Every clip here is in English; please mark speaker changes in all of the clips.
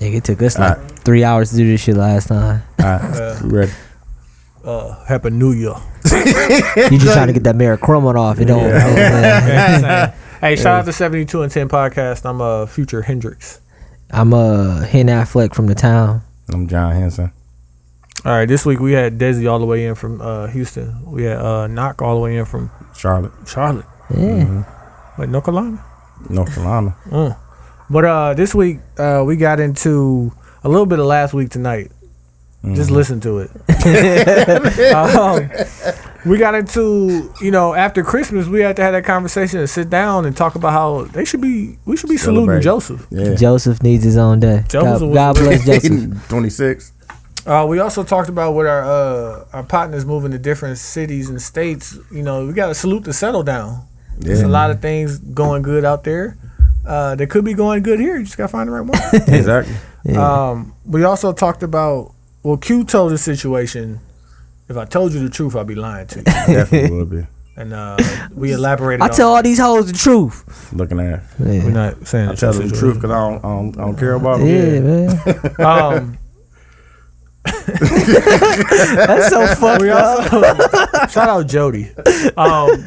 Speaker 1: Nigga, it took us like three hours to do this shit last time.
Speaker 2: All right,
Speaker 3: Uh,
Speaker 2: ready.
Speaker 3: uh, happy New Year.
Speaker 1: You just trying to get that Merrick-Crumon off. It don't.
Speaker 3: Yeah.
Speaker 1: oh, man.
Speaker 3: hey, shout out to 72 and 10 podcast. I'm uh, Future Hendrix.
Speaker 1: I'm uh Hen Affleck from the town.
Speaker 2: I'm John Henson.
Speaker 3: All right, this week we had Desi all the way in from uh, Houston. We had uh, Knock all the way in from
Speaker 2: Charlotte,
Speaker 3: Charlotte,
Speaker 1: Yeah.
Speaker 3: like North Carolina.
Speaker 2: North Carolina.
Speaker 3: Mm. But uh, this week uh, we got into a little bit of last week tonight.
Speaker 2: Mm-hmm.
Speaker 3: Just listen to it. um, we got into you know after Christmas we had to have that conversation and sit down and talk about how they should be we should be saluting
Speaker 2: Celebrate.
Speaker 3: Joseph.
Speaker 2: Yeah.
Speaker 1: Joseph needs his own day.
Speaker 3: Joseph
Speaker 1: God,
Speaker 3: was-
Speaker 1: God bless Joseph.
Speaker 2: 26.
Speaker 3: Uh, we also talked about with our uh, our partners moving to different cities and states. You know, we got to salute the settle down. There's
Speaker 2: Yeah.
Speaker 3: a lot of things going good out there. Uh, that could be going good here. You just got to find the right one.
Speaker 2: exactly.
Speaker 3: um, we also talked about well, Q told the situation. If I told you the truth, I'd be lying to you.
Speaker 2: Definitely will be.
Speaker 3: And uh, we elaborated.
Speaker 1: I
Speaker 3: on-
Speaker 1: tell all these hoes the truth.
Speaker 2: Looking at.
Speaker 1: Yeah,
Speaker 3: We're not saying
Speaker 2: I tell them the truth because I don't, I, don't, I don't care about
Speaker 1: yeah,
Speaker 2: it.
Speaker 1: man.
Speaker 3: Um,
Speaker 1: That's so fucked
Speaker 3: we
Speaker 1: up.
Speaker 3: also shout out Jody. Um,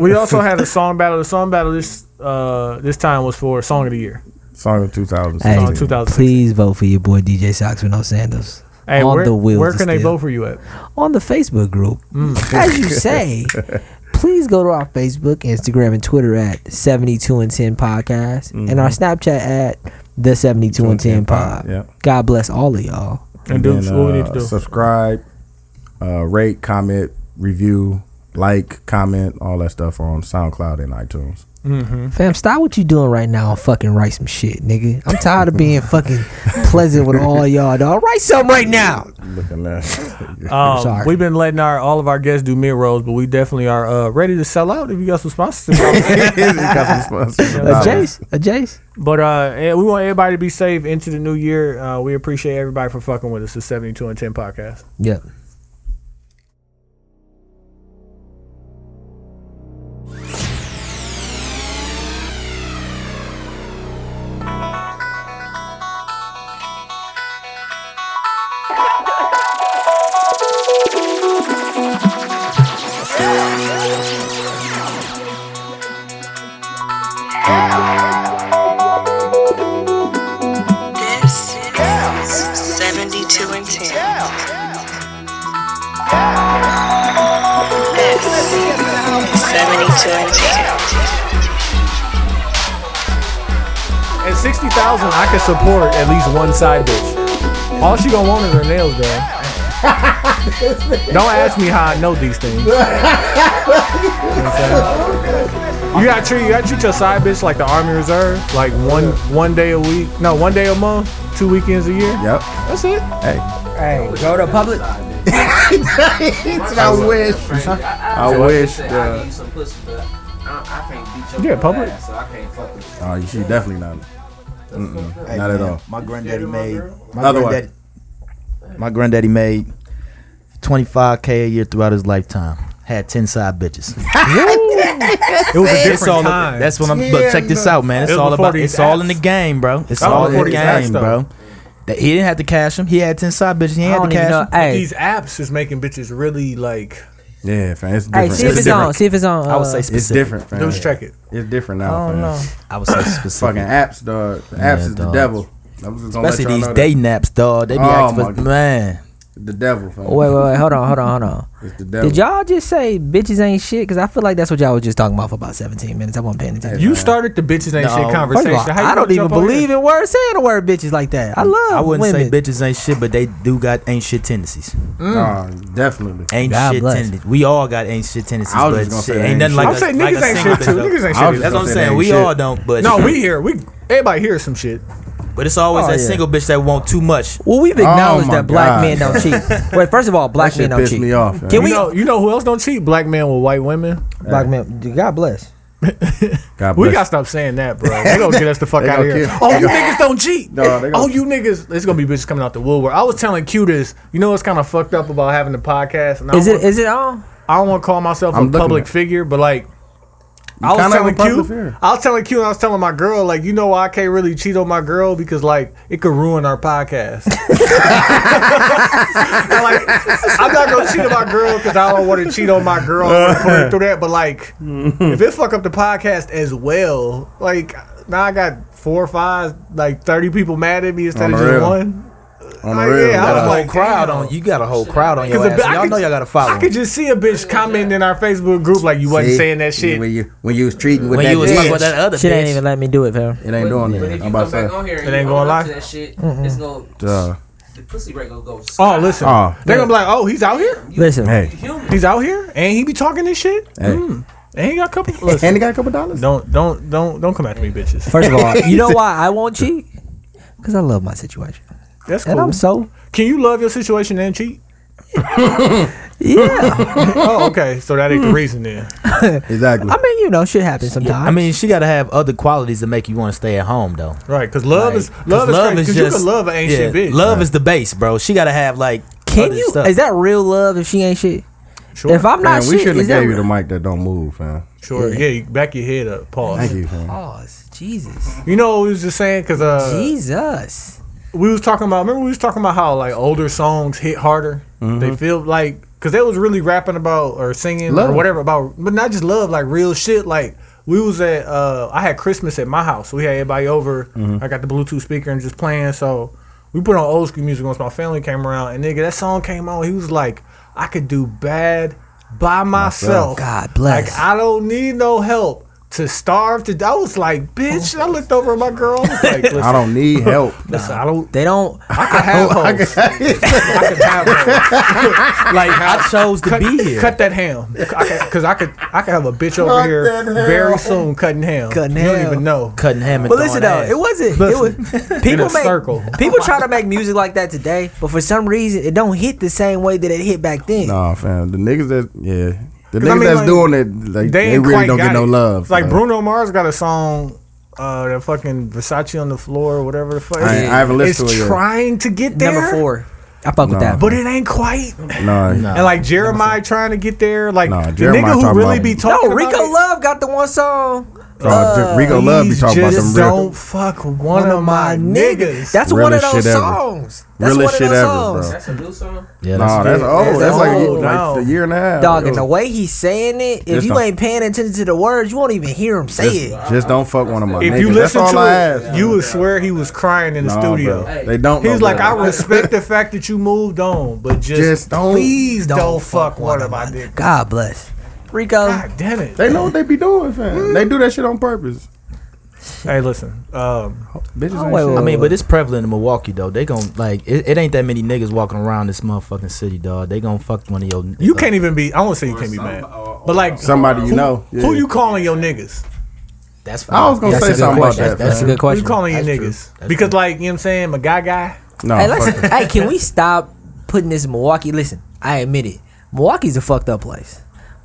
Speaker 3: we also had a song battle. The song battle this uh, this time was for song of the year.
Speaker 2: Song of 2000.
Speaker 1: Hey,
Speaker 3: on 2016.
Speaker 1: please vote for your boy DJ Socks with no sandals.
Speaker 3: Hey,
Speaker 1: on
Speaker 3: where,
Speaker 1: the wheels
Speaker 3: where
Speaker 1: of
Speaker 3: can they
Speaker 1: steel.
Speaker 3: vote for you at?
Speaker 1: on the Facebook group.
Speaker 4: Mm.
Speaker 1: As you say, please go to our Facebook, Instagram, and Twitter at 72 and 10 podcast
Speaker 4: Mm-hmm.
Speaker 1: and our Snapchat at the 72 and 10 pod.
Speaker 2: Yeah.
Speaker 1: God bless all of y'all.
Speaker 3: And do
Speaker 2: then,
Speaker 3: what we
Speaker 2: uh,
Speaker 3: need to do.
Speaker 2: Subscribe, uh, rate, comment, review, like, comment, all that stuff on SoundCloud and iTunes.
Speaker 3: Mm-hmm.
Speaker 1: Fam, stop what you doing right now and fucking write some shit, nigga. I'm tired of being fucking pleasant with all y'all, dog. Write something right now.
Speaker 2: Looking at.
Speaker 3: Um,
Speaker 1: sorry.
Speaker 3: We've been letting our all of our guests do mid rolls, but we definitely are uh, ready to sell out if you got some sponsors.
Speaker 1: A Jace, a Jace.
Speaker 3: but uh, eh, we want everybody to be safe into the new year. Uh, we appreciate everybody for fucking with us. The 72 and 10 podcast.
Speaker 1: Yep.
Speaker 5: This is 72 and 10. This is 72 and 10.
Speaker 3: At 60,000, I can support at least one side bitch. All she gonna want is her nails done. Don't ask me how I know these things. You, know what I'm saying? You gotta treat you gotta treat your side bitch like the Army Reserve, like one one day a week, no one day a month, two weekends a year.
Speaker 2: Yep.
Speaker 3: That's it.
Speaker 2: Hey.
Speaker 1: Hey, go to public.
Speaker 2: I wish. I wish. uh,
Speaker 6: some pussy, but I, I can't beat
Speaker 3: Yeah, public.
Speaker 6: so I can't fuck with
Speaker 2: Oh, you should definitely not.
Speaker 4: Hey,
Speaker 2: Not at
Speaker 4: man,
Speaker 2: all.
Speaker 4: My granddaddy made. My
Speaker 2: Otherwise.
Speaker 4: granddaddy, my granddaddy made 25k a year throughout his lifetime. Had 10 side bitches.
Speaker 3: It was a
Speaker 4: It's all
Speaker 3: different time.
Speaker 4: that's what I'm. But check this out, man. It's
Speaker 3: It was
Speaker 4: all
Speaker 3: before
Speaker 4: about.
Speaker 3: these
Speaker 4: It's all
Speaker 3: apps.
Speaker 4: in the game, bro. It's
Speaker 3: That was
Speaker 4: all in
Speaker 3: before
Speaker 4: the
Speaker 3: these apps,
Speaker 4: game,
Speaker 3: though.
Speaker 4: bro. That he didn't have to cash him. He had 10 side bitches. He
Speaker 1: I
Speaker 4: had
Speaker 1: don't
Speaker 4: to
Speaker 1: even
Speaker 4: cash
Speaker 1: know.
Speaker 4: him.
Speaker 1: Hey,
Speaker 3: These apps is making bitches really like.
Speaker 2: Yeah, fam. It's
Speaker 1: hey,
Speaker 2: different.
Speaker 1: see if it's
Speaker 2: different.
Speaker 1: on. See if it's on.
Speaker 4: I would
Speaker 1: uh,
Speaker 4: say
Speaker 2: It's
Speaker 4: specific.
Speaker 2: different, fam.
Speaker 3: Dudes, check it.
Speaker 2: It's different now,
Speaker 1: I don't
Speaker 2: fam.
Speaker 1: know.
Speaker 4: I would say specific.
Speaker 2: Fucking apps, dog. Apps
Speaker 4: Yeah,
Speaker 2: is the
Speaker 4: dog.
Speaker 2: devil. I'm just gonna
Speaker 4: Especially
Speaker 2: let y'all
Speaker 4: these
Speaker 2: know that.
Speaker 4: dating apps, dog. They be
Speaker 2: Oh, my
Speaker 4: acting for
Speaker 2: God.
Speaker 4: man.
Speaker 2: The devil, fam.
Speaker 1: Wait, wait, wait. Hold on, hold on, hold on.
Speaker 2: It's the devil.
Speaker 1: Did y'all just say bitches ain't shit? Because I feel like that's what y'all was just talking about for about 17 minutes. I wasn't paying attention.
Speaker 3: You started the bitches ain't
Speaker 4: No.
Speaker 3: shit
Speaker 4: First of all,
Speaker 1: First
Speaker 3: conversation.
Speaker 1: of all,
Speaker 3: How you
Speaker 1: I don't
Speaker 3: gonna
Speaker 1: even
Speaker 3: jump on
Speaker 1: believe
Speaker 3: here?
Speaker 1: in words saying the word bitches like that. I love
Speaker 4: I wouldn't
Speaker 1: women.
Speaker 4: say bitches ain't shit, but they do got ain't shit tendencies.
Speaker 2: Nah,
Speaker 1: Mm.
Speaker 2: definitely.
Speaker 4: Ain't
Speaker 1: God
Speaker 4: shit
Speaker 1: bless.
Speaker 4: tendencies. We all got ain't shit tendencies,
Speaker 2: I was
Speaker 4: but
Speaker 2: just gonna
Speaker 4: shit,
Speaker 2: say
Speaker 4: ain't
Speaker 2: ain't
Speaker 4: nothing
Speaker 2: shit.
Speaker 4: like
Speaker 3: I'm
Speaker 4: a-
Speaker 3: saying
Speaker 4: like a
Speaker 3: niggas ain't
Speaker 4: single
Speaker 3: shit too.
Speaker 4: bitch, though.
Speaker 3: Niggas ain't
Speaker 2: I
Speaker 3: shit.
Speaker 2: was
Speaker 3: either.
Speaker 4: That's what I'm
Speaker 2: Don't say they
Speaker 4: saying.
Speaker 2: ain't
Speaker 4: We
Speaker 2: shit.
Speaker 4: all don't, but
Speaker 3: No, we here. We everybody hears some shit.
Speaker 4: but it's always
Speaker 1: Oh,
Speaker 4: that
Speaker 1: yeah.
Speaker 4: single bitch that want too much.
Speaker 1: Well, we've acknowledged
Speaker 2: my
Speaker 1: that black
Speaker 2: God.
Speaker 1: men don't cheat. Wait, first of all, black
Speaker 2: That
Speaker 1: men
Speaker 2: shit
Speaker 1: don't
Speaker 2: pissed
Speaker 1: cheat.
Speaker 2: me off.
Speaker 1: Can
Speaker 2: Can
Speaker 3: You
Speaker 1: we-
Speaker 2: we?
Speaker 3: know, you know who else don't cheat? Black men with white women.
Speaker 1: Black men, God bless.
Speaker 2: God
Speaker 3: We
Speaker 2: bless
Speaker 3: gotta stop saying that, bro. They gonna get us the fuck
Speaker 2: They
Speaker 3: out of
Speaker 2: gonna
Speaker 3: here.
Speaker 2: kill-
Speaker 3: Oh,
Speaker 2: they
Speaker 3: you
Speaker 2: gonna-
Speaker 3: niggas don't cheat.
Speaker 2: No, they gonna-
Speaker 3: oh, you niggas. It's gonna be bitches coming out the woodwork. I was telling Q this. You know what's kind of fucked up about having the podcast? And I
Speaker 1: Is
Speaker 3: don't
Speaker 1: it
Speaker 3: wanna-
Speaker 1: is it on?
Speaker 3: I don't want to call myself
Speaker 2: I'm
Speaker 3: a
Speaker 2: looking
Speaker 3: public
Speaker 2: at-
Speaker 3: figure, but like, I was
Speaker 2: kinda
Speaker 3: telling
Speaker 2: have a popular
Speaker 3: Q.
Speaker 2: fear.
Speaker 3: I was telling Q, and I was telling my girl, like, you know why I can't really cheat on my girl because like it could ruin our podcast. I'm like, I'm not gonna cheat on my girl because I don't want to cheat on my girl I wanna put her through that. But like, if it fuck up the podcast as well, like now I got four or five, like thirty people mad at me instead
Speaker 2: On
Speaker 3: of
Speaker 2: the
Speaker 3: just
Speaker 2: real.
Speaker 3: one.
Speaker 2: On the
Speaker 3: Like,
Speaker 2: real, uh,
Speaker 3: yeah, I
Speaker 4: Got a
Speaker 3: was
Speaker 4: whole
Speaker 3: like,
Speaker 4: crowd
Speaker 3: damn.
Speaker 4: on. You got a whole crowd on your
Speaker 3: Because
Speaker 4: ass.
Speaker 3: the- I
Speaker 4: Y'all
Speaker 3: could-
Speaker 4: know y'all got to follow.
Speaker 3: I could just see a bitch commenting in our Facebook group like you wasn't
Speaker 2: See?
Speaker 3: saying that shit.
Speaker 2: When you when you was treating with
Speaker 4: when
Speaker 2: that
Speaker 4: you was
Speaker 2: bitch,
Speaker 4: talking about that other
Speaker 1: Shit ain't
Speaker 4: bitch.
Speaker 1: even let me do it, fam.
Speaker 2: it ain't doing
Speaker 6: But
Speaker 2: that.
Speaker 6: if you
Speaker 2: I'm
Speaker 6: come
Speaker 2: about
Speaker 6: back
Speaker 2: to
Speaker 6: on here
Speaker 3: It
Speaker 6: and you
Speaker 3: ain't
Speaker 6: own
Speaker 3: gonna
Speaker 6: up
Speaker 3: lie.
Speaker 6: to that shit, it's gonna
Speaker 2: say, uh,
Speaker 6: the pussy rate gonna go.
Speaker 3: Oh, listen.
Speaker 2: Oh,
Speaker 3: They're gonna be like, oh, he's out here?
Speaker 1: Listen,
Speaker 2: hey,
Speaker 6: human.
Speaker 3: He's out here? And he be talking this shit? Hmm.
Speaker 2: hey,
Speaker 3: And he got a couple
Speaker 2: and
Speaker 3: listen,
Speaker 2: he got a couple dollars.
Speaker 3: Don't don't don't don't come after me, bitches.
Speaker 1: first of all, you know why I won't cheat? Because I love my situation,
Speaker 3: That's
Speaker 1: and
Speaker 3: cool.
Speaker 1: I'm so
Speaker 3: Can you love your situation and cheat?
Speaker 1: yeah.
Speaker 3: oh, okay. So that ain't the reason then.
Speaker 2: Exactly.
Speaker 1: I mean, you know, shit happens sometimes.
Speaker 4: Yeah, I mean, she got to have other qualities that make you want to stay at home, though.
Speaker 3: Right, because love
Speaker 4: Like,
Speaker 3: is love is crazy, Because you can love an ancient
Speaker 4: yeah,
Speaker 3: bitch.
Speaker 4: Love is the base, bro. She got to have like.
Speaker 1: can
Speaker 4: other
Speaker 1: you?
Speaker 4: Stuff.
Speaker 1: Is that real love if she ain't shit?
Speaker 3: Sure.
Speaker 1: If I'm not
Speaker 2: Man, we
Speaker 1: shit,
Speaker 2: shouldn't
Speaker 1: is
Speaker 2: have
Speaker 1: that
Speaker 2: gave you the
Speaker 1: real?
Speaker 2: mic that don't move, fam.
Speaker 3: sure. Yeah. you back your head up. Pause.
Speaker 2: Thank you, fam.
Speaker 1: Pause. Oh, Jesus.
Speaker 3: You know what we was just saying because uh,
Speaker 1: Jesus.
Speaker 3: we was talking about. Remember we was talking about how like older songs hit harder.
Speaker 2: Mm-hmm.
Speaker 3: They feel like because they was really rapping about or singing or
Speaker 2: Love.
Speaker 3: whatever about, but not just love, like real shit. Like we was at uh, I had Christmas at my house. We had everybody over.
Speaker 2: Mm-hmm.
Speaker 3: I got the Bluetooth speaker and just playing. So we put on old school music once my family came around. And nigga, that song came on. He was like, I could do bad by myself.
Speaker 1: God bless.
Speaker 3: Like I don't need no help. To starve to, I was like, bitch. I looked over at my girl. I was like, listen,
Speaker 2: I don't need help.
Speaker 3: listen, I don't
Speaker 1: They don't.
Speaker 3: I could have hoes. I could have hoes.
Speaker 4: like I chose to
Speaker 3: Cut,
Speaker 4: be here?
Speaker 3: cut that ham, because I could I could have a bitch over here very soon cutting ham.
Speaker 1: Cutting
Speaker 3: you
Speaker 1: ham.
Speaker 3: don't even know.
Speaker 4: Cutting ham and
Speaker 1: But listen though,
Speaker 4: throwing ass.
Speaker 1: it wasn't. it was people
Speaker 3: a
Speaker 1: make
Speaker 3: circle.
Speaker 1: people try to make music like that today, but for some reason it don't hit the same way that it hit back then.
Speaker 2: Nah, fam. The niggas that yeah, the
Speaker 3: I
Speaker 2: niggas
Speaker 3: mean,
Speaker 2: that's
Speaker 3: like,
Speaker 2: doing it, like,
Speaker 3: They,
Speaker 2: they,
Speaker 3: ain't
Speaker 2: really
Speaker 3: quite
Speaker 2: don't
Speaker 3: got
Speaker 2: get no
Speaker 3: it.
Speaker 2: love.
Speaker 3: Like
Speaker 2: fam.
Speaker 3: Bruno Mars got a song. Uh, that fucking Versace on the floor, or whatever the fuck.
Speaker 2: I ain't- I haven't listened
Speaker 3: it's
Speaker 2: to it yet.
Speaker 3: trying to get there,
Speaker 1: Number four, I fuck with
Speaker 2: Nah.
Speaker 1: that.
Speaker 3: but it ain't quite.
Speaker 2: Nah,
Speaker 4: Nah.
Speaker 3: and like Jeremiah trying to get there, like
Speaker 2: Nah,
Speaker 3: the
Speaker 2: Jeremiah
Speaker 3: nigga who
Speaker 2: talking
Speaker 3: really
Speaker 2: about-
Speaker 3: be
Speaker 1: no,
Speaker 3: talking.
Speaker 1: Rico
Speaker 3: about it,
Speaker 1: Love got the one song.
Speaker 2: Uh, Rico Love be
Speaker 3: please
Speaker 2: talking about
Speaker 3: just
Speaker 2: some
Speaker 3: don't
Speaker 2: real,
Speaker 3: fuck one, of my niggas.
Speaker 1: That's one of
Speaker 2: Realest
Speaker 1: those
Speaker 2: shit ever.
Speaker 1: songs. That's one
Speaker 2: realest shit
Speaker 1: of those
Speaker 2: ever,
Speaker 1: songs.
Speaker 2: bro.
Speaker 6: That's a new song.
Speaker 4: yeah,
Speaker 2: Nah, that's old. That's,
Speaker 1: That's
Speaker 2: like,
Speaker 1: old
Speaker 2: like
Speaker 3: now.
Speaker 2: a year and a half.
Speaker 1: Dog,
Speaker 2: It
Speaker 1: and the
Speaker 2: was-
Speaker 1: way he's saying it, if
Speaker 2: Just
Speaker 1: you
Speaker 2: don't-
Speaker 1: ain't paying attention to the words, you won't even hear him say it.
Speaker 2: Just don't fuck one of my
Speaker 3: If
Speaker 2: niggas.
Speaker 3: you listen
Speaker 2: That's all I
Speaker 3: to
Speaker 2: ask.
Speaker 3: it, you would swear he was crying in the
Speaker 2: Nah,
Speaker 3: studio.
Speaker 2: bro. They don't.
Speaker 3: He's
Speaker 2: know
Speaker 3: like, I
Speaker 2: better.
Speaker 3: respect the fact that you moved on, but just,
Speaker 2: Just don't-
Speaker 3: please don't, fuck one of my niggas.
Speaker 1: God bless. Rico,
Speaker 3: God damn it.
Speaker 2: They know what they be doing, fam. They do that shit on purpose.
Speaker 3: Hey, listen. Um,
Speaker 2: Bitches
Speaker 1: Oh,
Speaker 2: ain't
Speaker 1: wait,
Speaker 2: shit.
Speaker 1: wait,
Speaker 4: I mean, but it's prevalent in Milwaukee though. They gon' like it, it. ain't that many niggas walking around this motherfucking city, dog. They gon' fuck one of your.
Speaker 3: you
Speaker 4: uh,
Speaker 3: can't even be, I won't say you can't be mad, but like,
Speaker 2: Somebody you know.
Speaker 3: who
Speaker 2: Yeah.
Speaker 3: you calling your niggas?
Speaker 4: That's fine.
Speaker 2: I was gonna
Speaker 1: That's a
Speaker 2: say
Speaker 1: good
Speaker 2: something about
Speaker 1: question.
Speaker 2: that.
Speaker 1: That's- that's a
Speaker 2: fam.
Speaker 1: good
Speaker 3: Who you
Speaker 1: question.
Speaker 3: calling your
Speaker 4: That's true.
Speaker 3: niggas?
Speaker 4: That's
Speaker 3: because,
Speaker 4: true.
Speaker 3: like, you know what I'm saying? My guy guy.
Speaker 2: No,
Speaker 1: Hey,
Speaker 2: Oh, fuck
Speaker 1: listen. hey, can we stop putting this Milwaukee? Listen, I admit it. Milwaukee's a fucked up place.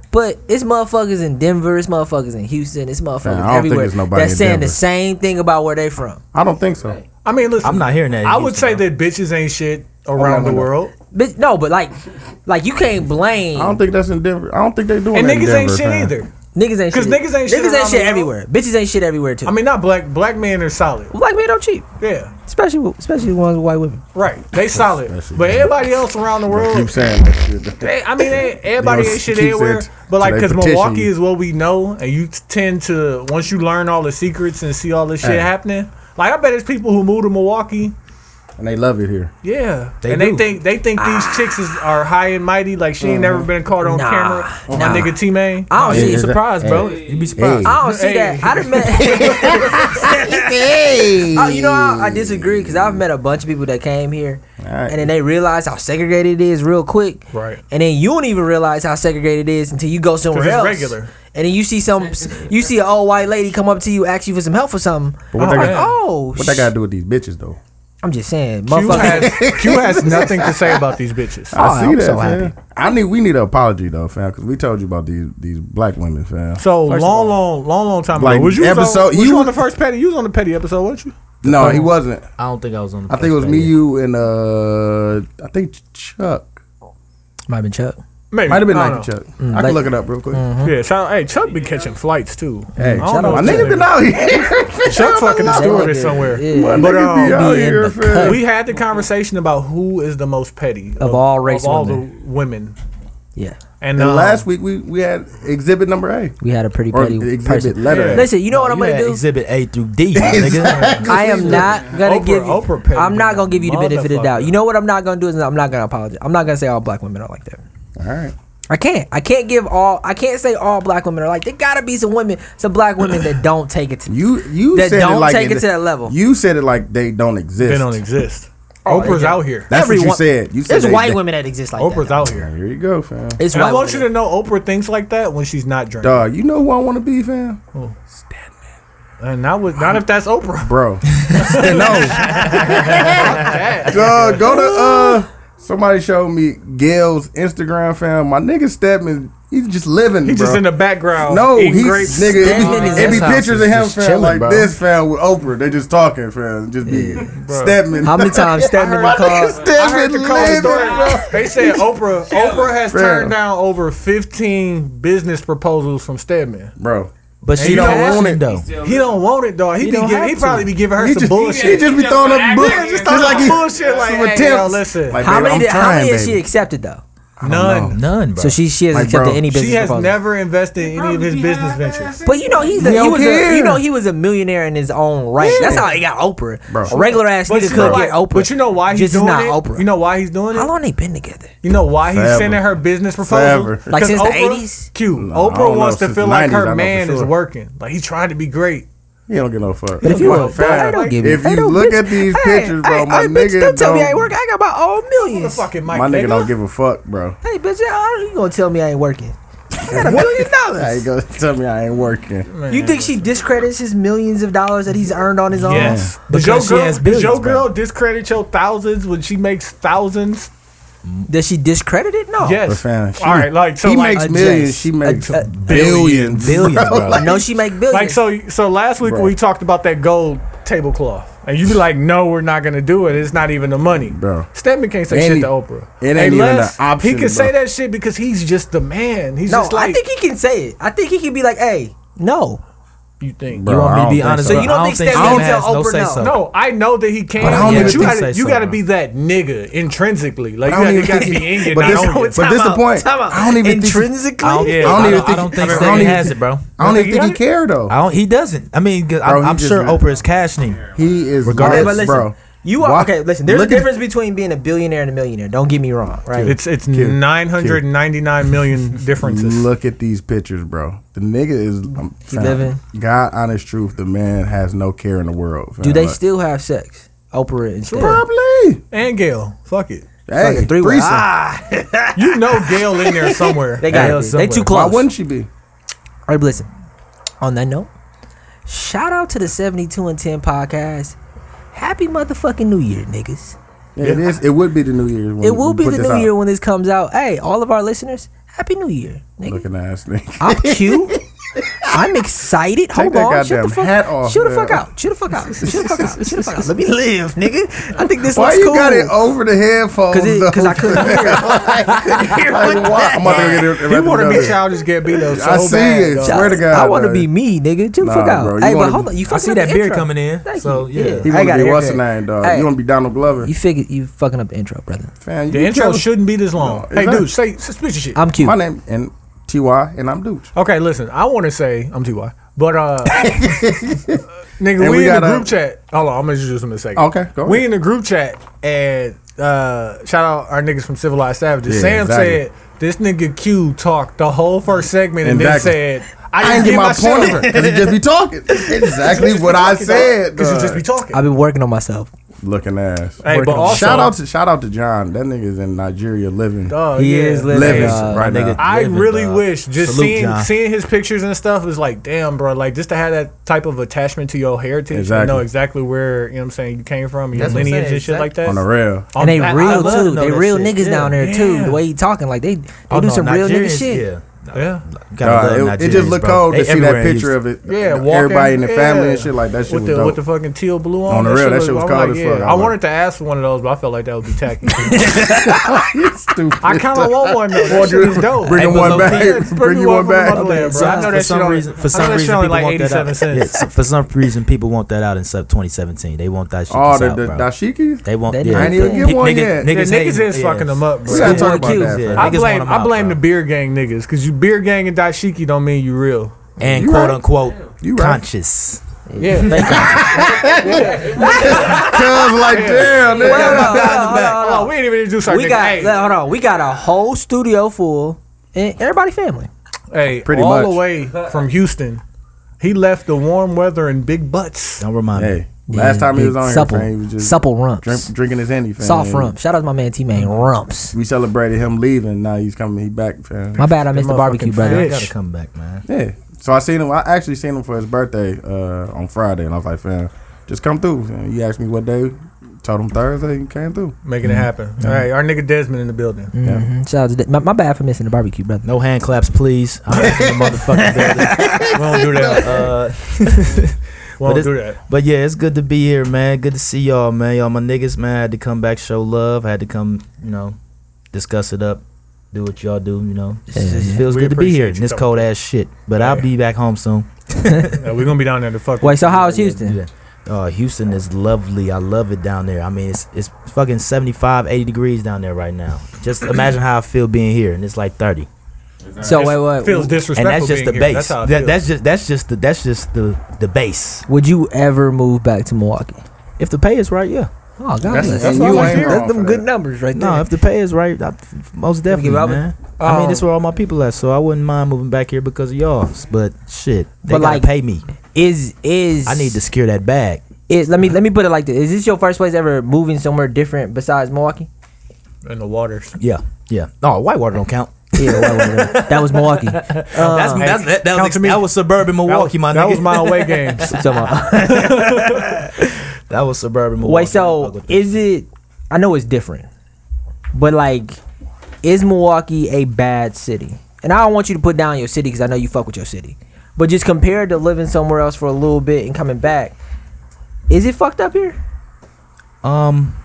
Speaker 1: But it's motherfuckers in Denver, it's motherfuckers in Houston, it's motherfuckers
Speaker 2: Man, I don't think
Speaker 1: everywhere
Speaker 2: there's nobody
Speaker 1: that's
Speaker 2: in
Speaker 1: saying the
Speaker 2: Denver.
Speaker 1: same thing about where they from.
Speaker 2: I don't think so.
Speaker 3: I mean, listen.
Speaker 4: I'm not hearing that in
Speaker 3: I would
Speaker 4: Houston,
Speaker 3: say
Speaker 4: bro.
Speaker 3: that bitches ain't shit around the
Speaker 2: Oh, no, no.
Speaker 3: world.
Speaker 1: But no, but like, like you can't blame
Speaker 2: I don't think that's in Denver. I don't think they doing
Speaker 3: And
Speaker 2: that in
Speaker 3: niggas
Speaker 2: Denver,
Speaker 3: ain't shit
Speaker 2: fam.
Speaker 3: either.
Speaker 1: niggas ain't
Speaker 3: 'Cause
Speaker 1: shit.
Speaker 3: niggas ain't shit
Speaker 1: Niggas
Speaker 3: around
Speaker 1: ain't
Speaker 3: the
Speaker 1: shit
Speaker 3: world.
Speaker 1: everywhere. Bitches ain't shit everywhere too.
Speaker 3: I mean, not black. Black men are solid.
Speaker 1: black men don't cheat,
Speaker 3: Yeah.
Speaker 1: especially with- especially the ones with white women.
Speaker 3: Right, they solid,
Speaker 2: that's it.
Speaker 3: but everybody else around the world,
Speaker 2: Keep saying that shit.
Speaker 3: They, I mean, they, everybody
Speaker 2: They
Speaker 3: ain't shit
Speaker 2: keep saying
Speaker 3: everywhere,
Speaker 2: t-
Speaker 3: but like,
Speaker 2: they
Speaker 3: because
Speaker 2: petition
Speaker 3: Milwaukee
Speaker 2: you.
Speaker 3: is what we know, and you t- tend to once you learn all the secrets and see all this shit
Speaker 2: Hey.
Speaker 3: happening. Like, I bet it's people who move to Milwaukee,
Speaker 2: And they love it here.
Speaker 3: yeah,
Speaker 4: They
Speaker 3: and they
Speaker 4: do.
Speaker 3: think they think these chicks is, are high and mighty. Like, she ain't never been caught on
Speaker 1: Nah,
Speaker 3: camera.
Speaker 1: nah.
Speaker 3: My nigga T Main,
Speaker 1: I don't
Speaker 2: Yeah,
Speaker 1: see
Speaker 2: yeah,
Speaker 1: a surprise,
Speaker 2: yeah.
Speaker 1: bro.
Speaker 4: You be surprised.
Speaker 1: I don't see
Speaker 3: Hey.
Speaker 1: that. I done met. Oh, you know, I, I disagree because I've met a bunch of people that came here,
Speaker 2: Alright.
Speaker 1: and then they realize how segregated it is real quick.
Speaker 3: Right.
Speaker 1: And then you don't even realize how segregated it is until you go somewhere
Speaker 3: 'Cause it's
Speaker 1: else.
Speaker 3: regular.
Speaker 1: And then you see some, you see an old white lady come up to you, ask you for some help or something.
Speaker 2: But
Speaker 1: I'm
Speaker 2: what they
Speaker 1: like,
Speaker 2: got-
Speaker 1: oh,
Speaker 2: What they got to do with these bitches though?
Speaker 1: I'm just saying,
Speaker 3: Q
Speaker 1: motherfucker.
Speaker 3: has, Q has nothing to say about these bitches.
Speaker 1: Oh,
Speaker 2: I see
Speaker 1: I'm
Speaker 2: that,
Speaker 1: so
Speaker 2: fam.
Speaker 1: happy.
Speaker 2: I need we need an apology though, fam, because we told you about these these black women, fam.
Speaker 3: So
Speaker 2: First of all-
Speaker 3: long, long, long, long time
Speaker 2: Like,
Speaker 3: ago. Was you was
Speaker 2: episode-
Speaker 3: on, was you,
Speaker 2: you-
Speaker 3: on the first petty? You was on the petty episode, weren't you?
Speaker 2: No, he wasn't.
Speaker 4: I don't think I was on. The
Speaker 2: I think it was
Speaker 4: first
Speaker 2: me,
Speaker 4: day.
Speaker 2: you, and uh, I think Chuck.
Speaker 1: Might have been Chuck.
Speaker 3: Maybe.
Speaker 2: Might have been
Speaker 3: I don't
Speaker 2: Nike
Speaker 3: know.
Speaker 2: Chuck. I can
Speaker 1: Mm, like- Mm-hmm.
Speaker 2: look it up real quick.
Speaker 3: Yeah, shout, hey, Chuck been catching flights too.
Speaker 2: Hey,
Speaker 3: I don't
Speaker 1: shout out
Speaker 3: know.
Speaker 2: my
Speaker 3: what
Speaker 1: to
Speaker 2: nigga
Speaker 3: this
Speaker 2: been
Speaker 3: nigga-
Speaker 2: out here.
Speaker 3: Chuck fucking
Speaker 1: That
Speaker 3: steward is
Speaker 1: nigga-
Speaker 3: somewhere.
Speaker 2: My
Speaker 1: Yeah.
Speaker 3: But,
Speaker 2: nigga
Speaker 3: um,
Speaker 2: be out
Speaker 1: be in
Speaker 2: here.
Speaker 1: the
Speaker 2: fam.
Speaker 3: We had the conversation about who is the most petty of,
Speaker 1: all race
Speaker 3: of all
Speaker 1: women.
Speaker 3: the women.
Speaker 1: yeah.
Speaker 2: And
Speaker 3: And, um,
Speaker 2: last week we we had exhibit number A
Speaker 1: We had a pretty
Speaker 2: or
Speaker 1: petty
Speaker 2: exhibit
Speaker 1: person.
Speaker 2: letter. A.
Speaker 3: Yeah.
Speaker 1: Listen, you know what I'm
Speaker 4: You
Speaker 1: gonna
Speaker 4: had
Speaker 1: do?
Speaker 4: Exhibit A through D, my nigga.
Speaker 1: I am not gonna
Speaker 3: Oprah-
Speaker 1: give you.
Speaker 3: Oprah petty
Speaker 1: I'm not gonna give you the benefit of the doubt.
Speaker 3: motherfucker.
Speaker 1: You know what I'm not gonna do is I'm not gonna apologize. I'm not gonna say all black women are like that.
Speaker 2: All right.
Speaker 1: I can't. I can't give all. I can't say all black women are like. There gotta be some women, some black women that don't take it to.
Speaker 2: You you
Speaker 1: That
Speaker 2: said
Speaker 1: don't
Speaker 2: it like
Speaker 1: take
Speaker 2: in
Speaker 1: it
Speaker 2: the-
Speaker 1: to that level.
Speaker 2: You said it like they don't exist.
Speaker 3: They don't exist.
Speaker 1: Oh,
Speaker 3: Oprah's
Speaker 1: yeah.
Speaker 3: out here.
Speaker 2: That's what you
Speaker 1: Everyone-
Speaker 2: said. You said
Speaker 1: There's
Speaker 2: they-
Speaker 1: white
Speaker 2: they-
Speaker 1: women that exist like
Speaker 3: Oprah's
Speaker 1: that.
Speaker 3: out here.
Speaker 2: Here you go, fam.
Speaker 1: It's
Speaker 3: And
Speaker 1: white.
Speaker 3: I want you
Speaker 1: women.
Speaker 3: to know Oprah thinks like that when she's not drinking.
Speaker 2: Dog, you know who I want to be, fam?
Speaker 3: And not with, not if that's Oprah.
Speaker 2: Bro. no. Dog, go to uh somebody showed me Gail's Instagram, fam. My nigga Stedman, he's just living.
Speaker 3: He's
Speaker 2: bro.
Speaker 3: just in the background.
Speaker 2: No,
Speaker 3: eating
Speaker 2: he's
Speaker 3: grapes.
Speaker 2: nigga.
Speaker 1: Stedman
Speaker 2: It
Speaker 1: is
Speaker 2: be, it be
Speaker 1: his
Speaker 4: house
Speaker 2: pictures
Speaker 4: is
Speaker 2: of him
Speaker 4: just
Speaker 2: fam,
Speaker 4: chilling,
Speaker 2: like
Speaker 4: bro.
Speaker 2: this fam with Oprah. They just talking fam, just be Stedman.
Speaker 1: How many times Stedman
Speaker 3: I
Speaker 1: called?
Speaker 3: I
Speaker 2: Stedman
Speaker 3: heard the call
Speaker 2: living,
Speaker 3: story.
Speaker 2: bro.
Speaker 3: They said Oprah. Oprah has
Speaker 2: Bro.
Speaker 3: turned down over 15 business proposals from Stedman.
Speaker 2: Bro,
Speaker 4: But she
Speaker 3: you
Speaker 4: don't
Speaker 3: don't
Speaker 4: want
Speaker 2: want
Speaker 4: it though.
Speaker 3: He don't want it, dog. He, be
Speaker 1: don't
Speaker 3: giving,
Speaker 1: have
Speaker 3: he
Speaker 1: to.
Speaker 3: probably be giving her
Speaker 2: he
Speaker 3: some
Speaker 2: just,
Speaker 3: bullshit.
Speaker 2: he just be throwing up bullshit, just like he,
Speaker 3: bullshit, like,
Speaker 2: some
Speaker 3: hey,
Speaker 2: attempts.
Speaker 3: yo, listen.
Speaker 2: Like,
Speaker 1: How
Speaker 2: baby,
Speaker 1: many?
Speaker 2: I'm
Speaker 1: Did, how
Speaker 2: trying,
Speaker 1: many has
Speaker 2: baby.
Speaker 1: she accepted though?
Speaker 3: None.
Speaker 4: None, bro.
Speaker 1: So she she has
Speaker 2: Like,
Speaker 1: accepted
Speaker 2: bro,
Speaker 1: any business.
Speaker 3: She has
Speaker 1: proposal.
Speaker 3: never invested in any of his business ventures.
Speaker 1: But you know he's a, he,
Speaker 2: He don't
Speaker 1: was
Speaker 2: care.
Speaker 1: a, you know he was a millionaire in his own right. That's how he got Oprah.
Speaker 2: Bro.
Speaker 1: A regular ass
Speaker 3: But
Speaker 1: nigga
Speaker 3: you,
Speaker 1: could
Speaker 3: know
Speaker 1: get
Speaker 3: why,
Speaker 1: Oprah.
Speaker 3: but you know why he's
Speaker 1: Just
Speaker 3: doing
Speaker 1: not
Speaker 3: it.
Speaker 1: Oprah.
Speaker 3: You know why he's doing it.
Speaker 1: how long they been together?
Speaker 3: You know why he's
Speaker 2: Forever.
Speaker 3: sending her business
Speaker 2: Forever.
Speaker 3: proposals?
Speaker 1: Like,
Speaker 3: 'Cause
Speaker 1: since the
Speaker 3: Oprah-
Speaker 1: 80s?
Speaker 3: Cute.
Speaker 2: No, I don't
Speaker 3: Oprah
Speaker 2: know,
Speaker 3: wants to
Speaker 2: since
Speaker 3: feel
Speaker 2: the
Speaker 3: like
Speaker 2: 90s, I know
Speaker 3: her
Speaker 2: for
Speaker 3: man is
Speaker 2: sure.
Speaker 3: working. Like he's trying to be great.
Speaker 2: He don't get no fuck.
Speaker 1: But if you
Speaker 2: Bro,
Speaker 1: a fuck, I don't give a
Speaker 2: if
Speaker 1: fuck.
Speaker 2: you
Speaker 1: Don't
Speaker 2: look
Speaker 1: bitch-
Speaker 2: at these pictures, bro, my
Speaker 1: hey,
Speaker 2: nigga
Speaker 1: bitch, don't tell me I
Speaker 2: don't-
Speaker 1: ain't working. I got my own millions.
Speaker 3: Motherfucking Mike.
Speaker 2: my nigga don't give a fuck, bro.
Speaker 1: Hey, bitch, how you gonna tell me I ain't working? I got a million
Speaker 2: I
Speaker 1: dollars.
Speaker 2: ain't gonna tell me I ain't working.
Speaker 1: You think she discredits his millions of dollars that he's earned on his own?
Speaker 3: Yes. Does your
Speaker 4: Because she
Speaker 3: girl,
Speaker 4: has
Speaker 3: does
Speaker 4: billions,
Speaker 3: your
Speaker 4: bro.
Speaker 3: girl discredit your thousands when she makes thousands?
Speaker 1: Does she discredit it? No.
Speaker 2: But
Speaker 3: Yes.
Speaker 2: fam, she-
Speaker 3: All right, like so
Speaker 2: he
Speaker 3: like,
Speaker 2: makes
Speaker 1: a
Speaker 2: millions,
Speaker 1: jest,
Speaker 2: she
Speaker 1: a-
Speaker 2: makes
Speaker 1: a-
Speaker 2: billions,
Speaker 4: Billions, bro.
Speaker 1: I know she make billions.
Speaker 3: like so so last week
Speaker 2: Bro.
Speaker 3: we talked about that gold tablecloth. And you be like, no, we're not gonna do it. It's not even the money.
Speaker 2: Bro.
Speaker 3: Stedman can't say
Speaker 2: It ain't
Speaker 3: shit
Speaker 2: e-
Speaker 3: to Oprah.
Speaker 2: it ain't even
Speaker 3: Unless
Speaker 2: an option,
Speaker 3: He can
Speaker 2: bro.
Speaker 3: say that shit because he's just the man. He's
Speaker 1: no,
Speaker 3: just like
Speaker 1: I think he can say it. I think he can be like, hey, no.
Speaker 3: you think.
Speaker 2: Bro,
Speaker 4: you
Speaker 2: I
Speaker 4: want me to
Speaker 2: don't
Speaker 4: be
Speaker 2: think
Speaker 4: honest?
Speaker 2: so.
Speaker 1: So you don't think Stedman
Speaker 4: Stedman
Speaker 1: tell
Speaker 4: has no
Speaker 1: Oprah
Speaker 4: say
Speaker 1: no?
Speaker 4: so?
Speaker 3: No, I know that he can. But
Speaker 2: I don't even
Speaker 3: you
Speaker 2: think
Speaker 3: gotta,
Speaker 4: so,
Speaker 3: you
Speaker 4: bro.
Speaker 3: gotta be that nigga intrinsically. Like
Speaker 2: I don't
Speaker 3: you
Speaker 2: even
Speaker 3: gotta,
Speaker 2: think-
Speaker 3: be in your
Speaker 2: but this-
Speaker 3: not
Speaker 2: but
Speaker 3: only-
Speaker 2: this the point. I don't even think she-
Speaker 1: intrinsically.
Speaker 4: I don't,
Speaker 3: Yeah,
Speaker 4: I
Speaker 2: I
Speaker 4: don't,
Speaker 2: don't even
Speaker 4: I
Speaker 2: think-
Speaker 4: don't
Speaker 2: I
Speaker 4: think
Speaker 2: don't
Speaker 4: Stedman
Speaker 2: even
Speaker 4: has
Speaker 2: think-
Speaker 4: it, bro.
Speaker 2: I don't even
Speaker 3: You
Speaker 2: think he
Speaker 3: got it?
Speaker 2: care though.
Speaker 4: I don't. He doesn't. I mean, 'cause
Speaker 2: Bro,
Speaker 4: I'm,
Speaker 2: he
Speaker 4: I'm
Speaker 2: just
Speaker 4: sure
Speaker 2: not-
Speaker 4: Oprah is cashing.
Speaker 2: He is
Speaker 1: Okay,
Speaker 2: nuts,
Speaker 1: but listen,
Speaker 2: bro.
Speaker 1: you are
Speaker 2: Why-
Speaker 1: okay. Listen, there's
Speaker 2: look
Speaker 1: a
Speaker 2: at-
Speaker 1: difference between being a billionaire and a millionaire. Don't get me wrong, right?
Speaker 3: It's it's nine hundred ninety nine million differences.
Speaker 2: Look at these pictures, bro. The nigga is um, fam,
Speaker 1: living.
Speaker 2: God, honest truth. The man has no care in the world. fam.
Speaker 1: Do they
Speaker 2: Like,
Speaker 1: still have sex? Oprah and Stephen.
Speaker 2: Probably.
Speaker 3: and Gail, fuck it.
Speaker 2: Hey,
Speaker 1: three-way.
Speaker 2: threesome.
Speaker 1: Ah,
Speaker 3: You know Gail in there somewhere.
Speaker 1: They got
Speaker 4: Hell,
Speaker 1: it. They
Speaker 4: somewhere.
Speaker 1: too
Speaker 2: Why
Speaker 1: close.
Speaker 2: wouldn't she be?
Speaker 1: All right, but listen. On that note, shout out to the 72 and 10 podcast. Happy motherfucking New Year, niggas.
Speaker 2: It is. It would be the New Year's. When
Speaker 1: It will
Speaker 2: we
Speaker 1: be
Speaker 2: put
Speaker 1: the
Speaker 2: this
Speaker 1: new
Speaker 2: out.
Speaker 1: year when this comes out. Hey, all of our listeners, Happy New Year, nigga.
Speaker 2: Looking ass nigga.
Speaker 1: I'm cute. I'm excited. Hold
Speaker 2: that
Speaker 1: on. Shut
Speaker 2: goddamn
Speaker 1: the fuck
Speaker 2: hat off,
Speaker 1: Shoot the
Speaker 2: man.
Speaker 1: fuck out. Shoot the fuck out. Shoot the fuck out. Shoot the fuck out. Let me live, nigga. I think this
Speaker 2: Why
Speaker 1: looks
Speaker 2: you
Speaker 1: cool.
Speaker 2: got it over the headphones?
Speaker 1: Cause, it,
Speaker 2: though?
Speaker 1: cause I couldn't hear.
Speaker 2: Like, why? I'm about to get it.
Speaker 3: You want to be
Speaker 2: out.
Speaker 3: childish Gambino so
Speaker 2: I see
Speaker 3: bad.
Speaker 2: it.
Speaker 3: dog.
Speaker 2: Swear to God.
Speaker 1: I want to
Speaker 2: dog.
Speaker 1: be me, nigga. Chill the
Speaker 2: Nah,
Speaker 1: fuck out.
Speaker 2: bro, you
Speaker 1: hey, but
Speaker 2: wanna
Speaker 1: hold
Speaker 2: be-
Speaker 1: on. You
Speaker 4: I
Speaker 1: fucking
Speaker 4: see
Speaker 1: up
Speaker 4: that
Speaker 1: the
Speaker 4: beard
Speaker 1: intro.
Speaker 4: coming in.
Speaker 1: Thank
Speaker 4: so
Speaker 1: you.
Speaker 4: yeah.
Speaker 1: Yeah.
Speaker 2: He
Speaker 1: I
Speaker 2: want to
Speaker 1: got
Speaker 2: be
Speaker 1: a
Speaker 2: what's the
Speaker 1: haircut.
Speaker 2: name, dog?
Speaker 1: Hey.
Speaker 2: You want to be Donald Glover?
Speaker 1: You figure you fucking up the intro, brother.
Speaker 2: Fan, you
Speaker 3: The
Speaker 2: be
Speaker 3: intro
Speaker 2: killing-
Speaker 3: shouldn't be this long.
Speaker 2: No,
Speaker 3: hey,
Speaker 2: exactly.
Speaker 3: dude, say suspicious shit.
Speaker 1: I'm cute.
Speaker 2: My name and Ty and I'm Dooch.
Speaker 3: okay, listen. I want to say I'm Ty, but uh, nigga, we,
Speaker 2: we
Speaker 3: in
Speaker 2: got
Speaker 3: the
Speaker 2: a-
Speaker 3: group chat. Hold on, I'm gonna introduce him in a second.
Speaker 2: Okay, go
Speaker 3: we
Speaker 2: ahead.
Speaker 3: in the group chat and uh, shout out our niggas from Civilized Savages.
Speaker 2: Yeah,
Speaker 3: Sam
Speaker 2: exactly.
Speaker 3: said this nigga Q talked the whole first segment and
Speaker 2: Exactly.
Speaker 3: then said I didn't, get, my, shit over.
Speaker 2: because he just be talking. Exactly what I said.
Speaker 3: Because you
Speaker 2: dog.
Speaker 3: just be talking.
Speaker 1: I've been working on myself.
Speaker 2: looking ass.
Speaker 3: Hey, but
Speaker 1: working.
Speaker 3: also,
Speaker 2: shout out to shout out to John. That nigga's in Nigeria living.
Speaker 3: Oh,
Speaker 1: He
Speaker 3: yeah.
Speaker 1: is living.
Speaker 2: living
Speaker 1: uh,
Speaker 2: right now.
Speaker 4: nigga.
Speaker 3: I
Speaker 4: Living,
Speaker 3: really
Speaker 4: dog.
Speaker 3: wish just
Speaker 4: Salute,
Speaker 3: seeing
Speaker 4: John.
Speaker 3: seeing his pictures and stuff is like, damn, bro. Like just to have that type of attachment to your heritage and
Speaker 2: Exactly.
Speaker 3: know exactly where you know what I'm saying you came from, your
Speaker 4: That's what I'm
Speaker 3: lineage
Speaker 4: saying,
Speaker 3: and shit like that.
Speaker 2: on the rail.
Speaker 3: On
Speaker 1: and they
Speaker 3: that- I
Speaker 1: real
Speaker 3: love
Speaker 4: to
Speaker 1: too.
Speaker 4: know
Speaker 1: They
Speaker 4: that
Speaker 1: real
Speaker 4: shit.
Speaker 1: niggas
Speaker 4: Yeah.
Speaker 1: down there too.
Speaker 3: Yeah.
Speaker 1: The way he talking, like they they
Speaker 4: Oh,
Speaker 1: do
Speaker 4: no,
Speaker 1: some real nigga
Speaker 4: Nigerians,
Speaker 1: shit.
Speaker 4: Yeah.
Speaker 3: Yeah.
Speaker 2: Nah,
Speaker 4: Gotta
Speaker 2: it,
Speaker 4: love
Speaker 2: it just
Speaker 4: Nigerians,
Speaker 2: looked
Speaker 4: bro.
Speaker 2: cold
Speaker 4: They
Speaker 2: to see that
Speaker 4: everywhere in
Speaker 2: picture of it.
Speaker 3: Yeah,
Speaker 2: uh,
Speaker 3: walking,
Speaker 2: everybody in the family
Speaker 3: yeah.
Speaker 2: and shit like that. Shit
Speaker 3: With
Speaker 2: was
Speaker 3: the
Speaker 2: dope.
Speaker 3: with the fucking teal blue on.
Speaker 2: On the real, that shit was
Speaker 3: I'm
Speaker 2: cold
Speaker 3: like,
Speaker 2: as
Speaker 3: yeah.
Speaker 2: fuck. I
Speaker 3: I
Speaker 2: was
Speaker 3: wanted to ask for one of those, but I felt like that would be tacky.
Speaker 2: Stupid.
Speaker 3: I kind of want one though. That shit is dope.
Speaker 2: Bring
Speaker 4: Hey,
Speaker 2: him
Speaker 4: but
Speaker 2: one
Speaker 4: low
Speaker 2: back.
Speaker 4: key-
Speaker 3: Yeah, bring
Speaker 2: Bring
Speaker 3: me
Speaker 2: you
Speaker 3: one
Speaker 2: one
Speaker 3: from the
Speaker 2: back.
Speaker 3: motherland. Yeah, bro, I know that
Speaker 4: for
Speaker 3: shit
Speaker 4: some
Speaker 3: only-
Speaker 4: reason,
Speaker 3: I know
Speaker 4: for some
Speaker 3: that shit
Speaker 4: reason,
Speaker 3: only
Speaker 4: people
Speaker 3: like
Speaker 4: want that
Speaker 3: 87
Speaker 4: out.
Speaker 3: cents.
Speaker 4: Yeah, so- for some reason, people want that out in sub 2017. They want that shit.
Speaker 2: All
Speaker 4: Oh,
Speaker 2: the, the dashikis.
Speaker 4: they want.
Speaker 1: They
Speaker 4: yeah,
Speaker 1: didn't
Speaker 4: nigga-
Speaker 1: even get
Speaker 4: nigga-
Speaker 2: one
Speaker 4: niggas-
Speaker 2: yet.
Speaker 3: Yeah,
Speaker 4: Niggas,
Speaker 3: niggas
Speaker 4: hating,
Speaker 3: is
Speaker 4: yeah.
Speaker 3: fucking them up, bro.
Speaker 2: We gotta
Speaker 1: Schoolboy
Speaker 2: talk about
Speaker 1: Q's,
Speaker 2: that.
Speaker 1: yeah.
Speaker 4: Niggas
Speaker 3: I
Speaker 4: want
Speaker 3: blame
Speaker 4: them
Speaker 3: I
Speaker 4: out,
Speaker 3: blame
Speaker 4: bro.
Speaker 3: the beer gang niggas because you beer gang and dashiki don't mean you real.
Speaker 4: and
Speaker 2: You
Speaker 4: quote
Speaker 2: right.
Speaker 4: unquote
Speaker 2: You right.
Speaker 4: conscious.
Speaker 3: Yeah,
Speaker 2: Cuz like damn,
Speaker 1: Hold on,
Speaker 2: nigga.
Speaker 1: hold on, hold on, hold
Speaker 3: Hold
Speaker 4: uh,
Speaker 3: on, we didn't even introduce our
Speaker 1: on. We
Speaker 3: nigga.
Speaker 1: got
Speaker 3: hey,
Speaker 1: hold on. We got a whole studio full and everybody family.
Speaker 3: hey,
Speaker 2: Pretty
Speaker 3: all
Speaker 2: much.
Speaker 3: the way from Houston, he left the warm weather and big butts.
Speaker 4: Don't remind me.
Speaker 2: Hey, last time he was on here,
Speaker 1: supple,
Speaker 2: fam, he was just
Speaker 1: supple rumps,
Speaker 2: drink, drinking his handy. Fam.
Speaker 1: soft
Speaker 2: and
Speaker 1: rumps. Shout out to my man T Man Rumps.
Speaker 2: We celebrated him leaving. Now he's coming. He back, fam.
Speaker 1: My bad, I missed the barbecue,
Speaker 3: motherfucking
Speaker 1: brother.
Speaker 4: I
Speaker 3: fish.
Speaker 4: gotta come back, man.
Speaker 2: Yeah. So I seen him. I actually seen him for his birthday uh, on Friday, and I was like, "Fam, just come through." And he asked me what day. Told him Thursday. and came through.
Speaker 3: Making it happen. All right, our nigga Desmond in the building.
Speaker 1: Mhm. Shout out to De- my, my bad for missing the barbecue, brother.
Speaker 4: No hand claps, please. I'm in the motherfucking building.
Speaker 3: We don't do that.
Speaker 4: Uh,
Speaker 3: We don't
Speaker 4: it's-
Speaker 3: do that.
Speaker 4: but yeah, it's good to be here, man. Good to see y'all, man. Y'all, my niggas, man. I had to come back, show love. I had to come, you know, discuss it up, do what y'all do, you know. It just
Speaker 1: yeah.
Speaker 4: feels
Speaker 3: We
Speaker 4: good to be here
Speaker 3: appreciate
Speaker 4: in
Speaker 3: you
Speaker 4: this
Speaker 3: coming.
Speaker 4: cold ass shit. But I'll
Speaker 3: Yeah.
Speaker 4: be back home soon.
Speaker 3: Uh, We're gonna be down there to fuck.
Speaker 1: Wait, so Oh, how is
Speaker 4: Yeah, do
Speaker 1: Houston?
Speaker 4: that. Uh, Houston is lovely. I love it down there. I mean, it's it's fucking 75, 80 degrees down there right now. Just imagine how I feel being here, and it's like 30.
Speaker 1: So wait, wait.
Speaker 3: feels
Speaker 4: And
Speaker 3: disrespectful.
Speaker 4: that's just the
Speaker 3: being here.
Speaker 4: base.
Speaker 3: That's how I
Speaker 4: that,
Speaker 3: feel.
Speaker 4: that's just that's just the that's just the the base.
Speaker 1: Would you ever move back to Milwaukee?
Speaker 4: If the pay is right, yeah.
Speaker 1: Oh God,
Speaker 2: That's-
Speaker 1: bless
Speaker 2: that's
Speaker 1: you.
Speaker 2: all
Speaker 1: You
Speaker 2: I
Speaker 1: ain't-
Speaker 2: hear.
Speaker 1: that's them
Speaker 2: for
Speaker 1: good
Speaker 2: that.
Speaker 1: numbers right there.
Speaker 4: No, if the pay is right, I, most
Speaker 1: Thank you,
Speaker 4: definitely,
Speaker 1: Robert.
Speaker 4: man. I mean,
Speaker 1: Um,
Speaker 4: this is where all my people at, so I wouldn't mind moving back here because of y'all. But shit, they
Speaker 1: But,
Speaker 4: gotta
Speaker 1: like-
Speaker 4: pay me.
Speaker 1: is is
Speaker 4: I need to secure that bag.
Speaker 1: Is, let me let me put it like this: Is this your first place ever moving somewhere different besides Milwaukee?
Speaker 3: in the waters.
Speaker 4: Yeah, yeah. Oh, Whitewater don't count.
Speaker 1: Yeah, why would it? that was Milwaukee. Uh,
Speaker 4: that's, that's, that, that,
Speaker 3: count
Speaker 4: was,
Speaker 3: to me.
Speaker 4: that was suburban
Speaker 3: That
Speaker 4: Milwaukee,
Speaker 3: was,
Speaker 4: my nigga.
Speaker 3: that was my away games.
Speaker 1: So, uh,
Speaker 4: That was suburban Milwaukee.
Speaker 1: wait, so is it? I know it's different, but like, is Milwaukee a bad city? And I don't want you to put down your city because I know you fuck with your city, but just compared to living somewhere else for a little bit and coming back, is it fucked up here?
Speaker 4: um,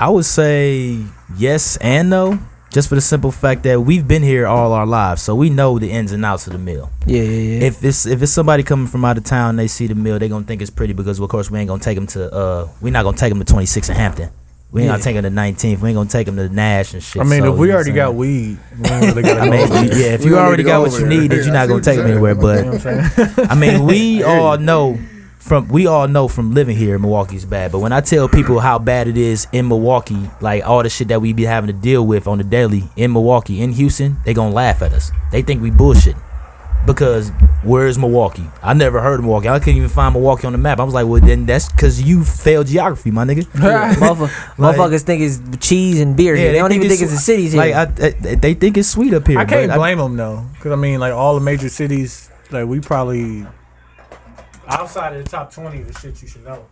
Speaker 4: I would say yes and no, just for the simple fact that we've been here all our lives, so we know the ins and outs of the mill.
Speaker 1: Yeah, yeah,
Speaker 4: If it's if it's somebody coming from out of town, and they see the mill, they gonna think it's pretty because of course we ain't gonna take them to uh, we not gonna take them to 26 in Hampton. We ain't
Speaker 1: Yeah.
Speaker 4: gonna take them to 19th. We ain't gonna take them to Nash and shit.
Speaker 3: I mean,
Speaker 4: so,
Speaker 3: if we
Speaker 4: you know
Speaker 3: already
Speaker 4: what I'm
Speaker 3: got
Speaker 4: saying?
Speaker 3: weed, we ain't really gotta
Speaker 4: I mean,
Speaker 3: go.
Speaker 4: if you- yeah, if
Speaker 2: We don't
Speaker 4: you
Speaker 2: need
Speaker 4: already
Speaker 2: to go
Speaker 4: got what
Speaker 2: over
Speaker 4: you
Speaker 2: there.
Speaker 4: need, then
Speaker 2: Yeah,
Speaker 4: you're
Speaker 2: I
Speaker 4: not
Speaker 2: see
Speaker 4: gonna
Speaker 2: what you're
Speaker 4: take them anywhere.
Speaker 2: saying.
Speaker 4: But
Speaker 3: You know what I'm saying?
Speaker 4: I mean, we all know from we all know from living here, Milwaukee's bad. But when I tell people how bad it is in Milwaukee, like all the shit that we be having to deal with on the daily in Milwaukee, in Houston, they gonna laugh at us. They think we bullshit because where's Milwaukee? I never heard of Milwaukee. I couldn't even find Milwaukee on the map. I was like, well, then that's because you failed geography, my nigga.
Speaker 1: yeah. Motherfu-
Speaker 4: Like-
Speaker 1: motherfuckers think it's cheese and beer. here. They, don't even think it's the cities here.
Speaker 4: Like, I, I- they think it's sweet up here.
Speaker 3: I can't
Speaker 4: but
Speaker 3: blame them though, because I mean, like all the major cities, like we probably outside of the top twenty, the shit you should know.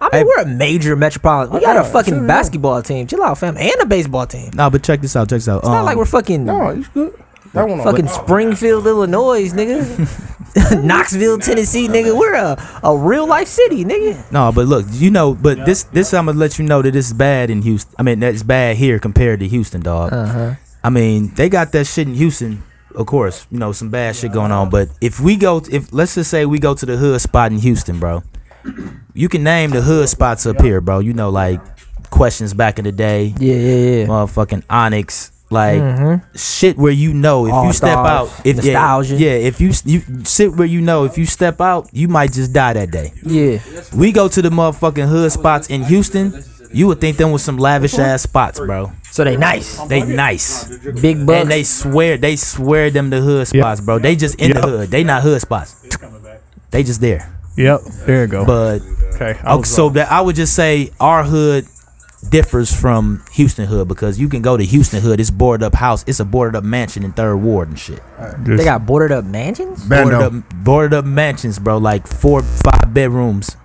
Speaker 1: I mean,
Speaker 4: Hey.
Speaker 1: we're a major metropolitan. We got
Speaker 2: Yeah,
Speaker 1: a fucking
Speaker 2: sure, yeah.
Speaker 1: basketball team. Chill out, fam, and a baseball team. It's
Speaker 4: No, but check this out. Check this out.
Speaker 1: not
Speaker 4: Um,
Speaker 1: like we're fucking
Speaker 2: No, it's Oh, good. That one.
Speaker 1: fucking
Speaker 2: on.
Speaker 1: Springfield, Illinois, nigga. Knoxville, Tennessee, nigga. We're a, a real life city, nigga.
Speaker 4: No, but look, you know, but this this I'm gonna let you know that it's bad in Houston. I mean, that's bad here compared to Houston, dog.
Speaker 1: huh.
Speaker 4: I mean, they got that shit in Houston, of course. You know, some bad shit going on. But if we go, if let's just say we go to the hood spot in Houston, bro, you can name the hood spots up here, bro. You know, like questions back in the day,
Speaker 1: Yeah, yeah, yeah.
Speaker 4: motherfucking Onyx, like
Speaker 1: Mhm.
Speaker 4: shit where you know if
Speaker 1: All
Speaker 4: you step
Speaker 1: Stars,
Speaker 4: out, if yeah,
Speaker 1: Nostalgia.
Speaker 4: yeah, if you you sit where you know if you step out, you might just die that day.
Speaker 1: Yeah,
Speaker 4: We go to the motherfucking hood spots in Houston. You would think them was some lavish ass spots, bro.
Speaker 1: so they nice,
Speaker 4: They nice.
Speaker 1: big bucks.
Speaker 4: And they swear, they swear them the hood spots, bro. They just in the hood. They not hood spots. They just there.
Speaker 3: Yep, there you go.
Speaker 4: But
Speaker 3: okay,
Speaker 4: okay, so that I would just say our hood differs from Houston hood because you can go to Houston hood. It's boarded up house. It's a boarded up mansion in Third Ward and shit.
Speaker 1: they got boarded up mansions.
Speaker 4: Boarded
Speaker 2: Bando.
Speaker 4: up, boarded up mansions, bro. Like four, five bedrooms,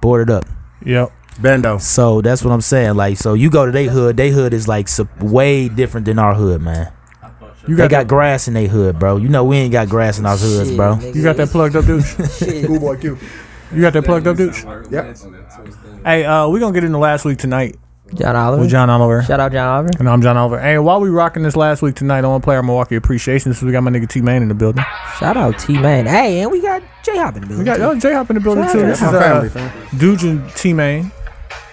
Speaker 4: boarded up.
Speaker 3: yep.
Speaker 2: Bando.
Speaker 4: So that's what I'm saying. Like, so you go to their hood, they hood is like sup- way different than our hood, man.
Speaker 3: You
Speaker 4: they
Speaker 3: got
Speaker 4: got grass in their hood, bro. You know we ain't got grass in our hoods,
Speaker 1: Shit,
Speaker 4: bro.
Speaker 1: nigga.
Speaker 3: you got that plugged up douche.
Speaker 1: Shit.
Speaker 2: Schoolboy Q.
Speaker 3: You got that plugged up douche.
Speaker 2: Yep.
Speaker 3: Hey, uh, we gonna get into last week tonight
Speaker 1: John Oliver.
Speaker 3: with John Oliver.
Speaker 1: Shout out John Oliver.
Speaker 3: And I'm John Oliver. And while we rocking this last week tonight, I want to play our Milwaukee appreciation since we got my nigga T Man in the building.
Speaker 1: Shout out T Man. Hey, and we got J Hop in the building.
Speaker 3: We got
Speaker 1: too.
Speaker 3: oh, J Hop in the building
Speaker 1: Shout
Speaker 3: too.
Speaker 1: out.
Speaker 3: This
Speaker 2: That's
Speaker 3: is
Speaker 2: my
Speaker 3: uh,
Speaker 2: family, fam.
Speaker 3: Dooch and T Man,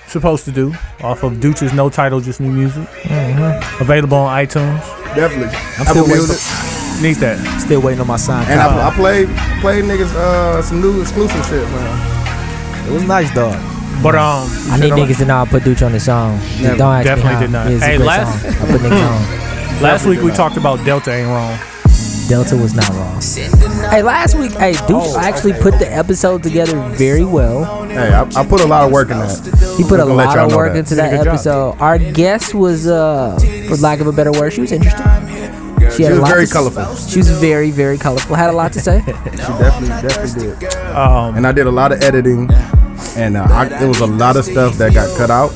Speaker 3: supposed to do off of Dooch's No Title, just new music.
Speaker 1: Mm-hmm.
Speaker 3: Available on iTunes.
Speaker 2: Definitely. Apple
Speaker 4: I'm still waiting,
Speaker 2: Music.
Speaker 4: for,
Speaker 3: Needs that.
Speaker 4: still waiting on my sign.
Speaker 2: And I, I played played niggas uh, some new exclusive shit, man.
Speaker 4: it was nice, dog.
Speaker 3: But um,
Speaker 1: I need niggas to know I put Dooch on the song.
Speaker 2: Yeah,
Speaker 1: Don't ask
Speaker 3: definitely
Speaker 1: me how.
Speaker 3: did not.
Speaker 1: Yeah, It's
Speaker 3: Hey,
Speaker 1: a great
Speaker 3: last-
Speaker 1: song. I put niggas on.
Speaker 3: Last week we talked about Delta ain't wrong.
Speaker 1: Delta was not wrong. Hey, last week, hey, Dooch actually put the episode together very well.
Speaker 2: Hey, I, I put a lot of work in that.
Speaker 1: He put a
Speaker 2: Gonna let
Speaker 1: lot
Speaker 2: y'all
Speaker 1: of
Speaker 2: know
Speaker 1: work
Speaker 2: that.
Speaker 1: into
Speaker 3: Did a
Speaker 1: that
Speaker 3: good job.
Speaker 1: episode. Our guest was, uh, for lack of a better word, she was interesting. She, had
Speaker 2: She
Speaker 1: a
Speaker 2: was
Speaker 1: lot
Speaker 2: very
Speaker 1: to-
Speaker 2: colorful.
Speaker 1: She was very, very colorful. Had a lot to say.
Speaker 2: She definitely, definitely did.
Speaker 3: Um,
Speaker 2: And I did a lot of editing, and uh, I, it was a lot of stuff that got cut out.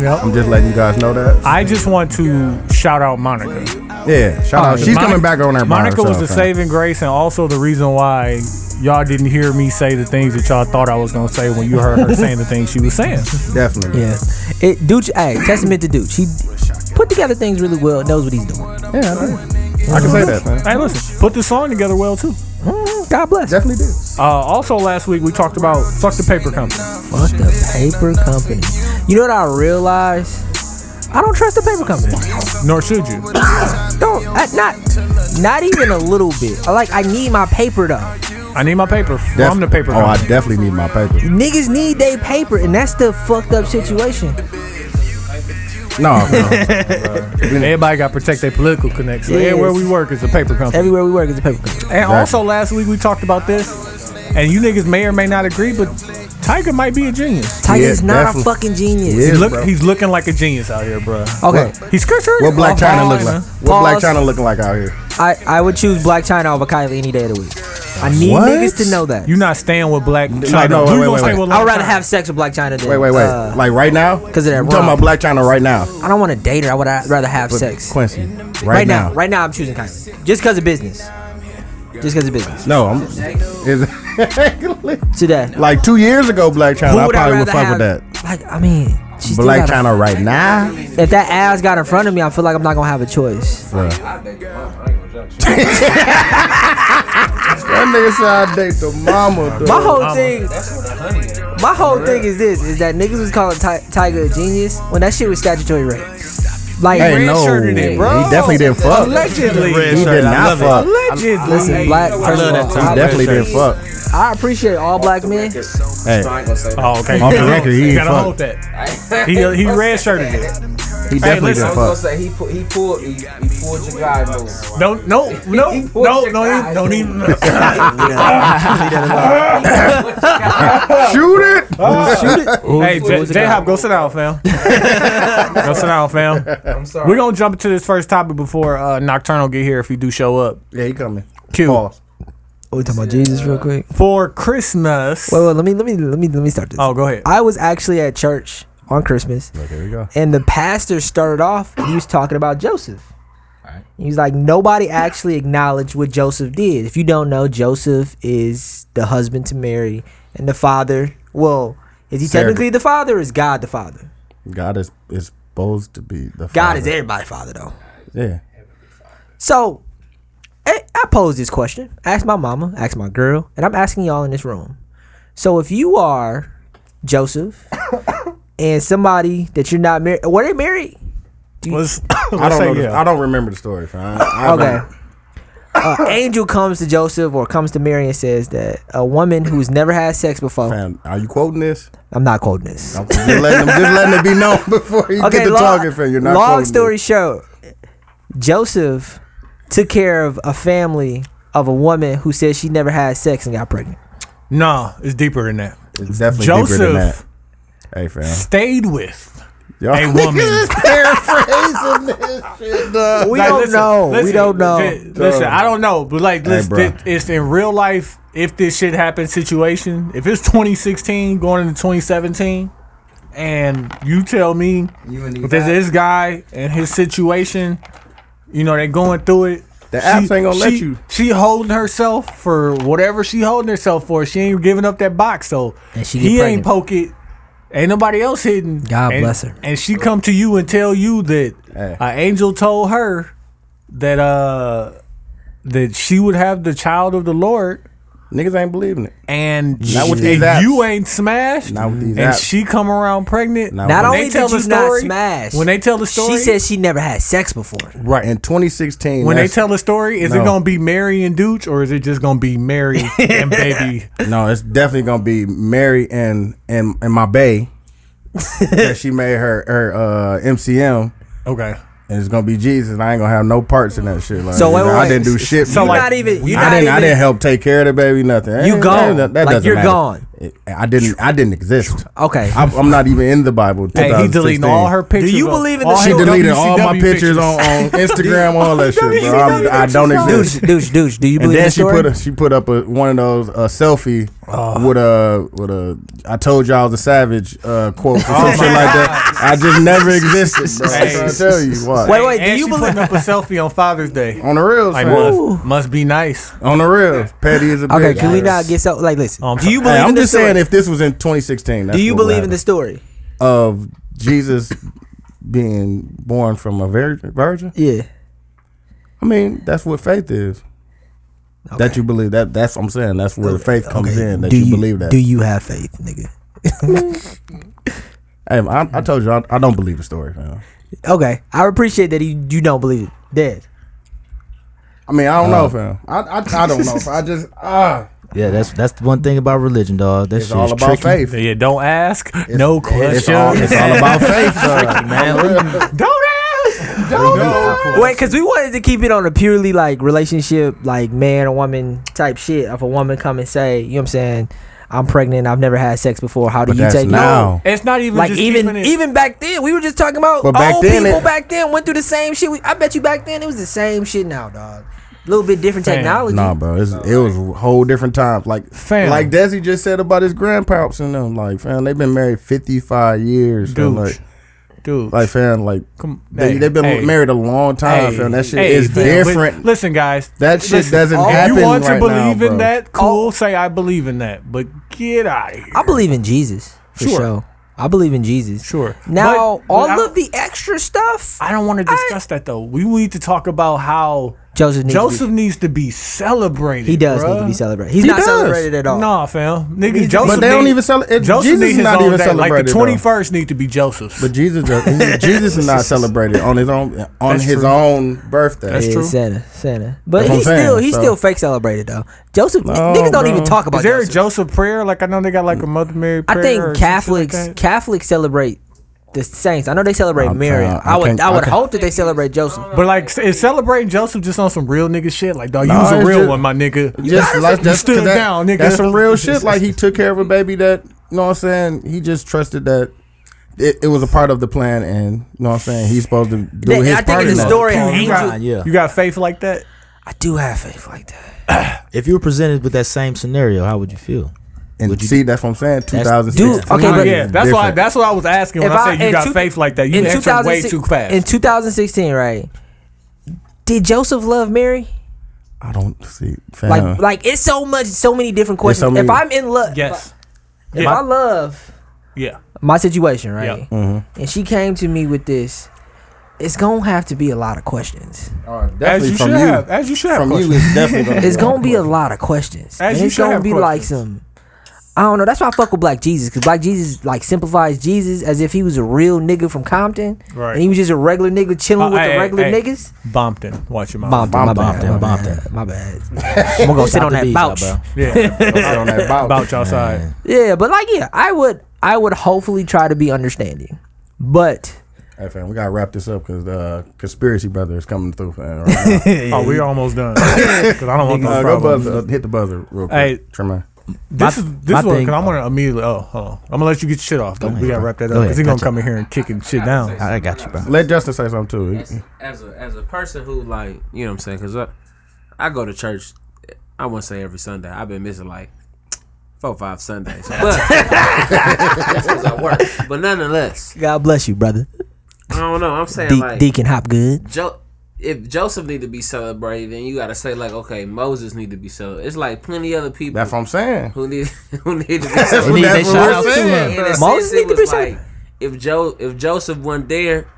Speaker 3: Yep.
Speaker 2: I'm just letting you guys know that.
Speaker 3: I just want to shout out Monica.
Speaker 2: Yeah, shout out.
Speaker 3: Oh,
Speaker 2: She's
Speaker 3: Monica-
Speaker 2: coming back on her.
Speaker 3: Monica was the saving grace and also the reason why y'all didn't hear me say the things that y'all thought I was gonna say when you heard her saying the things she was saying.
Speaker 2: Definitely.
Speaker 1: Yeah. It, Dooch, hey, testament to Dooch. He put together things really well, knows what he's doing.
Speaker 2: Yeah, I, know. I can say that, man.
Speaker 3: Hey, listen, put the song together well too.
Speaker 1: Mm, God bless.
Speaker 2: Definitely did.
Speaker 3: Uh, also, last week we talked about fuck the paper company.
Speaker 1: Fuck the paper company. You know what I realized? I don't trust the paper company.
Speaker 3: Nor should you.
Speaker 1: Don't I, not not even a little bit. I like I need my paper though.
Speaker 3: I need my paper
Speaker 2: Def-
Speaker 3: from the paper
Speaker 2: Oh, I
Speaker 3: company.
Speaker 2: definitely need my paper.
Speaker 1: Niggas need they paper, and that's the fucked up situation.
Speaker 2: No, no.
Speaker 3: Everybody got to protect their political connections.
Speaker 1: Yes.
Speaker 3: Everywhere we work is a paper company.
Speaker 1: Everywhere we work is a paper company.
Speaker 3: And also last week we talked about this, and you niggas may or may not agree, but Tiger might be a genius.
Speaker 1: Tiger's
Speaker 2: Yeah,
Speaker 1: not
Speaker 2: definitely.
Speaker 1: a fucking genius.
Speaker 2: Yeah.
Speaker 3: He's,
Speaker 2: Yes,
Speaker 3: look,
Speaker 2: bro.
Speaker 3: he's looking like a genius out here, bro.
Speaker 1: Okay,
Speaker 2: What?
Speaker 3: He's Chris Hardwick.
Speaker 2: what Black
Speaker 3: Oh,
Speaker 2: China look
Speaker 3: fine,
Speaker 2: like?
Speaker 3: huh?
Speaker 2: What Black
Speaker 1: Pause.
Speaker 2: China looking like out here?
Speaker 1: I, I would choose Black China over Kylie any day of the week. I need
Speaker 2: What?
Speaker 1: niggas to know that.
Speaker 3: You not staying with Black China.
Speaker 2: no, wait,
Speaker 3: Who you
Speaker 2: wait,
Speaker 3: gonna stay
Speaker 2: wait.
Speaker 3: with
Speaker 1: I would
Speaker 3: Blac
Speaker 1: rather
Speaker 3: China?
Speaker 1: have sex with Black China than
Speaker 2: Wait, wait, wait.
Speaker 1: uh,
Speaker 2: like right now?
Speaker 1: 'cause of that
Speaker 2: You talking
Speaker 1: rhyme.
Speaker 2: about Black China right now?
Speaker 1: I don't want to date her. I would uh, rather have sex
Speaker 2: Quincy. Right,
Speaker 1: right now.
Speaker 2: now.
Speaker 1: Right now, I'm choosing Kylie just because of business. Just because of business.
Speaker 2: No, I'm. Is
Speaker 1: Today,
Speaker 2: like two years ago, Black China. I
Speaker 1: would
Speaker 2: probably would
Speaker 1: rather
Speaker 2: fuck
Speaker 1: have-
Speaker 2: with that.
Speaker 1: Like I mean, she's
Speaker 2: Black China right now.
Speaker 1: If that ass got in front of me, I feel like I'm not gonna have a choice.
Speaker 2: Bruh. That nigga said I date the mama. Though.
Speaker 1: My whole thing, my whole thing is this: is that niggas was calling Ti- Tiger a genius when that shit was statutory rape. Like,
Speaker 2: hey, no,
Speaker 3: red-shirted it, bro.
Speaker 2: he definitely didn't fuck.
Speaker 3: Allegedly.
Speaker 2: He did not fuck.
Speaker 3: Allegedly.
Speaker 1: listen, black. First
Speaker 4: love
Speaker 1: of
Speaker 4: that
Speaker 1: all,
Speaker 4: term.
Speaker 1: I,
Speaker 2: He definitely didn't fuck.
Speaker 1: I appreciate all black men.
Speaker 2: Hey,
Speaker 3: Oh, okay.
Speaker 2: Off the record, he ain't
Speaker 3: You gotta
Speaker 2: fucked.
Speaker 3: hold that. He uh, he red shirted it.
Speaker 2: he definitely
Speaker 3: listen,
Speaker 2: didn't fuck.
Speaker 6: I was gonna say he pu- he pulled he, he pulled your guy move.
Speaker 3: Don't no no no no no don't even.
Speaker 2: Shoot it.
Speaker 3: Hey, J- J Hop, go sit down, fam. go sit down, fam.
Speaker 6: I'm sorry.
Speaker 3: We're gonna jump into this first topic before uh, Nocturnal get here if he do show up.
Speaker 2: Yeah, he coming.
Speaker 3: Q.
Speaker 2: Pause.
Speaker 1: Oh, we talking about Jesus real quick.
Speaker 3: For Christmas.
Speaker 1: Wait, wait. Let me, let me, let me, let me start this.
Speaker 3: Oh, go ahead.
Speaker 1: I was actually at church on Christmas,
Speaker 2: There we go.
Speaker 1: and the pastor started off. He was talking about Joseph. He was like, nobody actually acknowledged what Joseph did. If you don't know, Joseph is the husband to Mary and the father. Well, is he
Speaker 2: Surrogate.
Speaker 1: technically the father? Or is God the father?
Speaker 2: God is is supposed to be the.
Speaker 1: God
Speaker 2: father.
Speaker 1: is everybody's father, though.
Speaker 2: Yeah.
Speaker 1: So, I, I posed this question. I asked my mama, I asked my girl, and I'm asking y'all in this room. So, if you are Joseph and somebody that you're not married, were they married?
Speaker 3: Let's,
Speaker 2: I
Speaker 3: let's
Speaker 2: don't
Speaker 3: say
Speaker 2: know. the-
Speaker 3: yeah.
Speaker 2: I don't remember the story. fam. I, I
Speaker 1: Okay.
Speaker 2: remember-
Speaker 1: Uh, angel comes to Joseph or comes to Mary and says that a woman who's never had sex before.
Speaker 2: Fam, are you quoting this?
Speaker 1: I'm not quoting this.
Speaker 2: I'm just letting, him, just letting it be known before you
Speaker 1: Okay,
Speaker 2: get to
Speaker 1: long,
Speaker 2: talking. Fam, you're not
Speaker 1: long
Speaker 2: quoting
Speaker 1: story
Speaker 2: This.
Speaker 1: short, Joseph took care of a family of a woman who said she never had sex and got pregnant.
Speaker 3: Nah, it's deeper than that.
Speaker 2: It's definitely deeper than that.
Speaker 3: Joseph
Speaker 2: Hey, fam.
Speaker 3: stayed with
Speaker 2: Y'all
Speaker 3: a woman.
Speaker 2: is paraphrasing this shit, dog.
Speaker 1: We
Speaker 3: Like,
Speaker 1: don't
Speaker 3: listen,
Speaker 1: know. we
Speaker 3: listen,
Speaker 1: don't know.
Speaker 3: th- listen, I don't know, but like, listen,
Speaker 2: bro.
Speaker 3: thi- it's in real life. If this shit happens, situation. If it's 2016 going into 2017, and you tell me
Speaker 6: You and
Speaker 3: there's this guy and his situation, you know, they going through it.
Speaker 2: The apps ain't gonna let
Speaker 3: she-
Speaker 2: you.
Speaker 3: She holding herself for whatever she holding herself for. She ain't giving up that box. So
Speaker 1: And she get
Speaker 3: he
Speaker 1: pregnant.
Speaker 3: ain't poke it. Ain't nobody else hitting.
Speaker 1: God
Speaker 3: And-
Speaker 1: bless her.
Speaker 3: And she come to you and tell you that
Speaker 2: Hey.
Speaker 3: an angel told her that uh that she would have the child of the Lord.
Speaker 2: Niggas ain't believing it.
Speaker 3: And,
Speaker 2: Not with
Speaker 3: she-
Speaker 2: these
Speaker 3: and
Speaker 2: apps.
Speaker 3: you ain't smashed,
Speaker 2: Not with these
Speaker 3: and
Speaker 2: apps.
Speaker 3: she come around pregnant.
Speaker 2: Not
Speaker 1: Not
Speaker 2: When
Speaker 3: they
Speaker 1: only
Speaker 3: tell
Speaker 1: did
Speaker 3: the
Speaker 1: you not
Speaker 3: story-
Speaker 1: smash,
Speaker 3: when they tell the story-
Speaker 1: she said she never had sex before.
Speaker 2: Right. In 2016.
Speaker 3: when they
Speaker 2: that's-
Speaker 3: tell the story, is
Speaker 2: No.
Speaker 3: it gonna be Mary and Dooch, or is it just gonna be Mary and baby?
Speaker 2: No, it's definitely gonna be Mary and and and my bae. that she made her her uh, MCM,
Speaker 3: Okay.
Speaker 2: and it's gonna be Jesus. And I ain't gonna have no parts in that shit. Like,
Speaker 1: So wait, wait,
Speaker 2: I
Speaker 1: wait.
Speaker 2: didn't do shit.
Speaker 1: So
Speaker 2: man.
Speaker 1: like, not even you
Speaker 2: I
Speaker 1: not
Speaker 2: didn't.
Speaker 1: even,
Speaker 2: I didn't help take care of the baby. Nothing.
Speaker 1: You
Speaker 2: Ain't-
Speaker 1: gone.
Speaker 2: ain't-
Speaker 1: Like,
Speaker 2: doesn't
Speaker 1: you're gone.
Speaker 2: It- I didn't. I didn't exist.
Speaker 1: Okay.
Speaker 2: I'm, I'm not even in the Bible.
Speaker 3: Hey, he
Speaker 2: 2016.
Speaker 3: deleting all her pictures.
Speaker 1: you
Speaker 3: on-
Speaker 1: believe in
Speaker 3: all
Speaker 1: the
Speaker 2: She
Speaker 3: her
Speaker 1: shit?
Speaker 2: deleted
Speaker 3: WCW
Speaker 2: all my pictures on, on Instagram, all that shit, bro. I'm, I don't
Speaker 1: Dude,
Speaker 2: exist.
Speaker 1: dude, dude, do you
Speaker 2: And
Speaker 1: believe
Speaker 2: then
Speaker 1: the
Speaker 2: she
Speaker 1: story? Oh.
Speaker 2: put a, she put up a, one of those a selfie with a with a I told y'all I was a savage uh, quote or
Speaker 1: Oh
Speaker 2: something like that. I just never existed. Bro. I'm trying to tell you why.
Speaker 1: Wait, wait, do
Speaker 3: and
Speaker 1: you
Speaker 3: she
Speaker 1: believe-
Speaker 3: putting up a selfie on Father's Day?
Speaker 2: On the real,
Speaker 3: Like,
Speaker 2: son.
Speaker 3: must, must be nice.
Speaker 2: on the real, petty is a bitch.
Speaker 1: okay, can we not get so like listen?
Speaker 3: Um,
Speaker 1: do you
Speaker 3: hey,
Speaker 1: believe
Speaker 2: Hey, Oh, I'm
Speaker 1: in the
Speaker 2: just
Speaker 1: story?
Speaker 2: saying, if this was in 2016, that's
Speaker 1: do you
Speaker 2: what would
Speaker 1: believe in the
Speaker 2: happen.
Speaker 1: story?
Speaker 2: of Jesus being born from a virgin? Virgin?
Speaker 1: Yeah.
Speaker 2: I mean, that's what faith is. That you believe that that's what I'm saying. That's where faith comes in. That
Speaker 1: do
Speaker 2: you, believe that.
Speaker 1: Do you have faith, nigga?
Speaker 2: hey, I, I told you I, I don't believe the story, man.
Speaker 1: Okay, I appreciate that you you don't believe it. Dead.
Speaker 2: I mean, I don't know, fam. I, I I don't know. fam. I just ah,
Speaker 4: Yeah, that's that's the one thing about religion, dog. That's
Speaker 2: it's all about faith.
Speaker 3: Yeah, don't ask. no questions.
Speaker 2: It's all, it's all about faith, man.
Speaker 3: don't ask. Don't ask.
Speaker 1: Wait, because we wanted to keep it on a purely like relationship, like man or woman type shit. If a woman come and say, you know what I'm saying, I'm pregnant, I've never had sex before. How do
Speaker 2: But
Speaker 1: you
Speaker 2: that's
Speaker 1: take
Speaker 2: now.
Speaker 1: it?
Speaker 3: It's not even
Speaker 1: Like
Speaker 3: just
Speaker 1: even
Speaker 3: keeping it-
Speaker 1: even back then, we were just talking about
Speaker 2: But back
Speaker 1: old
Speaker 2: then
Speaker 1: people
Speaker 2: it-
Speaker 1: back then went through the same shit. We, I bet you back then it was the same shit. Now, dog, a little bit different
Speaker 3: Fam.
Speaker 1: technology.
Speaker 2: Nah, bro, it's, it was a whole different times. Like,
Speaker 3: Fam.
Speaker 2: like Desi just said about his grandpops and them. Like, fam, they've been married fifty five years. Fam,
Speaker 3: Dude,
Speaker 2: like,
Speaker 3: dude.
Speaker 2: like, fam, like,
Speaker 3: Come-
Speaker 2: they,
Speaker 3: hey,
Speaker 2: they've been
Speaker 3: hey.
Speaker 2: married a long time.
Speaker 3: Hey,
Speaker 2: fam, that shit
Speaker 3: hey,
Speaker 2: is
Speaker 3: fam,
Speaker 2: different.
Speaker 3: li- Listen, guys.
Speaker 2: That shit
Speaker 3: listen,
Speaker 2: doesn't
Speaker 3: If
Speaker 2: happen
Speaker 3: you want
Speaker 2: right
Speaker 3: to
Speaker 2: now,
Speaker 3: believe in
Speaker 2: bro.
Speaker 3: that, cool. Say I believe in that, but get out of here.
Speaker 1: I believe in Jesus for
Speaker 3: Sure.
Speaker 1: sure. I believe in Jesus.
Speaker 3: Sure.
Speaker 1: Now
Speaker 3: But- but
Speaker 1: all
Speaker 3: I-
Speaker 1: of the extra stuff,
Speaker 3: I don't want to discuss that though. We need to talk about how
Speaker 1: Joseph needs to be-
Speaker 3: Joseph needs to be celebrated.
Speaker 1: he does need to
Speaker 3: bruh.
Speaker 1: be celebrated. He's
Speaker 2: He
Speaker 1: not
Speaker 2: does.
Speaker 1: celebrated at all.
Speaker 3: Nah, fam, nigga,
Speaker 1: But
Speaker 3: Joseph.
Speaker 2: But they don't
Speaker 3: need-
Speaker 2: even celebrate.
Speaker 3: Joseph
Speaker 2: Jesus
Speaker 3: need
Speaker 2: is
Speaker 3: his
Speaker 2: not
Speaker 3: own
Speaker 2: even
Speaker 3: day.
Speaker 2: celebrated.
Speaker 3: Like the
Speaker 2: though.
Speaker 3: twenty first need to be Joseph's.
Speaker 2: But Jesus, does- Jesus is not celebrated on his own on
Speaker 3: That's
Speaker 2: his
Speaker 3: true.
Speaker 2: own birthday.
Speaker 3: That's
Speaker 1: yeah,
Speaker 3: true.
Speaker 1: Santa, Santa. But
Speaker 2: That's what
Speaker 1: he's
Speaker 2: I'm saying,
Speaker 1: still he's
Speaker 2: so-
Speaker 1: still fake celebrated though. Joseph
Speaker 2: No,
Speaker 1: niggas don't
Speaker 2: bro.
Speaker 1: even talk about
Speaker 3: Is there
Speaker 1: Joseph.
Speaker 3: a Joseph prayer? Like I know they got like a Mother Mary
Speaker 1: I
Speaker 3: prayer. or
Speaker 1: think
Speaker 3: some shit
Speaker 1: Catholics
Speaker 3: Like that.
Speaker 1: Catholics celebrate the saints. I know they celebrate
Speaker 2: I'm
Speaker 1: Mary.
Speaker 2: trying-
Speaker 1: I
Speaker 2: I
Speaker 1: would
Speaker 2: can't-
Speaker 1: I
Speaker 2: I
Speaker 1: would
Speaker 2: can't-
Speaker 1: hope that they celebrate Joseph.
Speaker 3: but like, is celebrating Joseph just on some real nigga shit? Like, dog, you
Speaker 2: Nah,
Speaker 3: was a
Speaker 2: it's
Speaker 3: real
Speaker 2: just-
Speaker 3: one, my nigga.
Speaker 2: just like
Speaker 3: you
Speaker 2: that's
Speaker 3: stood
Speaker 2: 'cause that-
Speaker 3: down, nigga.
Speaker 2: That's some real shit. Like he took care of a baby that you know what I'm saying. He just trusted that. It, it was a part of the plan, and you know what I'm saying. He's supposed to do
Speaker 1: They-
Speaker 2: his
Speaker 1: I think
Speaker 2: part.
Speaker 1: in the
Speaker 2: in that.
Speaker 1: story,
Speaker 4: Oh,
Speaker 1: an
Speaker 4: you got-
Speaker 1: angel.
Speaker 4: yeah.
Speaker 3: You got faith like that?
Speaker 1: I do have faith like that.
Speaker 4: If you were presented with that same scenario, how would you feel?
Speaker 2: and
Speaker 4: Would you-
Speaker 2: see, that's what I'm saying. 2016.
Speaker 1: Dude, okay, but-
Speaker 3: yeah, that's why. That's what I was asking when
Speaker 1: If
Speaker 3: I,
Speaker 1: I-
Speaker 3: said you
Speaker 1: in
Speaker 3: got
Speaker 1: two-
Speaker 3: faith like that. You
Speaker 1: in
Speaker 3: answered way
Speaker 1: 2006
Speaker 3: too fast.
Speaker 1: In 2016, right? Did Joseph love Mary?
Speaker 2: I don't see. Fam.
Speaker 1: Like, like it's so much, so many different questions.
Speaker 2: Uh-huh. so many-
Speaker 1: if I'm in love,
Speaker 3: yes.
Speaker 1: if
Speaker 3: Yeah.
Speaker 1: I love
Speaker 3: Yeah.
Speaker 1: my situation, right?
Speaker 3: Yeah.
Speaker 2: Mm-hmm.
Speaker 1: And she came to me with this. It's gonna have to be a lot of questions.
Speaker 2: Oh, definitely
Speaker 3: As you
Speaker 2: from
Speaker 3: should
Speaker 2: you.
Speaker 3: have. As you should have.
Speaker 2: From you,
Speaker 3: questions.
Speaker 2: it's definitely gonna
Speaker 1: It's gonna be a
Speaker 2: question.
Speaker 1: lot of questions.
Speaker 3: As
Speaker 1: and
Speaker 3: you
Speaker 1: it's
Speaker 3: should
Speaker 1: gonna
Speaker 3: have
Speaker 1: be like
Speaker 3: questions.
Speaker 1: some. I don't know. That's why I fuck with Black Jesus because Black Jesus like simplifies Jesus as if he was a real nigga from Compton,
Speaker 3: Right.
Speaker 1: And he was just a regular nigga chilling
Speaker 3: Uh,
Speaker 1: with
Speaker 3: hey,
Speaker 1: the regular
Speaker 3: hey, hey.
Speaker 1: niggas.
Speaker 3: Bompton. Watch your mouth.
Speaker 1: Bombed him, my
Speaker 2: Bomped
Speaker 1: bad, my
Speaker 2: him,
Speaker 4: bomped
Speaker 1: bad, my bad. I'm gonna go sit
Speaker 4: Stop
Speaker 1: on
Speaker 4: the
Speaker 1: that
Speaker 4: beat,
Speaker 1: bouch.
Speaker 4: bro.
Speaker 3: Yeah.
Speaker 2: It's on that bout.
Speaker 3: About y'all side.
Speaker 1: Yeah, but like, yeah, I would, I would hopefully try to be understanding, but
Speaker 2: Hey, fam, we gotta wrap this up because uh, conspiracy brother is coming through. Fam, right now.
Speaker 3: Oh, we're almost done. Because I don't want
Speaker 2: uh, go
Speaker 3: no problems.
Speaker 2: buzzer, uh, hit the buzzer real quick.
Speaker 3: Hey.
Speaker 2: Tremaine.
Speaker 3: This
Speaker 4: My-
Speaker 3: is
Speaker 4: my
Speaker 3: this one
Speaker 4: thing-
Speaker 3: because I'm gonna immediately. Oh, hold on. I'm gonna let you get your shit off. but we gotta wrap that up
Speaker 4: ahead,
Speaker 3: because he's gonna
Speaker 4: gotcha.
Speaker 3: come in here and kick and shit down.
Speaker 4: I got you, bro.
Speaker 2: let Justin say something too.
Speaker 6: as, as a as a person who like you know what I'm saying because I, I go to church I wouldn't say every Sunday I've been missing like four or five Sundays but that's 'cause I work but nonetheless
Speaker 1: God bless you, brother,
Speaker 6: I don't know I'm saying
Speaker 1: De-
Speaker 6: like
Speaker 1: Deacon Hopgood.
Speaker 6: Joe if Joseph need to be celebrated, then you got to say like, okay, Moses need to be celebrated. It's like plenty other people
Speaker 2: That's what I'm saying.
Speaker 6: who need who need to be
Speaker 2: That's
Speaker 6: celebrated.
Speaker 2: what,
Speaker 4: need
Speaker 2: that's what
Speaker 4: that shout out
Speaker 2: we're
Speaker 4: to
Speaker 2: saying.
Speaker 4: him.
Speaker 6: In a
Speaker 1: Moses
Speaker 6: sense,
Speaker 1: need
Speaker 6: it
Speaker 1: to be
Speaker 6: was
Speaker 1: celebrated.
Speaker 6: like if Joe if Joseph wasn't there,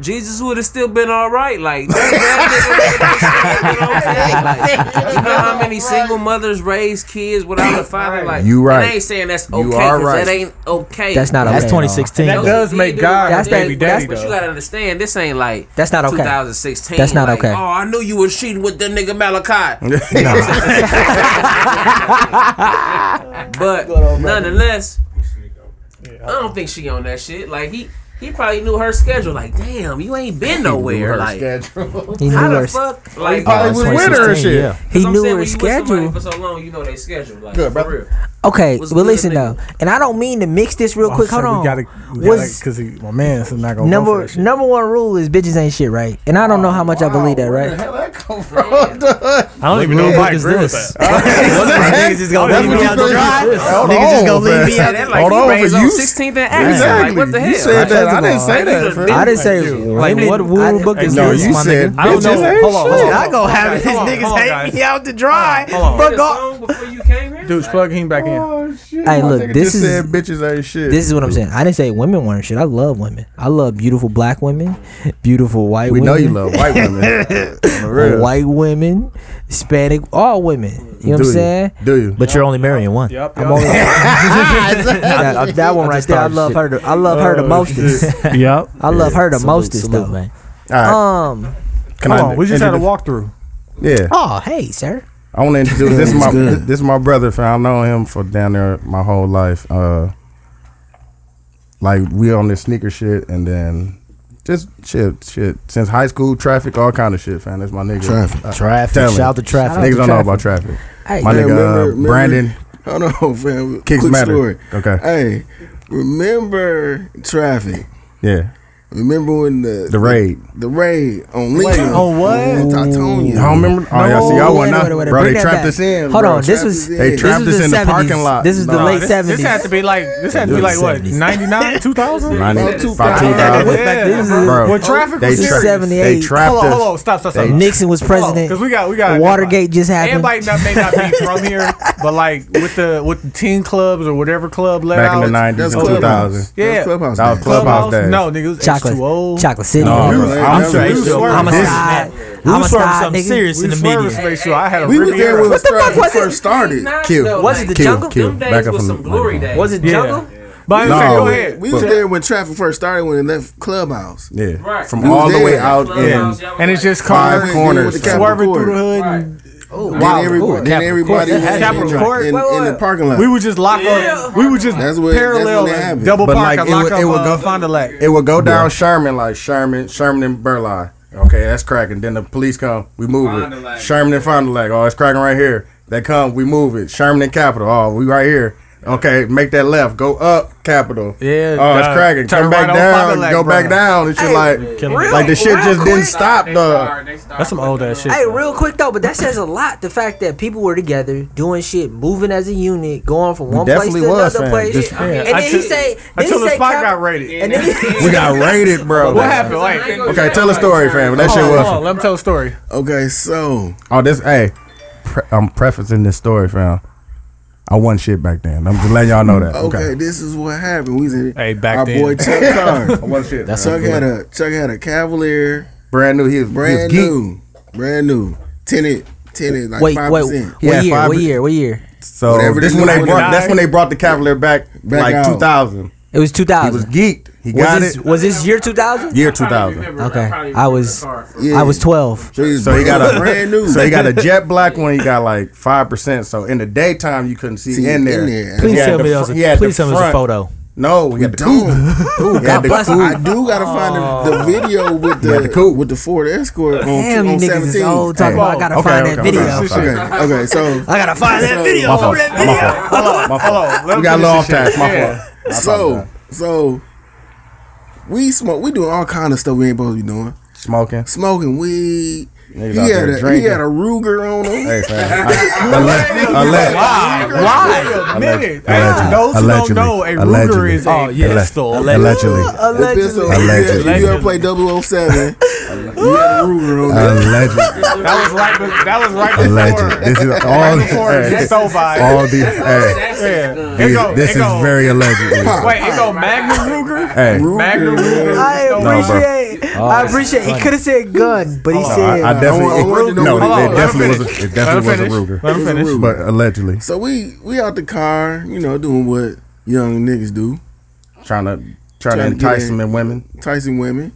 Speaker 6: Jesus would have still been all right. Like, that- that nigga would've still been okay. Like, you know how many single mothers raise kids without a father? Like,
Speaker 2: You
Speaker 6: and
Speaker 2: right.
Speaker 6: I ain't saying that's okay.
Speaker 2: You
Speaker 6: 'cause
Speaker 2: are right.
Speaker 6: That ain't okay.
Speaker 1: That's not
Speaker 4: That's
Speaker 1: okay.
Speaker 4: 2016.
Speaker 3: That
Speaker 6: Joseph
Speaker 3: does
Speaker 6: did
Speaker 3: make
Speaker 6: do
Speaker 3: God
Speaker 6: it,
Speaker 1: That's
Speaker 6: but
Speaker 1: that-
Speaker 6: you-
Speaker 1: that's-
Speaker 6: But you gotta understand, this ain't like
Speaker 1: That's not okay.
Speaker 6: 2016.
Speaker 1: That's not
Speaker 6: like,
Speaker 1: okay.
Speaker 6: Oh, I knew you were cheating with the nigga Malachi. But nonetheless, I don't think she on that shit. Like he, he probably knew her schedule. Like, damn, you ain't been nowhere.
Speaker 2: Her
Speaker 6: like,
Speaker 2: schedule.
Speaker 1: He knew
Speaker 6: how
Speaker 1: her.
Speaker 6: the fuck? Like,
Speaker 2: probably was with her and
Speaker 4: 2016,
Speaker 2: shit.
Speaker 4: yeah.
Speaker 1: He
Speaker 6: I'm
Speaker 1: knew
Speaker 6: saying,
Speaker 1: her
Speaker 6: when you with somebody
Speaker 1: schedule.
Speaker 6: For so long, you know they schedule. Like,
Speaker 2: Good,
Speaker 6: for
Speaker 2: brother.
Speaker 6: real.
Speaker 1: Okay,
Speaker 6: was
Speaker 1: but
Speaker 6: good,
Speaker 1: listen
Speaker 6: nigga.
Speaker 1: though, and I don't mean to mix this
Speaker 3: Oh,
Speaker 1: real quick. Hold on. was
Speaker 3: because my man's not gonna go for
Speaker 1: number
Speaker 3: that shit.
Speaker 1: number one rule is bitches ain't shit, right? And I don't know how much I believe that,
Speaker 2: Where the
Speaker 1: right?
Speaker 2: hell that come from?
Speaker 4: I don't even know what is this.
Speaker 2: That's what Oh, you think- Hold
Speaker 4: Niggas just
Speaker 2: on,
Speaker 4: gonna leave
Speaker 2: man.
Speaker 4: me
Speaker 6: Yeah,
Speaker 4: out
Speaker 6: that like
Speaker 2: Hold
Speaker 6: he
Speaker 2: on,
Speaker 6: raised
Speaker 2: but
Speaker 6: on
Speaker 2: you-
Speaker 6: 16th and X.
Speaker 2: Exactly.
Speaker 6: Like, what the hell?
Speaker 2: You said
Speaker 6: Like,
Speaker 2: that. I
Speaker 1: First of
Speaker 2: didn't
Speaker 1: all,
Speaker 2: say
Speaker 6: like, you
Speaker 2: that.
Speaker 6: done
Speaker 2: Fred.
Speaker 6: did
Speaker 1: I didn't say
Speaker 4: Like
Speaker 1: women-
Speaker 4: what
Speaker 1: I-
Speaker 4: rule book is
Speaker 2: No,
Speaker 4: this,
Speaker 2: you
Speaker 4: my
Speaker 2: said
Speaker 4: nigga? I don't
Speaker 2: bitches
Speaker 4: know.
Speaker 2: ain't
Speaker 4: Hold on, hold
Speaker 2: shit.
Speaker 4: on. I go
Speaker 3: have his niggas hang me
Speaker 4: out to dry.
Speaker 6: Did a song before you came here?
Speaker 3: Dude's
Speaker 6: Like,
Speaker 3: plugging him back in.
Speaker 2: Oh, shit.
Speaker 1: Hey,
Speaker 2: My
Speaker 1: look,
Speaker 2: nigga
Speaker 1: this
Speaker 2: just
Speaker 1: is-
Speaker 2: said bitches ain't shit.
Speaker 1: This is what I'm saying. I didn't say women weren't shit. I love women. I love beautiful black women, beautiful white
Speaker 2: we
Speaker 1: women.
Speaker 2: know you love white women. For real.
Speaker 1: white women, Hispanic, all women. You know what I'm
Speaker 2: Do
Speaker 1: saying?
Speaker 2: Do you?
Speaker 4: But you're only marrying one.
Speaker 3: Yup.
Speaker 1: I'm only- that, that one right there. I love her. To, I love her the
Speaker 2: Oh,
Speaker 1: mostest.
Speaker 3: Yup.
Speaker 1: I love her the
Speaker 4: Salute,
Speaker 1: mostest
Speaker 4: salute,
Speaker 1: though.
Speaker 4: man.
Speaker 2: All right.
Speaker 1: Um.
Speaker 2: Can
Speaker 3: Come
Speaker 2: I
Speaker 3: on, we just had a
Speaker 2: introduce-
Speaker 3: walk through.
Speaker 2: Yeah.
Speaker 1: Oh, hey, sir.
Speaker 2: I want to introduce this. Is my this is my brother. fam. I know him for down there my whole life. Uh, like we on this sneaker shit, and then just shit, shit since high school, traffic, all kind of shit, fam. That's my nigga.
Speaker 7: Traffic.
Speaker 2: Uh,
Speaker 4: Traffic.
Speaker 2: Tell him.
Speaker 4: Shout out to traffic.
Speaker 2: Niggas don't know about traffic.
Speaker 1: Hey,
Speaker 2: My
Speaker 7: Yeah,
Speaker 2: nigga uh,
Speaker 7: remember- remember-
Speaker 2: Brandon.
Speaker 7: Hold on, fam.
Speaker 2: Kicks
Speaker 7: Quick
Speaker 2: matter.
Speaker 7: story.
Speaker 2: Okay.
Speaker 7: Hey, remember traffic.
Speaker 2: Yeah,
Speaker 7: Remember when the
Speaker 2: the raid.
Speaker 7: the raid on Lincoln?
Speaker 3: On what?
Speaker 7: Titonia.
Speaker 2: I don't remember. Oh yeah, see y'all
Speaker 1: wait,
Speaker 2: went
Speaker 1: wait,
Speaker 2: out,
Speaker 1: wait, wait,
Speaker 2: bro.
Speaker 1: bring
Speaker 2: They
Speaker 1: that
Speaker 2: trapped
Speaker 1: back.
Speaker 2: us in.
Speaker 1: Hold
Speaker 2: bro.
Speaker 1: on, this was
Speaker 7: They
Speaker 1: this
Speaker 2: trapped
Speaker 1: was
Speaker 2: us in the parking
Speaker 1: 70s.
Speaker 2: lot.
Speaker 1: This was the
Speaker 2: Nah,
Speaker 1: late
Speaker 3: This, this had to
Speaker 1: seventies.
Speaker 3: be like this had to be like what
Speaker 4: 70s.
Speaker 3: 99, 2000.
Speaker 2: Ninety-
Speaker 7: About two
Speaker 2: about
Speaker 7: thousand.
Speaker 2: 2000.
Speaker 3: Yeah. Back then,
Speaker 2: Bro,
Speaker 3: When traffic
Speaker 2: they
Speaker 3: was
Speaker 2: trapped-
Speaker 3: serious.
Speaker 2: They
Speaker 1: 78.
Speaker 2: trapped
Speaker 3: Hold on,
Speaker 2: us.
Speaker 3: hold on, stop, stop, stop.
Speaker 2: They-
Speaker 1: Nixon was president.
Speaker 3: Because we got we got
Speaker 1: Watergate just happened.
Speaker 3: Everybody not, may not be from here, but like with the with the teen clubs or whatever club let
Speaker 2: back
Speaker 3: out
Speaker 2: in the nineties
Speaker 7: That's
Speaker 2: and two thousand.
Speaker 7: clubhouse.
Speaker 3: Yeah.
Speaker 7: That's clubhouse.
Speaker 2: That was
Speaker 7: days.
Speaker 2: club- Clubhouse days.
Speaker 3: No, nigga, it was
Speaker 1: chocolate,
Speaker 3: H2O.
Speaker 1: chocolate city.
Speaker 2: No,
Speaker 7: We
Speaker 2: bro,
Speaker 7: was-
Speaker 2: I'm
Speaker 7: we
Speaker 2: sorry.
Speaker 7: was
Speaker 2: This-
Speaker 7: swerving.
Speaker 1: I'm a
Speaker 2: this-
Speaker 1: side.
Speaker 4: We
Speaker 1: I'm a
Speaker 4: was swerving
Speaker 1: side
Speaker 4: something
Speaker 1: nigga.
Speaker 4: serious
Speaker 3: We
Speaker 4: in the
Speaker 3: swerving
Speaker 4: media.
Speaker 3: space show. I had a
Speaker 7: We was
Speaker 3: Riviera.
Speaker 7: there when
Speaker 1: What the
Speaker 7: Strap
Speaker 1: fuck was
Speaker 7: first
Speaker 1: it?
Speaker 7: started.
Speaker 6: Not
Speaker 2: Kill.
Speaker 6: though,
Speaker 1: Was it
Speaker 6: like,
Speaker 1: the
Speaker 2: Kill,
Speaker 1: jungle?
Speaker 2: kill.
Speaker 6: Them
Speaker 2: Back
Speaker 6: days
Speaker 2: up
Speaker 6: was
Speaker 2: a
Speaker 6: some
Speaker 2: little.
Speaker 6: glory days.
Speaker 1: Was it
Speaker 3: Yeah.
Speaker 1: jungle?
Speaker 3: But
Speaker 2: No,
Speaker 3: no, go
Speaker 2: we-
Speaker 3: ahead.
Speaker 7: We was there when traffic first started when it left clubhouse.
Speaker 2: Yeah,
Speaker 6: Right.
Speaker 2: from
Speaker 7: We was
Speaker 2: all the way
Speaker 7: there.
Speaker 2: out in
Speaker 6: Clubhouse, y'all was
Speaker 3: and it's
Speaker 6: like-
Speaker 3: just
Speaker 2: five
Speaker 3: cars
Speaker 2: corners.
Speaker 7: with the
Speaker 2: fam.
Speaker 7: cap-
Speaker 3: swerving through the hood.
Speaker 6: Right.
Speaker 3: and
Speaker 6: Oh,
Speaker 7: then
Speaker 4: Wow.
Speaker 7: everybody,
Speaker 4: Ooh,
Speaker 7: then
Speaker 4: Capitol
Speaker 7: everybody
Speaker 4: Court.
Speaker 7: was in,
Speaker 3: Capitol
Speaker 7: in-
Speaker 3: Court.
Speaker 7: in-
Speaker 3: Wait, wait,
Speaker 7: in the
Speaker 3: wait.
Speaker 7: parking lot.
Speaker 3: We would just lock
Speaker 6: Yeah.
Speaker 3: up. We would just
Speaker 7: That's what- that's
Speaker 3: parallel
Speaker 7: when it
Speaker 3: and
Speaker 7: happened.
Speaker 3: double
Speaker 2: But,
Speaker 3: park
Speaker 2: like,
Speaker 3: and
Speaker 2: it
Speaker 3: lock
Speaker 2: would-
Speaker 3: up
Speaker 2: it would
Speaker 3: uh,
Speaker 2: go-
Speaker 3: Fond du Lac.
Speaker 2: It would go down Sherman like Sherman, Sherman and Burleigh. Okay, that's cracking. Then the police come, we move
Speaker 6: Fond du
Speaker 2: it.
Speaker 6: Lac.
Speaker 2: Sherman and Fond du Lac. Oh, it's cracking right here. They come, we move it. Sherman and Capitol. Oh, we right here. Okay, make that left. Go up Capitol.
Speaker 3: Yeah,
Speaker 2: Oh, it's
Speaker 3: dog.
Speaker 2: cracking.
Speaker 3: Turn
Speaker 2: Come back
Speaker 3: right on Fond
Speaker 2: down.
Speaker 3: du Lac,
Speaker 2: go back
Speaker 3: bruh.
Speaker 2: down. And shit like,
Speaker 3: real-
Speaker 2: like the shit
Speaker 1: real
Speaker 2: just
Speaker 1: quick.
Speaker 2: didn't stop, dog.
Speaker 3: That's some old ass shit.
Speaker 1: Hey, real quick though, but that says a lot. The fact that people were together, doing shit, moving as a unit, going from one place
Speaker 2: definitely
Speaker 1: to
Speaker 2: was,
Speaker 1: another
Speaker 2: fam.
Speaker 1: place.
Speaker 2: Just-
Speaker 1: and
Speaker 3: Yeah.
Speaker 1: then he
Speaker 3: Until-
Speaker 1: say, then
Speaker 3: until
Speaker 1: he
Speaker 3: the
Speaker 1: say
Speaker 3: spot
Speaker 1: Cap-
Speaker 3: got raided.
Speaker 1: And then he,
Speaker 2: We got raided, bro.
Speaker 3: What happened? Wait,
Speaker 2: Okay, tell a story, fam. That shit
Speaker 3: hold on, hold
Speaker 2: was.
Speaker 3: on, let me tell a story.
Speaker 7: Okay, so
Speaker 2: Oh, this. Hey, pre- I'm prefacing this story, fam. I won shit back then. I'm just letting y'all know that.
Speaker 7: okay,
Speaker 2: Okay.
Speaker 7: this is what happened. We was in
Speaker 3: Hey, back
Speaker 7: our
Speaker 3: then.
Speaker 7: boy Chuck Carr.
Speaker 2: I won shit. That's
Speaker 7: Chuck had a Chuck had a Cavalier,
Speaker 2: brand new. He was
Speaker 7: brand
Speaker 2: he was geek.
Speaker 7: new, brand new, tenant, tenant like
Speaker 1: wait,
Speaker 7: five
Speaker 1: wait,
Speaker 7: percent.
Speaker 1: what
Speaker 2: Yeah,
Speaker 1: year?
Speaker 2: five-
Speaker 1: What year? What year?
Speaker 2: So
Speaker 7: Whatever
Speaker 2: this
Speaker 7: they
Speaker 2: when they
Speaker 7: knew
Speaker 2: brought,
Speaker 7: when it
Speaker 2: that's
Speaker 7: died.
Speaker 2: when they brought the Cavalier back,
Speaker 7: Back
Speaker 2: like
Speaker 7: out.
Speaker 2: 2000.
Speaker 1: It was two
Speaker 2: He was
Speaker 1: thousand.
Speaker 2: geeked. He got
Speaker 1: Was this
Speaker 2: it.
Speaker 1: was this year two thousand?
Speaker 2: Year
Speaker 6: I probably
Speaker 2: 2000.
Speaker 6: remember- I
Speaker 1: Okay.
Speaker 6: probably
Speaker 1: I
Speaker 6: remember
Speaker 1: was-
Speaker 6: the car from-
Speaker 7: Yeah.
Speaker 1: I was twelve.
Speaker 7: So,
Speaker 2: So he got a
Speaker 7: brand new.
Speaker 2: So he got a jet black one. He got like five percent. So in the daytime you couldn't see,
Speaker 7: See,
Speaker 2: in there.
Speaker 7: in there.
Speaker 2: He
Speaker 4: Please
Speaker 2: had
Speaker 4: tell
Speaker 2: the
Speaker 4: me that
Speaker 2: fr-
Speaker 4: was
Speaker 2: he had
Speaker 4: a-
Speaker 2: the
Speaker 4: please tell me it was a
Speaker 2: front.
Speaker 4: photo.
Speaker 2: No, he had the coupe.
Speaker 7: don't.
Speaker 2: He had the
Speaker 1: bless
Speaker 2: coupe.
Speaker 7: I do gotta find the, the video with
Speaker 2: Yeah,
Speaker 7: the,
Speaker 2: the coupe.
Speaker 7: with the Ford Escort on,
Speaker 1: Damn, you
Speaker 7: on
Speaker 1: niggas is
Speaker 7: 17.
Speaker 1: old. Talking
Speaker 2: Hey.
Speaker 1: about I gotta
Speaker 2: Okay,
Speaker 1: find
Speaker 2: okay,
Speaker 1: that
Speaker 2: okay.
Speaker 1: video.
Speaker 2: Sorry.
Speaker 7: Okay, okay, so
Speaker 1: I gotta find that video.
Speaker 2: My fault. My fault. My fault.
Speaker 3: Hold on,
Speaker 2: We got a little off
Speaker 3: task.
Speaker 2: task. My fault. I
Speaker 7: so
Speaker 2: apologize.
Speaker 7: so we smoke. We doing all kind of stuff we ain't supposed to be doing.
Speaker 2: smoking.
Speaker 7: Smoking weed,
Speaker 2: Niggas
Speaker 7: He
Speaker 2: out
Speaker 7: had
Speaker 2: there
Speaker 7: a he
Speaker 2: drinking.
Speaker 7: had a Ruger on him.
Speaker 2: Hey, fam. I- Unless, unless,
Speaker 3: Why? Why? Wait a minute.
Speaker 2: Allegedly.
Speaker 3: Hey, Those who don't
Speaker 2: Allegedly.
Speaker 3: know, a Ruger
Speaker 2: Allegedly.
Speaker 3: is
Speaker 4: Oh,
Speaker 3: a
Speaker 4: yeah.
Speaker 2: allegedly,
Speaker 4: Allegedly.
Speaker 2: allegedly,
Speaker 7: Allegedly.
Speaker 2: Allegedly.
Speaker 7: If uh, you ever play 007, you had a Ruger on him.
Speaker 2: allegedly,
Speaker 3: That was right. be- That was right
Speaker 2: allegedly.
Speaker 3: before.
Speaker 2: This is all
Speaker 3: Right
Speaker 2: these.
Speaker 3: before
Speaker 2: Hey,
Speaker 3: Jet so by.
Speaker 2: all these. Hey,
Speaker 6: That's a gun.
Speaker 3: It
Speaker 2: these-
Speaker 3: go-
Speaker 2: this
Speaker 3: it
Speaker 2: is
Speaker 3: go-
Speaker 2: very allegedly.
Speaker 3: Wait, it go Magnum Ruger.
Speaker 2: Hey,
Speaker 7: Ruger,
Speaker 3: Magnum
Speaker 7: man.
Speaker 3: Ruger.
Speaker 1: I
Speaker 3: No,
Speaker 2: bro.
Speaker 1: appreciate. I appreciate. He could have said gun, but he
Speaker 2: no,
Speaker 1: said.
Speaker 2: I, I definitely.
Speaker 7: I wanted to know
Speaker 2: no,
Speaker 7: what it
Speaker 2: it,
Speaker 7: was.
Speaker 2: definitely
Speaker 3: Let
Speaker 2: was.
Speaker 3: him
Speaker 2: A, it
Speaker 3: Let him
Speaker 2: definitely was a
Speaker 3: finish.
Speaker 2: Ruger,
Speaker 3: Let him finish.
Speaker 7: Ruger.
Speaker 2: but allegedly
Speaker 7: So we we out the car, you know, doing what young niggas do,
Speaker 2: trying to trying to
Speaker 7: Trying to get
Speaker 2: entice
Speaker 7: in.
Speaker 2: them and women.
Speaker 7: enticing women.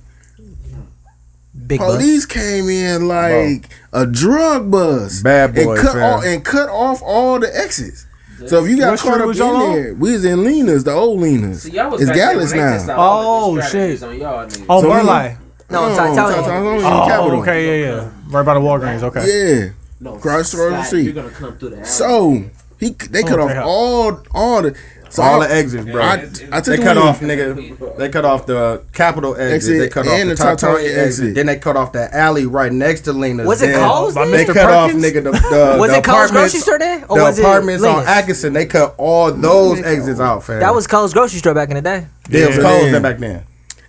Speaker 1: Big bus.
Speaker 7: Police came in like a drug bus,
Speaker 2: Bad boy,
Speaker 7: and cut
Speaker 2: fam.
Speaker 7: off and cut off all the exits. So if you got
Speaker 3: What
Speaker 7: caught
Speaker 3: street
Speaker 7: up in
Speaker 3: was y'all on?
Speaker 7: there, we was in Lena's, the old Lena's.
Speaker 6: See, y'all was
Speaker 7: it's
Speaker 6: back there when
Speaker 7: Gallus
Speaker 6: they
Speaker 7: now.
Speaker 6: tested out all the
Speaker 3: Oh,
Speaker 6: strategies
Speaker 3: shit.
Speaker 6: on y'all niggas.
Speaker 3: Oh,
Speaker 7: So we-
Speaker 3: Burley.
Speaker 1: No,
Speaker 7: No,
Speaker 1: Ty- Tyler.
Speaker 7: Tylene's on
Speaker 3: Oh,
Speaker 7: Capitol.
Speaker 3: okay, yeah, yeah. Right by the Walgreens. Okay.
Speaker 7: Yeah.
Speaker 6: No,
Speaker 7: Cross the road
Speaker 6: Scott,
Speaker 7: street.
Speaker 6: You're gonna come through the alley.
Speaker 7: So he they cut
Speaker 3: Oh,
Speaker 7: off
Speaker 3: they-
Speaker 7: all all the so
Speaker 2: All
Speaker 7: I-
Speaker 2: the exits, bro.
Speaker 7: I, I took
Speaker 2: They
Speaker 7: the
Speaker 2: cut
Speaker 7: one-
Speaker 2: off, nigga. They cut off the Capitol exit.
Speaker 7: Exit
Speaker 2: They cut
Speaker 7: and
Speaker 2: off
Speaker 7: the
Speaker 2: the Tartaria
Speaker 7: Tartaria
Speaker 2: exit.
Speaker 7: exit.
Speaker 2: Then they cut off that alley right next to Lena's.
Speaker 1: Was it
Speaker 2: Then
Speaker 1: Coles, By
Speaker 2: They
Speaker 3: Mr.
Speaker 2: cut off,
Speaker 3: Perkins?
Speaker 2: nigga, the, the,
Speaker 1: Was
Speaker 2: the
Speaker 1: it Coles
Speaker 2: apartments-
Speaker 1: grocery store there, or
Speaker 2: the
Speaker 1: was it
Speaker 2: apartments on
Speaker 1: Lena's?
Speaker 2: Atkinson. They cut all those exits out, fam.
Speaker 1: That was Cole's grocery store back in the day.
Speaker 2: yeah, it was
Speaker 7: Yeah.
Speaker 2: Coles
Speaker 7: Yeah.
Speaker 2: then back then.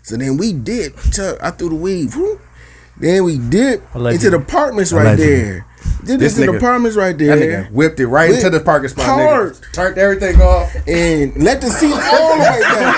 Speaker 7: So then we dip. Chuck, I threw the weed. whoop. Then we dip
Speaker 4: Allegedly.
Speaker 7: into the apartments right
Speaker 2: Allegedly.
Speaker 7: there. Did
Speaker 2: This
Speaker 7: this in the
Speaker 2: nigga-
Speaker 7: apartments right
Speaker 2: That
Speaker 7: there.
Speaker 2: nigga whipped it right
Speaker 7: Whip-
Speaker 2: into the parking spot,
Speaker 7: Parked.
Speaker 2: nigga. Turned everything off.
Speaker 7: And let the seat all the way down.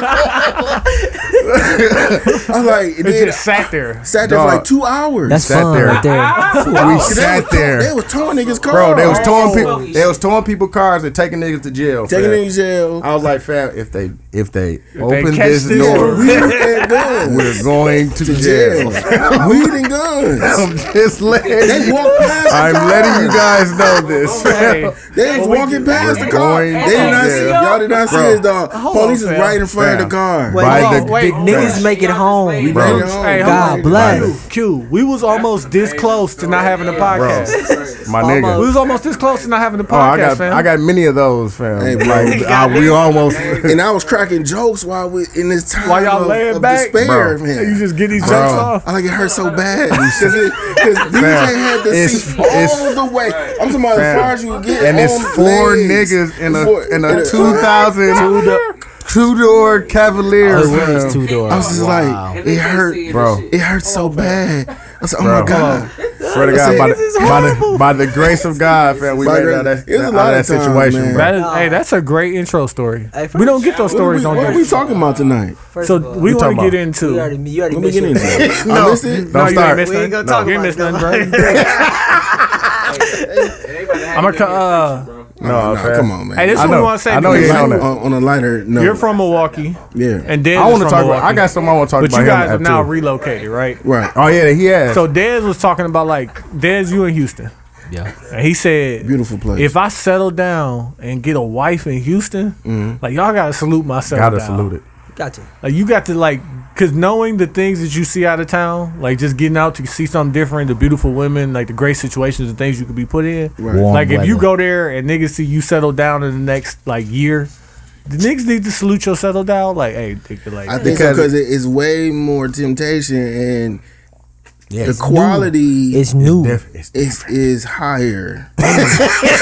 Speaker 7: I'm like, and
Speaker 3: It
Speaker 7: then
Speaker 3: just sat there.
Speaker 7: sat there for
Speaker 2: Dog.
Speaker 7: like two hours.
Speaker 1: That's
Speaker 2: Sat
Speaker 1: fun
Speaker 2: there.
Speaker 1: right there.
Speaker 2: We
Speaker 7: They
Speaker 2: sat
Speaker 7: was to-
Speaker 2: there.
Speaker 7: They was towing niggas' cars.
Speaker 2: Bro, they was
Speaker 6: Oh.
Speaker 2: towing people. They was towing people cars and taking niggas to jail.
Speaker 7: taking
Speaker 2: fam.
Speaker 7: them to jail.
Speaker 2: I was like, fam, if they if they open
Speaker 3: catch
Speaker 2: this
Speaker 3: this-
Speaker 2: door,
Speaker 7: Weed and guns.
Speaker 2: we're going to
Speaker 7: To
Speaker 2: jail.
Speaker 7: jail. Weed and guns.
Speaker 2: I'm just letting.
Speaker 7: They walked past the
Speaker 2: I'm
Speaker 7: cars.
Speaker 2: letting you guys know this.
Speaker 3: Hey,
Speaker 7: They was
Speaker 3: Well, we
Speaker 7: walking
Speaker 3: did-
Speaker 7: past the
Speaker 2: we're
Speaker 7: car. They
Speaker 2: going
Speaker 7: did not
Speaker 2: to
Speaker 7: see.
Speaker 2: jail.
Speaker 7: Y'all did not see
Speaker 2: Bro.
Speaker 7: his dog.
Speaker 3: Hold
Speaker 7: Police
Speaker 3: on,
Speaker 7: is
Speaker 3: fam.
Speaker 7: right in front of
Speaker 2: Fam.
Speaker 7: the car.
Speaker 1: Wait,
Speaker 2: By
Speaker 1: hold on,
Speaker 2: the
Speaker 1: wait,
Speaker 2: big
Speaker 1: niggas
Speaker 2: trash.
Speaker 1: make it home.
Speaker 7: Bro.
Speaker 2: Bro.
Speaker 7: Right on.
Speaker 3: Hey,
Speaker 1: God
Speaker 3: hold on.
Speaker 1: bless.
Speaker 3: Q, Q, we was almost this close to not having a podcast.
Speaker 2: My
Speaker 3: We
Speaker 2: nigga.
Speaker 3: was almost this close to not having a podcast,
Speaker 2: Oh, I got
Speaker 3: fam.
Speaker 2: I got many of those, fam.
Speaker 7: Hey, bro.
Speaker 2: like I, we almost
Speaker 7: and I was cracking jokes while we in this time
Speaker 3: While y'all
Speaker 7: of,
Speaker 3: laying
Speaker 7: of
Speaker 3: back?
Speaker 7: despair,
Speaker 2: Bro.
Speaker 7: man.
Speaker 3: you just get these jokes
Speaker 2: Bro.
Speaker 3: off.
Speaker 7: I like it hurt so bad because DJ had the
Speaker 2: it's-
Speaker 7: seat
Speaker 2: it's-
Speaker 7: all the way. I'm talking about as
Speaker 2: Fam.
Speaker 7: far as you can get,
Speaker 2: and it's
Speaker 7: on
Speaker 2: four
Speaker 7: legs.
Speaker 2: niggas in a
Speaker 7: Four-
Speaker 2: in
Speaker 7: in
Speaker 2: a
Speaker 7: a-
Speaker 2: two thousand two door Cavalier. fam.
Speaker 4: two doors.
Speaker 7: I was just
Speaker 4: Wow.
Speaker 7: like, it hurt,
Speaker 2: Bro.
Speaker 7: It hurt so bad. I was like, oh
Speaker 2: Bro.
Speaker 7: my god.
Speaker 2: Swear to God, by
Speaker 1: This is
Speaker 2: the, by, the, by the grace of God, fam, we
Speaker 7: By
Speaker 2: made it out
Speaker 7: grace-
Speaker 2: of that,
Speaker 7: it's a
Speaker 2: out of
Speaker 7: lot
Speaker 2: that
Speaker 7: of times,
Speaker 2: situation,
Speaker 7: man.
Speaker 2: bro.
Speaker 3: That is, hey, that's a great intro story.
Speaker 1: Hey,
Speaker 3: we don't get those
Speaker 7: What are we-
Speaker 3: stories on
Speaker 7: what are
Speaker 3: here.
Speaker 7: we talking about tonight?
Speaker 1: First
Speaker 3: So
Speaker 1: of all,
Speaker 3: we
Speaker 2: We
Speaker 3: want
Speaker 2: talking
Speaker 3: to get
Speaker 1: you
Speaker 2: about-
Speaker 3: into.
Speaker 1: already, you already
Speaker 7: Let me get
Speaker 1: mentioned it.
Speaker 7: into it. I missed it.
Speaker 2: Don't
Speaker 3: no, you ain't
Speaker 2: start.
Speaker 3: missed
Speaker 1: We ain't
Speaker 3: nothing.
Speaker 1: gonna talk
Speaker 3: You ain't
Speaker 1: about
Speaker 3: missed
Speaker 1: it,
Speaker 3: nothing, bro.
Speaker 6: I'm
Speaker 3: I'ma uh, co-
Speaker 7: No,
Speaker 2: No,
Speaker 7: no,
Speaker 2: fam.
Speaker 7: come on, man.
Speaker 3: Hey, this
Speaker 2: I
Speaker 3: one we
Speaker 2: know.
Speaker 3: want to say.
Speaker 2: I know
Speaker 7: On
Speaker 2: he
Speaker 3: because
Speaker 2: ain't
Speaker 7: a
Speaker 2: on
Speaker 7: light-
Speaker 2: that.
Speaker 7: on, on a lighter note.
Speaker 3: You're from Milwaukee,
Speaker 7: yeah,
Speaker 3: and Dez
Speaker 2: I
Speaker 3: want to
Speaker 2: talk about. I got something I want to talk
Speaker 3: But
Speaker 2: about.
Speaker 3: you
Speaker 2: him
Speaker 3: guys
Speaker 2: at,
Speaker 3: have now
Speaker 2: too.
Speaker 3: relocated, right?
Speaker 7: right.
Speaker 2: Oh yeah, he has.
Speaker 3: So Dez was talking about like Dez, you in Houston,
Speaker 4: Yeah.
Speaker 3: and he said,
Speaker 7: Beautiful place.
Speaker 3: If I settle down and get a wife in Houston,
Speaker 7: Mm-hmm.
Speaker 3: like y'all gotta salute myself.
Speaker 2: gotta salute it.
Speaker 1: Gotcha.
Speaker 3: Like you got to like, cause knowing the things that you see out of town, like just getting out to see something different, the beautiful women, like the great situations and things you could be put in.
Speaker 7: Right.
Speaker 4: Warm
Speaker 3: like if you
Speaker 4: weather.
Speaker 3: go there and niggas see you settle down in the next like year, the niggas need to salute your settle down. Like, hey, nigga, like
Speaker 7: I think
Speaker 2: Because-
Speaker 7: because it is way more temptation and
Speaker 4: Yeah.
Speaker 7: the quality
Speaker 1: It's new.
Speaker 2: Def- it's-
Speaker 7: is is higher.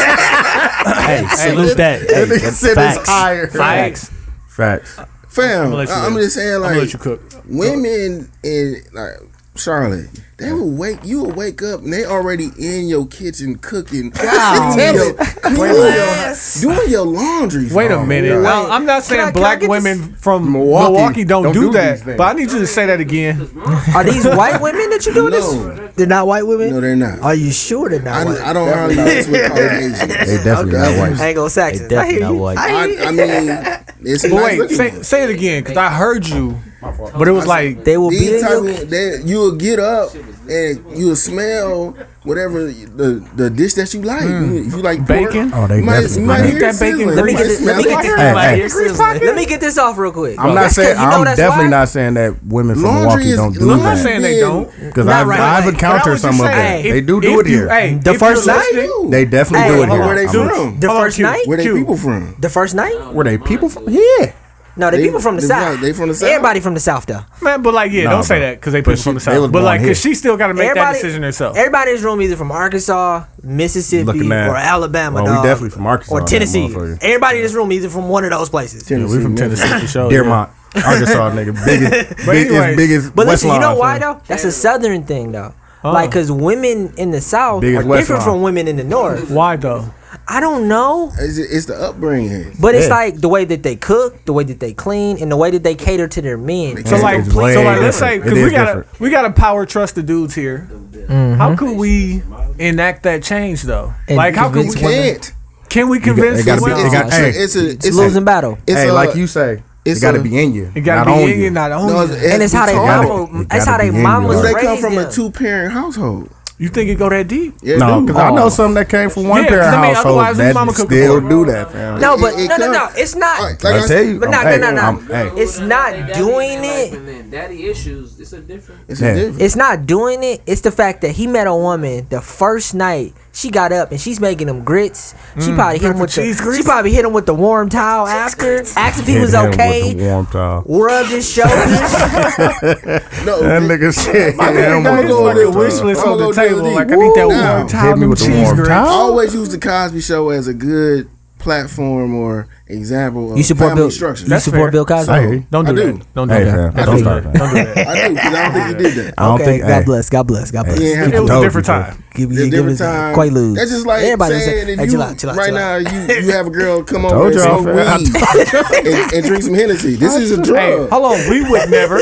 Speaker 4: Hey, salute that. Hey,
Speaker 2: That nigga said
Speaker 4: facts.
Speaker 2: it's higher.
Speaker 3: facts.
Speaker 2: Facts.
Speaker 7: Fam,
Speaker 3: I'ma let you
Speaker 7: I- I'm
Speaker 3: know.
Speaker 7: just saying
Speaker 3: I'm gonna let
Speaker 7: like
Speaker 3: you cook.
Speaker 7: women in like Charlotte, they will wake you will wake up and they already in your kitchen cooking, cleaning your, cleaning your, doing your laundry.
Speaker 3: Wait a
Speaker 7: fam.
Speaker 3: minute.
Speaker 7: Like,
Speaker 3: Now, I'm not saying
Speaker 1: I- can I
Speaker 3: black
Speaker 1: get this-
Speaker 3: women from Milwaukee,
Speaker 2: Milwaukee
Speaker 3: don't,
Speaker 2: don't
Speaker 3: do,
Speaker 2: do these
Speaker 3: that,
Speaker 2: things.
Speaker 3: but I need you to say that again.
Speaker 1: Are these white women that you're doing
Speaker 7: No.
Speaker 1: this? They're not white women.
Speaker 7: No, they're not.
Speaker 1: Are you sure they're not? white?
Speaker 7: I, I don't hardly mess with
Speaker 2: They
Speaker 7: Caucasians.
Speaker 2: definitely got white.
Speaker 1: Anglo Saxons.
Speaker 4: They
Speaker 1: I hear
Speaker 4: definitely
Speaker 1: you.
Speaker 4: not white.
Speaker 1: I, hear
Speaker 7: I,
Speaker 1: you.
Speaker 7: I mean, it's
Speaker 3: But
Speaker 7: nice
Speaker 3: wait,
Speaker 7: looking.
Speaker 3: say, say it again, because I heard you, but it was like
Speaker 1: they will be in
Speaker 7: These type
Speaker 1: your
Speaker 7: of, they, you'll get up and you'll smell whatever the the dish that you like.
Speaker 2: Hmm.
Speaker 7: You, if you like pork,
Speaker 3: Bacon?
Speaker 2: Oh, they
Speaker 7: you might,
Speaker 2: definitely
Speaker 7: you might
Speaker 2: like
Speaker 7: hear
Speaker 3: that bacon
Speaker 7: sizzling.
Speaker 3: grease.
Speaker 1: Let me get
Speaker 7: It
Speaker 1: this. Let me
Speaker 7: smells
Speaker 1: get
Speaker 7: like
Speaker 1: this.
Speaker 2: Hey,
Speaker 1: Like,
Speaker 2: hey.
Speaker 1: your grease pocket? Let me get this off real quick.
Speaker 2: I'm not saying.
Speaker 1: You know
Speaker 2: I'm
Speaker 1: that's
Speaker 2: definitely
Speaker 1: why?
Speaker 2: not saying that women from
Speaker 7: Laundry
Speaker 2: Milwaukee
Speaker 7: is-
Speaker 2: don't do
Speaker 3: I'm not
Speaker 7: laundry-
Speaker 2: that.
Speaker 3: saying they don't.
Speaker 2: Because
Speaker 1: Not
Speaker 2: I've,
Speaker 1: right, right.
Speaker 2: I've
Speaker 3: But I
Speaker 2: encountered
Speaker 3: was just
Speaker 2: some of
Speaker 3: saying,
Speaker 2: that.
Speaker 3: if-
Speaker 2: They do do
Speaker 3: if
Speaker 2: it
Speaker 3: you-
Speaker 2: here.
Speaker 3: hey,
Speaker 1: The
Speaker 3: if
Speaker 1: first
Speaker 3: you're
Speaker 1: night?
Speaker 3: listening-
Speaker 2: They definitely
Speaker 1: Hey,
Speaker 2: do it
Speaker 1: hold
Speaker 2: here.
Speaker 1: on,
Speaker 7: where they
Speaker 2: I'm-
Speaker 7: from?
Speaker 1: The
Speaker 3: Hold on,
Speaker 1: first
Speaker 3: Q.
Speaker 1: night?
Speaker 7: Where they
Speaker 3: Q.
Speaker 7: people from?
Speaker 1: The first night?
Speaker 2: Were they people from? Yeah.
Speaker 1: No, they,
Speaker 7: They-
Speaker 1: people from the
Speaker 7: they-
Speaker 1: south.
Speaker 7: they from the South?
Speaker 1: Everybody from the south though.
Speaker 3: Man, but like, yeah,
Speaker 2: Nah,
Speaker 3: don't say
Speaker 2: bro.
Speaker 3: that because they
Speaker 2: But
Speaker 3: put
Speaker 2: she-
Speaker 3: from the
Speaker 2: they
Speaker 3: south.
Speaker 2: was
Speaker 3: But
Speaker 2: born
Speaker 3: like,
Speaker 2: here.
Speaker 3: because she still got to make that decision herself.
Speaker 1: Everybody in this room either from Arkansas, Mississippi,
Speaker 2: Looking at-
Speaker 1: or Alabama.
Speaker 2: Well, we
Speaker 1: dog,
Speaker 2: definitely from Arkansas,
Speaker 1: or
Speaker 2: that
Speaker 1: Tennessee.
Speaker 2: motherfucker.
Speaker 1: Everybody in this room either from one of those places.
Speaker 7: Yeah,
Speaker 2: we from Tennessee for sure. Dearmont, Arkansas nigga, biggest,
Speaker 3: But anyways,
Speaker 2: biggest, biggest.
Speaker 1: But
Speaker 2: West
Speaker 1: listen, you know
Speaker 2: Line,
Speaker 1: why
Speaker 2: fam.
Speaker 1: though? That's a southern thing though.
Speaker 3: Oh.
Speaker 1: Like, cause women in the South
Speaker 2: Biggest
Speaker 1: are
Speaker 2: West
Speaker 1: different
Speaker 2: Line.
Speaker 1: from women in the North.
Speaker 3: Why though?
Speaker 1: I don't know,
Speaker 7: It's, it's the upbringing.
Speaker 1: but it's
Speaker 2: Yeah.
Speaker 1: like the way that they cook, the way that they clean, and the way that they cater to their men.
Speaker 3: So
Speaker 2: It's-
Speaker 3: like,
Speaker 2: it's
Speaker 3: so
Speaker 2: way
Speaker 3: like, let's
Speaker 2: different.
Speaker 3: say
Speaker 2: It
Speaker 3: because we
Speaker 2: is
Speaker 3: got to
Speaker 2: different.
Speaker 3: we got to power trust the dudes here.
Speaker 2: Mm-hmm.
Speaker 3: How could we enact that change though?
Speaker 1: And
Speaker 3: like, how could we
Speaker 1: convince
Speaker 7: You
Speaker 1: women-
Speaker 3: can,
Speaker 7: can't.
Speaker 3: we convince?
Speaker 2: they gotta be-
Speaker 3: women-
Speaker 2: they got-
Speaker 7: It's
Speaker 2: hey,
Speaker 7: a, it's a, it's
Speaker 1: It's losing
Speaker 7: a,
Speaker 1: battle,
Speaker 7: It's
Speaker 2: hey,
Speaker 7: a,
Speaker 2: like you say,
Speaker 7: it's
Speaker 2: it got
Speaker 7: a-
Speaker 2: to be in you.
Speaker 3: It gotta
Speaker 2: not
Speaker 3: be
Speaker 2: on
Speaker 3: in you, not on
Speaker 7: No,
Speaker 3: you.
Speaker 7: it's-
Speaker 1: and it's how they
Speaker 7: we
Speaker 2: It gotta-
Speaker 1: mama.
Speaker 2: it
Speaker 1: That's
Speaker 2: gotta
Speaker 1: how they
Speaker 2: be in
Speaker 1: mom
Speaker 2: you,
Speaker 1: was
Speaker 2: dog.
Speaker 7: they
Speaker 1: raised.
Speaker 7: come from
Speaker 1: in.
Speaker 7: a two parent household.
Speaker 3: You think it go that deep?
Speaker 7: Yeah,
Speaker 2: No,
Speaker 7: dude.
Speaker 2: because I know something that came from one
Speaker 3: Yeah,
Speaker 2: parent
Speaker 3: 'cause I mean, otherwise
Speaker 2: household
Speaker 3: his mama
Speaker 2: that
Speaker 3: could
Speaker 2: still
Speaker 3: cook.
Speaker 2: do that, fam.
Speaker 1: No, but
Speaker 7: It- it
Speaker 1: no, no, no.
Speaker 7: comes-
Speaker 1: It's not.
Speaker 7: Like
Speaker 2: I
Speaker 7: I
Speaker 2: tell you,
Speaker 1: But
Speaker 2: I'm-
Speaker 1: no,
Speaker 2: hey,
Speaker 1: no, no, no.
Speaker 2: I'm- hey,
Speaker 1: It's not doing it.
Speaker 6: Daddy issues. It's a different.
Speaker 7: It's
Speaker 2: Yeah.
Speaker 7: a difference.
Speaker 1: It's not doing it. It's the fact that he met a woman the first night. She got up and she's making him grits. She probably hit him with the,
Speaker 3: cheese Mm, grits.
Speaker 1: She probably hit him with the warm towel after. Asked if he
Speaker 2: Hit
Speaker 1: was
Speaker 2: him with
Speaker 1: okay.
Speaker 2: the warm towel.
Speaker 1: Rubbed his shoulders.
Speaker 7: No,
Speaker 2: That
Speaker 7: it-
Speaker 2: nigga shit.
Speaker 7: My
Speaker 2: hit
Speaker 7: nigga
Speaker 2: him
Speaker 7: gotta
Speaker 2: with the
Speaker 7: go
Speaker 2: warm
Speaker 7: with their
Speaker 2: towel.
Speaker 7: wish
Speaker 3: Wish list
Speaker 7: I'ma
Speaker 3: on the
Speaker 7: go deal
Speaker 3: table.
Speaker 7: deep.
Speaker 3: Like I need that
Speaker 7: Woo,
Speaker 3: warm
Speaker 7: now.
Speaker 3: towel,
Speaker 2: Hit me
Speaker 3: them
Speaker 2: with the
Speaker 3: cheese
Speaker 2: warm
Speaker 3: grits.
Speaker 7: I
Speaker 2: towel.
Speaker 7: always use the Cosby Show as a good platform or example of
Speaker 1: You support
Speaker 7: family
Speaker 1: Bill.
Speaker 7: structure.
Speaker 1: You
Speaker 3: That's
Speaker 1: support
Speaker 3: fair.
Speaker 1: Bill Cosby.
Speaker 2: I hear you.
Speaker 3: Don't do
Speaker 7: I do.
Speaker 3: that. Don't do
Speaker 2: Hey,
Speaker 3: that.
Speaker 2: fam,
Speaker 7: I
Speaker 2: don't
Speaker 7: do.
Speaker 2: start, fam.
Speaker 3: Don't do that.
Speaker 7: I do because I don't think he did that.
Speaker 2: I don't
Speaker 1: okay.
Speaker 2: think.
Speaker 1: God
Speaker 2: hey,
Speaker 1: bless. God bless. God bless.
Speaker 7: He ain't have
Speaker 3: It was
Speaker 7: to.
Speaker 2: Told
Speaker 3: a
Speaker 2: you
Speaker 3: different
Speaker 2: so.
Speaker 3: time.
Speaker 1: Give
Speaker 7: It's
Speaker 1: you give
Speaker 7: different
Speaker 1: us
Speaker 7: time.
Speaker 1: Quaaludes.
Speaker 7: That's just like
Speaker 1: everybody was
Speaker 7: saying
Speaker 1: saying,
Speaker 7: if
Speaker 1: hey,
Speaker 7: you
Speaker 1: chill out, chill out,
Speaker 7: right
Speaker 1: chill
Speaker 7: now
Speaker 1: out.
Speaker 7: you, you have a girl come
Speaker 2: Told
Speaker 7: over and
Speaker 2: you,
Speaker 7: smoke
Speaker 2: fam. I
Speaker 7: weed and, and drink some Hennessy. This is a drug.
Speaker 3: Hey, hold on. We would never.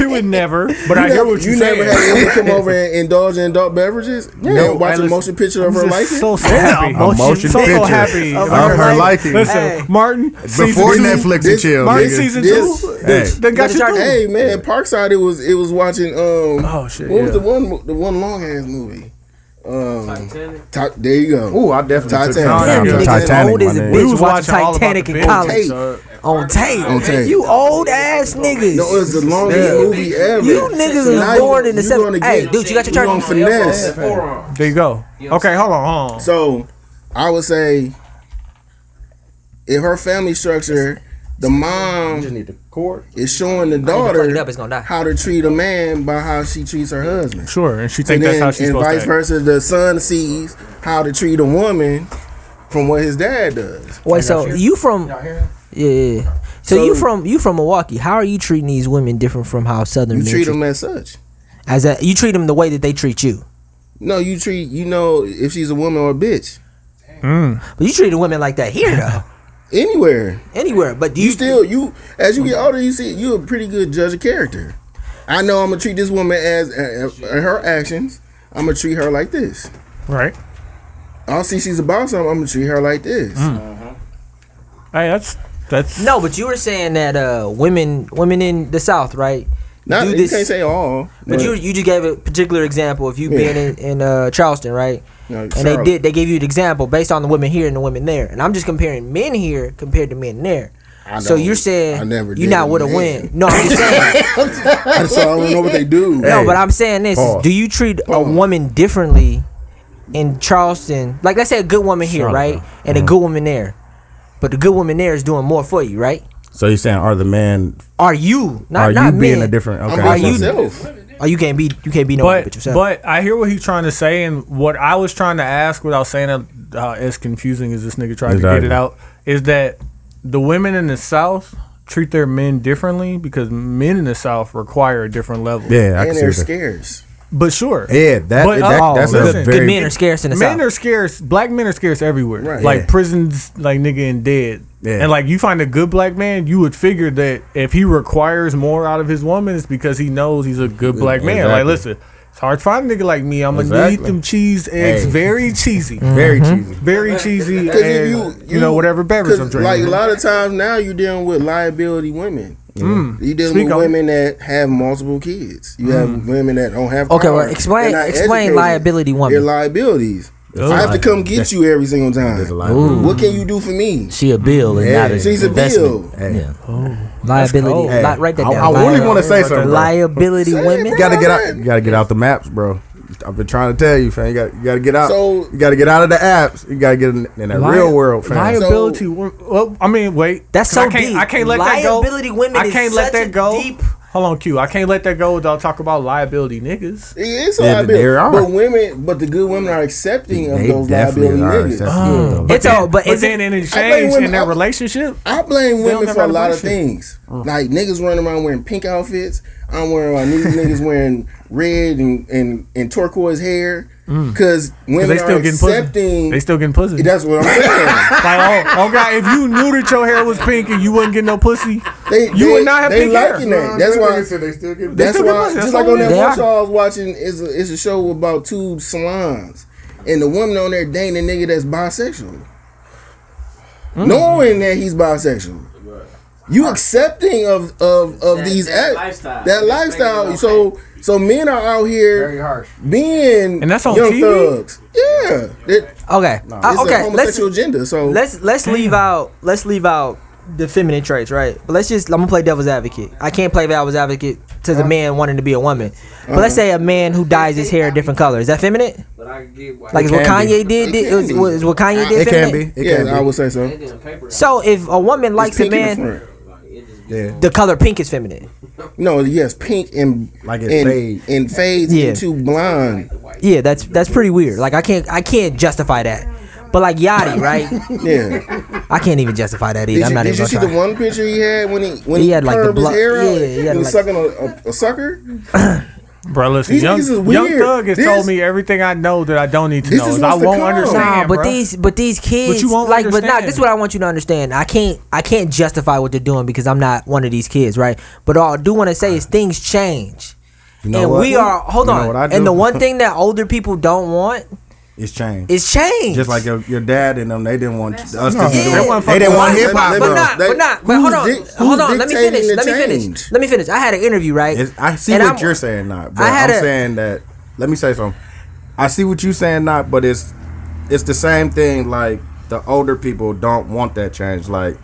Speaker 3: we would never. But I
Speaker 7: You
Speaker 3: hear
Speaker 7: never-
Speaker 3: what
Speaker 7: you
Speaker 3: you're
Speaker 7: never
Speaker 3: saying.
Speaker 7: had anyone come over and indulge in adult beverages and watch
Speaker 3: Hey,
Speaker 7: a
Speaker 3: listen,
Speaker 7: motion picture
Speaker 3: I'm
Speaker 7: of her
Speaker 3: just
Speaker 7: life.
Speaker 3: So, so happy.
Speaker 2: A motion
Speaker 3: so,
Speaker 2: picture
Speaker 3: so happy.
Speaker 2: of
Speaker 1: her
Speaker 2: her
Speaker 1: liking.
Speaker 2: liking.
Speaker 3: Listen,
Speaker 1: Hey.
Speaker 3: Martin.
Speaker 2: Before
Speaker 3: season two,
Speaker 2: Netflix and
Speaker 7: this-
Speaker 2: chill,
Speaker 3: Martin
Speaker 2: nigga.
Speaker 3: season
Speaker 7: This-
Speaker 3: two.
Speaker 2: Hey.
Speaker 3: They got you.
Speaker 1: Gotta start-
Speaker 3: through.
Speaker 7: Hey man, Parkside it was it was watching um
Speaker 3: Oh, shit,
Speaker 7: what was
Speaker 3: yeah.
Speaker 7: the one mo- the one long ass movie? Um
Speaker 6: Titanic.
Speaker 7: Ti- there you go.
Speaker 2: Ooh, I definitely took
Speaker 7: Titanic.
Speaker 2: some
Speaker 1: Damn,
Speaker 2: time
Speaker 1: you
Speaker 2: to
Speaker 7: Yeah.
Speaker 1: niggas
Speaker 2: Titanic,
Speaker 1: old
Speaker 2: my
Speaker 1: as a
Speaker 2: nigga.
Speaker 1: bitch.
Speaker 3: We was
Speaker 1: watch
Speaker 3: watching all about
Speaker 1: Titanic
Speaker 3: the
Speaker 1: in
Speaker 3: Beatles.
Speaker 1: college
Speaker 7: Tape.
Speaker 1: on tape.
Speaker 7: On tape.
Speaker 1: You old ass niggas.
Speaker 7: No, it's the longest movie ever.
Speaker 1: You niggas was
Speaker 7: So now
Speaker 1: born
Speaker 7: you-
Speaker 1: in the
Speaker 7: you
Speaker 1: seven.
Speaker 7: gonna
Speaker 1: Hey,
Speaker 7: get-
Speaker 1: dude, you got your
Speaker 7: you gonna
Speaker 1: turn.
Speaker 7: finesse.
Speaker 6: Forearm.
Speaker 3: There you go. Okay, hold on. Hold on.
Speaker 7: So, I would say, if her family structure, the mom
Speaker 2: need the cord.
Speaker 7: is showing the
Speaker 1: plug it up, it's
Speaker 7: daughter
Speaker 1: gonna die.
Speaker 7: how to treat a man by how she treats her husband,
Speaker 3: Sure, and she
Speaker 7: and
Speaker 3: think that's
Speaker 7: then
Speaker 3: how she's
Speaker 7: and
Speaker 3: supposed to.
Speaker 7: vice
Speaker 3: act.
Speaker 7: versa, the son sees how to treat a woman from what his dad does.
Speaker 1: Wait, so you from? Yeah, yeah. yeah. So,
Speaker 7: So-
Speaker 1: you from you from Milwaukee? How are you treating these women different from how Southern
Speaker 7: You
Speaker 1: men
Speaker 7: treat them as such.
Speaker 1: as a, you treat them the way that they treat you?
Speaker 7: No, you treat you know if she's a woman or a bitch
Speaker 3: Mm,
Speaker 1: But you treating women like that here though,
Speaker 7: anywhere.
Speaker 1: anywhere. But do
Speaker 7: you
Speaker 1: you,
Speaker 7: still you as you get
Speaker 1: Mm-hmm.
Speaker 7: older you see you a pretty good judge of character i know i'm gonna treat this woman as uh, uh, her actions i'm gonna treat her like this
Speaker 3: Right.
Speaker 7: i'll see she's a boss i'm gonna treat her like this
Speaker 2: Mm.
Speaker 3: Hey, that's that's
Speaker 1: no. But you were saying that uh, women women in the South, right?
Speaker 7: not
Speaker 1: do
Speaker 7: you
Speaker 1: this-
Speaker 7: can't say all
Speaker 1: But you you just gave a particular example of you
Speaker 7: Yeah.
Speaker 1: being in, in uh, Charleston, right?
Speaker 7: No,
Speaker 1: and they
Speaker 7: Charlotte.
Speaker 1: did they gave you the example based on the women here and the women there. And I'm just comparing men here compared to men there. So
Speaker 7: don't-
Speaker 1: you're
Speaker 7: I
Speaker 1: saying
Speaker 7: never
Speaker 1: you're
Speaker 7: did
Speaker 1: not
Speaker 7: a
Speaker 1: with a
Speaker 7: man.
Speaker 1: win. No, I'm just saying.
Speaker 7: so i don't know what they do
Speaker 1: no, but I'm saying this: is
Speaker 2: pause.
Speaker 1: Do you treat a
Speaker 7: Pause.
Speaker 1: woman differently in Charleston? Like, let's say a good woman here, right, and
Speaker 7: Mm-hmm.
Speaker 1: a good woman there, but the good woman there is doing more for you, right?
Speaker 2: So you're saying, are the man?
Speaker 1: Are you not
Speaker 2: Are you
Speaker 1: not
Speaker 2: being
Speaker 1: men.
Speaker 2: a different?
Speaker 7: i'm
Speaker 2: Okay,
Speaker 1: Are
Speaker 7: by
Speaker 1: you-
Speaker 7: myself
Speaker 1: Oh, you can't be you can't be no one but
Speaker 3: but
Speaker 1: yourself.
Speaker 3: but I hear what he's trying to say, and what I was trying to ask without saying it uh, as confusing as this nigga tried to get
Speaker 2: Exactly.
Speaker 3: it out is that the women in the South treat their men differently because men in the South require a different level.
Speaker 2: yeah, I can
Speaker 7: and
Speaker 2: see
Speaker 7: they're
Speaker 2: that.
Speaker 7: scarce
Speaker 3: But sure,
Speaker 2: Yeah, that,
Speaker 3: But,
Speaker 2: that
Speaker 3: uh,
Speaker 2: that's
Speaker 3: listen,
Speaker 2: a
Speaker 3: good
Speaker 2: very
Speaker 1: Oh, good men are scarce in the
Speaker 3: men
Speaker 1: south.
Speaker 3: are scarce. Black men are scarce everywhere.
Speaker 7: Right.
Speaker 3: Like
Speaker 2: Yeah.
Speaker 3: prisons, like nigga and dead.
Speaker 2: Yeah.
Speaker 3: And like you find a good black man, you would figure that if he requires more out of his woman, it's because he knows he's a good black man. Like
Speaker 2: Exactly.
Speaker 3: listen, it's hard to find a nigga like me. I'm gonna need
Speaker 2: Exactly.
Speaker 3: them cheese eggs,
Speaker 2: Hey. Mm.
Speaker 3: very cheesy,
Speaker 2: very cheesy.
Speaker 3: very cheesy,
Speaker 7: because if
Speaker 3: and, uh, you,
Speaker 7: you,
Speaker 3: know whatever beverage
Speaker 7: 'cause
Speaker 3: I'm
Speaker 7: like
Speaker 3: drinking.
Speaker 7: a lot of times now you're dealing with liability women You dealing
Speaker 3: Speak
Speaker 7: with
Speaker 3: on it.
Speaker 7: women that have multiple kids. You have women that don't have.
Speaker 1: Okay, well,
Speaker 7: cars.
Speaker 1: explain-
Speaker 7: They're not
Speaker 1: explain
Speaker 7: educated.
Speaker 1: liability woman.
Speaker 7: Their liabilities. I have to come get you every single time.
Speaker 2: There's a lot of-
Speaker 7: What can you do for me?
Speaker 4: She a bill and not an
Speaker 7: She's a
Speaker 4: investment.
Speaker 7: bill.
Speaker 2: Hey.
Speaker 4: Yeah.
Speaker 1: liability,
Speaker 2: Hey,
Speaker 1: li- write that
Speaker 2: I-
Speaker 1: down.
Speaker 2: I really wanna say
Speaker 1: Liability-
Speaker 2: something, bro.
Speaker 1: Liability
Speaker 7: Say it,
Speaker 1: women.
Speaker 7: bro.
Speaker 2: You gotta get out. You gotta get out the maps, bro. I've been trying to tell you, fam. You got you got to get out.
Speaker 7: So-
Speaker 2: you got to get out of the apps. You got to get in, in the
Speaker 3: Lia-
Speaker 2: real world, fam.
Speaker 3: Liability. well, I mean, wait.
Speaker 1: That's
Speaker 3: 'Cause
Speaker 1: so
Speaker 3: I can't,
Speaker 1: deep.
Speaker 3: I can't let that go.
Speaker 1: Liability women
Speaker 3: I
Speaker 1: is
Speaker 3: can't let
Speaker 1: such
Speaker 3: that
Speaker 1: a
Speaker 3: go.
Speaker 1: deep-
Speaker 3: Hold on, Q. I can't let that go without talking about liability, niggas.
Speaker 7: It's a
Speaker 2: Yeah,
Speaker 7: liability,
Speaker 2: there are.
Speaker 7: but women, but the good women are accepting of
Speaker 2: They
Speaker 7: those liability
Speaker 2: definitely are
Speaker 7: niggas.
Speaker 2: accepting of those.
Speaker 1: It's all, but,
Speaker 3: But
Speaker 1: is it,
Speaker 3: then in
Speaker 7: think
Speaker 3: exchange
Speaker 7: women-
Speaker 3: in their
Speaker 7: I-
Speaker 3: relationship,
Speaker 7: I blame
Speaker 3: don't Oh.
Speaker 7: women
Speaker 3: never
Speaker 7: for a
Speaker 3: had a
Speaker 7: lot of
Speaker 3: bullshit.
Speaker 7: things. Like niggas running around wearing pink outfits. I'm wearing like, these niggas wearing red and, and, and turquoise hair because women
Speaker 3: Mm. they still
Speaker 7: are
Speaker 3: getting pussy.
Speaker 7: accepting.
Speaker 3: they still getting pussy. Like,
Speaker 7: that's what I'm saying.
Speaker 3: oh, oh God, if you knew that your hair was pink and you wouldn't get no pussy,
Speaker 7: They,
Speaker 3: You
Speaker 7: they,
Speaker 3: would not have
Speaker 7: they
Speaker 3: pink
Speaker 7: liking
Speaker 3: hair.
Speaker 7: that. That's why.
Speaker 2: they still get.
Speaker 7: That's
Speaker 3: still get
Speaker 7: why.
Speaker 3: pussy.
Speaker 7: Just
Speaker 3: That's
Speaker 7: like
Speaker 3: all
Speaker 7: on
Speaker 3: it
Speaker 7: that
Speaker 3: is.
Speaker 7: one show I was watching is a, it's a show about two salons, and the woman on there dating a nigga that's bisexual,
Speaker 3: Mm.
Speaker 7: knowing that he's bisexual. You accepting of of of
Speaker 6: That-
Speaker 7: these
Speaker 6: that
Speaker 7: act-
Speaker 6: lifestyle.
Speaker 7: That
Speaker 6: That's
Speaker 7: lifestyle.
Speaker 6: making it
Speaker 7: So so men are out here
Speaker 2: harsh.
Speaker 7: being
Speaker 3: And that's on
Speaker 7: young
Speaker 3: TV?
Speaker 7: thugs. Yeah, It-
Speaker 1: okay, Uh,
Speaker 7: it's a
Speaker 1: okay. Let's
Speaker 7: homosexual agenda. So
Speaker 1: let's let's leave out let's leave out the feminine traits, right? But let's just I'm gonna play devil's advocate. I can't play devil's advocate to the man wanting to be a woman. But let's say a man who dyes his hair a different color. Is that feminine?
Speaker 6: But I can get why.
Speaker 1: Like is what
Speaker 2: can
Speaker 1: Kanye
Speaker 2: be.
Speaker 1: did?
Speaker 7: It
Speaker 1: did
Speaker 7: can
Speaker 1: is,
Speaker 7: be.
Speaker 1: was what Kanye did?
Speaker 2: It can be.
Speaker 1: feminine?
Speaker 2: It
Speaker 7: yeah,
Speaker 2: can be.
Speaker 7: I would say so.
Speaker 6: They doing paper.
Speaker 1: So if a woman likes
Speaker 7: It's
Speaker 1: a
Speaker 7: pink in the
Speaker 1: man,
Speaker 7: front.
Speaker 2: Yeah.
Speaker 1: the color pink is feminine.
Speaker 7: No, yes, pink and
Speaker 2: Like it
Speaker 7: and,
Speaker 2: fade.
Speaker 7: and fades
Speaker 1: Yeah.
Speaker 7: into blonde.
Speaker 1: Yeah, that's that's pretty weird. Like I can't I can't justify that. But like Yachty, right?
Speaker 7: Yeah.
Speaker 1: I can't even justify that either.
Speaker 7: Did
Speaker 1: I'm
Speaker 7: you,
Speaker 1: not
Speaker 7: did
Speaker 1: even
Speaker 7: you
Speaker 1: gonna
Speaker 7: see
Speaker 1: try.
Speaker 7: the one picture he had when he when
Speaker 1: He
Speaker 7: he,
Speaker 1: had, like, the
Speaker 7: curved
Speaker 1: block-
Speaker 7: his hair out?
Speaker 1: yeah, he had,
Speaker 7: he was
Speaker 1: like-
Speaker 7: sucking a, a, a sucker.
Speaker 3: bro, listen,
Speaker 7: These
Speaker 3: young,
Speaker 7: niggas is
Speaker 3: young
Speaker 7: weird.
Speaker 3: Thug has
Speaker 7: This-
Speaker 3: told me everything I know that I don't need to
Speaker 7: This
Speaker 3: know.
Speaker 7: is
Speaker 3: is I
Speaker 7: what's to
Speaker 3: won't
Speaker 7: come.
Speaker 3: understand.
Speaker 1: Nah, but
Speaker 3: bruh.
Speaker 1: these but these kids
Speaker 3: you won't
Speaker 1: like but not
Speaker 3: understand.
Speaker 1: this is what I want you to understand. I can't I can't justify what they're doing because I'm not one of these kids, right? But all I do want to say is things change.
Speaker 2: know
Speaker 1: and
Speaker 2: what?
Speaker 1: we are hold
Speaker 2: You know what I
Speaker 1: on.
Speaker 2: do?
Speaker 1: And the one thing that older people don't want
Speaker 2: It's changed.
Speaker 1: is change.
Speaker 2: Just like your, your dad and them, they didn't want us to be
Speaker 1: Yeah.
Speaker 2: doing.
Speaker 1: But-
Speaker 2: They didn't want
Speaker 1: but-
Speaker 2: hip hop.
Speaker 1: But not,
Speaker 7: They-
Speaker 1: but not. But
Speaker 7: who's
Speaker 1: hold on,
Speaker 7: dic- who's
Speaker 1: hold on. Let me
Speaker 7: dictating
Speaker 1: finish.
Speaker 7: the
Speaker 1: Let me
Speaker 7: change?
Speaker 1: finish. Let me finish. I had an interview, right?
Speaker 2: It's, I see
Speaker 1: And
Speaker 2: what
Speaker 1: I'm-
Speaker 2: you're saying, not. But
Speaker 1: I had
Speaker 2: I'm
Speaker 1: a-
Speaker 2: saying that. Let me say something. I see what you're saying, not. But it's it's the same thing. Like the older people don't want that change. Like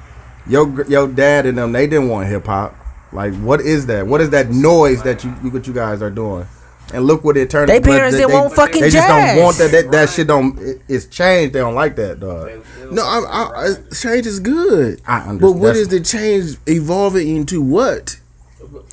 Speaker 2: your gr- your dad and them, they didn't want hip hop. Like what is that? What is that noise that you, you what you guys are doing? And look what it turned.
Speaker 1: They
Speaker 2: but
Speaker 1: parents didn't want fucking
Speaker 2: They just
Speaker 1: jazz.
Speaker 2: don't want that. That, that shit don't. It, it's changed. They don't like that, dog.
Speaker 7: No, I, I, I, change is good.
Speaker 2: I understand.
Speaker 7: But what
Speaker 2: That's-
Speaker 7: is the change evolving into what?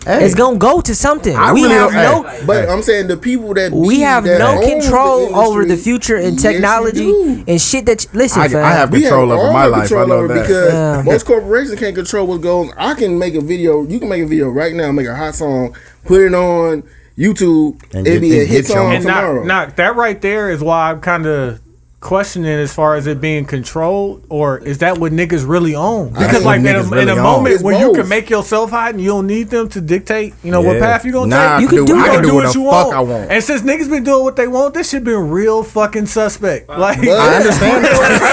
Speaker 2: Hey.
Speaker 1: it's gonna go to something.
Speaker 2: I
Speaker 1: we
Speaker 2: really
Speaker 1: have
Speaker 2: don't-
Speaker 1: no
Speaker 2: hey.
Speaker 7: But I'm saying the people that
Speaker 1: we
Speaker 7: be-
Speaker 1: have
Speaker 7: that
Speaker 1: no
Speaker 7: owns
Speaker 1: control
Speaker 7: the
Speaker 1: over the
Speaker 7: industry,
Speaker 1: future and
Speaker 7: yes, you
Speaker 1: technology
Speaker 7: do.
Speaker 1: and shit that you, listen,
Speaker 2: I, I
Speaker 1: fam.
Speaker 2: have
Speaker 7: We have
Speaker 2: control over
Speaker 7: all
Speaker 2: my
Speaker 7: the
Speaker 2: life. I
Speaker 7: control
Speaker 2: know
Speaker 7: over
Speaker 2: that.
Speaker 7: because
Speaker 1: Yeah.
Speaker 7: most corporations can't control what goes. I can make a video. You can make a video right now, make a hot song, put it on YouTube,
Speaker 2: And get-
Speaker 7: it'd be a
Speaker 2: and
Speaker 7: hit
Speaker 2: get your
Speaker 7: song
Speaker 2: own-
Speaker 3: and
Speaker 7: tomorrow.
Speaker 3: not, not that right there is why I'm kind of questioning as far as it being controlled or is that what niggas really own? Because
Speaker 7: think
Speaker 3: like in a,
Speaker 2: niggas
Speaker 3: in
Speaker 2: really
Speaker 3: a
Speaker 2: own.
Speaker 3: moment
Speaker 7: It's
Speaker 3: when you
Speaker 7: both.
Speaker 3: can make yourself hot and you don't need them to dictate, you know what
Speaker 2: Yeah.
Speaker 3: path you gonna
Speaker 2: Nah,
Speaker 3: take.
Speaker 2: I
Speaker 1: You can
Speaker 2: do,
Speaker 1: do
Speaker 2: I
Speaker 1: it.
Speaker 2: can
Speaker 1: You
Speaker 2: do what the fuck I want.
Speaker 3: And since niggas been doing what they want, this shit been real fucking suspect. Like
Speaker 2: I understand.
Speaker 7: It's-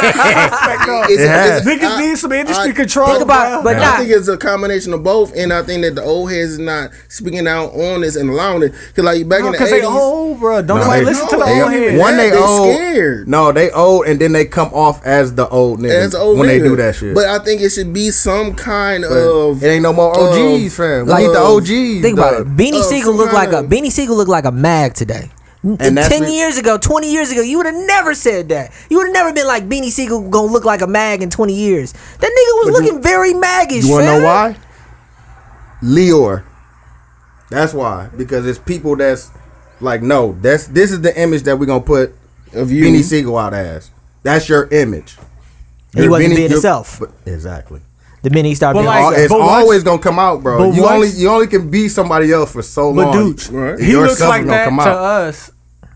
Speaker 2: It
Speaker 7: it's-
Speaker 2: has.
Speaker 3: niggas
Speaker 7: I-
Speaker 3: need some industry
Speaker 7: I-
Speaker 3: control.
Speaker 1: Think about-
Speaker 3: bruh.
Speaker 1: but
Speaker 7: I
Speaker 1: not-
Speaker 7: think it's a combination of both, and I think that the old heads is not speaking out on this and allowing it. Cause like back in the
Speaker 3: because they
Speaker 7: eighties,
Speaker 3: old, bro. Don't
Speaker 2: No,
Speaker 3: nobody
Speaker 2: they-
Speaker 3: listen to the
Speaker 7: no,
Speaker 3: old
Speaker 7: they-
Speaker 3: heads.
Speaker 2: One they,
Speaker 7: They
Speaker 2: old,
Speaker 7: scared.
Speaker 2: no, they old, and then they come off as the old niggas
Speaker 7: as old
Speaker 2: when they
Speaker 7: niggas.
Speaker 2: do that shit.
Speaker 7: But I think it should be some kind
Speaker 2: But
Speaker 7: of.
Speaker 2: it ain't no more OGs,
Speaker 7: of-
Speaker 2: fam.
Speaker 7: like-
Speaker 2: Like uh, the OGs.
Speaker 1: Think about it.
Speaker 2: dog.
Speaker 1: Beanie
Speaker 7: uh,
Speaker 1: Siegel looked like a
Speaker 7: Florida.
Speaker 1: Beanie Siegel looked like a mag today. N-
Speaker 2: And that's
Speaker 1: Ten
Speaker 2: the-
Speaker 1: years ago, twenty years ago, you would have never said that. You would have never been like Beanie Siegel gonna look like a mag in twenty years. That nigga was looking very maggish.
Speaker 2: You want to
Speaker 1: fam.
Speaker 2: know why? Leor. That's why because it's people that's like, no, that's this is the image that we're gonna put
Speaker 7: of you.
Speaker 2: Beanie Siegel out as. That's your image.
Speaker 1: He
Speaker 2: Your
Speaker 1: wasn't
Speaker 2: Beanie-
Speaker 1: being
Speaker 2: your-
Speaker 1: himself.
Speaker 2: but- Exactly.
Speaker 1: The minute he started
Speaker 3: But
Speaker 1: being
Speaker 3: like-
Speaker 2: Al-
Speaker 1: himself.
Speaker 2: it's
Speaker 3: but once-
Speaker 2: always gonna come out, bro.
Speaker 3: but
Speaker 2: You
Speaker 3: once-
Speaker 2: only you only can be somebody else for so
Speaker 3: But
Speaker 2: long.
Speaker 3: dude,
Speaker 7: Right.
Speaker 3: he
Speaker 2: Your
Speaker 3: looks
Speaker 2: stuff
Speaker 3: like
Speaker 2: is gonna
Speaker 3: that
Speaker 2: come
Speaker 3: to
Speaker 2: out.
Speaker 3: us.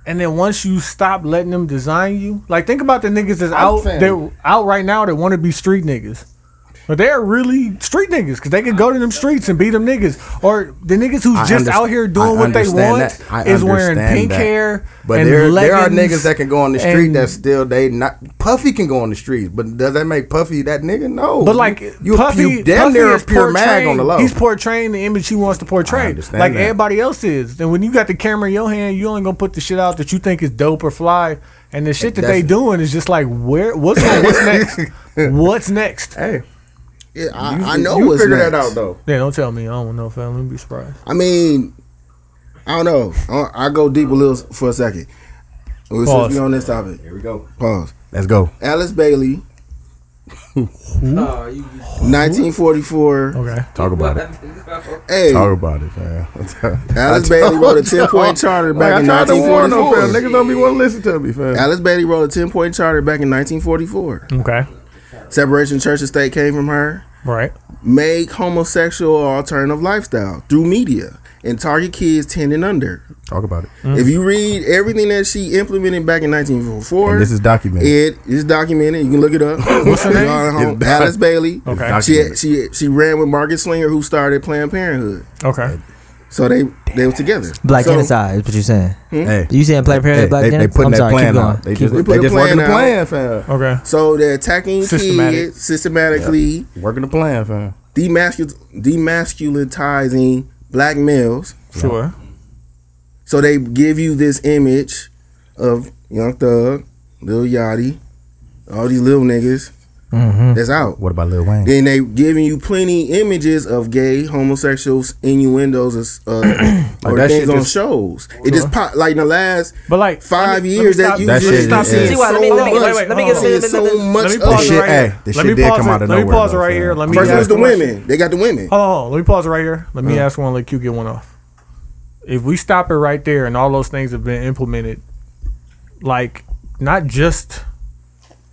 Speaker 3: And then once you stop letting them design you, like think about the niggas that's out
Speaker 2: saying-
Speaker 3: that out right now that want to be street niggas. But they're really street niggas because they can go to them streets and beat them niggas. Or the niggas who's
Speaker 2: I
Speaker 3: just
Speaker 2: underst-
Speaker 3: out here
Speaker 2: I
Speaker 3: doing what they
Speaker 2: understand
Speaker 3: want
Speaker 2: that. I
Speaker 3: is wearing
Speaker 2: understand
Speaker 3: pink
Speaker 2: that.
Speaker 3: hair.
Speaker 2: But
Speaker 3: and
Speaker 2: there, there are
Speaker 3: leggings
Speaker 2: niggas that can go on the street
Speaker 3: and-
Speaker 2: that still they not Puffy can go on the streets, but does that make Puffy that nigga? No.
Speaker 3: But like
Speaker 2: you,
Speaker 3: Puffy,
Speaker 2: you damn
Speaker 3: Puffy
Speaker 2: near a
Speaker 3: is
Speaker 2: pure mag on the low.
Speaker 3: portraying- He's portraying the image he wants to portray, like
Speaker 2: understand that.
Speaker 3: everybody else is. And when you got the camera in your hand, you only gonna put the shit out that you think is dope or fly. And the shit that they
Speaker 2: That's-
Speaker 3: doing is just like, where? What's what's next? What's next?
Speaker 2: hey,
Speaker 7: Yeah, I,
Speaker 2: you,
Speaker 7: I know
Speaker 2: you
Speaker 7: what's
Speaker 2: figure
Speaker 7: next.
Speaker 2: that out though.
Speaker 3: Yeah, don't tell me. I don't know, fam. Let me be surprised.
Speaker 7: I mean, I don't know. I, I go deep a little for a second. Well, Since
Speaker 4: Pause.
Speaker 7: we on this topic,
Speaker 8: Here we go.
Speaker 7: pause.
Speaker 2: Let's go.
Speaker 7: Alice Bailey,
Speaker 6: Oh, you,
Speaker 7: 1944.
Speaker 3: Okay.
Speaker 2: Talk about it.
Speaker 7: Hey,
Speaker 2: Talk about it, fam.
Speaker 7: Alice Bailey wrote a 10-point charter back
Speaker 2: Like,
Speaker 7: in
Speaker 2: I tried to warn them,
Speaker 7: 1944.
Speaker 2: fam. Niggas don't be want to listen to me, fam.
Speaker 7: Alice Bailey wrote a 10-point charter back in 1944.
Speaker 3: Okay.
Speaker 7: Separation church and state came from her.
Speaker 3: Right.
Speaker 7: Make homosexual or alternative lifestyle through media and target kids 10 and under.
Speaker 2: Talk about it.
Speaker 7: If you read everything that she implemented back in 1944,
Speaker 2: And this is documented.
Speaker 7: It is documented. You can look it up.
Speaker 3: What's her name?
Speaker 2: It's doc-
Speaker 7: Alice Bailey.
Speaker 2: It's
Speaker 3: Okay.
Speaker 7: She,
Speaker 2: documented.
Speaker 7: she she ran with Margaret Slinger, who started Planned Parenthood.
Speaker 3: Okay.
Speaker 7: So they they were together.
Speaker 1: Black
Speaker 7: so,
Speaker 1: genocide is what you're saying.
Speaker 2: Hey,
Speaker 1: You saying Planned
Speaker 2: they,
Speaker 1: Parenthood Black
Speaker 2: they, they
Speaker 1: genocide?
Speaker 2: putting
Speaker 1: I'm
Speaker 2: that
Speaker 1: sorry, keep
Speaker 2: plan
Speaker 1: going.
Speaker 2: out. They
Speaker 1: Keep
Speaker 2: just,
Speaker 1: going.
Speaker 7: put
Speaker 2: they
Speaker 7: a
Speaker 2: just
Speaker 7: plan
Speaker 2: working the
Speaker 7: out.
Speaker 2: plan, fam.
Speaker 3: Okay.
Speaker 7: So they're attacking
Speaker 3: Systematic.
Speaker 7: kids systematically,
Speaker 2: Working the plan, fam.
Speaker 7: demascul- demasculinizing black males.
Speaker 3: Sure.
Speaker 7: So they give you this image of Young Thug, Lil Yachty, all these little niggas
Speaker 1: Mhm.
Speaker 7: that's out.
Speaker 2: What about Lil Wayne?
Speaker 7: Then they giving you plenty images of gay homosexuals innuendos uh, or
Speaker 2: that
Speaker 7: things
Speaker 2: shit
Speaker 7: on
Speaker 2: just-
Speaker 7: shows. It just pop like in the last
Speaker 3: But like
Speaker 7: five
Speaker 3: let me- let me
Speaker 7: years
Speaker 3: stop-
Speaker 7: that you
Speaker 2: That
Speaker 7: just
Speaker 2: shit
Speaker 7: stop
Speaker 2: is- See,
Speaker 7: seeing
Speaker 1: why, let me-
Speaker 7: so
Speaker 1: let me-
Speaker 7: much.
Speaker 1: wait, wait, let me get-
Speaker 7: Seeing
Speaker 1: let me-
Speaker 7: so
Speaker 1: let me-
Speaker 7: much
Speaker 3: Let me
Speaker 7: of
Speaker 2: This
Speaker 3: pause
Speaker 7: it.
Speaker 2: shit,
Speaker 3: it right
Speaker 2: hey,
Speaker 3: here.
Speaker 2: this
Speaker 3: Let
Speaker 2: shit
Speaker 3: me
Speaker 2: did
Speaker 3: pause
Speaker 2: come
Speaker 3: it.
Speaker 2: out of
Speaker 3: Let me
Speaker 2: nowhere.
Speaker 3: pause it
Speaker 2: though,
Speaker 3: right
Speaker 2: fam.
Speaker 3: here. Let me
Speaker 7: First it
Speaker 3: ask
Speaker 7: was the
Speaker 3: a question.
Speaker 7: women. They got the women.
Speaker 3: Hold on, hold on. Let me pause it right here. Let me
Speaker 2: Uh.
Speaker 3: ask one. Let Q get one off. If we stop it right there, and all those things have been implemented, like not just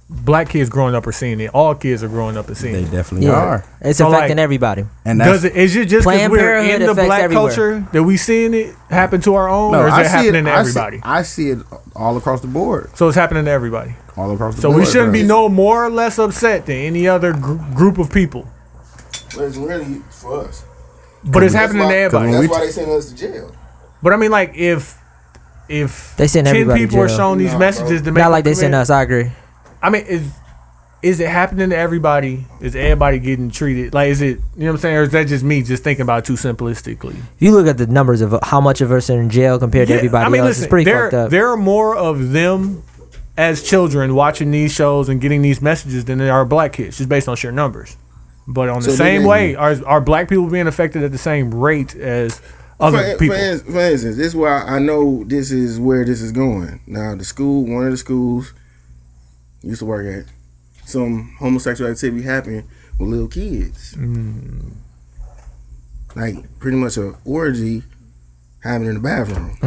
Speaker 3: black kids growing up are seeing it, all kids are growing up and seeing
Speaker 2: They
Speaker 3: it.
Speaker 2: definitely
Speaker 1: Yeah.
Speaker 2: are.
Speaker 1: It's
Speaker 3: So,
Speaker 1: affecting
Speaker 3: like-
Speaker 1: everybody.
Speaker 2: And that's,
Speaker 3: Does it? Is it just because
Speaker 1: Planned
Speaker 3: we're
Speaker 1: Parenthood
Speaker 3: in the
Speaker 1: affects
Speaker 3: black
Speaker 1: everywhere.
Speaker 3: culture that we seeing it happen to our own, or is it happening to everybody?
Speaker 2: I see it all across the board.
Speaker 3: so it's happening to everybody.
Speaker 2: All across the
Speaker 3: So
Speaker 2: board.
Speaker 3: we shouldn't be
Speaker 2: fam.
Speaker 3: no more or less upset than any other gr- group of people.
Speaker 7: It's really for us.
Speaker 3: But it's happening to everybody.
Speaker 7: That's why they send us to jail.
Speaker 3: But I mean, like if if
Speaker 1: They send
Speaker 3: ten
Speaker 1: everybody to
Speaker 3: people are
Speaker 1: jail.
Speaker 3: shown these
Speaker 7: Nah,
Speaker 3: messages to make
Speaker 1: Not like they
Speaker 3: them
Speaker 1: send
Speaker 3: commit-
Speaker 1: us. I agree.
Speaker 3: I mean, is is it happening to everybody? Is everybody getting treated like? Is it you know what I'm saying, or is that just me just thinking about it too simplistically?
Speaker 1: If you look at the numbers of how much of us are in jail compared
Speaker 3: Yeah,
Speaker 1: to everybody
Speaker 3: I mean,
Speaker 1: else,
Speaker 3: listen,
Speaker 1: it's pretty
Speaker 3: there
Speaker 1: fucked up.
Speaker 3: there are more of them as children watching these shows and getting these messages than there are black kids, just based on sheer numbers. But on the
Speaker 7: So then
Speaker 3: same
Speaker 7: they-
Speaker 3: way, are are black people being affected at the same rate as
Speaker 7: For,
Speaker 3: other
Speaker 7: for,
Speaker 3: people?
Speaker 7: in- for instance, this is why I know this is where this is going. Now, the school, one of the schools, I used to work at, some homosexual activity happened with little kids. Like pretty much a orgy happening in the bathroom.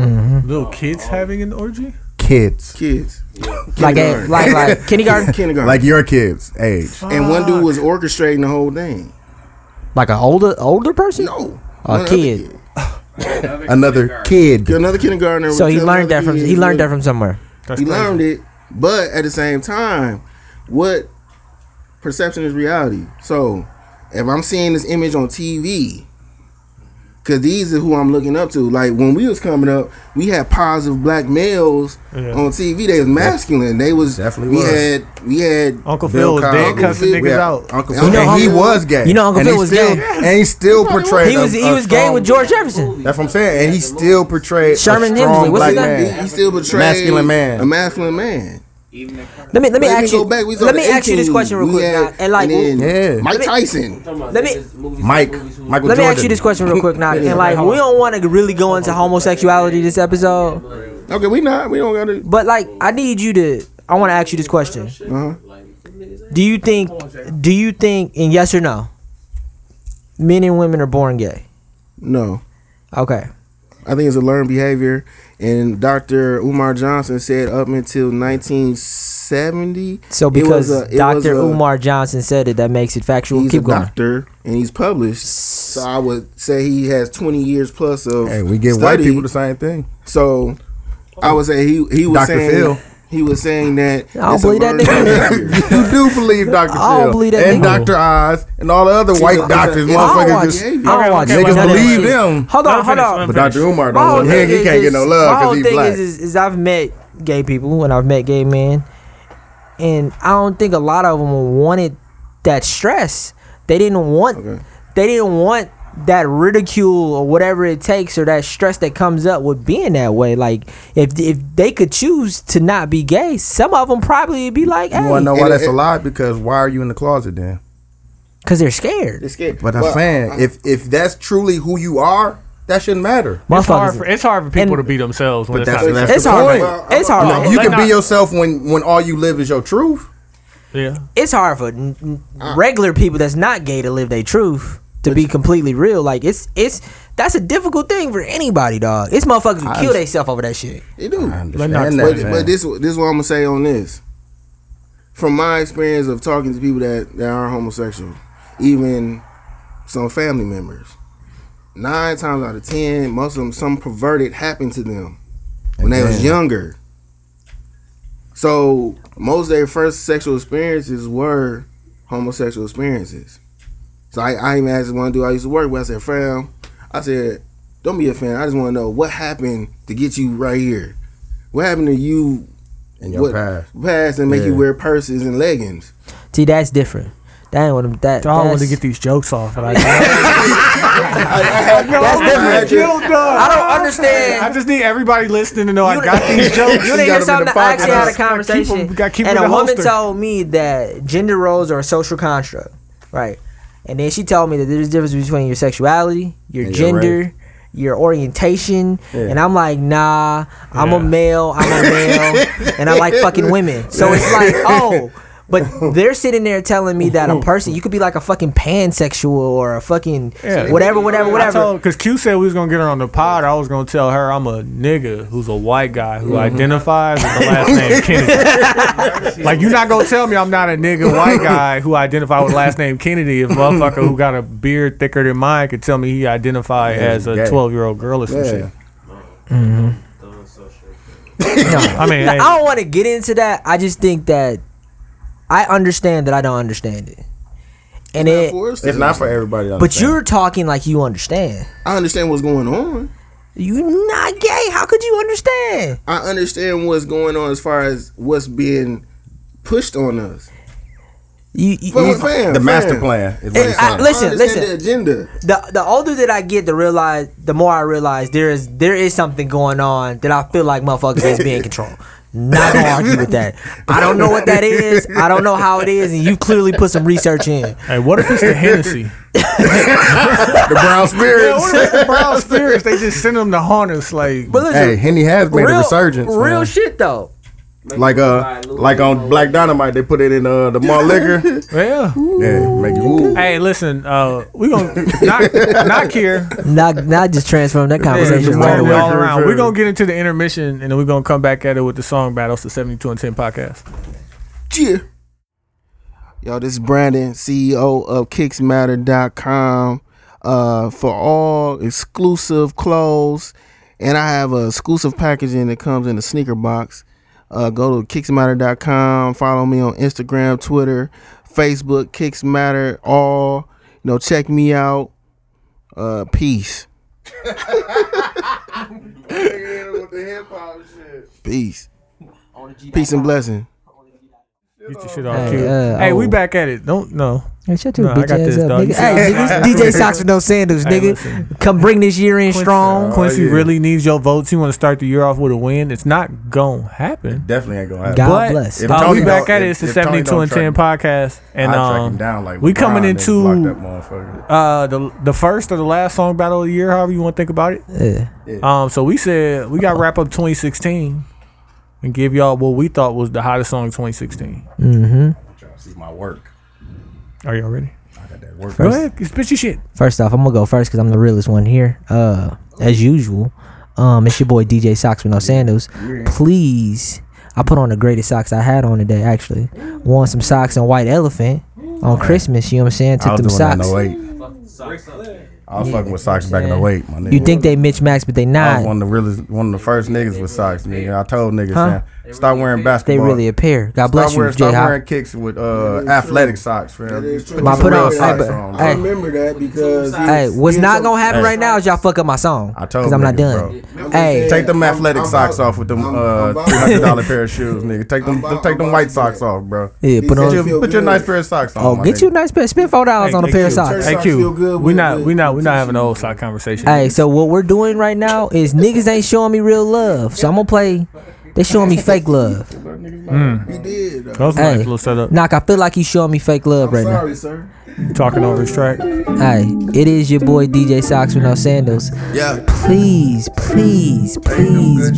Speaker 3: Little kids having an orgy?
Speaker 2: kids,
Speaker 7: Kids,
Speaker 1: like, a,
Speaker 7: kindergarten.
Speaker 1: like, like kindergarten,
Speaker 7: kindergarten,
Speaker 2: like your kids, age.
Speaker 7: and one dude was orchestrating the whole thing.
Speaker 1: like an older older person.
Speaker 7: No,
Speaker 1: A
Speaker 7: Another
Speaker 1: kid.
Speaker 2: Another kid.
Speaker 7: another kindergartner.
Speaker 1: So
Speaker 7: would
Speaker 1: he
Speaker 7: tell
Speaker 1: learned
Speaker 7: another
Speaker 1: that from
Speaker 7: kid,
Speaker 1: he learned
Speaker 7: "Look,
Speaker 1: that from somewhere.
Speaker 3: That's
Speaker 7: he
Speaker 3: crazy.
Speaker 7: learned it, but at the same time, what perception is reality. So, if I'm seeing this image on TV, because these are who I'm looking up to. Like when we was coming up, we had positive black males
Speaker 3: Yeah.
Speaker 7: on TV. They was masculine. They was
Speaker 2: Definitely
Speaker 7: We
Speaker 2: was.
Speaker 7: had we had
Speaker 2: Bill
Speaker 3: Uncle Phil was
Speaker 2: Cosby.
Speaker 3: dead
Speaker 7: Uncle
Speaker 3: cussing
Speaker 7: Phil-
Speaker 3: niggas
Speaker 7: yeah,
Speaker 3: out.
Speaker 2: Uncle
Speaker 7: You
Speaker 2: Phil,
Speaker 7: know
Speaker 2: and he
Speaker 7: Uncle-
Speaker 2: was gay.
Speaker 1: you know Uncle
Speaker 2: and
Speaker 1: Phil
Speaker 2: he
Speaker 1: was
Speaker 2: still,
Speaker 1: gay.
Speaker 2: And he still portrayed.
Speaker 1: He was
Speaker 2: a,
Speaker 1: he
Speaker 7: uh,
Speaker 2: a
Speaker 1: was gay
Speaker 2: strong-
Speaker 1: with George Jefferson.
Speaker 2: That's what I'm saying. And he still portrayed
Speaker 1: Sherman
Speaker 2: a strong
Speaker 1: Hemsley, what's
Speaker 2: black
Speaker 1: his name?
Speaker 2: man.
Speaker 7: he, he still betrayed
Speaker 2: Masculine man.
Speaker 7: a masculine man.
Speaker 1: Let me let me
Speaker 7: Like,
Speaker 1: ask
Speaker 7: go
Speaker 1: you.
Speaker 7: back, oh, we was
Speaker 1: Let
Speaker 7: on
Speaker 1: me
Speaker 7: the
Speaker 1: ask you this
Speaker 7: 18.
Speaker 1: question real
Speaker 7: We
Speaker 1: quick,
Speaker 7: had-
Speaker 1: Doc. and like
Speaker 7: and then
Speaker 2: Yeah.
Speaker 7: Mike
Speaker 1: Let me-
Speaker 7: Tyson.
Speaker 1: Let me-
Speaker 2: Mike, Michael
Speaker 1: Let me ask
Speaker 2: Jordan.
Speaker 1: you this question real quick, now, and like we don't want to really go into homosexuality this episode,
Speaker 7: Okay, we not. We don't got to.
Speaker 1: but like I need you to. I want to ask you this question.
Speaker 7: Uh-huh.
Speaker 1: Do you think? Do you think? And yes or no? Men and women are born gay.
Speaker 7: No.
Speaker 1: Okay.
Speaker 7: I think it's a learned behavior. And Dr. Umar Johnson said up until 1970.
Speaker 1: So
Speaker 7: it was
Speaker 1: because
Speaker 7: a- it was
Speaker 1: Dr.
Speaker 7: a-
Speaker 1: Umar Johnson said it, that makes it factual.
Speaker 7: he's
Speaker 1: Keep
Speaker 7: a
Speaker 1: going.
Speaker 7: doctor and he's published. So I would say he has 20 years plus of.
Speaker 2: Hey, we give
Speaker 7: study.
Speaker 2: white people the same thing.
Speaker 7: So I would say he he was
Speaker 2: Dr.
Speaker 7: saying
Speaker 2: Phil.
Speaker 7: he was saying that.
Speaker 1: I don't
Speaker 7: it's a
Speaker 1: believe that
Speaker 7: learned
Speaker 1: nigga.
Speaker 7: behavior.
Speaker 2: you do believe Dr.
Speaker 1: I don't
Speaker 2: Phil
Speaker 1: believe that
Speaker 2: and
Speaker 1: nigga.
Speaker 2: Dr. Oz and all the other
Speaker 7: a-
Speaker 2: white
Speaker 7: it's a-
Speaker 2: doctors,
Speaker 7: it's a-
Speaker 1: I don't
Speaker 2: motherfuckers
Speaker 1: watch.
Speaker 2: just.
Speaker 1: I don't
Speaker 3: Okay,
Speaker 1: watch.
Speaker 3: okay,
Speaker 1: none of
Speaker 2: Niggas
Speaker 1: that
Speaker 2: believe
Speaker 1: shit.
Speaker 2: them.
Speaker 1: Hold
Speaker 3: Let
Speaker 1: on, hold
Speaker 3: him finish,
Speaker 1: on.
Speaker 3: let him
Speaker 2: But Dr. Umar
Speaker 1: My whole
Speaker 2: don't. He ain't- he
Speaker 1: thing
Speaker 2: can't
Speaker 1: is-
Speaker 2: get no love
Speaker 1: my whole
Speaker 2: because he's
Speaker 1: thing
Speaker 2: black.
Speaker 1: Is, is, is I've met gay people and I've met gay men, and I don't think a lot of them wanted that stress. They didn't want. They didn't want that ridicule or whatever it takes or that stress that comes up with being that way. Like if if they could choose to not be gay, some of them probably would be like,
Speaker 2: You want to know
Speaker 1: hey,
Speaker 2: why
Speaker 7: And
Speaker 2: that's
Speaker 7: it-
Speaker 2: a lie? Because why are you in the closet then?
Speaker 1: because they're scared.
Speaker 7: It's scary.
Speaker 2: But I'm saying, if if that's truly who you are, That shouldn't matter.
Speaker 3: It's hard,
Speaker 1: Motherfuckers.
Speaker 3: for, it's hard for people
Speaker 1: And-
Speaker 3: to be themselves when it's
Speaker 7: that's
Speaker 3: not.
Speaker 7: what
Speaker 1: it's
Speaker 7: the
Speaker 1: hard.
Speaker 7: point.
Speaker 1: It's hard.
Speaker 2: No, you
Speaker 3: Like
Speaker 2: can be
Speaker 3: not-
Speaker 2: yourself when when all you live is your truth.
Speaker 3: yeah.
Speaker 1: it's hard for n- n- regular people that's not gay to live their truth to be completely real. Like it's it's that's a difficult thing for anybody, dog. It's motherfuckers who kill themselves over that shit.
Speaker 7: They do.
Speaker 2: I
Speaker 3: Let not
Speaker 2: understand
Speaker 7: But,
Speaker 2: that.
Speaker 7: but this this is what I'm gonna say on this. From my experience of talking to people that, that are homosexual, even some family members, nine times out of ten, most of them some perverted happened to them when they was
Speaker 2: Again.
Speaker 7: younger. So most of their first sexual experiences were homosexual experiences. So I, I even asked one dude I used to work with, I said, fam, I said, don't be a fan. I just want to know what happened to get you right here. What happened to you
Speaker 2: in your
Speaker 7: what-
Speaker 2: past.
Speaker 7: past and make you
Speaker 2: Yeah.
Speaker 7: wear purses and leggings?
Speaker 1: See, that's different. That ain't what I'm, that.
Speaker 3: I want
Speaker 1: that's-
Speaker 3: to get these jokes off. and I,
Speaker 1: That's different. I don't
Speaker 3: I
Speaker 1: understand.
Speaker 3: just need everybody listening to know I got these jokes.
Speaker 1: You didn't hear
Speaker 2: in the
Speaker 1: something. I
Speaker 2: pocket.
Speaker 1: actually had a
Speaker 3: Gotta keep 'em-
Speaker 1: conversation,
Speaker 3: gotta keep 'em
Speaker 1: and
Speaker 3: in
Speaker 1: a
Speaker 3: the
Speaker 1: woman
Speaker 3: holster.
Speaker 1: told me that gender roles are a social construct, right? And then she told me that there's a difference between your sexuality, your
Speaker 2: And your
Speaker 1: gender,
Speaker 2: race.
Speaker 1: your orientation,
Speaker 2: Yeah.
Speaker 1: and I'm like, nah, I'm a
Speaker 3: Yeah.
Speaker 1: male, I'm a male, and I like fucking women. So it's like, oh. But they're sitting there telling me that a person, you could be like a fucking pansexual or a fucking
Speaker 3: Yeah.
Speaker 1: whatever, whatever,
Speaker 3: I
Speaker 1: whatever.
Speaker 3: told because Q said we was gonna get her on the pod. I was gonna tell her I'm a nigga who's a white guy who
Speaker 2: Mm-hmm.
Speaker 3: identifies with the last name Kennedy. like you're not gonna tell me I'm not a nigga white guy who identifies with last name Kennedy if motherfucker who got a beard thicker than mine could tell me he identified as a
Speaker 2: gay.
Speaker 3: 12 year old girl or some
Speaker 2: Yeah.
Speaker 3: shit. Mm-hmm. I mean,
Speaker 1: Now, I
Speaker 3: hey,
Speaker 1: don't want to get into that. I just think that I understand that I don't understand it, and it.
Speaker 2: It's not for everybody. to
Speaker 1: But
Speaker 2: understand.
Speaker 1: you're talking like you understand.
Speaker 7: I understand what's going on.
Speaker 1: You not gay. How could you understand?
Speaker 7: I understand what's going on as far as what's being pushed on us.
Speaker 1: You, you-
Speaker 7: Fam,
Speaker 1: you-
Speaker 7: fam,
Speaker 2: the
Speaker 7: fam.
Speaker 2: master plan. Is what
Speaker 1: And
Speaker 2: it's
Speaker 1: I-
Speaker 2: saying.
Speaker 1: listen,
Speaker 7: I understand
Speaker 1: listen.
Speaker 7: The agenda.
Speaker 1: the the older that I get, the realize the more I realize there is there is something going on that I feel like motherfuckers is being controlled. Not gonna argue with that. I don't know what that is. I don't know how it is, and you clearly put some research in.
Speaker 3: hey, what if it's the Hennessy?
Speaker 2: the brown
Speaker 3: Yeah,
Speaker 2: spirits.
Speaker 3: what if it's the brown spirits? They just send them to haunt us. Like,
Speaker 1: But listen,
Speaker 2: hey, Henny has made
Speaker 1: real,
Speaker 2: a resurgence.
Speaker 1: real
Speaker 2: man.
Speaker 1: shit though.
Speaker 2: like uh, like on Black Dynamite, they put it in uh the malt liquor.
Speaker 3: yeah.
Speaker 2: yeah, make it. Ooh.
Speaker 3: Hey, listen, uh, we gonna knock, knock here.
Speaker 1: Not not just transform that conversation
Speaker 3: Yeah,
Speaker 1: right
Speaker 3: all
Speaker 1: away.
Speaker 2: away.
Speaker 3: around. We're gonna get into the intermission and then we're gonna come back at it with the song battles, the 72 and 10 podcast.
Speaker 7: Yeah. Yo, this is Brandon, CEO of KicksMatter.com. Uh, for all exclusive clothes, and I have a exclusive packaging that comes in a sneaker box. Uh, go to KicksMatter.com. Follow me on Instagram, Twitter, Facebook, Kicks Matter. All you know, check me out. Uh, peace. Peace. Peace and blessing.
Speaker 3: Get your shit off,
Speaker 1: Hey,
Speaker 3: Q.
Speaker 1: uh,
Speaker 3: Hey, we
Speaker 1: oh.
Speaker 3: back at it. Don't no.
Speaker 1: Hey, shut your
Speaker 3: Nah, I
Speaker 1: bitch
Speaker 3: got
Speaker 1: ass
Speaker 3: this,
Speaker 1: up,
Speaker 3: dog.
Speaker 1: nigga.
Speaker 3: You see
Speaker 1: Hey,
Speaker 3: that?
Speaker 1: nigga, this DJ Socks with no sandals,
Speaker 3: Hey,
Speaker 1: nigga.
Speaker 3: listen.
Speaker 1: Come bring this year in strong.
Speaker 3: Quincy
Speaker 2: Oh, yeah.
Speaker 3: really needs your votes. He want to start the year off with a win. It's not gonna happen.
Speaker 2: Definitely ain't gonna happen.
Speaker 1: God
Speaker 3: but
Speaker 1: bless.
Speaker 2: If
Speaker 3: uh,
Speaker 2: Tony
Speaker 3: we back
Speaker 2: don't-
Speaker 3: at it.
Speaker 2: if-
Speaker 3: It's the
Speaker 2: if Tony
Speaker 3: 72
Speaker 2: don't
Speaker 3: and 10 podcast, and
Speaker 2: I track
Speaker 3: um,
Speaker 2: him down like
Speaker 3: we
Speaker 2: LeBron
Speaker 3: coming
Speaker 2: and
Speaker 3: into-
Speaker 2: block that motherfucker.
Speaker 3: uh, the the first or the last song battle of the year, however you want to think about it.
Speaker 1: Yeah.
Speaker 3: Um, so we said we got to wrap up 2016 and give y'all what we thought was the hottest song of 2016.
Speaker 2: Trying to see my work.
Speaker 3: Are y'all ready?
Speaker 2: I got that work.
Speaker 3: Go ahead, spit your shit.
Speaker 1: First off, I'm gonna go first because I'm the realest one here. Uh, as usual, um, it's your boy DJ Socks with no sandals. Please, I put on the greatest socks I had on today. Actually, won some socks on White Elephant on Christmas. You know what I'm saying?
Speaker 2: I
Speaker 1: Took
Speaker 2: was
Speaker 1: them
Speaker 2: doing that
Speaker 1: socks.
Speaker 2: in 08. I was fucking with socks back in
Speaker 1: saying?
Speaker 2: 08, my nigga.
Speaker 1: You think they Mitch Max, but they
Speaker 2: I was
Speaker 1: not.
Speaker 2: one of the realest, one of the first niggas with socks, nigga. I told niggas,
Speaker 1: Huh?
Speaker 2: man, stop wearing
Speaker 1: They
Speaker 2: basketball.
Speaker 1: really appear. God bless
Speaker 2: stop wearing,
Speaker 1: you, J
Speaker 2: stop
Speaker 1: Hop.
Speaker 2: wearing kicks with uh, athletic socks, fam.
Speaker 7: That is true.
Speaker 2: Put
Speaker 7: My
Speaker 2: some
Speaker 7: put
Speaker 2: real
Speaker 7: on-
Speaker 2: socks
Speaker 1: hey,
Speaker 2: on,
Speaker 1: but-
Speaker 2: bro.
Speaker 7: I remember that because
Speaker 1: Hey, what's
Speaker 7: he-
Speaker 1: not gonna happen
Speaker 2: Hey.
Speaker 1: right now is y'all fuck up my song.
Speaker 2: I told
Speaker 1: because I'm not
Speaker 2: niggas,
Speaker 1: done. Oh,
Speaker 7: bro.
Speaker 1: Hey,
Speaker 2: Take them
Speaker 7: I'm-
Speaker 2: athletic
Speaker 7: I'm
Speaker 2: socks
Speaker 7: about-
Speaker 2: off with them
Speaker 7: I'm-
Speaker 2: uh,
Speaker 7: I'm about-
Speaker 2: two hundred dollar pair of shoes, nigga. Take them,
Speaker 7: I'm about-
Speaker 2: take
Speaker 7: I'm
Speaker 2: them
Speaker 7: about
Speaker 2: white
Speaker 7: to
Speaker 2: socks
Speaker 7: do that.
Speaker 2: off, bro.
Speaker 1: yeah, put
Speaker 7: These
Speaker 2: Put
Speaker 1: on.
Speaker 2: your,
Speaker 7: feel
Speaker 2: put your
Speaker 7: good.
Speaker 2: nice pair of socks on.
Speaker 1: Oh,
Speaker 2: my
Speaker 1: get
Speaker 2: nigga.
Speaker 1: you a nice pair. Spend four dollars
Speaker 3: Hey,
Speaker 1: on a
Speaker 3: hey,
Speaker 1: pair of
Speaker 3: Q.
Speaker 1: socks.
Speaker 3: Hey
Speaker 7: Socks
Speaker 3: Q,
Speaker 7: feel good,
Speaker 3: we
Speaker 7: good,
Speaker 3: not
Speaker 7: good.
Speaker 3: we not we not having an old sock conversation.
Speaker 1: Hey, so what we're doing right now is niggas ain't showing me real love. So I'm gonna play They showing me fake love.
Speaker 7: He did. though.
Speaker 3: That was a
Speaker 1: Hey.
Speaker 3: nice little setup.
Speaker 1: Knock, I feel like you showing me fake love
Speaker 7: I'm
Speaker 1: right now.
Speaker 7: sorry, sir.
Speaker 3: Talking over his track.
Speaker 1: Hey, it is your boy DJ Socks with no sandals.
Speaker 7: Yeah.
Speaker 1: Please, please, please.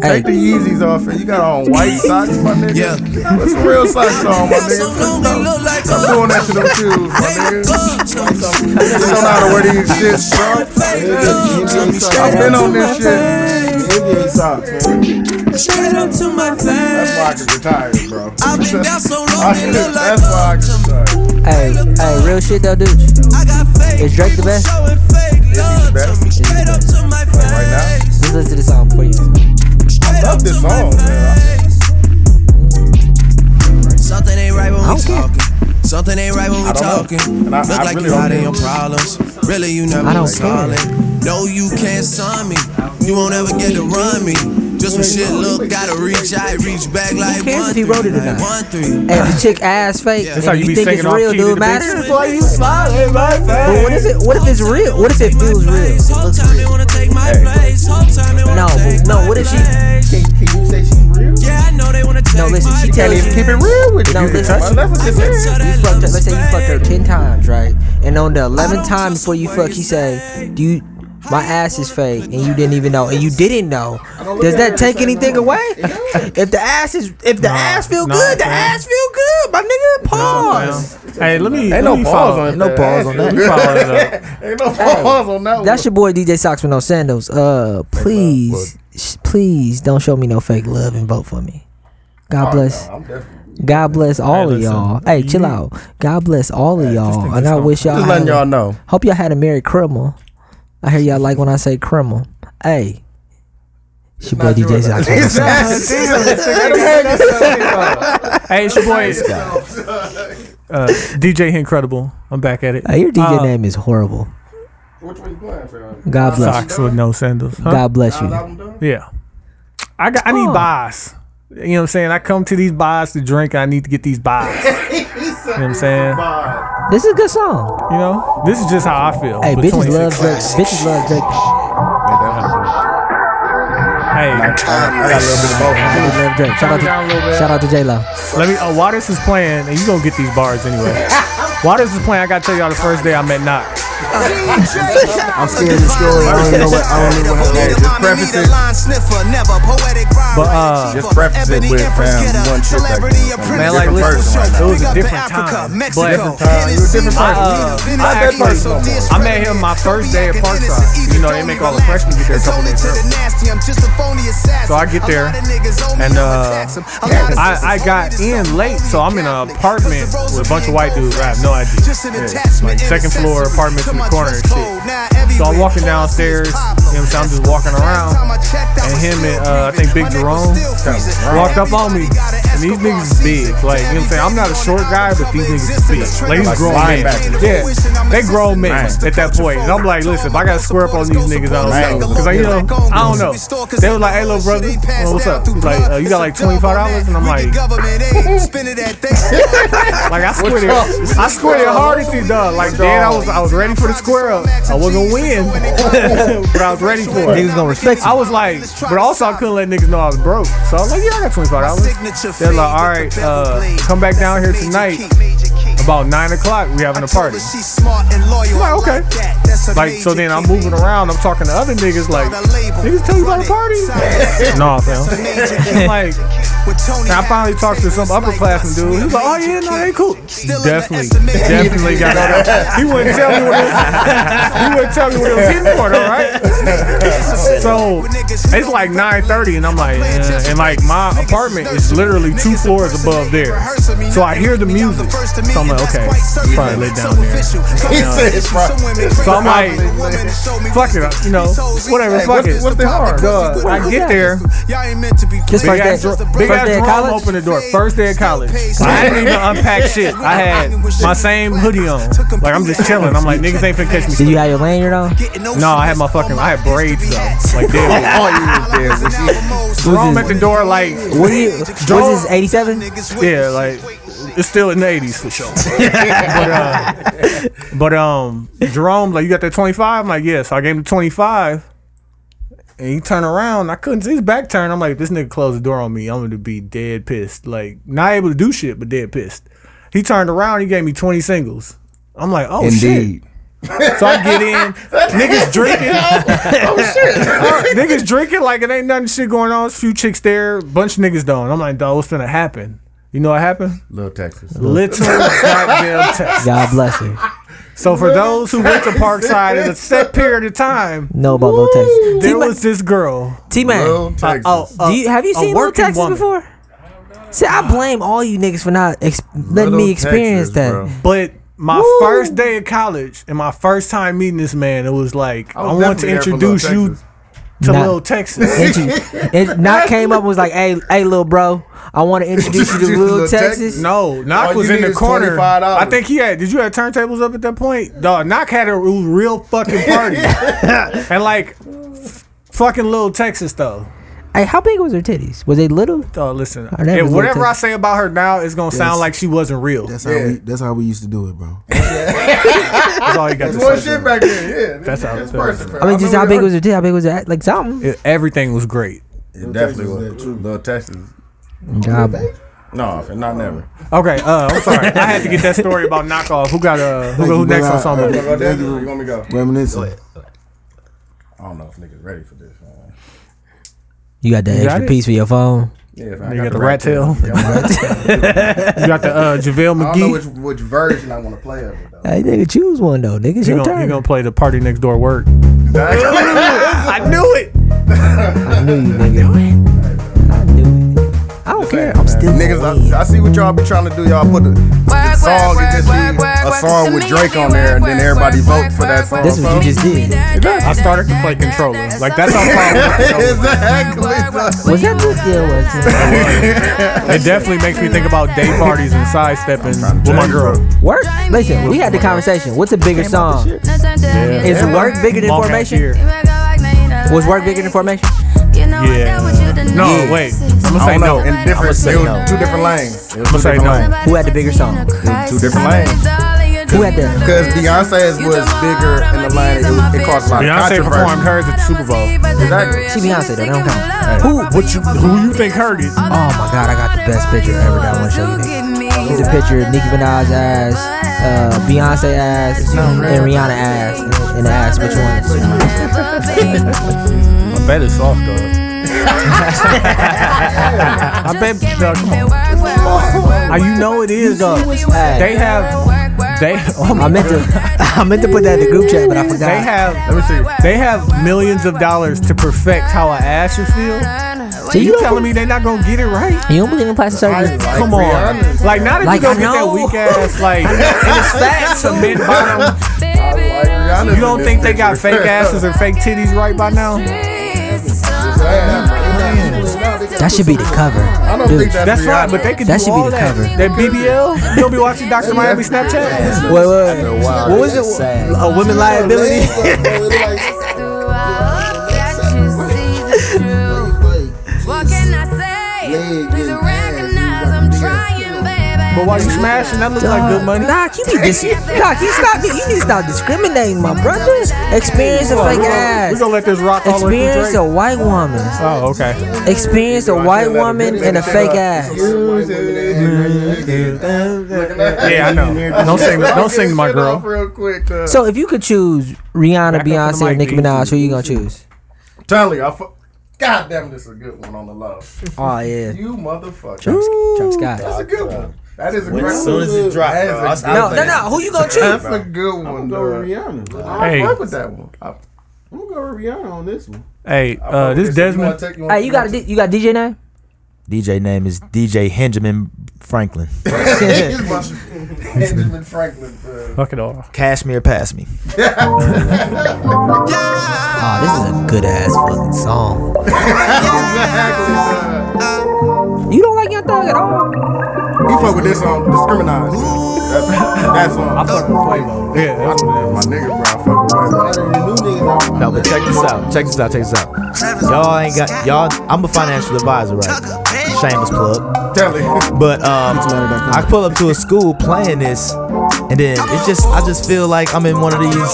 Speaker 1: Hey,
Speaker 2: Take the Yeezys off and you got on white socks, my nigga.
Speaker 8: Yeah.
Speaker 2: Put some real socks on, my nigga.
Speaker 8: look like
Speaker 2: Stop doing that to them shoes, my nigga.
Speaker 8: a
Speaker 2: You don't know how to wear these shits, bro. I've been on this shit.
Speaker 7: Indian socks, man.
Speaker 8: Straight up to my
Speaker 2: That's
Speaker 8: face.
Speaker 2: why I could retire, bro.
Speaker 8: I've been down so long,
Speaker 2: I-
Speaker 8: it look like
Speaker 2: That's why I could retire.
Speaker 1: hey, hey, real shit though, dude.
Speaker 8: I got fake.
Speaker 1: Is Drake the best?
Speaker 8: Showing fake love
Speaker 2: best?
Speaker 8: to me. Straight up to my
Speaker 2: right now?
Speaker 8: face.
Speaker 1: Just listen to the song for you.
Speaker 8: Straight
Speaker 2: love
Speaker 8: up
Speaker 2: this
Speaker 8: to my
Speaker 2: song, man.
Speaker 8: face. Something ain't right when we
Speaker 1: don't care.
Speaker 8: talking. Something ain't right when we
Speaker 2: don't know.
Speaker 8: talking.
Speaker 2: And I-
Speaker 8: Look
Speaker 2: I
Speaker 8: like
Speaker 2: really
Speaker 8: you
Speaker 2: don't
Speaker 8: hiding
Speaker 2: care.
Speaker 8: your problems. Really, you never
Speaker 1: I don't
Speaker 8: was
Speaker 1: care.
Speaker 8: solid. No, you can't sign me. You won't ever get to run me. Just when shit look, gotta reach out, reach back like
Speaker 1: cares
Speaker 8: one
Speaker 1: if he wrote it
Speaker 8: three,
Speaker 1: or not?
Speaker 8: like one three.
Speaker 1: Hey, if the chick ass fake,
Speaker 8: That's
Speaker 1: and
Speaker 3: how
Speaker 1: if
Speaker 3: you
Speaker 1: you
Speaker 3: be
Speaker 1: think it's
Speaker 3: singing off
Speaker 1: real,
Speaker 3: key
Speaker 1: do
Speaker 3: to
Speaker 1: it
Speaker 3: the
Speaker 1: matter?
Speaker 3: bitch.
Speaker 1: But what is it? What if it's real? What if it feels real? It looks
Speaker 8: Sometimes they
Speaker 1: real.
Speaker 8: wanna take my place. Sometimes they wanna
Speaker 1: No,
Speaker 8: take
Speaker 1: but
Speaker 8: my
Speaker 1: no. What if she?
Speaker 7: Can, can you say she's real?
Speaker 8: Yeah, I know they wanna take
Speaker 1: No, listen.
Speaker 8: my
Speaker 1: She tell you.
Speaker 8: place.
Speaker 1: real with No,
Speaker 2: You could
Speaker 1: listen.
Speaker 2: touch it. That's what this is.
Speaker 8: So that
Speaker 1: you fucked her,
Speaker 8: love's
Speaker 1: let's say you fucked her
Speaker 8: fake.
Speaker 1: 10 times, right? And on the 11th time before you fuck, she say, do you, my ass is fake, and you didn't even know, and you didn't know. Does that take anything away? if the ass is, if the ass feel
Speaker 3: nah,
Speaker 1: good, the
Speaker 3: fam.
Speaker 1: ass feel good, my nigga, pause.
Speaker 3: Hey, let me.
Speaker 2: Ain't
Speaker 3: let
Speaker 2: no
Speaker 3: me
Speaker 2: pause
Speaker 3: follow-
Speaker 2: on it.
Speaker 4: Ain't no pause on that.
Speaker 3: let me follow it up.
Speaker 2: Ain't no pause on that
Speaker 1: That's your
Speaker 2: one.
Speaker 1: boy DJ Socks with no sandals. Uh, please, sh- please don't show me no fake love and vote for me. God bless.
Speaker 2: I'm definitely-
Speaker 1: God bless all of
Speaker 3: listen,
Speaker 1: y'all. Hey, chill out. God bless all of y'all, and I wish y'all.
Speaker 2: Just
Speaker 1: had
Speaker 2: letting
Speaker 1: a-
Speaker 2: y'all know.
Speaker 1: Hope y'all had a merry criminal. I hear y'all like when I say criminal. Hey. It's your boy DJ Zax.
Speaker 3: Hey, it's your boy. Uh, DJ Incredible. I'm back at it.
Speaker 1: Hey, your DJ
Speaker 3: Uh,
Speaker 1: name is horrible.
Speaker 2: Which one you playing for?
Speaker 1: God bless you.
Speaker 3: Socks with no sandals. Huh?
Speaker 1: God bless you.
Speaker 3: Yeah. I got I need
Speaker 1: Oh.
Speaker 3: buys. You know what I'm saying? I come to these bars to drink. I need to get these buys. you know what I'm saying?
Speaker 1: This is a good song.
Speaker 3: You know? This is just how I feel.
Speaker 1: Hey,
Speaker 3: with
Speaker 1: bitches
Speaker 3: 26.
Speaker 1: love Drake. Bitches love Drake.
Speaker 3: Hey,
Speaker 2: I got a little bit of both.
Speaker 1: Bitches love Drake. Shout out
Speaker 3: down a little
Speaker 1: to
Speaker 3: bit.
Speaker 1: shout out to J Lo.
Speaker 3: Let me. Uh, while this is playing, and you gonna get these bars anyway. while this is playing, I gotta tell y'all the first day I met Knock.
Speaker 8: I'm
Speaker 7: scared of the story. I don't know what- I don't know what happened.
Speaker 2: Hey, just preface it.
Speaker 8: But
Speaker 3: uh,
Speaker 2: Just preface it with, fam, you want shit like this.
Speaker 8: Man,
Speaker 2: Man,
Speaker 8: like,
Speaker 2: like, listen,
Speaker 8: it was
Speaker 3: different
Speaker 8: a different time.
Speaker 3: time.
Speaker 8: Mexico,
Speaker 3: Different
Speaker 2: time. You a different
Speaker 8: I,
Speaker 2: person.
Speaker 8: uh,
Speaker 2: Not
Speaker 8: I
Speaker 2: that
Speaker 8: actually-
Speaker 2: person no more.
Speaker 8: I met him my first day at Parkside. You know, they make all the freshmen get there a couple days early. So I get there, and uh, I, I got in late, so I'm in an apartment with a bunch of white dudes. I have no idea. Like second floor apartments in the corner and shit. So I'm walking downstairs. You know what I'm saying? I'm just walking around, and him and uh, I think Big Jerome
Speaker 3: walked up on me. And these niggas is big. Like, you know what I'm saying? I'm not a short guy, but these niggas is big. Like, these
Speaker 2: Like
Speaker 3: grown men.
Speaker 2: linebackers.
Speaker 3: Yeah. They grown men
Speaker 2: Man.
Speaker 3: at that point. And I'm like, listen, if I got to square up on these niggas, I don't know.
Speaker 2: Man.
Speaker 3: Because, like, you know, I don't know. They was like, hey, little brother, uh, what's up? He's Like, uh, you got like $25? And I'm like, like I squared it, I squared it hard at these dog. Like then I was, I was ready for the square up. I wasn't gonna win, but I was ready for it.
Speaker 1: Niggas gonna respect you.
Speaker 3: I was like, but also I couldn't let niggas know I was broke. So I was like, yeah, I got twenty five dollars. They're like, all right, uh, come back down here tonight about nine o'clock. We having a party.
Speaker 8: Like,
Speaker 3: okay. Like so then I'm moving around. I'm talking to other niggas like, niggas tell you about the party? nah, fam. I'm like. And I finally talked to some upperclassman dude. He was like, "Oh yeah, no, they cool." Definitely, definitely got that. He wouldn't tell me what it was. He wouldn't tell me what it was hitting for, though, right? So it's like 9:30, and I'm like, eh. and like my apartment is literally two floors above there. So I hear the music. So I'm like, okay, probably lay down there.
Speaker 2: He said it's right.
Speaker 3: So I'm like, fuck it, you know, whatever,
Speaker 2: Hey,
Speaker 3: fuck
Speaker 2: what's-
Speaker 3: it.
Speaker 2: what's the hard?
Speaker 3: Duh, I get there.
Speaker 1: This first day,
Speaker 3: Big ass, Dro- big
Speaker 1: first
Speaker 3: ass
Speaker 1: day of
Speaker 3: Jerome
Speaker 1: college.
Speaker 3: opened the door. First day of college. I didn't even unpack shit. I had my same hoodie on. Like I'm just chilling. I'm like niggas ain't finna catch me.
Speaker 1: Did you
Speaker 3: sleeping.
Speaker 1: have your lanyard on?
Speaker 3: No, I had my fucking. I had braids though. Like damn.
Speaker 2: All you was there.
Speaker 3: Jerome at the door like
Speaker 1: What do you? Was this 87?
Speaker 3: yeah like it's still in the 80s for sure. but, uh, but um Jerome like you got that 25. I'm like yeah. So I gave him 25. And he turned around. I couldn't see his back turn. I'm like, this nigga closed the door on me. I'm gonna be dead pissed. Like, not able to do shit, but dead pissed. He turned around. He gave me 20 singles. I'm like, oh
Speaker 2: Indeed.
Speaker 3: shit. So I get in. niggas drinking. oh shit. niggas drinking like it ain't nothing shit going on. It's a few chicks there. Bunch of niggas don't. I'm like, dog, what's gonna happen? You know what happened?
Speaker 2: Little Texas.
Speaker 3: Little goddamn test.
Speaker 1: God bless her.
Speaker 3: So for those who went to Parkside in a set period of time,
Speaker 1: Know about Lil Texas.
Speaker 3: there
Speaker 1: T-Mac-
Speaker 3: was this girl.
Speaker 2: Little
Speaker 1: T-Man,
Speaker 2: Texas.
Speaker 3: Oh,
Speaker 1: do you, have you
Speaker 3: a
Speaker 1: seen Lil
Speaker 3: working
Speaker 1: Texas
Speaker 3: woman.
Speaker 1: before? See, I blame all you niggas for not ex- letting
Speaker 2: Little
Speaker 1: me experience
Speaker 2: Texas,
Speaker 1: that.
Speaker 2: bro.
Speaker 3: But my first day of college and my first time meeting this man, it was like I,
Speaker 2: was
Speaker 3: want to
Speaker 2: definitely there for Lil
Speaker 3: introduce you
Speaker 2: Texas.
Speaker 3: to
Speaker 1: Nah.
Speaker 3: Little Texas.
Speaker 1: And she- and Knock came up and was like, "Hey, hey, little bro, I want to introduce you to
Speaker 2: Introduce
Speaker 1: Lil
Speaker 2: Lil
Speaker 1: Texas."
Speaker 2: Texas?
Speaker 3: No, Knock
Speaker 2: All
Speaker 3: was
Speaker 2: you
Speaker 3: in
Speaker 2: need
Speaker 3: the
Speaker 2: is
Speaker 3: corner.
Speaker 2: $25.
Speaker 3: I think he had. Did you have turntables up at that point? Dog, Knock had a real fucking party and like f- fucking Little Texas though.
Speaker 1: Hey, how big was her titties? Was they little?
Speaker 3: Dog, listen,
Speaker 1: that was
Speaker 3: if
Speaker 1: Lil
Speaker 3: whatever I
Speaker 1: Texas.
Speaker 3: say about her now is gonna sound like she wasn't real. That's
Speaker 7: That's how we. That's how we used to do it, bro.
Speaker 3: all you got to
Speaker 2: One
Speaker 3: say.
Speaker 2: shit back there. Yeah.
Speaker 3: That's how.
Speaker 2: That's person.
Speaker 1: I mean, just how big was her titty? How big was that? Like something?
Speaker 3: It- everything was great.
Speaker 2: It definitely was. Little Texas.
Speaker 1: God,
Speaker 2: No, not never.
Speaker 3: Okay, uh, I'm sorry. I had to get that story about knockoff. Who got uh, who,
Speaker 7: Thank
Speaker 3: who
Speaker 7: you,
Speaker 3: next
Speaker 7: brother.
Speaker 3: on something?
Speaker 2: You want me to go?
Speaker 7: Reminiscing.
Speaker 2: I don't know if niggas ready for this. Man.
Speaker 1: you got that
Speaker 3: You got
Speaker 1: extra
Speaker 3: it?
Speaker 1: piece for your phone.
Speaker 2: Yeah, if I
Speaker 3: You got the rat tail.
Speaker 2: Yeah, I'm ready.
Speaker 3: You got the uh, JaVale
Speaker 2: I don't know
Speaker 3: McGee.
Speaker 2: which, which version I want to play of it though.
Speaker 1: Hey, nigga, choose one though. Nigga, it's
Speaker 3: You
Speaker 1: your
Speaker 3: gonna, you
Speaker 1: turn.
Speaker 3: gonna play the party next door work? I knew it.
Speaker 1: I knew you, nigga. I knew it. I don't care. I'm still
Speaker 2: Niggas, I, I see what y'all be trying to do. Y'all put the, the song and just be a song with Drake on there, and then everybody vote for that song.
Speaker 1: That's what you just did.
Speaker 3: I started to play controller. Like that's how far
Speaker 2: exactly.
Speaker 1: Was that just deal? Was
Speaker 3: it definitely makes me think about day parties and sidestepping with my girl.
Speaker 1: it? work? Listen, we had the conversation. What's a bigger song? Is work bigger than
Speaker 3: Long
Speaker 1: formation?
Speaker 3: ass year.
Speaker 1: Was work bigger than formation?
Speaker 3: Yeah. No, wait. I'm gonna
Speaker 2: I
Speaker 3: say
Speaker 2: don't know.
Speaker 3: no.
Speaker 2: In different,
Speaker 4: say
Speaker 2: it was
Speaker 4: no.
Speaker 2: two different lanes. It was
Speaker 3: I'ma
Speaker 2: two
Speaker 3: say
Speaker 2: different
Speaker 3: no.
Speaker 2: lanes.
Speaker 1: Who had the bigger song?
Speaker 2: Two different lanes.
Speaker 1: Who had the?
Speaker 2: Because Beyonce's was bigger in the line. It, was- it caused a lot
Speaker 3: Beyonce
Speaker 2: of
Speaker 3: performed
Speaker 2: controversy.
Speaker 3: hers at the Super Bowl.
Speaker 2: Exactly.
Speaker 1: She Beyonce though. That don't count.
Speaker 3: Who? What you? Who you think heard it?
Speaker 1: Oh my god, I got the best picture ever that I want to show you. nigga. It's a picture of Nicki Minaj ass, uh, Beyonce ass, and Rihanna ass, and- and the ass. Which one?
Speaker 3: I bet it's soft though. I bet. No, come on. Ah, you know it is uh, though. They have. They. Oh
Speaker 1: I
Speaker 3: my.
Speaker 1: meant to, I meant to put that in the group chat, but I forgot.
Speaker 3: They have. Let me see. They have millions of dollars to perfect how an ass should feel.
Speaker 1: So
Speaker 3: You
Speaker 1: don't-
Speaker 3: telling me they're not gonna get it right?
Speaker 1: you don't believe in plastic surgery?
Speaker 3: Come on. Like now that
Speaker 1: Like,
Speaker 3: you go
Speaker 1: I
Speaker 3: get that
Speaker 1: know.
Speaker 3: weak ass like
Speaker 1: Facts.
Speaker 3: cement bottom,
Speaker 2: Rihanna's
Speaker 3: you don't
Speaker 2: in
Speaker 3: think
Speaker 2: this
Speaker 3: they got
Speaker 2: picture.
Speaker 3: fake asses or fake titties right by now?
Speaker 1: That should be the cover.
Speaker 2: I don't
Speaker 1: Dude.
Speaker 2: think that's,
Speaker 3: That's
Speaker 2: Rihanna.
Speaker 3: right, but they could
Speaker 1: That
Speaker 3: do
Speaker 1: should be
Speaker 3: all
Speaker 1: the
Speaker 3: that.
Speaker 1: cover.
Speaker 3: That BBL, you don't be watching Dr. Miami Snapchat.
Speaker 1: Wait, wait, wait. What was it? A women liability?
Speaker 9: What can I say? Please recognize I'm trying, baby.
Speaker 3: But while you smashing, that looks like good money.
Speaker 1: Nah, you be dis- Nah, you stop. You need to stop discriminating, my brother. Experience a fake
Speaker 3: We're
Speaker 1: ass.
Speaker 3: gonna let this rock all the way through
Speaker 1: Experience a
Speaker 3: Drake.
Speaker 1: white woman.
Speaker 3: Oh, okay.
Speaker 1: Experience a white woman and a fake ass.
Speaker 3: Yeah, I know. Don't Mm. sing, don't sing to my
Speaker 2: Off
Speaker 3: girl.
Speaker 2: real quick. Uh,
Speaker 1: So if you could choose Rihanna,
Speaker 3: Back up on the
Speaker 1: Beyonce, or
Speaker 3: mic,
Speaker 1: Nicki
Speaker 3: B.
Speaker 1: Minaj, who you gonna choose?
Speaker 2: Tally, I fu- God damn, this is a good one on the love.
Speaker 1: Oh yeah,
Speaker 2: You motherfucker.
Speaker 1: Travis
Speaker 2: That's
Speaker 1: Scott.
Speaker 2: a good one. That is a great one.
Speaker 4: As soon as it dropped, bro, I was-
Speaker 2: That's a,
Speaker 4: I
Speaker 1: No,
Speaker 4: was
Speaker 1: no,
Speaker 4: like-
Speaker 1: no. Who you gonna choose?
Speaker 2: that's a good one, though.
Speaker 7: Rihanna.
Speaker 2: I
Speaker 3: Hey.
Speaker 2: fuck with that one. I,
Speaker 7: I'm gonna go with Rihanna on this one.
Speaker 3: Hey, uh, this Desmond.
Speaker 1: Hey, you got a D- you got DJ name?
Speaker 4: DJ name is DJ Benjamin Franklin.
Speaker 2: Benjamin Franklin. bro.
Speaker 3: Fuck it all.
Speaker 4: Cashmere, pass me.
Speaker 1: Oh, this is a good ass fucking song. You don't like Young Thug at all?
Speaker 2: You fuck with this song, discriminate. That's on. I fuck with Quavo.
Speaker 3: Yeah, that's what it is.
Speaker 2: My nigga, bro, I fuck with Quavo.
Speaker 4: No, but check this out. Check this out. Check this out. Y'all ain't got y'all. I'm a financial advisor, right? now. Shameless plug.
Speaker 2: Tally.
Speaker 4: But um, I pull up to a school playing this, and then it's just I just feel like I'm in one of these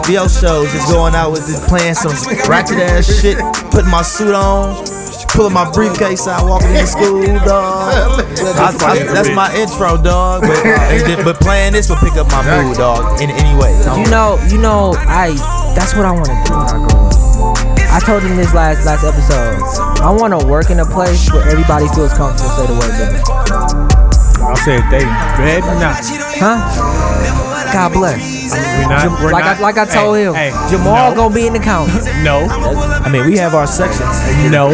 Speaker 4: HBO shows just going out with this playing some ratchet ass shit, putting my suit on, pulling my briefcase out, walking into school, dog. I, I, that's my intro, dog. But, uh, and then- but playing this will pick up my mood, dog. In any way,
Speaker 1: You know, you know, I. That's what I want to do when I grow up. I told him this last last episode. I want to work in a place where everybody feels comfortable to say the word baby.
Speaker 3: I said they better not.
Speaker 1: Huh? God bless.
Speaker 3: We're not. We're
Speaker 1: like
Speaker 3: not
Speaker 1: I like I told
Speaker 3: hey,
Speaker 1: him,
Speaker 3: hey,
Speaker 1: Jamal
Speaker 3: no,
Speaker 1: gonna be in the county.
Speaker 3: No,
Speaker 4: I mean we have our sections.
Speaker 3: no.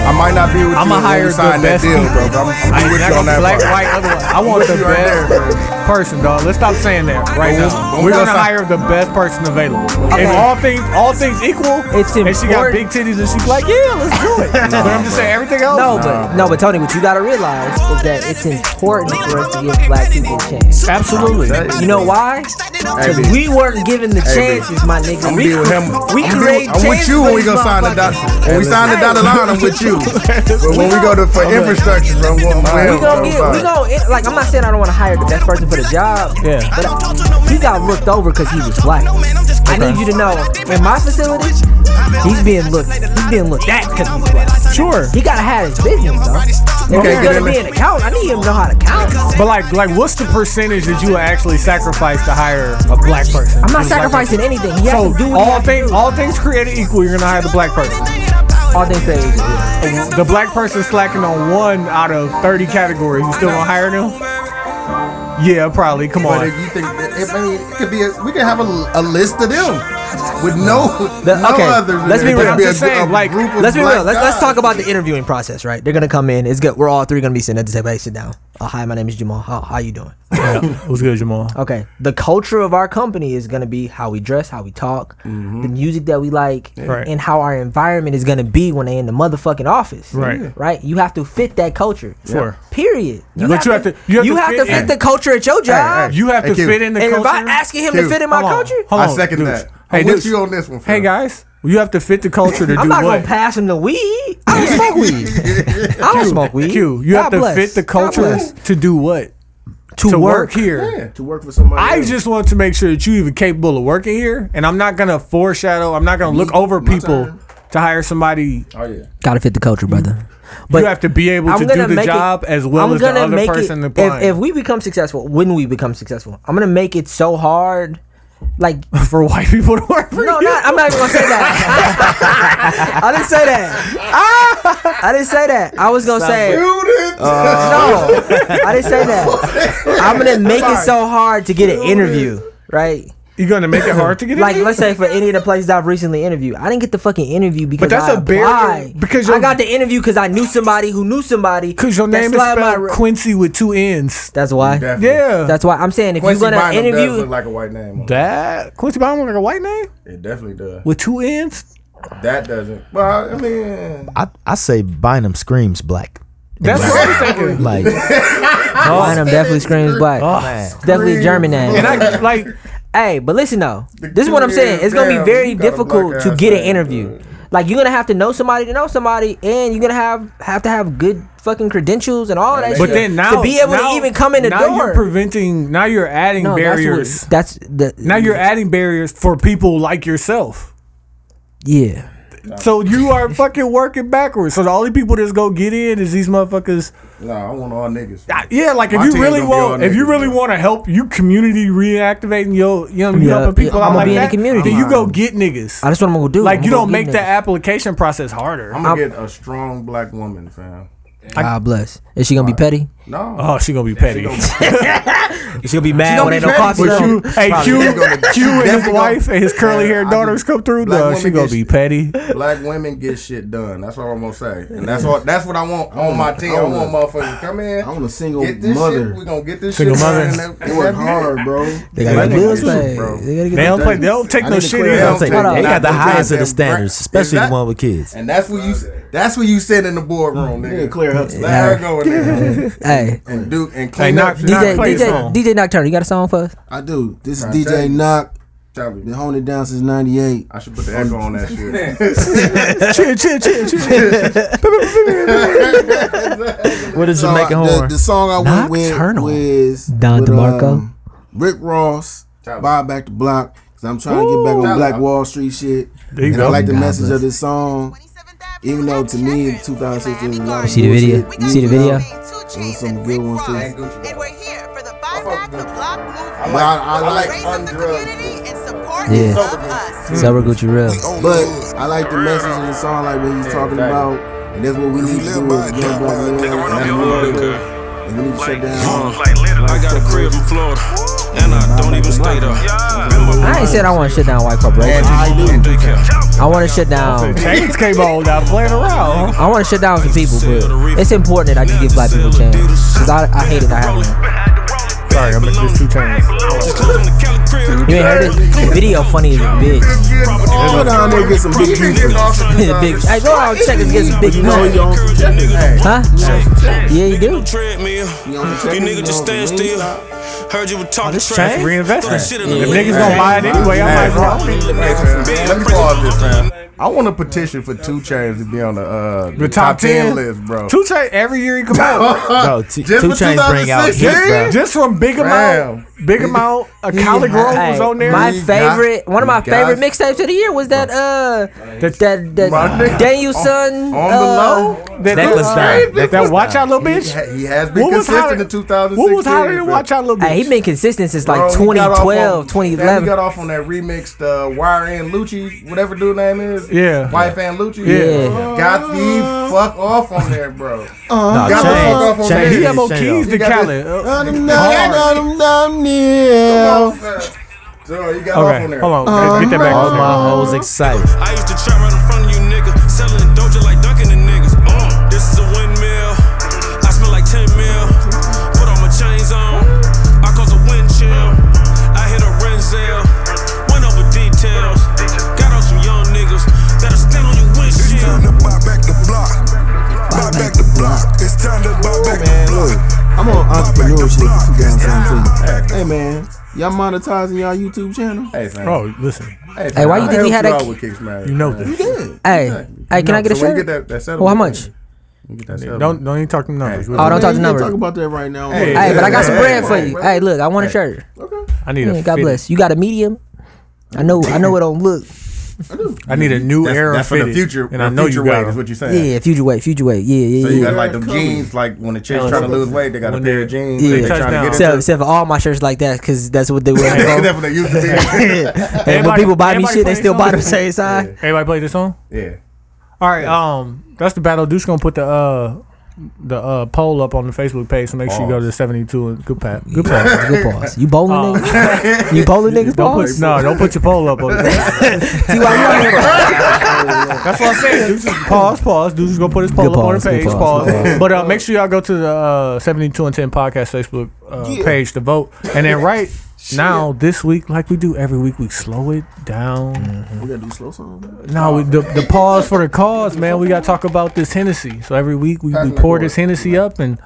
Speaker 2: I might not be with you
Speaker 3: I'ma
Speaker 2: when
Speaker 3: hire
Speaker 2: you sign
Speaker 3: the
Speaker 2: that
Speaker 3: best
Speaker 2: deal,
Speaker 3: people.
Speaker 2: bro. But I'm,
Speaker 3: I
Speaker 2: I'm
Speaker 3: ain't
Speaker 2: with you
Speaker 3: not
Speaker 2: on
Speaker 3: gonna
Speaker 2: that.
Speaker 3: black,
Speaker 2: part.
Speaker 3: white, otherwise. I want the
Speaker 2: you right
Speaker 3: best person, dog. Let's stop saying that right now. We're
Speaker 2: gonna
Speaker 3: gonna
Speaker 2: sign-
Speaker 3: hire the best person available.
Speaker 1: Okay.
Speaker 3: If all things all things equal,
Speaker 1: It's
Speaker 3: and she got
Speaker 1: important-
Speaker 3: big titties and she's like, yeah, let's do it. but I'm just saying everything else.
Speaker 1: No, but no, but Tony, what you gotta realize is that it's important for us to give black people a chance.
Speaker 3: absolutely.
Speaker 1: You know why? Because
Speaker 2: Hey, B.
Speaker 1: we weren't given the
Speaker 2: Hey, B.
Speaker 1: chances, my nigga.
Speaker 2: I'm
Speaker 1: We,
Speaker 2: be with him.
Speaker 1: we
Speaker 2: I'm, be
Speaker 1: create
Speaker 2: with, I'm with you when we gonna sign the dot. When we sign the dotted line, I'm with you. But when we go to for infrastructure, bro, I'm with him.
Speaker 1: We gonna get, we gonna it- like. I'm not saying I don't want to hire the best person for the job.
Speaker 3: Yeah.
Speaker 1: But I- he got looked over because he was black. I need you to know, in my facility, he's being looked, he's being looked at because he's black.
Speaker 3: Sure.
Speaker 1: He gotta have his business though. If
Speaker 2: Okay,
Speaker 1: he's
Speaker 2: get
Speaker 1: gonna
Speaker 2: in
Speaker 1: be
Speaker 2: there.
Speaker 1: an accountant, I need him to know how to count.
Speaker 3: But like, like, what's the percentage that you would actually sacrifice to hire a black person?
Speaker 1: I'm not
Speaker 3: Just like-
Speaker 1: sacrificing anything. He has
Speaker 3: So
Speaker 1: to do what he
Speaker 3: all
Speaker 1: has to
Speaker 3: things,
Speaker 1: do.
Speaker 3: all things created equal, you're gonna hire the black person.
Speaker 1: all things said. yeah.
Speaker 3: The black person slacking on one out of 30 categories. You still gonna hire them? Yeah, probably. Come
Speaker 2: But
Speaker 3: on.
Speaker 2: if you think, if, I mean, it could be, a, we could have a, a list of them with no,
Speaker 1: The-
Speaker 2: no
Speaker 1: okay,
Speaker 2: others. in
Speaker 1: let's
Speaker 2: it.
Speaker 1: be
Speaker 2: It
Speaker 1: real.
Speaker 2: could
Speaker 1: I'm
Speaker 3: just saying, like,
Speaker 2: of
Speaker 1: Let's be
Speaker 2: black
Speaker 1: real. Let's, let's
Speaker 2: guys.
Speaker 1: talk about the interviewing process, right? They're gonna come in. It's good. We're all three gonna be sitting at the table. Hey, sit down. Oh, hi, my name is Jamal. How how you doing?
Speaker 3: What's good, Jamal?
Speaker 1: Okay. The culture of our company is gonna be how we dress, how we talk, the music that we like,
Speaker 3: Mm-hmm. Right.
Speaker 1: and how our environment is gonna be when they in the motherfucking office.
Speaker 3: Right.
Speaker 1: Right. You have to fit that culture.
Speaker 3: Sure.
Speaker 1: Period. You
Speaker 3: But you have to- you have to fit in.
Speaker 1: the culture at your job.
Speaker 3: You have
Speaker 2: Hey,
Speaker 3: to
Speaker 2: Q.
Speaker 3: fit in the
Speaker 1: and
Speaker 3: culture.
Speaker 1: if I'm asking him to
Speaker 2: Q.
Speaker 1: fit in my
Speaker 3: Hold on.
Speaker 1: culture,
Speaker 3: Hold
Speaker 2: I
Speaker 3: on,
Speaker 2: second
Speaker 3: dudes.
Speaker 2: that. I'm
Speaker 3: Hey,
Speaker 2: with
Speaker 3: dudes.
Speaker 2: you on this one.
Speaker 3: Hey
Speaker 2: fam.
Speaker 3: guys, you have to fit the culture to do
Speaker 1: I'm not
Speaker 3: what?
Speaker 1: gonna pass him the weed. I don't smoke weed. I don't smoke weed.
Speaker 3: Q, you
Speaker 1: God
Speaker 3: have to
Speaker 1: bless.
Speaker 3: fit the
Speaker 1: God
Speaker 3: culture
Speaker 1: bless.
Speaker 3: to do what?
Speaker 1: to,
Speaker 3: To
Speaker 1: work.
Speaker 3: work, here.
Speaker 7: to work for somebody.
Speaker 3: I
Speaker 7: else.
Speaker 3: just want to make sure that you even capable of working here, and I'm not gonna foreshadow. I'm not gonna look over people
Speaker 7: turn.
Speaker 3: to hire somebody.
Speaker 7: oh yeah.
Speaker 1: Gotta fit the culture, brother. But
Speaker 3: you have to be able to do the
Speaker 1: make it-
Speaker 3: job as well
Speaker 1: I'm
Speaker 3: as the
Speaker 1: gonna
Speaker 3: other
Speaker 1: make it-
Speaker 3: person
Speaker 1: if,
Speaker 3: applying.
Speaker 1: if we become successful, when we become successful, I'm gonna make it so hard. Like
Speaker 3: for white people to work for
Speaker 1: no,
Speaker 3: you.
Speaker 1: not, I'm not even gonna say that. I didn't say that.
Speaker 3: Ah!
Speaker 1: I didn't say that. I was gonna say no. I didn't say that. I'm gonna make it so hard to get an interview, right?
Speaker 3: You're gonna make it hard to get in.
Speaker 1: like let's say for any of the places I've recently interviewed, I didn't get the fucking interview because
Speaker 3: that's
Speaker 1: I
Speaker 3: a barrier,
Speaker 1: applied.
Speaker 3: because
Speaker 1: I
Speaker 3: your-
Speaker 1: got the interview because I knew somebody who knew somebody.
Speaker 3: because your
Speaker 1: that
Speaker 3: name is
Speaker 1: slid my
Speaker 3: spelled
Speaker 1: re-
Speaker 3: Quincy with two N's.
Speaker 1: That's why.
Speaker 2: Definitely.
Speaker 3: Yeah,
Speaker 1: That's why I'm saying if
Speaker 2: Quincy
Speaker 1: you're gonna
Speaker 2: Bynum does
Speaker 1: interview,
Speaker 2: look like a white name. On it.
Speaker 3: that Quincy Bynum like a white name
Speaker 2: it definitely does.
Speaker 3: with two N's.
Speaker 2: That doesn't. Well, I mean,
Speaker 4: I, I say Bynum screams black.
Speaker 3: That's what I'm thinking.
Speaker 4: Like
Speaker 1: Bynum
Speaker 3: Oh.
Speaker 1: definitely screams black.
Speaker 4: man.
Speaker 1: It's definitely a German name.
Speaker 3: And I like
Speaker 1: Hey, but listen though, this is what I'm
Speaker 2: kid
Speaker 1: saying.
Speaker 2: is
Speaker 1: It's gonna
Speaker 2: down.
Speaker 1: be very
Speaker 2: You got a
Speaker 1: difficult
Speaker 2: black
Speaker 1: to
Speaker 2: ass
Speaker 1: get an
Speaker 2: man,
Speaker 1: interview.
Speaker 2: dude.
Speaker 1: Like you're gonna have to know somebody to know somebody, and you're gonna have have to have good fucking credentials and all that.
Speaker 3: But
Speaker 1: shit
Speaker 3: then now
Speaker 1: to be able
Speaker 3: now-
Speaker 1: to even come in the
Speaker 3: now
Speaker 1: door,
Speaker 3: you're preventing. Now you're adding
Speaker 1: No, that's what-
Speaker 3: barriers.
Speaker 1: That's, the
Speaker 3: now you're adding barriers for people like yourself.
Speaker 1: yeah.
Speaker 3: So you are fucking working backwards. So the only people that's gonna get in is these motherfuckers.
Speaker 2: no, I want all niggas.
Speaker 1: Ah,
Speaker 3: I- Yeah, like if
Speaker 2: My
Speaker 3: you
Speaker 2: team
Speaker 3: really
Speaker 2: gonna be
Speaker 3: want,
Speaker 2: all
Speaker 3: if you
Speaker 2: niggas,
Speaker 3: really
Speaker 2: bro.
Speaker 3: want to help, you community reactivating yo, you know, you
Speaker 1: Yeah,
Speaker 3: helping people
Speaker 1: yeah,
Speaker 3: out
Speaker 1: I'ma
Speaker 3: like
Speaker 1: be in the
Speaker 3: that.
Speaker 1: community. Um,
Speaker 3: Then you go get niggas.
Speaker 1: I just want to go do.
Speaker 3: like
Speaker 1: I'ma
Speaker 3: you
Speaker 1: go
Speaker 3: don't
Speaker 1: get
Speaker 3: make the
Speaker 1: niggas.
Speaker 3: application process harder.
Speaker 2: I'm gonna get a strong black woman, fam.
Speaker 1: God bless. Is she gonna be petty?
Speaker 2: No,
Speaker 3: oh, she gonna be petty.
Speaker 4: she'll be mad
Speaker 1: gonna be petty, but
Speaker 4: though.
Speaker 1: you-
Speaker 3: Hey, Q, Q and his
Speaker 2: Definitely
Speaker 3: wife
Speaker 2: gonna-
Speaker 3: and his curly haired
Speaker 2: I
Speaker 3: daughters
Speaker 2: just-
Speaker 3: come through.
Speaker 2: black
Speaker 3: Dog,
Speaker 2: woman
Speaker 3: she gonna
Speaker 2: gets-
Speaker 3: be petty.
Speaker 2: Black women get shit done. That's all I'm gonna say, and that's what that's what I want. I want my team. I want motherfuckers to come in.
Speaker 7: I want a single
Speaker 2: Get this
Speaker 7: mother.
Speaker 2: shit. We gonna get this
Speaker 3: Single
Speaker 2: shit
Speaker 3: mother.
Speaker 2: done. and that-
Speaker 7: They
Speaker 2: and
Speaker 7: work
Speaker 2: that-
Speaker 7: hard, bro.
Speaker 1: They gotta
Speaker 2: Black
Speaker 1: get bills
Speaker 2: women
Speaker 1: paid.
Speaker 2: get shit,
Speaker 1: They gotta get
Speaker 3: They don't
Speaker 1: bills
Speaker 3: play. They don't take
Speaker 7: I
Speaker 3: no
Speaker 7: need to
Speaker 3: shit
Speaker 7: clear
Speaker 3: either.
Speaker 7: that
Speaker 4: I'll say,
Speaker 1: Hold on.
Speaker 4: they got the
Speaker 2: Not
Speaker 4: highest of the
Speaker 2: that
Speaker 4: standards,
Speaker 2: brand-
Speaker 4: especially the
Speaker 2: Exact-
Speaker 4: one with kids.
Speaker 2: And that's what you. That's what you said in the boardroom,
Speaker 7: Nigga,
Speaker 2: nigga.
Speaker 7: Claire Huxtable.
Speaker 2: Let her go in there
Speaker 1: Hey,
Speaker 2: and Duke and clean
Speaker 3: knock-
Speaker 2: up. shit.
Speaker 3: knock-
Speaker 1: DJ,
Speaker 3: play a
Speaker 1: DJ,
Speaker 3: song.
Speaker 1: DJ Nocturne, you got a song for us?
Speaker 7: I do. This is
Speaker 2: I tell
Speaker 7: DJ
Speaker 2: you.
Speaker 7: Knock.
Speaker 2: Tell me.
Speaker 7: Been honing it down since '98.
Speaker 2: I should put the echo on that shit.
Speaker 3: Chill, chill, chill, chill.
Speaker 4: What is
Speaker 7: So I-
Speaker 4: Jamaican
Speaker 7: the,
Speaker 4: horn?
Speaker 7: the song I went with
Speaker 1: Nocturnal.
Speaker 7: was
Speaker 1: Don
Speaker 7: with,
Speaker 1: DeMarco.
Speaker 7: um, Rick Ross,
Speaker 2: Tyler.
Speaker 7: Bob Back the Block. Cause I'm trying to get back on Black Wall Street shit.
Speaker 3: There you
Speaker 7: and I
Speaker 3: go.
Speaker 7: like the
Speaker 1: God
Speaker 7: message
Speaker 1: bless.
Speaker 7: of this song. Even though to me, 2016 was a lot of
Speaker 1: See the video?
Speaker 7: bullshit.
Speaker 1: See the
Speaker 7: You know,
Speaker 1: video?
Speaker 7: There was some good ones too.
Speaker 10: And Gucci.
Speaker 8: And we're here for the buyback, the block movement.
Speaker 7: But I, I
Speaker 8: Raise
Speaker 7: like,
Speaker 8: up the community and support
Speaker 1: Yeah.
Speaker 8: of us.
Speaker 1: Sober Gucci Real.
Speaker 7: but I like the message of the song, like what he's talking about, and that's what we need to do as young black men. And that's what we need to do. And we need to shut down.
Speaker 11: I got a crib in Florida, and I don't even stay there.
Speaker 1: I ain't said I want to shut down white corporations. I want to shut down.
Speaker 3: Chains came on now playing around.
Speaker 1: I want to shut down some people, but it's important that I can give black people chance. Cause I, I hate it not having one.
Speaker 3: Sorry, I'm just two chains.
Speaker 1: You ain't heard this? The video funny as a bitch.
Speaker 7: Go down there and get some big beef.
Speaker 1: big. Hey, go out and check us get some big
Speaker 7: You know
Speaker 1: money.
Speaker 7: he on some checkers. Hey,
Speaker 1: Huh? Yeah, you do.
Speaker 7: he on some checkers. You just stand still.
Speaker 11: Heard you were talking
Speaker 1: Oh, this trash.
Speaker 3: Reinvestment.
Speaker 11: shit
Speaker 3: If niggas gonna buy it anyway, I might as well.
Speaker 2: Let me pause this, fam. I want a petition for Two Chains to be on the, uh,
Speaker 3: The top 10
Speaker 2: list, bro.
Speaker 3: Two chain every year he come out.
Speaker 4: Bro, t-
Speaker 2: Just
Speaker 4: two
Speaker 2: for
Speaker 4: chains bring out hits,
Speaker 2: 2016?
Speaker 4: bro.
Speaker 3: Just from Big Amount, Big Amount, a Colin Grove was
Speaker 1: Hey,
Speaker 3: on there.
Speaker 1: My
Speaker 2: You
Speaker 1: favorite,
Speaker 2: got-
Speaker 1: one of my
Speaker 2: you got-
Speaker 1: favorite mixtapes of the year was that uh that that,
Speaker 2: My
Speaker 1: that
Speaker 2: nigga.
Speaker 1: Daniel Son
Speaker 2: on the low?
Speaker 1: uh,
Speaker 3: that,
Speaker 4: That was
Speaker 3: that,
Speaker 4: down. That was
Speaker 3: watch out,
Speaker 4: down.
Speaker 3: little
Speaker 2: He,
Speaker 3: bitch.
Speaker 2: ha- he has been
Speaker 3: What was
Speaker 2: consistent
Speaker 3: hotter-
Speaker 2: in 2016.
Speaker 3: What was hotter than
Speaker 2: bro.
Speaker 3: watch out, little bitch?
Speaker 1: Hey, he been consistent since like
Speaker 2: Bro, he got off
Speaker 1: 2012,
Speaker 2: on- Fam, He got
Speaker 1: 2011.
Speaker 2: off on that remixed uh, Wire and Lucci, whatever dude name is.
Speaker 3: Yeah.
Speaker 2: Wife and Lucci.
Speaker 1: Yeah.
Speaker 2: Got the fuck off on there, bro. Got
Speaker 4: Nah,
Speaker 2: the fuck
Speaker 4: chains-
Speaker 2: off on
Speaker 4: chains-
Speaker 2: that.
Speaker 3: He had
Speaker 4: chains-
Speaker 3: more
Speaker 4: chains
Speaker 3: keys
Speaker 4: off.
Speaker 3: than
Speaker 2: got
Speaker 3: Colin.
Speaker 2: this-
Speaker 3: Uh,
Speaker 2: Come on, fam. Bro, he got off on
Speaker 3: Okay,
Speaker 2: there.
Speaker 3: hold on. guys, Get
Speaker 1: Uh-huh.
Speaker 3: that back on
Speaker 4: All
Speaker 3: there.
Speaker 4: my hoes excited.
Speaker 11: I used to trap right in front of you, nigga. Selling doja like dunking the niggas. Uh, this is a windmill. I smell like 10 mil. Put all my chains on. I cause a wind chill. I hit a Renzel. Went over details. Got on some young niggas that'll stand on your windshield.
Speaker 7: I'm on entrepreneurship for 2017. Hey man, y'all monetizing y'all YouTube channel?
Speaker 2: Hey, fam.
Speaker 3: Bro, listen.
Speaker 1: Hey, why you think he had a-
Speaker 3: You know this.
Speaker 1: Hey, hey, can I get a
Speaker 2: so when
Speaker 1: shirt?
Speaker 2: you get that, that settlement,
Speaker 1: Well, how much?
Speaker 2: you get that settlement.
Speaker 3: Don't don't even talk to numbers.
Speaker 2: Hey.
Speaker 1: Oh, don't
Speaker 7: Man,
Speaker 1: talk
Speaker 7: you
Speaker 1: the
Speaker 7: can't Talk
Speaker 1: number.
Speaker 7: about that right now.
Speaker 2: Hey.
Speaker 1: Hey, but I got some
Speaker 2: Hey,
Speaker 1: bread
Speaker 2: hey,
Speaker 1: for
Speaker 2: hey,
Speaker 1: you.
Speaker 2: hey.
Speaker 1: Hey, look, I want a shirt.
Speaker 3: I need
Speaker 1: Yeah,
Speaker 3: a
Speaker 1: God
Speaker 3: fitted.
Speaker 1: bless. You got a medium? I know, I know it don't look.
Speaker 3: I need a new
Speaker 2: That's,
Speaker 3: era
Speaker 2: that's for the
Speaker 3: fitted,
Speaker 2: future.
Speaker 3: and I know
Speaker 2: future
Speaker 3: you got
Speaker 2: weight is
Speaker 3: it.
Speaker 2: what you're saying.
Speaker 1: Yeah, future weight, future weight. Yeah, yeah,
Speaker 2: So
Speaker 1: yeah.
Speaker 2: you got like them
Speaker 7: Colors.
Speaker 2: jeans, like when the chick's
Speaker 3: Colors.
Speaker 2: trying to lose weight, they got a
Speaker 3: When
Speaker 2: pair
Speaker 3: they-
Speaker 2: of jeans.
Speaker 1: Yeah.
Speaker 2: they trying to get
Speaker 1: Except,
Speaker 2: into.
Speaker 1: except for all my shirts like that, because that's what they wear.
Speaker 2: That's what they used to be.
Speaker 1: and when
Speaker 3: Everybody-
Speaker 1: people buy me
Speaker 3: everybody
Speaker 1: shit, they
Speaker 3: plays
Speaker 1: still buy
Speaker 3: on.
Speaker 1: them same size.
Speaker 3: Everybody play this song.
Speaker 2: Yeah.
Speaker 3: All right. Um, that's the battle. Deuce gonna put the uh the uh poll up on the Facebook page, so make sure you go to the seventy two and good pat. Good pat.
Speaker 1: That's a good pause. You bowling
Speaker 3: Oh.
Speaker 1: niggas? You bowling niggas
Speaker 3: Don't put,
Speaker 1: pause?
Speaker 3: no, don't put your poll up. on there.
Speaker 1: See why you out here?
Speaker 3: That's what I'm saying. Deuce is, pause, pause. Deuce is gonna put his poll
Speaker 1: Good
Speaker 3: up on the
Speaker 1: pause, good
Speaker 3: page.
Speaker 1: pause,
Speaker 3: Pause.
Speaker 1: good pause.
Speaker 3: But uh, make sure y'all go to the uh, seventy two and ten podcast Facebook uh, page to vote, and then right now this week, like we do every week, we slow it down.
Speaker 1: Mm-hmm.
Speaker 7: We gotta do slow song.
Speaker 3: No, we, the, the pause for the cause, man. We gotta talk about this Hennessy. So every week we, we pour this Hennessy up, and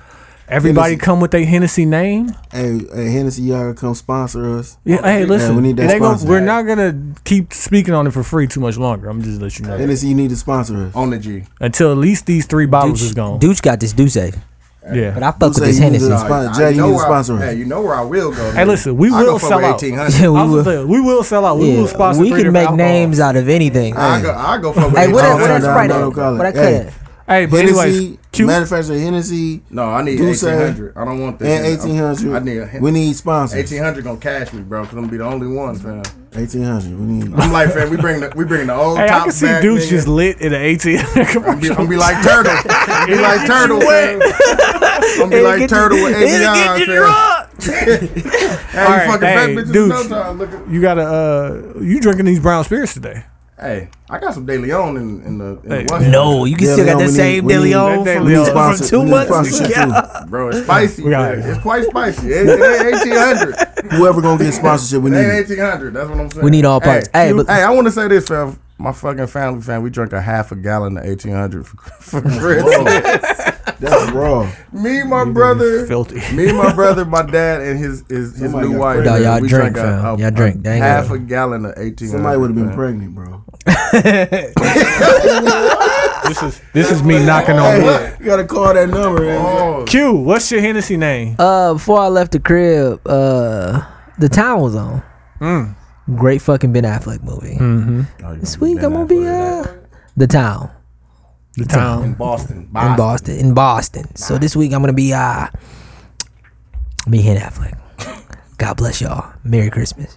Speaker 3: everybody
Speaker 7: Hennessy.
Speaker 3: come with their Hennessy name.
Speaker 7: Hey, hey, Hennessy, y'all gotta come sponsor us.
Speaker 3: Yeah, hey, listen,
Speaker 7: Oh, we need that
Speaker 3: it ain't gonna-
Speaker 7: sponsor.
Speaker 3: we're not gonna keep speaking on it for free too much longer. I'm just let you know
Speaker 7: Hennessy, you need to sponsor us.
Speaker 2: On the G.
Speaker 3: until at least these three bottles is
Speaker 1: Dooch,
Speaker 3: gone.
Speaker 1: Dooch got this Deuce. But
Speaker 3: Yeah.
Speaker 1: I fuck with
Speaker 7: say
Speaker 1: this
Speaker 7: you
Speaker 1: Hennessy.
Speaker 7: the- Spon-
Speaker 2: I
Speaker 7: Jay, you
Speaker 2: know
Speaker 7: need to
Speaker 2: where I-
Speaker 7: sponsor
Speaker 2: Hey,
Speaker 7: us.
Speaker 2: you know where I will go.
Speaker 3: Hey, listen, we
Speaker 2: I
Speaker 3: will
Speaker 2: go fuck
Speaker 3: sell
Speaker 2: with
Speaker 3: out.
Speaker 2: 1800.
Speaker 1: Yeah, we
Speaker 3: I was
Speaker 1: will.
Speaker 3: gonna say, we will sell out. We
Speaker 1: Yeah,
Speaker 3: will sponsor.
Speaker 1: we
Speaker 3: three
Speaker 1: can
Speaker 3: different
Speaker 1: make
Speaker 3: alcohols.
Speaker 1: names out of anything.
Speaker 2: I go, I go fuck with
Speaker 1: Hey, what
Speaker 7: I
Speaker 1: that,
Speaker 7: don't
Speaker 1: what
Speaker 7: turn
Speaker 1: that
Speaker 7: down
Speaker 1: Sprite
Speaker 7: no
Speaker 1: at?
Speaker 7: color.
Speaker 1: What I cut
Speaker 7: Hey.
Speaker 1: at?
Speaker 3: Hey, but anyways,
Speaker 7: Hennessy,
Speaker 3: Q.
Speaker 7: manufacturer Hennessy,
Speaker 2: No, I need
Speaker 7: Duce.
Speaker 2: 1800. I don't want this.
Speaker 7: and
Speaker 2: I'm-
Speaker 7: eighteen hundred.
Speaker 2: I need a
Speaker 7: We need sponsors.
Speaker 2: 1800 gonna cash me, bro, because I'm gonna be the only one, fam.
Speaker 7: Eighteen hundred. We need.
Speaker 2: I'm like, fam, we bring the, we bring the old
Speaker 3: Hey,
Speaker 2: top
Speaker 3: I can see
Speaker 2: back,
Speaker 3: dudes
Speaker 2: nigga.
Speaker 3: just lit in an ATM
Speaker 2: I'm be, I'm be like turtle. I'm be like turtle. fam. I'm be
Speaker 1: It'll
Speaker 2: like
Speaker 1: get you-
Speaker 2: turtle with
Speaker 1: it'll get
Speaker 2: ABI.
Speaker 1: you
Speaker 2: Hey,
Speaker 3: All right,
Speaker 2: you fucking fat
Speaker 3: hey,
Speaker 2: bitches
Speaker 3: dude.
Speaker 2: sometimes look at-
Speaker 3: You got to uh, you drinking these brown spirits today?
Speaker 2: Hey, I got some De Leon in, in the in
Speaker 3: Hey.
Speaker 2: the West.
Speaker 1: No, you can
Speaker 7: Yeah,
Speaker 1: still got
Speaker 7: Leon,
Speaker 1: that
Speaker 7: we need-
Speaker 1: same
Speaker 7: we need-
Speaker 1: Dillion
Speaker 3: that
Speaker 1: from,
Speaker 7: We need
Speaker 3: Dillion.
Speaker 1: from
Speaker 7: sponsors.
Speaker 1: two
Speaker 7: we need
Speaker 1: months
Speaker 7: sponsors
Speaker 1: ago.
Speaker 2: bro, it's spicy.
Speaker 3: We got
Speaker 2: fam.
Speaker 3: it.
Speaker 2: It's quite spicy. It, it ain't 1800.
Speaker 7: too. Whoever gonna get sponsorship, we
Speaker 2: It
Speaker 7: need.
Speaker 2: ain't
Speaker 7: it.
Speaker 2: 1800. That's what I'm saying.
Speaker 1: Mm. We need all parts.
Speaker 2: Hey,
Speaker 1: Hey,
Speaker 2: you-
Speaker 1: but-
Speaker 2: hey, I want to say this, fam. My fucking family, fam. We drank a half a gallon of 1800 for, for Christmas.
Speaker 7: That's raw.
Speaker 2: me, my brother,
Speaker 3: filthy.
Speaker 2: me, and my brother, my dad, and his his, his
Speaker 7: Somebody
Speaker 2: new
Speaker 7: got
Speaker 2: wife.
Speaker 7: pregnant.
Speaker 1: No,
Speaker 2: fam.
Speaker 1: y'all
Speaker 2: we
Speaker 1: drink,
Speaker 2: drank a-
Speaker 1: fam.
Speaker 2: a-
Speaker 1: Y'all drink.
Speaker 2: a
Speaker 1: Dang
Speaker 2: half
Speaker 1: it.
Speaker 2: a gallon of 1800.
Speaker 7: Somebody would have been
Speaker 2: fam.
Speaker 7: pregnant, bro.
Speaker 3: This is this is me knocking on wood.
Speaker 7: Hey, you gotta call that number. man.
Speaker 2: Oh,
Speaker 3: Q, what's your Hennessy name?
Speaker 1: Uh, before I left the crib, uh, the time was on. Great fucking Ben Affleck movie. This week I'm gonna be uh the town
Speaker 3: The town.
Speaker 2: Boston.
Speaker 1: in Boston. In Boston. So this week I'm gonna be uh be Ben Affleck. God bless y'all. Merry Christmas.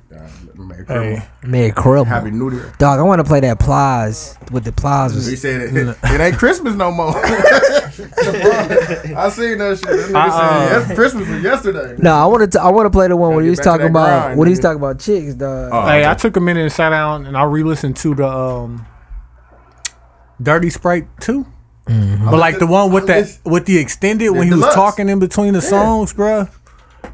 Speaker 2: Hey.
Speaker 1: Merry Christmas.
Speaker 2: Happy New Year.
Speaker 1: Dog, I want to play that Plies with the Plies.
Speaker 2: He
Speaker 1: Was,
Speaker 2: said it, it ain't Christmas no more. I seen that shit. That nigga
Speaker 7: Uh-uh.
Speaker 2: said, yes, Christmas was yesterday.
Speaker 1: no, I wanted to. I want to play the one where he
Speaker 2: get
Speaker 1: was
Speaker 2: back to
Speaker 1: talking
Speaker 2: that
Speaker 1: about
Speaker 2: grind,
Speaker 1: when he was
Speaker 2: nigga.
Speaker 1: talking about chicks, dog.
Speaker 2: Oh,
Speaker 7: Uh-uh.
Speaker 3: Hey, I took a minute and sat down and I re-listened to the um, Dirty Sprite 2
Speaker 2: Mm-hmm.
Speaker 3: but like the one with that with the extended when he was
Speaker 2: deluxe.
Speaker 3: talking in between the songs, bruh.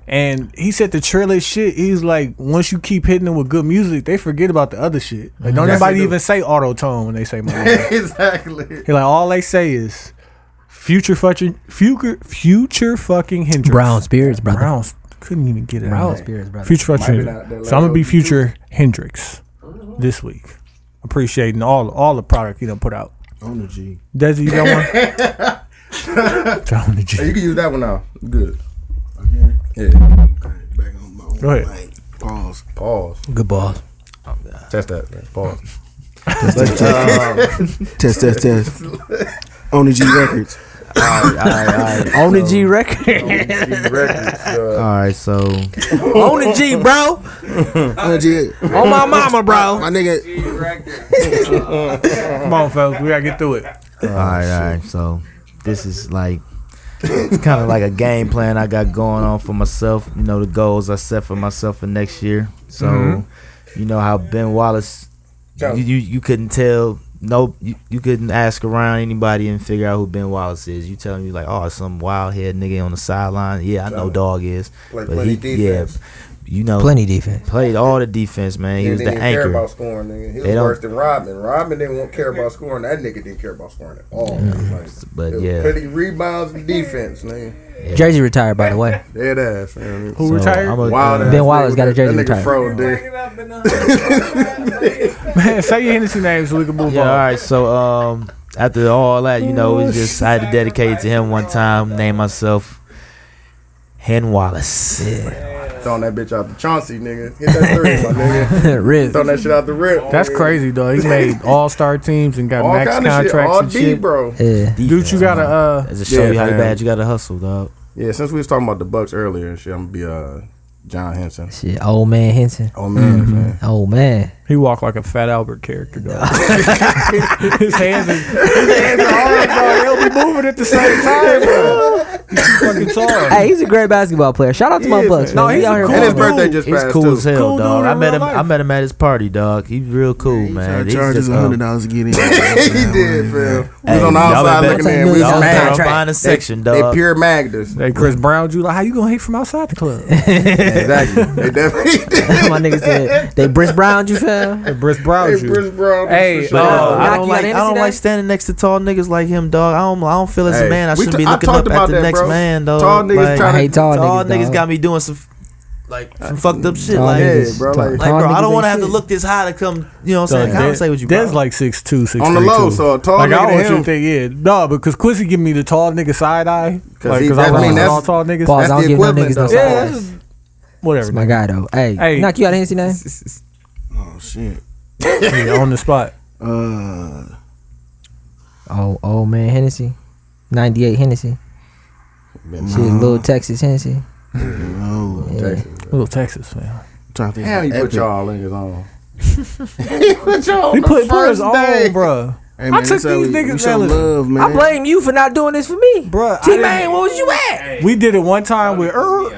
Speaker 3: And he said the trillest shit. He's like, once you keep hitting them with good music, they forget about the other shit. Like, don't
Speaker 2: Mm-hmm. Yes, they
Speaker 3: anybody
Speaker 2: do.
Speaker 3: even say auto tone when they say my name.
Speaker 2: exactly.
Speaker 3: He like all they say is future fucking future future fucking hindrance.
Speaker 1: Brown Spirits, brother.
Speaker 3: Browns couldn't even get it
Speaker 1: Brown
Speaker 3: out.
Speaker 1: Spirits, brother.
Speaker 3: Future
Speaker 2: Might be
Speaker 3: fucking.
Speaker 2: not that
Speaker 3: So I'm gonna
Speaker 2: loud
Speaker 3: be
Speaker 2: on
Speaker 3: future Hendrix this week. Appreciating all all the product he done put out.
Speaker 7: On the G.
Speaker 3: Desi, you got one? John the
Speaker 2: Hey,
Speaker 3: G.
Speaker 2: you can use that one now. Good.
Speaker 7: Okay.
Speaker 2: Yeah.
Speaker 7: Back on my own
Speaker 3: Go ahead.
Speaker 7: mic. Pause.
Speaker 2: Pause.
Speaker 1: Good ball.
Speaker 2: Test that. man. Pause.
Speaker 7: Test, test, test. on the G Records.
Speaker 4: all right, all right.
Speaker 1: On the
Speaker 4: so-
Speaker 1: G record.
Speaker 2: Records, uh,
Speaker 4: All right, so
Speaker 1: On the G, bro.
Speaker 7: On the G.
Speaker 1: On my mama, bro.
Speaker 7: My nigga.
Speaker 3: Come on, fellas, we gotta get through it.
Speaker 4: All right, all right. So this is like it's kind of like a game plan I got going on for myself. You know the goals I set for myself for next year. So you know how Ben Wallace, you you, you couldn't tell. No, you, you couldn't ask around anybody and figure out who Ben Wallace is. You telling me like, oh, some wild head nigga on the sideline. Yeah, I know dog is,
Speaker 2: Play
Speaker 4: but
Speaker 2: plenty
Speaker 4: he, yeah,
Speaker 2: defense.
Speaker 4: you know,
Speaker 1: Plenty defense.
Speaker 4: played all the defense, man. He
Speaker 2: Nigga
Speaker 4: was the
Speaker 2: didn't even care
Speaker 4: anchor.
Speaker 2: about scoring, nigga. He
Speaker 4: They
Speaker 2: was
Speaker 4: don't-
Speaker 2: worse than Robin. Robin didn't want care about scoring. That nigga didn't care about scoring at all. Like,
Speaker 4: But
Speaker 2: it was
Speaker 4: yeah,
Speaker 2: plenty rebounds and defense, nigga.
Speaker 1: Jersey retired, by the way.
Speaker 2: Dead ass. Man.
Speaker 3: Who retired?
Speaker 4: I'm a-
Speaker 2: Wild
Speaker 4: uh,
Speaker 2: ass
Speaker 1: Ben Wallace
Speaker 2: nigga.
Speaker 1: got a jersey
Speaker 2: That
Speaker 1: retired.
Speaker 2: nigga fro, dude.
Speaker 3: Man, say your Hennessy name so we can move
Speaker 4: Yeah,
Speaker 3: on.
Speaker 4: all right. So um, after all that, you know, it's just I had to dedicate it to him one time. Name myself Hen Wallace.
Speaker 2: Throwing that bitch out the Chauncey, nigga. Hit that three, my nigga.
Speaker 1: Rib.
Speaker 2: Throwing that shit out the rip.
Speaker 3: That's
Speaker 2: nigga.
Speaker 3: crazy though. He made all star teams and got
Speaker 2: All
Speaker 3: max
Speaker 2: kind of shit.
Speaker 3: contracts
Speaker 2: All
Speaker 3: and
Speaker 2: D,
Speaker 3: shit.
Speaker 2: bro.
Speaker 1: Yeah.
Speaker 3: Dude, you gotta uh
Speaker 4: As to show
Speaker 2: Yeah,
Speaker 4: you how
Speaker 2: man.
Speaker 4: bad you gotta hustle, dog.
Speaker 2: Yeah, since we was talking about the Bucks earlier and shit, I'm gonna be uh John Henson.
Speaker 1: Shit. Old man Henson.
Speaker 2: Oh man, man.
Speaker 1: Oh man.
Speaker 3: He walked like a Fat Albert character, dog. his hands, is, his hands are hard, bro. They'll be moving at the same time, bro. He's too fucking tall.
Speaker 1: Hey, he's a great basketball player. Shout out to my
Speaker 2: He is,
Speaker 1: Bucks.
Speaker 2: man.
Speaker 1: man.
Speaker 3: No,
Speaker 1: We
Speaker 3: he's
Speaker 1: out
Speaker 3: a
Speaker 1: here
Speaker 3: cool
Speaker 2: And his
Speaker 1: balling.
Speaker 2: birthday just
Speaker 4: He's
Speaker 2: passed
Speaker 4: cool
Speaker 2: too.
Speaker 4: as hell,
Speaker 3: Cool dude
Speaker 4: dog.
Speaker 3: in
Speaker 4: I met
Speaker 3: real
Speaker 4: him. I
Speaker 3: life.
Speaker 4: met him at his party, dog. He's real cool, man.
Speaker 7: Man,
Speaker 4: He's
Speaker 7: charges
Speaker 4: just,
Speaker 7: a
Speaker 4: um,
Speaker 7: hundred dollars to get in.
Speaker 2: he did, fam. We was
Speaker 4: Hey,
Speaker 2: on the
Speaker 4: y'all
Speaker 2: outside
Speaker 4: better-
Speaker 2: looking
Speaker 1: Don't
Speaker 2: in. We was
Speaker 1: take
Speaker 4: Y'all
Speaker 1: me
Speaker 4: better
Speaker 1: out
Speaker 2: mad.
Speaker 1: of
Speaker 4: find a section, dog.
Speaker 2: They pure Magnus.
Speaker 3: Hey, Chris Brown Jr., how you gonna hate from outside the club?
Speaker 2: exactly. They definitely did.
Speaker 1: my nigga said they Briss Brown. You fam?
Speaker 3: Hey, Briss Brown
Speaker 2: Hey,
Speaker 3: Jr.
Speaker 2: Bruce Brown.
Speaker 3: Hey,
Speaker 2: this is
Speaker 3: but,
Speaker 2: shit.
Speaker 4: Oh,
Speaker 1: Rocky,
Speaker 4: I don't
Speaker 1: you got
Speaker 4: like. I
Speaker 1: Hennessy
Speaker 4: don't
Speaker 1: down?
Speaker 4: like standing next to tall niggas like him, dog. I don't. I don't feel as
Speaker 2: Hey,
Speaker 4: a man. I
Speaker 2: we
Speaker 4: shouldn't be
Speaker 2: ta- I
Speaker 4: looking
Speaker 2: talked
Speaker 4: up at
Speaker 2: about
Speaker 4: the
Speaker 2: that,
Speaker 4: next
Speaker 2: bro.
Speaker 4: man, dog.
Speaker 2: Tall niggas
Speaker 4: Like,
Speaker 2: tryna-
Speaker 1: I hate tall,
Speaker 4: Tall niggas
Speaker 1: dog.
Speaker 4: got me doing some like some fucked up shit.
Speaker 1: Tall
Speaker 4: Like,
Speaker 2: Yeah,
Speaker 1: niggas.
Speaker 2: bro, like-
Speaker 4: like
Speaker 1: Tall
Speaker 4: bro, I
Speaker 1: niggas
Speaker 4: don't want to
Speaker 1: ain't
Speaker 4: have to
Speaker 1: shit.
Speaker 4: look this high to come. You know what I'm
Speaker 3: Dog,
Speaker 4: saying? I'll
Speaker 3: Dez-
Speaker 4: say what you.
Speaker 3: Dez
Speaker 4: bro.
Speaker 3: like six two, six
Speaker 2: on the low, so a tall
Speaker 3: like I
Speaker 2: nigga
Speaker 3: don't want
Speaker 2: to
Speaker 3: you to
Speaker 2: him.
Speaker 3: think, yeah, no, because Quincy give me the tall nigga side eye, because
Speaker 2: 'Cause
Speaker 3: like,
Speaker 2: he-
Speaker 3: 'cause
Speaker 2: that
Speaker 3: I
Speaker 2: mean,
Speaker 3: rock with
Speaker 2: that's-
Speaker 3: all tall niggas.
Speaker 1: Pause.
Speaker 2: That's
Speaker 1: I don't
Speaker 2: the
Speaker 1: give no
Speaker 2: equivalent,
Speaker 1: niggas no
Speaker 2: though.
Speaker 1: support.
Speaker 3: yeah, that's
Speaker 1: That's
Speaker 3: whatever.
Speaker 1: my guy though. Hey,
Speaker 3: Hey.
Speaker 1: knock you out of Hennessy name.
Speaker 7: Oh, shit.
Speaker 3: Yeah, on the spot.
Speaker 7: Uh,
Speaker 1: Oh, old man Hennessy, ninety eight Hennessy. Shit, little Texas Hennessy.
Speaker 7: no.
Speaker 3: Little Texas man.
Speaker 7: Trying to think
Speaker 2: Damn,
Speaker 7: of
Speaker 2: you put
Speaker 7: epic.
Speaker 2: y'all niggas on. he put y'all on
Speaker 3: He
Speaker 2: the
Speaker 3: put put
Speaker 2: first
Speaker 3: his
Speaker 2: day.
Speaker 3: own, bro.
Speaker 7: Hey, man,
Speaker 3: took
Speaker 7: that's how
Speaker 3: these
Speaker 7: we-
Speaker 3: niggas'
Speaker 7: we show
Speaker 3: fellas.
Speaker 7: love, man.
Speaker 1: I blame you for not doing this for me,
Speaker 3: Bruh, I
Speaker 1: T
Speaker 3: didn't-
Speaker 1: Main, where was you at?
Speaker 3: We did it one time with Earl.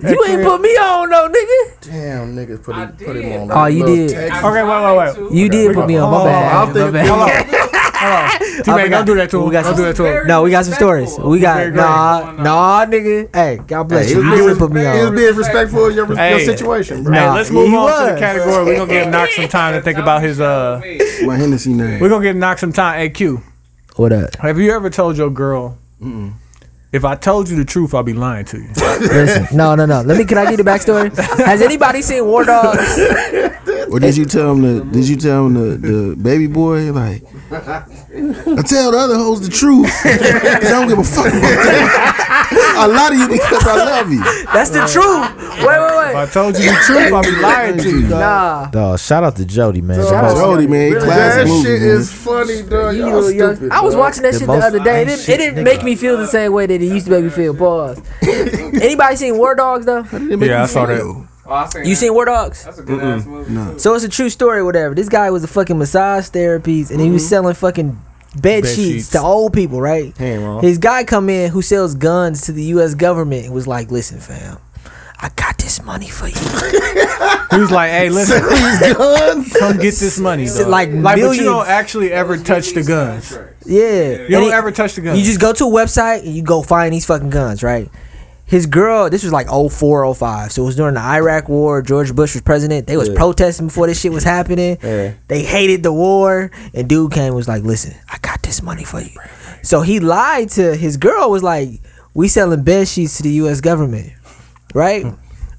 Speaker 1: You ain't put me on no nigga.
Speaker 2: Damn, niggas put him, put him
Speaker 6: did.
Speaker 2: on.
Speaker 1: Oh, you did.
Speaker 3: Okay, wait, wait, wait.
Speaker 1: You did put me on. My
Speaker 3: Hold on,
Speaker 1: bad.
Speaker 2: hold
Speaker 1: My
Speaker 2: on.
Speaker 1: bad.
Speaker 3: Hold on. Hold on. T-Man,
Speaker 1: forgot-
Speaker 3: don't do that to
Speaker 1: we
Speaker 3: him.
Speaker 1: got
Speaker 3: Don't
Speaker 1: some-
Speaker 3: do that to him.
Speaker 1: No, we got some stories. We got
Speaker 3: Very great.
Speaker 1: nah, nah, nigga. Hey, God bless
Speaker 2: He
Speaker 1: you.
Speaker 2: was,
Speaker 1: You did
Speaker 2: being,
Speaker 1: put me
Speaker 2: he was
Speaker 1: on.
Speaker 2: being respectful of your, your
Speaker 3: Hey.
Speaker 2: situation, bro.
Speaker 3: Hey,
Speaker 1: Nah,
Speaker 3: let's move
Speaker 1: he
Speaker 3: on to the
Speaker 1: was.
Speaker 3: category. We're gonna give Knock some time to think about his uh
Speaker 7: My Hennessy name.
Speaker 3: we're gonna give Knock some time. Hey Q,
Speaker 1: What up?
Speaker 3: have you ever told your girl if I told you the truth, I'd be lying to you.
Speaker 1: Listen, no, no, no. Let me. Can I get the backstory? Has anybody seen War Dogs?
Speaker 7: Or did you tell him the did you tell him the, the baby boy like I tell the other hoes the truth. 'cause I don't give a fuck about that. I lie to you because I love you.
Speaker 1: That's the truth. Wait, wait,
Speaker 3: If I told you the truth, I'd be lying to you.
Speaker 1: Nah.
Speaker 10: Dog, shout out to Jody, man.
Speaker 7: Shout
Speaker 10: The
Speaker 7: out
Speaker 10: most-
Speaker 7: Jody, man.
Speaker 10: Really?
Speaker 7: Classic
Speaker 10: That
Speaker 7: movie,
Speaker 10: shit
Speaker 7: man.
Speaker 10: is
Speaker 2: funny, dog.
Speaker 1: You little young- I was watching that
Speaker 10: The
Speaker 1: shit
Speaker 10: most
Speaker 1: the other day. It didn't,
Speaker 10: ancient
Speaker 1: it didn't
Speaker 10: nigga.
Speaker 1: make me feel the same way that it used to make me feel. Pause. Anybody seen War Dogs though?
Speaker 3: Yeah, I saw that.
Speaker 6: oh,
Speaker 1: You seen War Dogs?
Speaker 12: That's a good ass movie.
Speaker 7: No.
Speaker 1: So it's a true story, whatever. This guy was a fucking massage therapist, and he was selling fucking bed,
Speaker 7: Mm-hmm. Bed
Speaker 1: sheets,
Speaker 7: sheets.
Speaker 1: to old people, right?
Speaker 7: He ain't wrong.
Speaker 1: His guy come in who sells guns to the U.S. government and was like, "Listen, fam, I got this money for you."
Speaker 3: He was like, "Hey, listen, come get this money."
Speaker 1: Said,
Speaker 3: dog.
Speaker 1: like,
Speaker 3: but you
Speaker 1: millions.
Speaker 3: don't actually ever touch the guns.
Speaker 1: yeah,
Speaker 3: You don't
Speaker 1: And he-
Speaker 3: ever touch the guns.
Speaker 1: You just go to a website and you go find these fucking guns, right? His girl, this was like 04, 05. So it was during the Iraq war. George Bush was president. They was
Speaker 10: Yeah.
Speaker 1: protesting before this shit was happening.
Speaker 10: Yeah.
Speaker 1: They hated the war. And dude came and was like, listen, I got this money for you. So he lied to his girl, was like, we selling bed sheets to the US government. Right?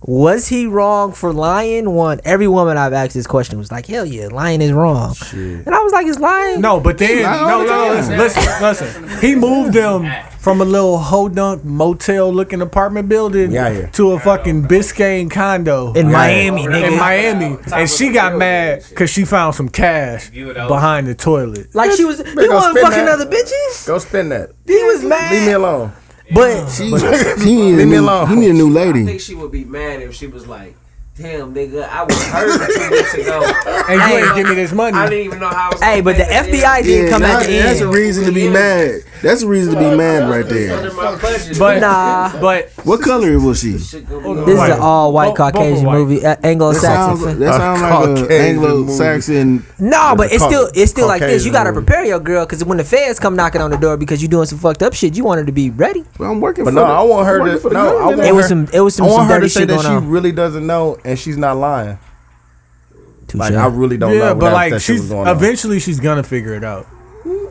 Speaker 1: Was he wrong for lying? One, every woman I've asked this question was like, hell yeah, lying is wrong. And I was like, it's lying.
Speaker 3: No, but then
Speaker 1: Lie all
Speaker 3: no,
Speaker 1: the
Speaker 3: no,
Speaker 1: time.
Speaker 3: listen, listen, listen. He moved them from a little hodunk motel looking apartment building
Speaker 2: We out here.
Speaker 3: to a fucking Biscayne condo
Speaker 1: In Miami, nigga.
Speaker 3: In Miami, and she got mad because she found some cash behind the toilet.
Speaker 1: Like she was,
Speaker 2: They
Speaker 1: he
Speaker 2: gonna
Speaker 1: wasn't
Speaker 2: spin
Speaker 1: fucking
Speaker 2: that.
Speaker 1: other bitches.
Speaker 2: Go spend that.
Speaker 1: He was mad.
Speaker 2: Leave me alone.
Speaker 1: But
Speaker 7: He,
Speaker 2: But-
Speaker 7: he need
Speaker 2: Leave
Speaker 7: a
Speaker 2: me
Speaker 7: new,
Speaker 2: alone.
Speaker 7: he need a new
Speaker 6: I
Speaker 7: lady.
Speaker 6: think she would be mad if she was like, "Damn, nigga, I was hurt two weeks ago,
Speaker 3: And you
Speaker 6: I
Speaker 3: ain't
Speaker 6: ain't-
Speaker 3: give me this money.
Speaker 6: I didn't even know how." I was
Speaker 1: Hey,
Speaker 6: gonna
Speaker 1: but the
Speaker 6: pay this
Speaker 1: FBI
Speaker 6: bill.
Speaker 1: didn't
Speaker 7: Yeah,
Speaker 1: come
Speaker 7: now-
Speaker 1: at the
Speaker 7: that's a
Speaker 1: end.
Speaker 7: reason to be
Speaker 6: Yeah.
Speaker 7: mad. That's a reason to be mad right
Speaker 6: It's
Speaker 7: there.
Speaker 6: under my budget.
Speaker 3: But
Speaker 1: Nah.
Speaker 3: but
Speaker 7: What color was she?
Speaker 6: Shit gonna be
Speaker 3: Hold on.
Speaker 1: This is
Speaker 3: White.
Speaker 1: an all white
Speaker 3: Bo- both are
Speaker 1: Caucasian
Speaker 3: white.
Speaker 1: movie, uh,
Speaker 7: That sounds,
Speaker 1: Anglo-Saxon.
Speaker 7: that sounds like an
Speaker 2: Caucasian
Speaker 7: Anglo-Saxon.
Speaker 1: No, but it's
Speaker 2: Cau-
Speaker 1: still it's still like this. You
Speaker 2: Caucasian
Speaker 1: gotta
Speaker 2: movie.
Speaker 1: prepare your girl because when the feds come knocking on the door because you doing some fucked up shit, you want her to be ready.
Speaker 7: Well, I'm working
Speaker 2: But
Speaker 7: for
Speaker 2: no,
Speaker 7: the-
Speaker 2: I want
Speaker 7: I'm working
Speaker 2: her to.
Speaker 7: for the
Speaker 2: No, I
Speaker 7: government.
Speaker 2: want
Speaker 1: It was
Speaker 2: her-
Speaker 1: some- it was some-
Speaker 2: I want
Speaker 1: some
Speaker 2: her
Speaker 1: dirty
Speaker 2: to say
Speaker 1: shit
Speaker 2: that
Speaker 1: going on.
Speaker 2: she really doesn't know and she's not lying.
Speaker 1: Touche.
Speaker 2: Like I really don't know.
Speaker 3: yeah,
Speaker 2: what
Speaker 3: but
Speaker 2: that-
Speaker 3: like
Speaker 2: that shit was
Speaker 3: she's
Speaker 2: going on.
Speaker 3: eventually she's gonna figure it out.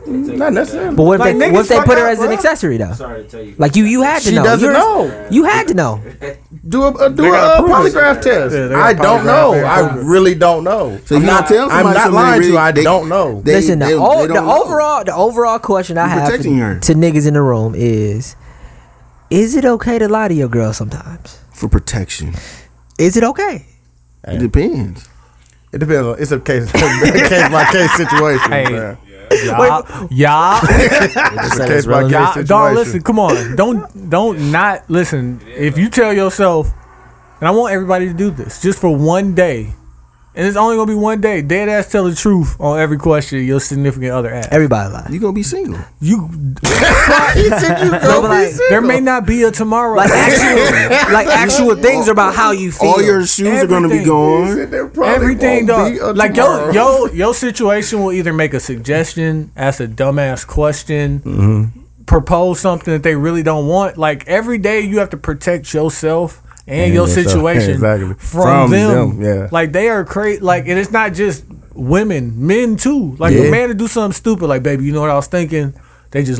Speaker 2: Not necessarily.
Speaker 1: but what if
Speaker 3: Like,
Speaker 1: they,
Speaker 3: niggas
Speaker 1: what if they
Speaker 3: fuck
Speaker 1: put her
Speaker 3: up,
Speaker 1: as an
Speaker 3: bruh.
Speaker 1: accessory though?
Speaker 6: Sorry to tell you.
Speaker 1: Like you, you had to
Speaker 2: She
Speaker 1: know.
Speaker 2: doesn't
Speaker 1: You're-
Speaker 2: know.
Speaker 1: You had to know.
Speaker 2: Do a, a- do
Speaker 3: gotta
Speaker 2: a,
Speaker 3: prove it.
Speaker 2: polygraph test.
Speaker 3: Yeah, they gotta
Speaker 2: I don't
Speaker 3: polygraph
Speaker 2: know.
Speaker 3: it.
Speaker 2: I really don't know.
Speaker 7: So you not tell somebody
Speaker 2: I'm not
Speaker 7: something
Speaker 2: lying to
Speaker 7: really-
Speaker 2: you. I
Speaker 7: they-
Speaker 2: don't know.
Speaker 7: They-
Speaker 1: Listen, the,
Speaker 7: they-
Speaker 1: o-
Speaker 7: they
Speaker 1: the
Speaker 7: don't know.
Speaker 1: overall the overall question I
Speaker 7: You
Speaker 1: have for-
Speaker 7: protecting her.
Speaker 1: to niggas in the room is: Is it okay to lie to your girl sometimes?
Speaker 7: for protection.
Speaker 1: Is it okay?
Speaker 7: It depends.
Speaker 2: It depends. On, it's a case case by case situation.
Speaker 3: Hey.
Speaker 2: man.
Speaker 3: Y'all, y'all,
Speaker 2: It's a case by case
Speaker 3: y'all
Speaker 2: situation.
Speaker 3: dog, listen, come on, don't don't not listen. If you tell yourself, and I want everybody to do this just for one day, and it's only gonna be one day. Dead ass tell the truth on every question your significant other asks.
Speaker 1: Everybody lies.
Speaker 7: You gonna be single.
Speaker 3: You
Speaker 1: No, but like,
Speaker 3: there may not be a tomorrow.
Speaker 1: like actual, like actual things are about how you feel.
Speaker 7: All your shoes are gonna be
Speaker 3: Everything.
Speaker 7: gone.
Speaker 2: There probably
Speaker 3: Everything
Speaker 2: won't be a
Speaker 3: dog. Like
Speaker 2: tomorrow.
Speaker 3: yo, yo, your situation will either make a suggestion, ask a dumbass question,
Speaker 2: Mm-hmm.
Speaker 3: propose something that they really don't want. Like every day, you have to protect yourself and
Speaker 2: And
Speaker 3: your
Speaker 2: yourself.
Speaker 3: situation
Speaker 2: Exactly.
Speaker 3: from,
Speaker 2: From
Speaker 3: them.
Speaker 2: them, yeah.
Speaker 3: Like they are crazy. Like and it's not just women, men too. Like a
Speaker 2: Yeah.
Speaker 3: man to do something stupid. Like baby, you know what I was thinking? They just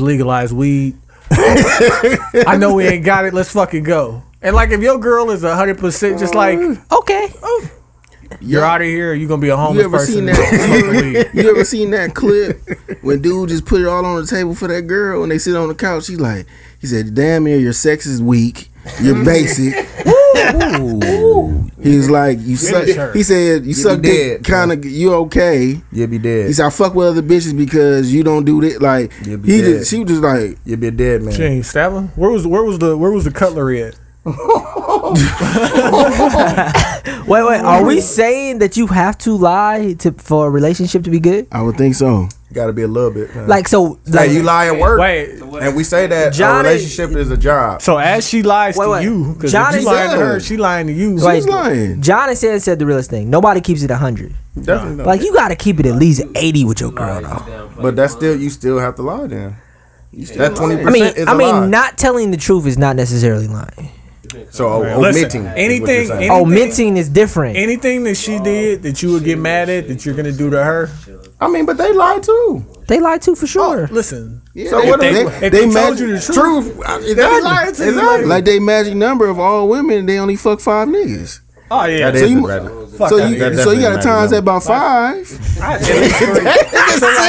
Speaker 3: legalized weed. I know we ain't got it. Let's fucking go. And like if your girl is hundred percent, just like
Speaker 1: okay.
Speaker 3: you're out of here. You gonna be a homeless
Speaker 7: You ever
Speaker 3: person.
Speaker 7: seen that? you ever seen that clip when dude just put it all on the table for that girl and they sit on the couch? She's like, he said, "Damn near your sex is weak. You're basic." He's like, "You
Speaker 3: her.
Speaker 7: suck." He said, "You
Speaker 2: be
Speaker 7: suck dick.
Speaker 2: dead,
Speaker 7: Kind of. You okay?"
Speaker 2: you'll be
Speaker 7: He
Speaker 2: dead.
Speaker 7: said, "I fuck with other bitches because you don't do this." Like
Speaker 2: You'll be
Speaker 7: he,
Speaker 2: dead.
Speaker 7: just, she was just like,
Speaker 2: You'll be a dead man.
Speaker 3: She ain't stab him. Where was where was the where was the cutlery at?
Speaker 1: Wait, wait. Are we saying that you have to lie to for a relationship to be good?
Speaker 7: "I would think so."
Speaker 2: Got to be a little bit. man.
Speaker 1: Like so, like
Speaker 2: hey, you lie at work.
Speaker 3: Wait.
Speaker 2: And we say that
Speaker 1: Johnny-
Speaker 2: a relationship is a job.
Speaker 3: So as she lies
Speaker 1: Wait,
Speaker 3: to
Speaker 1: wait.
Speaker 3: you, because
Speaker 1: John
Speaker 3: you
Speaker 1: is
Speaker 3: lying to
Speaker 7: dead.
Speaker 3: her, she lying to you.
Speaker 1: Wait.
Speaker 7: She's lying.
Speaker 1: John and Sam said the realest thing. Nobody keeps it hundred.
Speaker 2: Definitely.
Speaker 1: Like you got to keep it at least eighty with your girl. Though.
Speaker 2: But that's still you still have to lie then. That twenty
Speaker 1: I mean,
Speaker 2: percent is
Speaker 1: I
Speaker 2: a lie.
Speaker 1: mean, not telling the truth is not necessarily lying.
Speaker 2: so o-
Speaker 3: Listen,
Speaker 2: omitting is what you're
Speaker 3: anything-
Speaker 2: saying.
Speaker 3: any-
Speaker 1: Oh, minting is different.
Speaker 3: Anything that she did that you would get mad at that you're gonna do to her.
Speaker 2: I mean, but they lie too.
Speaker 1: They lie too for sure.
Speaker 3: Listen,
Speaker 7: Yeah,
Speaker 2: So
Speaker 7: they-
Speaker 2: what
Speaker 7: they,
Speaker 2: if-
Speaker 3: if they told you the truth,
Speaker 2: I-
Speaker 3: they lied to you,
Speaker 2: exactly.
Speaker 7: Like they magic number of all women, they only fuck five niggas.
Speaker 3: oh yeah,
Speaker 2: That
Speaker 7: So
Speaker 2: is
Speaker 7: you-
Speaker 2: a red- Fuck
Speaker 7: so
Speaker 2: outta
Speaker 7: you
Speaker 2: here.
Speaker 7: so
Speaker 2: That
Speaker 7: you got to
Speaker 2: definitely
Speaker 7: times that
Speaker 2: not
Speaker 7: by five.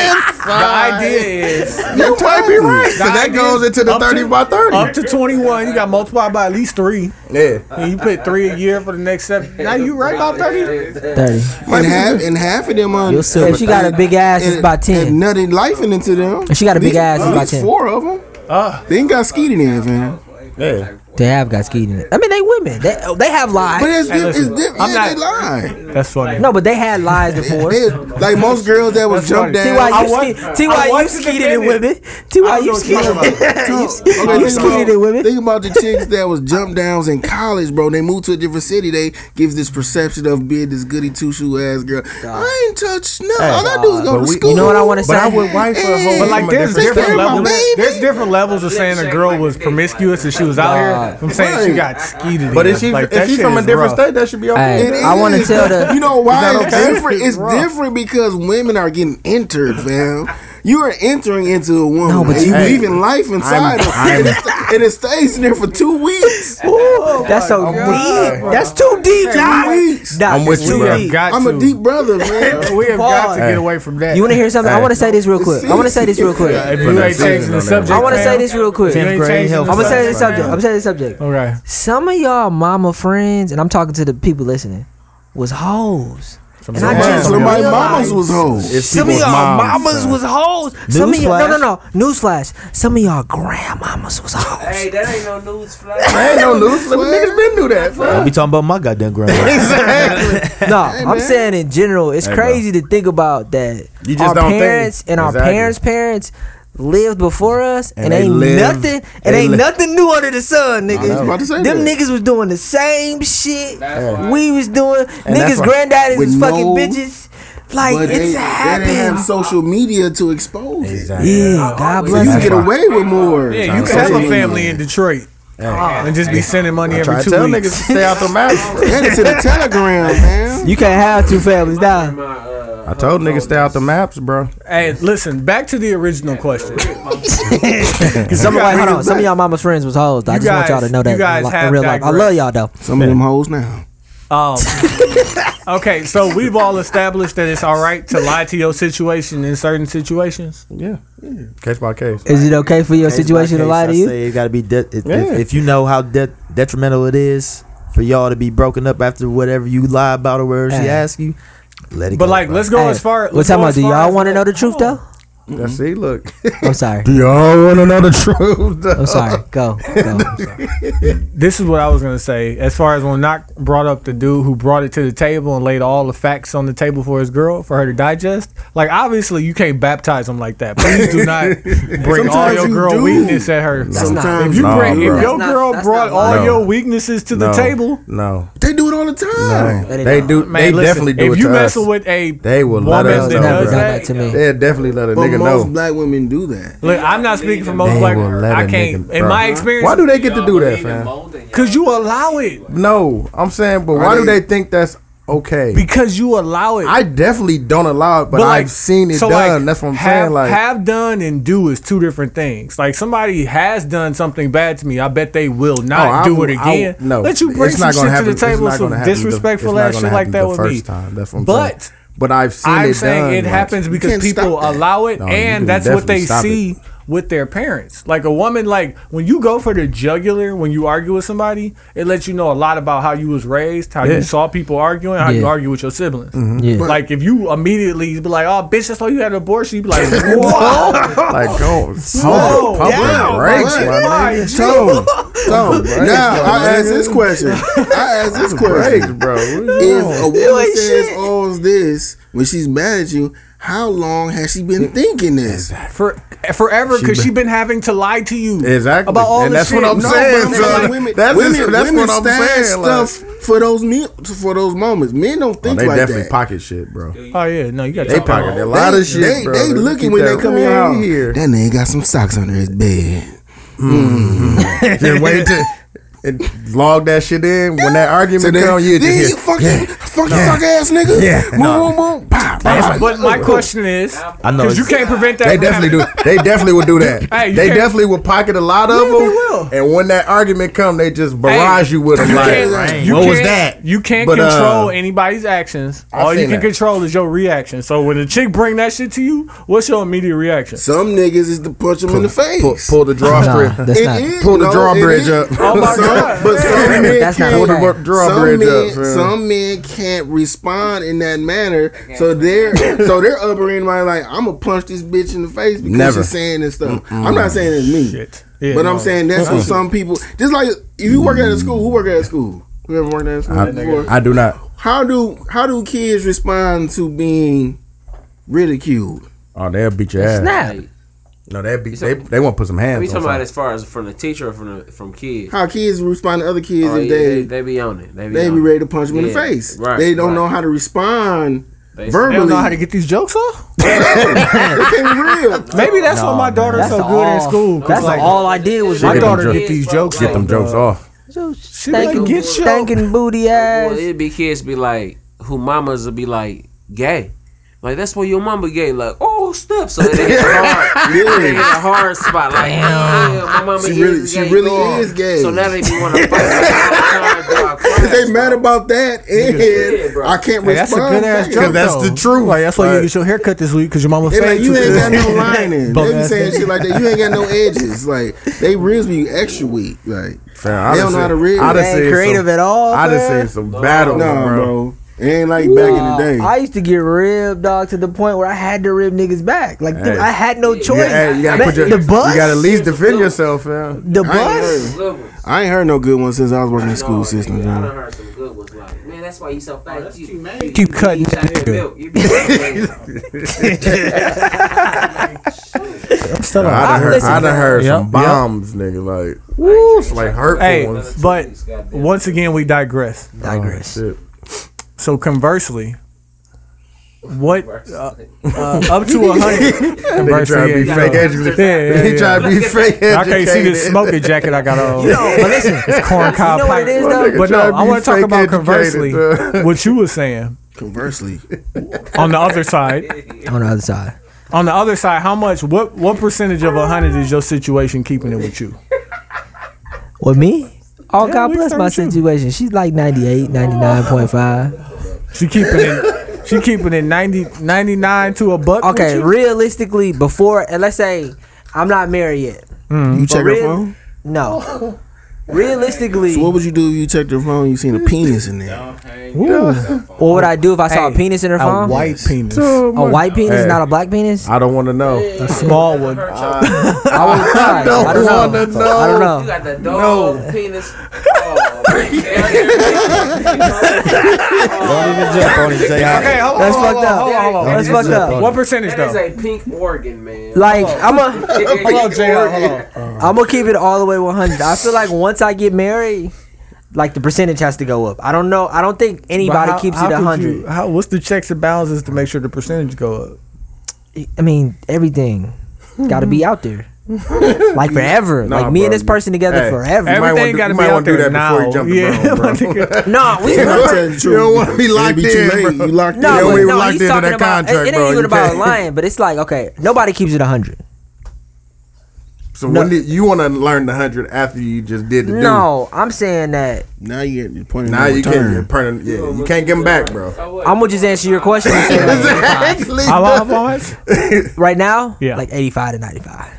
Speaker 3: The idea is
Speaker 7: You might be right. 'cause
Speaker 3: The
Speaker 7: that
Speaker 3: idea
Speaker 7: goes
Speaker 3: is
Speaker 7: into the
Speaker 3: up to-
Speaker 7: thirty by thirty.
Speaker 3: Up to twenty one, you got multiplied by at least three.
Speaker 2: Yeah.
Speaker 3: And you put three a year for the next seven. Now you right about thirty.
Speaker 1: Thirty.
Speaker 7: And half and half of them are.
Speaker 1: You'll see. If she got a big ass, it's
Speaker 7: and-
Speaker 1: about ten.
Speaker 7: And nothing life into them.
Speaker 1: If she got a big
Speaker 7: These-
Speaker 1: ass, it's
Speaker 7: these
Speaker 1: about ten.
Speaker 7: Four of them.
Speaker 3: Uh.
Speaker 7: They ain't got skeet in there, man.
Speaker 2: Yeah.
Speaker 1: They have got skeet in it. I mean, they women. They they have lies.
Speaker 7: But it's, it's,
Speaker 3: listen,
Speaker 7: it's different.
Speaker 3: I'm
Speaker 7: yeah,
Speaker 3: not-
Speaker 7: they lie.
Speaker 3: That's funny.
Speaker 1: no, but they had lies before.
Speaker 7: They- like most girls that was
Speaker 3: That's
Speaker 7: jumped
Speaker 3: funny.
Speaker 7: down.
Speaker 1: Ty,
Speaker 3: wa-
Speaker 1: you,
Speaker 3: I
Speaker 1: ske- Ty, you
Speaker 3: want to
Speaker 1: skeeted in
Speaker 3: defend it.
Speaker 1: women. Ty, you
Speaker 3: was gonna talk
Speaker 1: skeeted. You s-
Speaker 7: Okay,
Speaker 1: You
Speaker 7: think,
Speaker 1: skeeted in
Speaker 7: about,
Speaker 1: women.
Speaker 7: think about the chicks that was jump downs in college, bro. They moved to a different city. They gives this perception of being this goody two shoe ass girl. I ain't touched no. all I do is go
Speaker 2: but
Speaker 7: to
Speaker 2: we- you
Speaker 7: school.
Speaker 1: You know what I want to say?
Speaker 2: But I would wife for a whole
Speaker 3: But like, there's
Speaker 7: Take care
Speaker 3: different
Speaker 7: of my
Speaker 3: levels.
Speaker 7: baby.
Speaker 3: There's different levels of saying a girl was promiscuous and she was out here. I'm saying she got skeeted.
Speaker 2: But
Speaker 3: in.
Speaker 2: if she
Speaker 3: Like, that
Speaker 2: if she
Speaker 3: shit
Speaker 2: from a
Speaker 3: is
Speaker 2: different
Speaker 3: rough.
Speaker 2: state, that should be okay.
Speaker 1: Hey. I wanna
Speaker 7: is.
Speaker 1: tell the-
Speaker 7: You know why
Speaker 2: that
Speaker 7: it's
Speaker 2: okay?
Speaker 7: different? It's
Speaker 2: Wrong.
Speaker 7: different because women are getting entered, fam. You are entering into a woman.
Speaker 1: No, but
Speaker 7: and
Speaker 1: you-
Speaker 7: you leaving life inside her, and, it, sta- and it stays in there for two weeks.
Speaker 1: Ooh, that's so deep. That's too deep, Ty.
Speaker 7: weeks.
Speaker 1: Nah,
Speaker 2: I'm with
Speaker 1: that's
Speaker 2: you,
Speaker 1: too
Speaker 2: bro.
Speaker 1: deep.
Speaker 3: Got
Speaker 7: I'm
Speaker 3: to.
Speaker 7: a deep brother, man.
Speaker 3: We have got to
Speaker 1: Hey.
Speaker 3: get away from that.
Speaker 1: You want to hear something? I
Speaker 2: Hey.
Speaker 1: want to say this real quick. I want to say this real quick.
Speaker 3: If
Speaker 1: I
Speaker 3: you
Speaker 2: Put
Speaker 3: ain't
Speaker 2: that
Speaker 3: changing the
Speaker 2: seasoning on
Speaker 3: subject,
Speaker 2: there.
Speaker 1: want to say this real quick.
Speaker 3: You ain't
Speaker 1: I'm
Speaker 10: grade
Speaker 3: changing
Speaker 10: health.
Speaker 3: the
Speaker 1: gonna say this
Speaker 3: subject.
Speaker 1: subject. I'm gonna say this subject.
Speaker 3: Okay.
Speaker 1: Some of y'all mama friends, and I'm talking to the people listening, was hoes. And I
Speaker 7: Man,
Speaker 1: just
Speaker 7: somebody
Speaker 1: realized-
Speaker 7: mamas was hoes.
Speaker 2: It's
Speaker 1: Some of
Speaker 2: people's
Speaker 1: y'all
Speaker 2: moms,
Speaker 1: mamas
Speaker 2: son.
Speaker 1: was hoes. Some of y'all,
Speaker 10: Newsflash.
Speaker 1: no, no, no. Newsflash. Some of y'all grandmamas was hoes.
Speaker 6: Hey, that ain't no news flash.
Speaker 2: ain't no loose. Little niggas been do that.
Speaker 10: Don't be talking about my goddamn grandma.
Speaker 1: no, I'm saying in general, it's
Speaker 2: Hey, bro.
Speaker 1: crazy to think about that.
Speaker 2: You just
Speaker 1: our
Speaker 2: don't think.
Speaker 1: parents and our
Speaker 2: Exactly.
Speaker 1: parents' parents lived before us, and,
Speaker 2: And they
Speaker 1: ain't
Speaker 2: lived-
Speaker 1: nothing, and
Speaker 2: they
Speaker 1: ain't
Speaker 2: li-
Speaker 1: nothing new under the sun, niggas.
Speaker 7: was about to say
Speaker 1: Them
Speaker 7: that.
Speaker 1: niggas was doing the same shit
Speaker 6: why-
Speaker 1: we was doing.
Speaker 2: that's
Speaker 1: niggas'
Speaker 2: why-
Speaker 1: granddaddies
Speaker 7: with
Speaker 1: was fucking
Speaker 7: no-
Speaker 1: bitches. Like
Speaker 7: But
Speaker 1: it's
Speaker 7: they, they didn't have
Speaker 1: happened.
Speaker 7: social media to expose it.
Speaker 1: Yeah, God
Speaker 7: So you
Speaker 1: bless.
Speaker 7: get
Speaker 1: them.
Speaker 7: away with more.
Speaker 3: Yeah, you can have a family in Detroit and just be sending money
Speaker 2: Try to
Speaker 3: every two
Speaker 2: tell niggas to
Speaker 3: weeks.
Speaker 2: stay out the marriage.
Speaker 7: Head to the Telegram, man.
Speaker 1: You can't have two families now.
Speaker 2: I told niggas stay out the maps, bro.
Speaker 3: Hey, listen, back to the original question.
Speaker 1: Some of
Speaker 3: guys-
Speaker 1: y'all- hold on, some of y'all mama's friends was hoes. though. I
Speaker 3: You
Speaker 1: just want y'all
Speaker 3: guys-
Speaker 1: to know
Speaker 3: you
Speaker 1: that
Speaker 3: guys
Speaker 1: like,
Speaker 3: have
Speaker 1: in real life. I
Speaker 3: digressed.
Speaker 1: love y'all though.
Speaker 7: Some of them hoes now.
Speaker 3: Um, okay, so we've all established that it's all right to lie to your situation in certain situations.
Speaker 2: Yeah. Case by case.
Speaker 1: Is it okay for your situation to lie to you?
Speaker 10: Say it gotta be de- if- if,
Speaker 2: Yeah.
Speaker 10: if you know how de- detrimental it is for y'all to be broken up after whatever you lie about or whatever she
Speaker 1: Hey.
Speaker 10: asks you. Let it
Speaker 3: But
Speaker 10: go,
Speaker 3: like,
Speaker 10: bro.
Speaker 3: let's go
Speaker 1: Hey,
Speaker 3: as far.
Speaker 1: What
Speaker 3: let's
Speaker 1: time
Speaker 3: go
Speaker 1: about
Speaker 3: as
Speaker 1: do
Speaker 3: far
Speaker 1: y'all
Speaker 3: as-
Speaker 1: want to know the truth though?
Speaker 2: Now see, look.
Speaker 1: I'm sorry.
Speaker 2: Mm-hmm. Y'all want to know the truth? though?
Speaker 1: I'm sorry. Go. go. I'm sorry.
Speaker 3: This is what I was gonna say. As far as when Knock brought up the dude who brought it to the table and laid all the facts on the table for his girl for her to digest. Like, obviously, you can't baptize him like that. Please do not bring all
Speaker 7: Sometimes
Speaker 3: your
Speaker 7: you
Speaker 3: girl
Speaker 7: do.
Speaker 3: weakness at her.
Speaker 1: That's not-
Speaker 7: Sometimes
Speaker 3: If you
Speaker 2: Nah,
Speaker 3: bring,
Speaker 2: bro.
Speaker 3: if your
Speaker 1: That's not-
Speaker 3: girl
Speaker 1: that's
Speaker 3: brought
Speaker 1: not
Speaker 3: all
Speaker 2: lying.
Speaker 3: your weaknesses to the
Speaker 2: No.
Speaker 3: table,
Speaker 2: No.
Speaker 7: they do it all the time.
Speaker 2: No. They do.
Speaker 3: man,
Speaker 2: they
Speaker 3: listen,
Speaker 2: definitely do
Speaker 3: if
Speaker 2: it
Speaker 3: you
Speaker 2: to
Speaker 3: mess
Speaker 2: us.
Speaker 3: with a,
Speaker 2: They will let
Speaker 3: woman
Speaker 2: us
Speaker 3: that
Speaker 2: know.
Speaker 1: Never
Speaker 3: does
Speaker 1: done
Speaker 2: bro.
Speaker 1: that to me.
Speaker 2: They definitely let a
Speaker 7: But
Speaker 2: nigga
Speaker 7: most
Speaker 2: know.
Speaker 7: black women do that.
Speaker 3: look, I'm not speaking for most
Speaker 2: They
Speaker 3: black.
Speaker 2: will let
Speaker 3: I
Speaker 2: a
Speaker 3: can't.
Speaker 2: nigga-
Speaker 3: in
Speaker 2: bro.
Speaker 3: my experience,
Speaker 2: Why do they get to do that, fam?
Speaker 3: Because you allow it.
Speaker 2: No, I'm saying, but why do
Speaker 7: they-
Speaker 2: they think that's okay?
Speaker 3: Because you allow it.
Speaker 2: I definitely don't allow it, but, I've seen it
Speaker 3: so, like,
Speaker 2: done. That's what I'm
Speaker 3: have,
Speaker 2: saying. Like,
Speaker 3: have done and do is two different things. Like somebody has done something bad to me. I bet they will not
Speaker 2: Oh, I
Speaker 3: do it
Speaker 2: w- I
Speaker 3: again.
Speaker 2: w- no,
Speaker 3: let you bring
Speaker 2: it's
Speaker 3: some
Speaker 2: not
Speaker 3: shit
Speaker 2: gonna happen-
Speaker 3: to the
Speaker 2: it's
Speaker 3: table,
Speaker 2: not
Speaker 3: some
Speaker 2: gonna happen the-
Speaker 3: disrespectful
Speaker 2: it's not
Speaker 3: ass
Speaker 2: gonna
Speaker 3: shit like
Speaker 2: happen
Speaker 3: that
Speaker 2: the
Speaker 3: with
Speaker 2: first
Speaker 3: me.
Speaker 2: Time. That's what I'm
Speaker 3: But
Speaker 2: saying. but I've seen
Speaker 3: I'm
Speaker 2: it
Speaker 3: saying
Speaker 2: done.
Speaker 3: it
Speaker 2: like-
Speaker 3: happens because
Speaker 7: can't stop
Speaker 3: people
Speaker 7: that.
Speaker 3: allow it,
Speaker 2: No, you
Speaker 3: and
Speaker 2: can
Speaker 3: that's what they
Speaker 2: definitely stop
Speaker 3: see with their parents. Like a woman, like when you go for the jugular, when you argue with somebody, it lets you know a lot about how you was raised, how
Speaker 2: Yeah. Mm-hmm.
Speaker 3: you saw people arguing, how you
Speaker 1: Yeah.
Speaker 3: argue with your siblings.
Speaker 1: Yeah.
Speaker 3: Like if you immediately be like, "Oh, bitch, that's why you had an abortion," you be like, "Whoa,
Speaker 2: Like, go
Speaker 3: Slow
Speaker 2: pump
Speaker 3: down,
Speaker 2: the brakes,
Speaker 7: bro.
Speaker 2: my nigga.
Speaker 3: my
Speaker 7: So, so now I ask this question. I ask
Speaker 2: Brakes,
Speaker 7: this question.
Speaker 2: bro. What
Speaker 7: If
Speaker 2: is-
Speaker 7: a woman says all this when she's mad at you, how long has she been thinking this?
Speaker 3: for forever," because
Speaker 2: been-
Speaker 3: she been having to lie to you
Speaker 2: Exactly.
Speaker 3: about all
Speaker 2: And
Speaker 3: this
Speaker 2: that's what
Speaker 3: shit.
Speaker 2: I'm
Speaker 3: No,
Speaker 2: saying,
Speaker 3: but
Speaker 7: I'm
Speaker 3: I'm
Speaker 2: son.
Speaker 7: saying
Speaker 3: like,
Speaker 7: women,
Speaker 2: That's
Speaker 7: women,
Speaker 2: just- that's
Speaker 7: women
Speaker 2: what I'm
Speaker 7: stash
Speaker 2: saying, like-
Speaker 7: stuff for those me- for those moments. Men don't
Speaker 2: Oh,
Speaker 7: think
Speaker 2: they
Speaker 7: like
Speaker 2: definitely
Speaker 7: that.
Speaker 2: pocket shit, bro.
Speaker 3: Oh yeah, no, you got
Speaker 2: They pocket a lot
Speaker 7: they,
Speaker 2: of shit,
Speaker 7: They,
Speaker 2: bro.
Speaker 7: they looking
Speaker 2: keep
Speaker 7: when
Speaker 2: that
Speaker 7: they come in
Speaker 2: right
Speaker 7: out.
Speaker 2: here.
Speaker 7: That nigga got some socks under his bed.
Speaker 2: Just wait till and log that shit in. When that argument
Speaker 7: then-
Speaker 2: comes, you
Speaker 7: then
Speaker 2: just hear,
Speaker 7: you fucking- fucking
Speaker 2: yeah,
Speaker 7: suck ass nigga.
Speaker 2: Yeah,
Speaker 7: Boom, boom, boom. Pow,
Speaker 3: But, but my question is,
Speaker 2: I know
Speaker 3: because you can't prevent that.
Speaker 2: They
Speaker 3: from
Speaker 2: definitely do.
Speaker 3: happening.
Speaker 2: They definitely would do that.
Speaker 3: Hey, you
Speaker 2: they
Speaker 3: can't-
Speaker 2: definitely would pocket a lot of them. And when that argument come, they just barrage
Speaker 3: Hey,
Speaker 2: you with them.
Speaker 3: can't-
Speaker 2: Like,
Speaker 3: you
Speaker 2: what was
Speaker 3: can't-
Speaker 2: that?
Speaker 3: You can't
Speaker 2: But, uh,
Speaker 3: control anybody's actions.
Speaker 2: I've
Speaker 3: All you
Speaker 2: seen
Speaker 3: can
Speaker 2: that.
Speaker 3: control is your reaction. So when the chick bring that shit to you, what's your immediate reaction?
Speaker 7: Some niggas is to punch them in the face.
Speaker 2: Pull, pull the drawstring.
Speaker 1: Nah, that's
Speaker 7: It
Speaker 1: not-
Speaker 7: is-
Speaker 2: pull the
Speaker 7: no, it
Speaker 2: drawbridge
Speaker 7: is.
Speaker 2: up.
Speaker 3: Oh my God.
Speaker 7: But some men
Speaker 1: That's not
Speaker 7: can't-
Speaker 1: Pull the
Speaker 2: right.
Speaker 7: some
Speaker 2: drawbridge
Speaker 7: men,
Speaker 2: up, fam.
Speaker 7: Some men can't respond in that manner, so they're so they're upper in my like I'm gonna punch this bitch in the face because
Speaker 2: Never.
Speaker 7: she's saying this stuff. I'm not saying it's me,
Speaker 3: Yeah,
Speaker 7: but
Speaker 3: no.
Speaker 7: I'm saying that's what some people. Just like if you work at a school, who work at a school? Who ever worked at a school before?
Speaker 2: I do not.
Speaker 7: how do how do kids respond to being ridiculed?
Speaker 2: Oh, they'll beat your ass.
Speaker 1: Snap.
Speaker 2: No, they'll beat. They, they won't put some
Speaker 6: We
Speaker 2: hands
Speaker 6: talking
Speaker 2: on
Speaker 6: about
Speaker 2: something.
Speaker 6: as far as from the teacher or from the, from kids.
Speaker 7: How kids respond to other kids
Speaker 6: Oh,
Speaker 7: if
Speaker 6: yeah,
Speaker 7: they
Speaker 6: they be on it. They be,
Speaker 7: they
Speaker 6: on
Speaker 7: be
Speaker 6: it.
Speaker 7: ready to punch them in the
Speaker 6: Yeah,
Speaker 7: face.
Speaker 6: right,
Speaker 7: they don't
Speaker 6: right.
Speaker 7: know how to respond
Speaker 6: They-
Speaker 3: They
Speaker 7: verbally.
Speaker 3: don't know how to get these jokes off.
Speaker 7: They can't be real.
Speaker 3: Maybe that's
Speaker 4: No,
Speaker 3: why my
Speaker 4: man.
Speaker 3: daughter's
Speaker 1: That's
Speaker 3: so good in
Speaker 1: all-
Speaker 3: school. 'cause,
Speaker 1: That's
Speaker 3: like,
Speaker 1: all I did was
Speaker 2: Shit,
Speaker 3: my
Speaker 2: get them
Speaker 3: daughter
Speaker 2: jokes-
Speaker 3: get these jokes.
Speaker 2: Get them
Speaker 3: off,
Speaker 2: jokes
Speaker 3: dog.
Speaker 2: off.
Speaker 3: She be like,
Speaker 1: Stinking-
Speaker 3: get your
Speaker 1: stinking booty
Speaker 6: Well,
Speaker 1: ass.
Speaker 6: it'd be kids be like, who mamas would be like, gay. Like that's where your mama gay. Like, oh snap! So they hit a hard, they hit a hard spot. Like, yeah, my mama
Speaker 7: She
Speaker 6: is
Speaker 7: really- she
Speaker 6: gay.
Speaker 7: really
Speaker 6: dog.
Speaker 7: is gay.
Speaker 6: So now they be want to fight.
Speaker 7: they mad about that,
Speaker 6: Yeah,
Speaker 7: and
Speaker 6: bro.
Speaker 7: I can't
Speaker 3: Hey, that's a
Speaker 7: respond.
Speaker 3: good ass
Speaker 7: back.
Speaker 3: joke.
Speaker 2: that's
Speaker 3: though.
Speaker 2: the truth.
Speaker 3: Like, that's why you
Speaker 2: Like-
Speaker 3: get your hair cut this week because your mama
Speaker 7: They like,
Speaker 3: fade
Speaker 7: you
Speaker 3: too
Speaker 7: ain't got
Speaker 3: good.
Speaker 7: no line in.
Speaker 3: Bum
Speaker 7: They be
Speaker 3: ass
Speaker 7: saying
Speaker 3: nigga.
Speaker 7: shit like that. You ain't got no edges. Like they ribs be extra weak. Like
Speaker 2: Fam, I
Speaker 7: They
Speaker 2: done
Speaker 7: don't know how to
Speaker 2: seen-
Speaker 7: read.
Speaker 2: I done
Speaker 7: They
Speaker 1: ain't
Speaker 2: seen
Speaker 1: creative
Speaker 2: some-
Speaker 1: at all,
Speaker 2: I done
Speaker 1: fam.
Speaker 2: seen some battles,
Speaker 7: nah, bro.
Speaker 2: bro.
Speaker 7: It ain't like back in the
Speaker 1: Nah,
Speaker 7: day.
Speaker 1: I used to get ribbed, dog, to the point where I had to rib niggas back. Like, dude,
Speaker 2: Hey.
Speaker 1: I had no choice.
Speaker 2: You, hey, you gotta
Speaker 1: Man,
Speaker 2: put your,
Speaker 1: the bus,
Speaker 2: You gotta at least defend yourself, fam.
Speaker 1: the
Speaker 7: I ain't
Speaker 1: bus.
Speaker 7: heard- I ain't heard no good one since I was working in the school system.
Speaker 6: I
Speaker 7: John.
Speaker 6: done heard some good ones. Like, man, that's why you so fat. you, you-
Speaker 3: Keep
Speaker 6: you-
Speaker 3: cutting
Speaker 6: You, try to
Speaker 3: that
Speaker 6: get milk. You be like,
Speaker 3: Shut up.
Speaker 2: I done
Speaker 1: I-
Speaker 2: heard,
Speaker 1: listen,
Speaker 2: I done heard
Speaker 3: Yep,
Speaker 2: some
Speaker 3: yep.
Speaker 2: bombs, nigga. Like, woo, it's like hurtful
Speaker 3: Hey,
Speaker 2: ones.
Speaker 3: but once again, we digress.
Speaker 1: Digress.
Speaker 2: Shit.
Speaker 3: So conversely, what uh, uh, up to a hundred?
Speaker 2: Nigga
Speaker 3: conversely,
Speaker 2: trying to be
Speaker 3: yeah,
Speaker 2: fake
Speaker 3: yeah.
Speaker 2: educated.
Speaker 3: Yeah, yeah,
Speaker 2: He
Speaker 3: yeah.
Speaker 2: trying to be fake educated.
Speaker 3: I can't see this smoking jacket I got on.
Speaker 2: Oh,
Speaker 1: But listen,
Speaker 3: It's corn cob
Speaker 1: You know what it
Speaker 3: pipe.
Speaker 1: is,
Speaker 2: My
Speaker 1: though?
Speaker 2: nigga
Speaker 3: But no,
Speaker 2: tryna
Speaker 3: I
Speaker 2: be
Speaker 3: want to talk
Speaker 2: fake
Speaker 3: about
Speaker 2: educated,
Speaker 3: conversely
Speaker 2: bro.
Speaker 3: what you were saying
Speaker 7: Conversely,
Speaker 3: on the other side.
Speaker 1: On the other side.
Speaker 3: On the other side, how much? What what percentage of a hundred is your situation keeping it with you?
Speaker 1: With me? Oh,
Speaker 3: Yeah,
Speaker 1: God
Speaker 3: we
Speaker 1: bless
Speaker 3: start
Speaker 1: my
Speaker 3: with you.
Speaker 1: situation. She's like 98, 99.5.
Speaker 3: She keeping it. She keeping it 90, 99 to a buck. with
Speaker 1: Okay,
Speaker 3: you?
Speaker 1: realistically, before, and let's say I'm not married yet.
Speaker 7: you check
Speaker 1: real-
Speaker 7: your phone.
Speaker 1: No. Realistically,
Speaker 7: So what would you do if you checked your phone? You seen a penis in there?
Speaker 1: what would I do if I saw a
Speaker 3: Hey,
Speaker 1: penis in her
Speaker 3: a
Speaker 1: phone?
Speaker 3: white penis,
Speaker 1: A white penis,
Speaker 2: Hey.
Speaker 1: not a black penis?
Speaker 2: I don't want to know.
Speaker 3: a small one. Uh-huh.
Speaker 1: I would cry. I don't,
Speaker 2: don't
Speaker 1: know.
Speaker 2: wanna know.
Speaker 1: I don't
Speaker 6: you
Speaker 1: know.
Speaker 6: got the dog penis. Oh,
Speaker 10: Don't
Speaker 6: man.
Speaker 10: even jump on it, Jay.
Speaker 3: Okay, hold on.
Speaker 1: That's
Speaker 3: hold on,
Speaker 1: fucked up.
Speaker 3: Hold on, hold on.
Speaker 1: That's
Speaker 3: This is-
Speaker 1: fucked up.
Speaker 3: What percentage
Speaker 6: That is
Speaker 3: though?
Speaker 6: a pink organ, man.
Speaker 1: Like I'm a,
Speaker 6: Hold
Speaker 3: Hold on, JR, hold on.
Speaker 1: I'm gonna keep it all the way 100. I feel like once I get married, like the percentage has to go up. I don't know. I don't think anybody
Speaker 3: But how-
Speaker 1: keeps
Speaker 3: how
Speaker 1: it
Speaker 3: could
Speaker 1: 100.
Speaker 3: you- How, what's the checks and balances to make sure the percentage go up?
Speaker 1: I mean, everything got to be out there, like forever.
Speaker 2: Nah,
Speaker 1: like me and
Speaker 2: bro.
Speaker 1: this person together
Speaker 2: Hey.
Speaker 1: forever.
Speaker 2: Every- might wanna
Speaker 3: Everything
Speaker 2: do-
Speaker 3: got
Speaker 2: you
Speaker 3: to be
Speaker 2: might
Speaker 3: out
Speaker 2: wanna do
Speaker 3: there
Speaker 2: that before you
Speaker 3: now.
Speaker 2: jump the
Speaker 3: Yeah,
Speaker 2: broom, bro.
Speaker 3: my nigga.
Speaker 1: no, we.
Speaker 7: I'll tell you the
Speaker 2: You don't
Speaker 7: truth.
Speaker 2: want to be
Speaker 7: It'd
Speaker 2: locked
Speaker 7: be
Speaker 2: in,
Speaker 7: too late.
Speaker 2: bro.
Speaker 7: You locked
Speaker 1: No,
Speaker 2: Yeah,
Speaker 1: but
Speaker 7: in.
Speaker 2: we
Speaker 1: no,
Speaker 2: locked
Speaker 1: he's
Speaker 2: into
Speaker 1: talking about.
Speaker 2: that
Speaker 1: it-
Speaker 2: contract,
Speaker 1: it,
Speaker 2: bro.
Speaker 1: ain't even
Speaker 2: You
Speaker 1: about
Speaker 2: can't-
Speaker 1: lying, but it's like okay, nobody keeps it hundred.
Speaker 2: So when did you want to learn the hundred after you just did the do?
Speaker 1: No, I'm saying that
Speaker 7: Now you get the point of
Speaker 2: Now
Speaker 7: no
Speaker 2: you can't.
Speaker 7: return.
Speaker 2: You're permanent- yeah, you can't get them back, bro.
Speaker 1: I'm gonna just answer your question. and say, like,
Speaker 2: Exactly.
Speaker 3: How long- how long is-
Speaker 1: right now,
Speaker 3: Yeah. Hmm.
Speaker 1: like 85 to 95.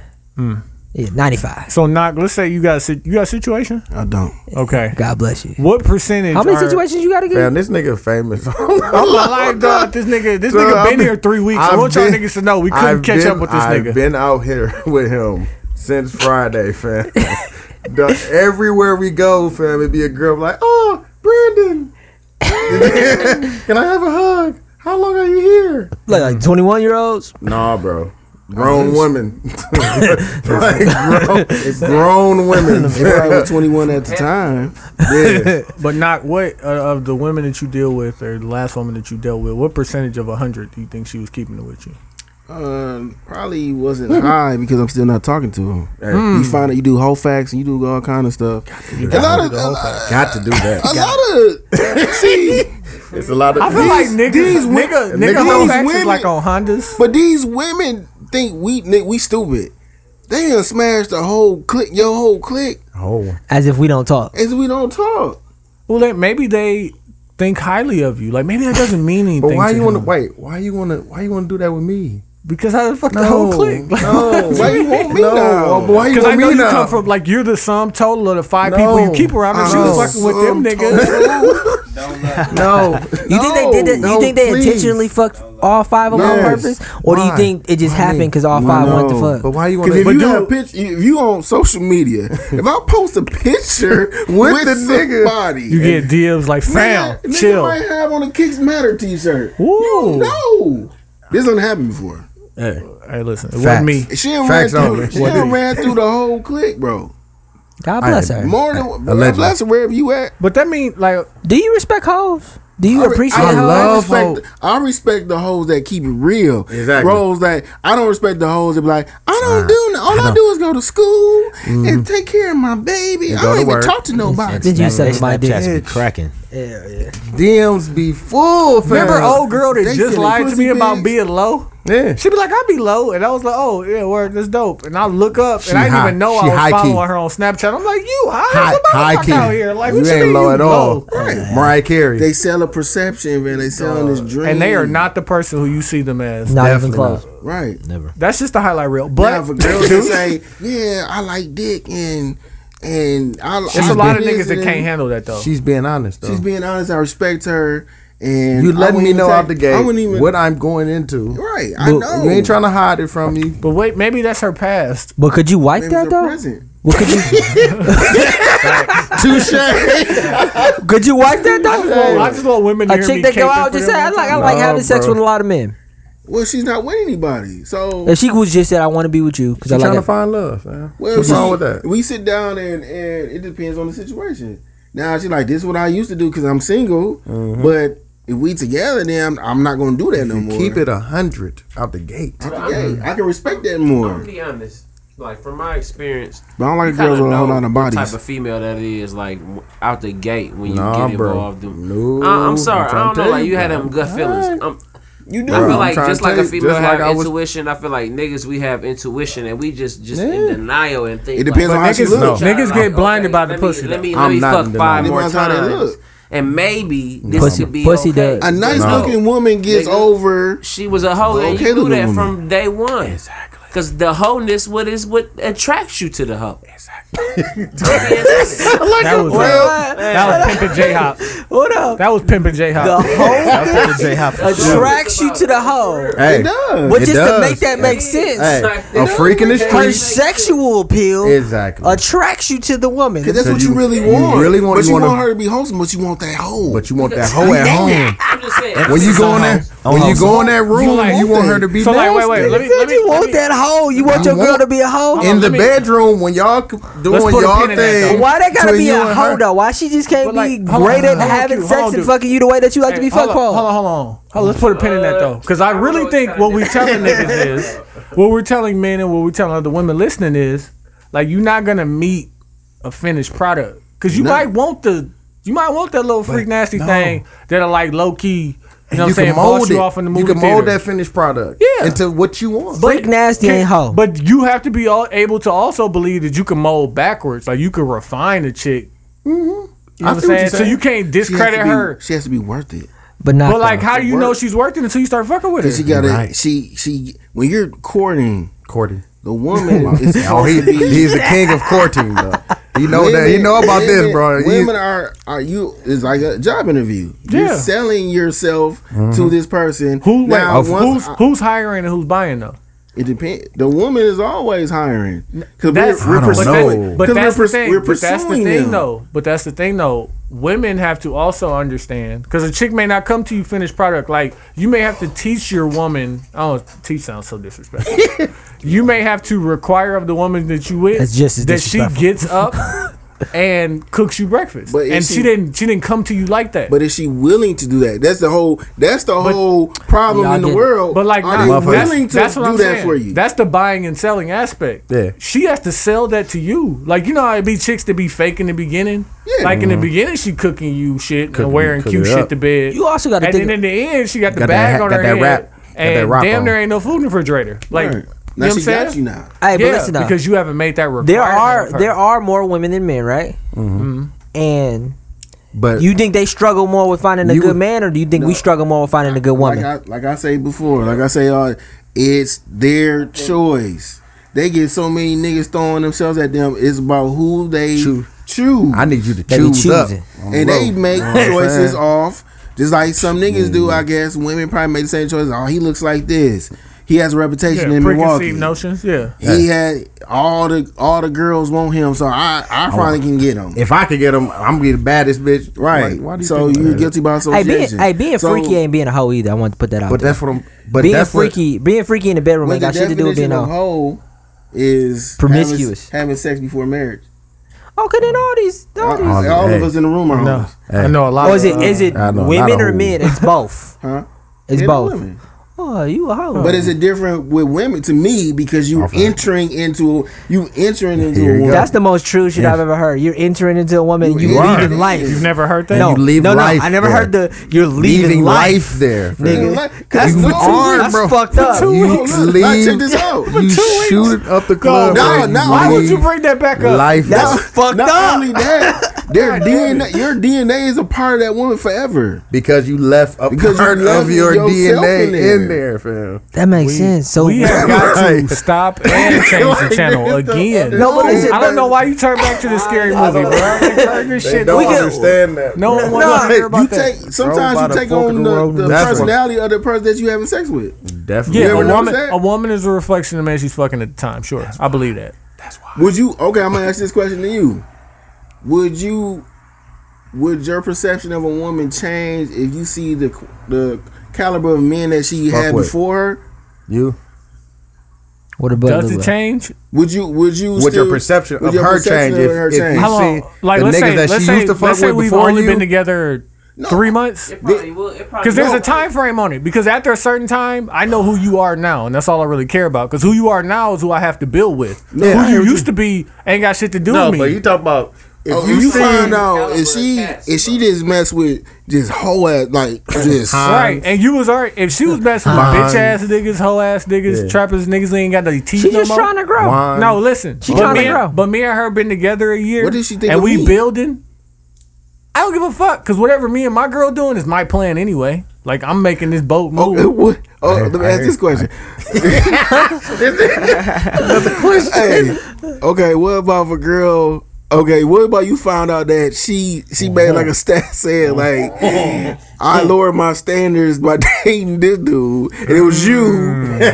Speaker 1: Yeah, 95.
Speaker 3: So, knock. Let's say you got a, sit- you got a situation.
Speaker 7: I don't.
Speaker 3: Okay.
Speaker 1: God bless you.
Speaker 3: What percentage?
Speaker 1: How many
Speaker 3: are-
Speaker 1: situations you got to get?
Speaker 2: Damn, this nigga famous.
Speaker 3: I'm like, dog, this nigga, this
Speaker 2: Duh,
Speaker 3: nigga
Speaker 2: I've
Speaker 3: been, here three weeks. I
Speaker 2: I've
Speaker 3: want y'all
Speaker 2: been-
Speaker 3: niggas to know we couldn't
Speaker 2: I've
Speaker 3: catch
Speaker 2: been-
Speaker 3: up with this
Speaker 2: I've
Speaker 3: nigga.
Speaker 2: been out here with him since Friday, fam. Duh, everywhere we go, fam, it be a girl like, oh, Brandon, can I have a hug? How long are you here?
Speaker 1: Like, like 21 year olds?
Speaker 2: Nah, bro. Grown woman. like, grown, grown women.
Speaker 7: They probably were 21 at the time.
Speaker 2: Yeah.
Speaker 3: But not what uh, of the women that you deal with, or the last woman that you dealt with. What percentage of hundred do you think she was keeping it with you?
Speaker 7: Uh, probably wasn't high because I'm still not talking to him. Hmm. You find that you do whole facts and you do all kind of stuff. A lot of, a lot
Speaker 2: Got to do
Speaker 7: a
Speaker 2: that.
Speaker 7: lot of see,
Speaker 2: It's a lot of.
Speaker 3: I feel like
Speaker 7: These-
Speaker 3: niggas,
Speaker 7: these wo-
Speaker 3: nigga,
Speaker 2: niggas-
Speaker 3: nigga, whole
Speaker 7: these
Speaker 3: facts is
Speaker 7: women-
Speaker 3: like on Hondas.
Speaker 7: but these women think we ni- we stupid. They done smashed the whole click, your whole click,
Speaker 2: Oh,
Speaker 1: As if we don't talk.
Speaker 7: as we don't talk.
Speaker 3: Well, they, maybe they think highly of you. Like maybe that doesn't mean anything.
Speaker 2: but why
Speaker 3: to
Speaker 2: you want to
Speaker 3: him.
Speaker 2: wait? Why you want to? Why you want to do that with me?
Speaker 3: Because I fucked the whole clique. Like,
Speaker 2: no.
Speaker 7: Why you want me
Speaker 2: No,
Speaker 7: now?
Speaker 2: oh, boy, why you
Speaker 3: Because I
Speaker 2: want
Speaker 3: know
Speaker 2: me
Speaker 3: you
Speaker 2: now?
Speaker 3: come from like you're the sum total of the five people you
Speaker 2: No.
Speaker 3: keep around, and
Speaker 7: I'm
Speaker 3: you was
Speaker 2: No.
Speaker 3: fucking with them
Speaker 7: some
Speaker 3: niggas.
Speaker 7: total-
Speaker 2: no,
Speaker 1: You think they did that?
Speaker 2: No,
Speaker 1: you think they
Speaker 2: please.
Speaker 1: intentionally fucked all five of them on
Speaker 2: Yes.
Speaker 1: purpose, or do you
Speaker 2: Why?
Speaker 1: think it just
Speaker 2: Why?
Speaker 1: happened because all
Speaker 2: Why
Speaker 1: five
Speaker 2: no?
Speaker 1: went to fuck?
Speaker 2: But why you want
Speaker 7: Because
Speaker 2: to?
Speaker 7: if you have picture, if you on social media, if I post a picture
Speaker 2: the
Speaker 7: with, the
Speaker 2: nigga.
Speaker 7: somebody,
Speaker 3: You get dibs like fam,
Speaker 7: nigga, nigga
Speaker 3: chill.
Speaker 7: might have on a Kicks Matter T-shirt.
Speaker 3: Woo.
Speaker 7: No, this done happened before.
Speaker 2: Hey,
Speaker 3: Hey, listen, it
Speaker 2: Facts.
Speaker 3: wasn't me.
Speaker 7: She done ran
Speaker 2: Facts
Speaker 7: through,
Speaker 2: only.
Speaker 7: she done ran through the whole clique, bro.
Speaker 1: God bless her.
Speaker 7: More than
Speaker 2: Allegedly.
Speaker 7: bless her wherever you at.
Speaker 3: But that mean like
Speaker 1: Do you respect hoes? Do you
Speaker 7: I re-
Speaker 1: appreciate
Speaker 7: I,
Speaker 1: hoes?
Speaker 2: love
Speaker 7: I
Speaker 2: hoes.
Speaker 7: respect, I respect the hoes that keep it real.
Speaker 2: Exactly.
Speaker 7: Hoes that I don't respect the hoes that be like, I don't do no, all I, do is go to school and take care of my baby. I
Speaker 2: go
Speaker 7: don't
Speaker 2: to
Speaker 7: even
Speaker 2: work.
Speaker 7: talk to nobody.
Speaker 1: Did you suck my dick?
Speaker 10: Snapchats be cracking.
Speaker 2: DMs be full. Fam.
Speaker 3: remember old girl that
Speaker 7: They
Speaker 3: just
Speaker 7: silly
Speaker 3: lied to
Speaker 7: pussy
Speaker 3: me about
Speaker 7: bitch.
Speaker 3: being low.
Speaker 2: Yeah.
Speaker 3: She be like, I be low, and I was like, oh yeah, word, that's dope. And I look up,
Speaker 2: She
Speaker 3: and I didn't
Speaker 2: high.
Speaker 3: even know
Speaker 2: She
Speaker 3: I was
Speaker 2: high key.
Speaker 3: following her on Snapchat. I'm like, you high,
Speaker 2: High,
Speaker 3: as a
Speaker 2: high
Speaker 3: motherfucker
Speaker 2: key.
Speaker 3: out here, like
Speaker 2: you
Speaker 3: what you
Speaker 2: ain't
Speaker 3: mean
Speaker 2: low
Speaker 3: you
Speaker 2: at all. Mariah Carey.
Speaker 7: They sell a perception, man. They selling this dream,
Speaker 3: And they are not the person who you see them as.
Speaker 1: Not even
Speaker 2: Definitely
Speaker 1: close.
Speaker 7: right.
Speaker 3: That's just the highlight reel.
Speaker 7: But
Speaker 3: But
Speaker 7: now, if a girl can say, "Yeah, I like dick," and and I,
Speaker 3: it's a lot of niggas that can't handle that though.
Speaker 2: She's being honest though.
Speaker 7: She's being honest. I respect her, and
Speaker 2: you letting
Speaker 7: I wouldn't
Speaker 2: me
Speaker 7: even
Speaker 2: know
Speaker 7: take-
Speaker 2: out the gate
Speaker 7: I wouldn't even.
Speaker 2: what I'm going into.
Speaker 7: right, I know.
Speaker 2: You ain't trying to hide it from me.
Speaker 3: But wait, maybe that's her past.
Speaker 1: But could you wipe
Speaker 7: It was
Speaker 1: that
Speaker 7: a
Speaker 1: though?
Speaker 7: present.
Speaker 1: Well, could you
Speaker 2: Touche.
Speaker 1: could you wipe that
Speaker 3: I just
Speaker 1: though?
Speaker 3: want, I just want women to
Speaker 1: A
Speaker 3: hear
Speaker 1: chick
Speaker 3: me
Speaker 1: that go
Speaker 3: caper
Speaker 1: out
Speaker 3: for
Speaker 1: just
Speaker 3: them
Speaker 1: said I
Speaker 3: all
Speaker 1: like
Speaker 3: the
Speaker 1: I like
Speaker 2: No,
Speaker 1: having sex
Speaker 2: bro.
Speaker 1: with a lot of men.
Speaker 7: Well, she's not with anybody, so
Speaker 1: If she was just said I want to be with you because I
Speaker 2: She's trying
Speaker 1: like it.
Speaker 2: to find love, man.
Speaker 7: well,
Speaker 2: What's
Speaker 7: she-
Speaker 2: wrong with that?
Speaker 7: We sit down and and it depends on the situation. Now she's like, "This is what I used to do because I'm single,"
Speaker 2: Mm-hmm.
Speaker 7: but if we together, then I'm, I'm not gonna do that no more.
Speaker 2: Keep it a hundred out the gate.
Speaker 7: Yeah, I can respect that
Speaker 6: I'm
Speaker 7: more.
Speaker 6: gonna be honest. Like from my experience,
Speaker 7: But I don't like
Speaker 6: you kinda
Speaker 7: girls with a whole
Speaker 6: know
Speaker 7: lot of
Speaker 6: what
Speaker 7: bodies.
Speaker 6: Type of female that is like w- out the gate when you
Speaker 2: Nah,
Speaker 6: get
Speaker 2: bro.
Speaker 6: involved. in-
Speaker 2: No,
Speaker 6: I, Uh, I'm sorry,
Speaker 2: I'm trying
Speaker 6: I don't
Speaker 2: to
Speaker 6: know.
Speaker 2: tell
Speaker 6: Like
Speaker 2: you,
Speaker 6: you had
Speaker 2: bro.
Speaker 6: them gut feelings.
Speaker 2: Alright.
Speaker 6: I'm-
Speaker 7: You do.
Speaker 6: I
Speaker 2: Bro,
Speaker 6: feel
Speaker 2: I'm
Speaker 6: like
Speaker 2: trying
Speaker 6: just
Speaker 2: to
Speaker 6: like
Speaker 2: tell
Speaker 6: a
Speaker 2: you,
Speaker 6: female
Speaker 2: just like
Speaker 6: have
Speaker 2: I was-
Speaker 6: intuition. I feel like niggas we have intuition and we just just in
Speaker 2: Yeah.
Speaker 6: denial and think.
Speaker 7: It depends
Speaker 6: like,
Speaker 7: on how she
Speaker 3: niggas-
Speaker 7: looks.
Speaker 2: No.
Speaker 3: Niggas get blinded by the
Speaker 6: let
Speaker 3: pussy,
Speaker 6: Me, let me
Speaker 2: though.
Speaker 6: let me
Speaker 2: I'm not
Speaker 6: fuck
Speaker 2: in
Speaker 6: five
Speaker 2: denial.
Speaker 6: more
Speaker 7: Depends how they
Speaker 6: times,
Speaker 7: look.
Speaker 6: and maybe this
Speaker 1: Pussy-
Speaker 6: could be
Speaker 1: pussy
Speaker 6: okay.
Speaker 1: does.
Speaker 7: A nice
Speaker 2: No.
Speaker 7: looking woman gets
Speaker 6: Nigga.
Speaker 7: over.
Speaker 6: She was a hoe, and
Speaker 7: Okay,
Speaker 6: you knew
Speaker 7: little
Speaker 6: that
Speaker 7: woman.
Speaker 6: from day one. Exactly. Because the wholeness what is what attracts you to the hoe. Exactly.
Speaker 3: That was that was pimping J Hop.
Speaker 1: Hold up.
Speaker 3: That was pimping J Hop.
Speaker 1: The hoe
Speaker 2: Attract.
Speaker 1: attracts you to the hoe,
Speaker 2: Hey,
Speaker 7: It does.
Speaker 1: but
Speaker 2: It
Speaker 1: just to
Speaker 2: does.
Speaker 1: make that make sense,
Speaker 2: hey,
Speaker 6: Exactly.
Speaker 2: a freak in the
Speaker 1: her
Speaker 2: street.
Speaker 1: sexual appeal
Speaker 2: Exactly.
Speaker 1: attracts you to the woman.
Speaker 7: Cause that's
Speaker 2: So
Speaker 7: what you,
Speaker 2: you-
Speaker 7: really
Speaker 2: you
Speaker 7: want.
Speaker 2: really want-
Speaker 7: but
Speaker 2: you
Speaker 7: you
Speaker 2: wanna-
Speaker 7: want her to be wholesome, but you want that hoe.
Speaker 2: But you want that hoe at home.
Speaker 6: I'm just saying.
Speaker 2: When you go in that, when
Speaker 3: Oh,
Speaker 2: you go in that room,
Speaker 3: like-
Speaker 2: you want her to be
Speaker 3: So like,
Speaker 2: nasty.
Speaker 3: wait, wait, let me
Speaker 1: You
Speaker 3: let
Speaker 1: said
Speaker 3: me.
Speaker 1: you
Speaker 3: let
Speaker 1: want
Speaker 3: me-
Speaker 1: that hoe. You want
Speaker 2: You
Speaker 1: your girl
Speaker 2: want-
Speaker 1: to be a hoe.
Speaker 2: in the
Speaker 3: let me-
Speaker 2: bedroom when y'all c- doing
Speaker 3: put a
Speaker 2: y'all
Speaker 3: pin in that, though.
Speaker 2: thing.
Speaker 1: Why that gotta
Speaker 2: between
Speaker 1: be
Speaker 2: you
Speaker 1: a
Speaker 2: and
Speaker 1: hoe
Speaker 2: her-
Speaker 1: though? Why she just can't
Speaker 3: But, like,
Speaker 1: be
Speaker 3: hold on,
Speaker 1: great at
Speaker 3: hold on,
Speaker 1: having
Speaker 3: hold on,
Speaker 1: sex and
Speaker 3: dude.
Speaker 1: fucking you the way that you like to be
Speaker 3: Hold
Speaker 1: fucked
Speaker 3: on,
Speaker 1: for?
Speaker 3: hold on, hold on, hold on. Let's put a pin in that though, because I really
Speaker 6: always
Speaker 3: think
Speaker 6: kinda
Speaker 3: what we
Speaker 6: did
Speaker 3: telling niggas is, what we're telling men and what we're telling other women listening is, like you're not gonna meet a finished product, because you might want the, you might want that little freak nasty
Speaker 2: no.
Speaker 3: thing that are like low key, you know what I'm
Speaker 2: you
Speaker 3: saying,
Speaker 2: can
Speaker 3: boss
Speaker 2: mold
Speaker 3: you off in the
Speaker 2: it.
Speaker 3: movie
Speaker 2: You can
Speaker 3: theater.
Speaker 2: mold that finished product
Speaker 3: Yeah.
Speaker 2: into what you want.
Speaker 1: Freak nasty
Speaker 3: can-
Speaker 1: ain't hoe.
Speaker 3: But you have to be all able to also believe that you can mold backwards. Like you can refine a chick.
Speaker 7: Mm-hmm.
Speaker 3: You know
Speaker 2: I
Speaker 3: what I'm
Speaker 2: see what
Speaker 3: saying?
Speaker 2: you're
Speaker 3: So
Speaker 2: saying.
Speaker 3: you can't
Speaker 7: She has to
Speaker 3: discredit
Speaker 7: be-
Speaker 3: her.
Speaker 7: She has to be worth it.
Speaker 1: but not.
Speaker 3: But like,
Speaker 1: though.
Speaker 3: how do you
Speaker 7: work.
Speaker 3: know she's working until you start fucking with her?
Speaker 7: Cause she got to
Speaker 2: Right.
Speaker 7: She she when you're courting
Speaker 2: Courting.
Speaker 7: the woman is
Speaker 2: Oh, he,
Speaker 7: supposed to be.
Speaker 2: he's the king of courting, though. He know that. He
Speaker 7: Women-
Speaker 2: Oh, know about this,
Speaker 7: women-
Speaker 2: bro. He-
Speaker 7: Women are are you is like a job interview.
Speaker 3: Yeah.
Speaker 7: You're selling yourself to this person.
Speaker 3: Who wait,
Speaker 7: now?
Speaker 3: who's
Speaker 7: once I-
Speaker 3: who's hiring and who's buying though?
Speaker 7: it depends. The woman is always hiring. Cause
Speaker 3: That's
Speaker 7: we're, we're
Speaker 2: I don't
Speaker 7: pursuing-
Speaker 2: know.
Speaker 3: but
Speaker 7: 'cause
Speaker 3: that's
Speaker 7: we're
Speaker 3: the
Speaker 7: pers- we're
Speaker 3: thing. But that's the
Speaker 7: pursuing
Speaker 3: thing
Speaker 7: them.
Speaker 3: though. But that's the thing though. Women have to also understand because a chick may not come to you finished product. Like you may have to teach your woman. Oh, teach sounds so disrespectful. you may have to require of the woman that you with
Speaker 1: That's just as
Speaker 3: that she
Speaker 1: disrespectful.
Speaker 3: gets up and cooks you breakfast.
Speaker 7: But is
Speaker 3: and she,
Speaker 7: she-
Speaker 3: didn't she didn't come to you like that.
Speaker 7: But is she willing to do that? That's the whole. That's the whole problem
Speaker 3: Y'all
Speaker 7: in the
Speaker 3: didn't-
Speaker 7: world.
Speaker 3: But like,
Speaker 7: are
Speaker 3: nah,
Speaker 7: they
Speaker 3: that's,
Speaker 7: willing to
Speaker 3: that's what
Speaker 7: do
Speaker 3: I'm
Speaker 7: that
Speaker 3: saying.
Speaker 7: for you?
Speaker 3: That's the buying and selling aspect.
Speaker 2: Yeah.
Speaker 3: she has to sell that to you. Like you know how it be chicks that be fake in the beginning.
Speaker 7: Yeah.
Speaker 3: Like in the
Speaker 2: Mhm.
Speaker 3: beginning, she cooking you shit
Speaker 2: Cooking-
Speaker 3: and wearing
Speaker 2: cooking
Speaker 3: cute
Speaker 2: it
Speaker 3: shit
Speaker 2: up.
Speaker 3: to bed.
Speaker 1: You also gotta
Speaker 3: and
Speaker 1: think-
Speaker 3: then in the end, she got the
Speaker 2: Got that
Speaker 3: bag
Speaker 2: hat-
Speaker 3: on
Speaker 2: got
Speaker 3: her
Speaker 2: that
Speaker 3: head,
Speaker 2: wrap- got that
Speaker 3: and
Speaker 2: wrap
Speaker 3: damn,
Speaker 2: on.
Speaker 3: there ain't no food in the refrigerator. Like
Speaker 7: Right.
Speaker 3: you
Speaker 7: Now
Speaker 3: know what I'm
Speaker 7: she
Speaker 3: saying?
Speaker 7: got you now.
Speaker 1: Hey, but
Speaker 3: yeah,
Speaker 1: listen now.
Speaker 3: because you haven't made that requirement.
Speaker 1: There are
Speaker 3: of her. Mm-hmm.
Speaker 1: there are more women than men, right? And
Speaker 2: But
Speaker 1: you think they struggle more with finding a
Speaker 2: You
Speaker 1: good
Speaker 2: would-
Speaker 1: man, or do you think we struggle more with finding a good woman?
Speaker 7: Like I, like I say before, like I say, uh, it's their choice. They get so many niggas throwing themselves at them. It's about who they
Speaker 2: Choose.
Speaker 7: choose,
Speaker 2: I need you to
Speaker 1: They be
Speaker 2: choose up.
Speaker 1: choosing.
Speaker 2: on
Speaker 7: and
Speaker 2: low.
Speaker 7: they make
Speaker 2: You know what I'm
Speaker 7: choices
Speaker 2: saying?
Speaker 7: off. Just like some niggas do, I guess. Women probably make the same choices. Oh, he looks like this. He has a reputation
Speaker 3: yeah,
Speaker 7: in Milwaukee.
Speaker 3: preconceived notions. Yeah,
Speaker 7: He had all the all the girls want him, so I I finally can get him.
Speaker 2: If I could get them, I'm gonna be the baddest bitch.
Speaker 7: Right.
Speaker 2: Like, why do you
Speaker 7: so
Speaker 2: think
Speaker 7: you
Speaker 2: like that?
Speaker 7: guilty by
Speaker 1: Hey,
Speaker 7: association.
Speaker 1: being, hey, being
Speaker 7: So,
Speaker 1: freaky ain't being a hoe either. I want to put that out.
Speaker 2: But
Speaker 1: there.
Speaker 2: that's what I'm. But
Speaker 1: being
Speaker 2: that's what-
Speaker 1: freaky, being freaky in the bedroom
Speaker 7: when
Speaker 1: ain't
Speaker 7: the
Speaker 1: got shit to do with being
Speaker 7: definition
Speaker 1: a
Speaker 7: of
Speaker 1: hoe.
Speaker 7: hoe is
Speaker 1: Promiscuous.
Speaker 7: having, having sex before marriage.
Speaker 1: Okay, then all these, all
Speaker 7: All,
Speaker 1: these.
Speaker 2: Uh-uh.
Speaker 7: all of
Speaker 2: Hey.
Speaker 7: us in the room are hoes.
Speaker 2: Hey.
Speaker 3: I know a lot.
Speaker 1: Or is
Speaker 3: of,
Speaker 1: it is it
Speaker 2: I know,
Speaker 1: women
Speaker 2: not a
Speaker 1: or
Speaker 2: hoe.
Speaker 1: men? It's both.
Speaker 7: Huh?
Speaker 1: It's
Speaker 7: Men and
Speaker 1: both.
Speaker 7: women.
Speaker 1: Oh, you a hoe?
Speaker 7: But is it different with women to me because you
Speaker 2: Off of-
Speaker 7: entering into you entering into
Speaker 2: Here
Speaker 7: a
Speaker 2: you
Speaker 7: woman.
Speaker 2: go.
Speaker 1: That's the most true shit I've ever heard. You're entering into a woman,
Speaker 7: You
Speaker 1: you
Speaker 7: are.
Speaker 1: leaving life.
Speaker 3: You've never heard that.
Speaker 2: And
Speaker 1: no,
Speaker 2: you leave
Speaker 1: no, no.
Speaker 2: life
Speaker 1: I never
Speaker 2: there.
Speaker 1: heard the you're leaving,
Speaker 2: leaving
Speaker 1: life,
Speaker 2: life there, for
Speaker 1: nigga.
Speaker 2: real.
Speaker 1: That's,
Speaker 2: You are,
Speaker 1: that's
Speaker 2: bro.
Speaker 1: fucked up.
Speaker 2: You
Speaker 7: Look, look,
Speaker 2: leave.
Speaker 7: like, check this out.
Speaker 2: You shoot it up the club.
Speaker 7: no,
Speaker 2: and
Speaker 7: no, why would you
Speaker 2: leave
Speaker 3: Bring that back up.
Speaker 2: life?
Speaker 1: That's
Speaker 2: there.
Speaker 1: fucked
Speaker 7: Not
Speaker 1: up.
Speaker 7: only that, their DNA, your DNA is a part of that woman forever.
Speaker 2: because you left a
Speaker 7: Because you
Speaker 2: part
Speaker 7: left
Speaker 2: of your
Speaker 7: yourself
Speaker 2: DNA
Speaker 7: in
Speaker 2: in there,
Speaker 7: there.
Speaker 2: fam.
Speaker 1: that makes sense. So
Speaker 3: We have got
Speaker 2: Right.
Speaker 3: to stop and change the channel again.
Speaker 1: No, but listen,
Speaker 3: I don't know why you turn back to the scary movie, bro. They turn your shit
Speaker 2: don't
Speaker 1: We
Speaker 3: off.
Speaker 1: can-
Speaker 2: understand that.
Speaker 3: No one
Speaker 2: bro.
Speaker 3: wants to hear
Speaker 2: Like,
Speaker 3: about
Speaker 7: You
Speaker 3: that.
Speaker 7: take sometimes
Speaker 2: by
Speaker 7: you
Speaker 2: the
Speaker 7: take
Speaker 2: fork in
Speaker 7: on
Speaker 2: the
Speaker 7: the,
Speaker 2: road.
Speaker 7: the
Speaker 2: That's what-
Speaker 7: personality of the person that you having sex with.
Speaker 2: Definitely.
Speaker 3: Yeah,
Speaker 7: ever
Speaker 3: a
Speaker 7: notice
Speaker 3: woman,
Speaker 7: that?
Speaker 3: a woman is a reflection of the man she's fucking at the time. Sure, I believe that.
Speaker 7: Would you? Okay, I'm gonna ask this question to you. Would you? Would your perception of a woman change if you see the the caliber of men that she
Speaker 2: Fuck
Speaker 7: had
Speaker 2: with.
Speaker 7: before her?
Speaker 2: You.
Speaker 1: what about
Speaker 3: Does it change?
Speaker 7: Would you? Would you?
Speaker 2: Would your
Speaker 7: still-
Speaker 2: perception
Speaker 7: would
Speaker 2: of
Speaker 7: your
Speaker 2: her
Speaker 7: perception
Speaker 2: change
Speaker 7: of
Speaker 2: if-
Speaker 7: her
Speaker 2: if you
Speaker 7: change?
Speaker 2: see-
Speaker 3: How long? Like,
Speaker 2: the
Speaker 3: let's
Speaker 2: niggas
Speaker 3: say,
Speaker 2: that
Speaker 3: let's
Speaker 2: she
Speaker 3: say,
Speaker 2: used to fuck
Speaker 3: let's say
Speaker 2: with
Speaker 3: we've
Speaker 2: before
Speaker 3: only
Speaker 2: you?
Speaker 3: been together
Speaker 7: No.
Speaker 3: three months.
Speaker 6: It probably will. It probably
Speaker 3: Because there's
Speaker 6: will.
Speaker 3: a time frame on it. Because after a certain time, I know who you are now, and that's all I really care about. Because who you are now is who I have to build with.
Speaker 2: Yeah, I
Speaker 3: who
Speaker 2: hear
Speaker 3: you
Speaker 2: you.
Speaker 3: used to be ain't got shit to do
Speaker 2: No,
Speaker 3: with me.
Speaker 2: but you talk about if
Speaker 7: Oh,
Speaker 2: you,
Speaker 7: you
Speaker 2: see
Speaker 7: find out if she
Speaker 6: cast,
Speaker 7: if she just mess with this whole ass like just
Speaker 3: Right, and you was alright. If she was messing with
Speaker 2: Hans.
Speaker 3: bitch ass niggas, hoe ass niggas,
Speaker 2: Yeah.
Speaker 3: trappers niggas, ain't got no teeth
Speaker 1: She's
Speaker 3: no
Speaker 1: just
Speaker 3: more.
Speaker 1: trying to grow.
Speaker 2: Wine.
Speaker 3: No, listen. She
Speaker 1: tryna
Speaker 3: but, me,
Speaker 1: grow.
Speaker 3: but me and her been together a year.
Speaker 7: What did she think
Speaker 3: And
Speaker 7: of
Speaker 3: we
Speaker 7: me?
Speaker 3: building. I don't give a fuck because whatever me and my girl doing is my plan anyway. Like I'm making this boat move.
Speaker 7: Oh, what? oh let me ask this question. Another question. Hey, okay, what about if a girl? Okay, what about you found out that she she made like a stat said like I lowered my standards by dating this dude, and it was you.
Speaker 1: you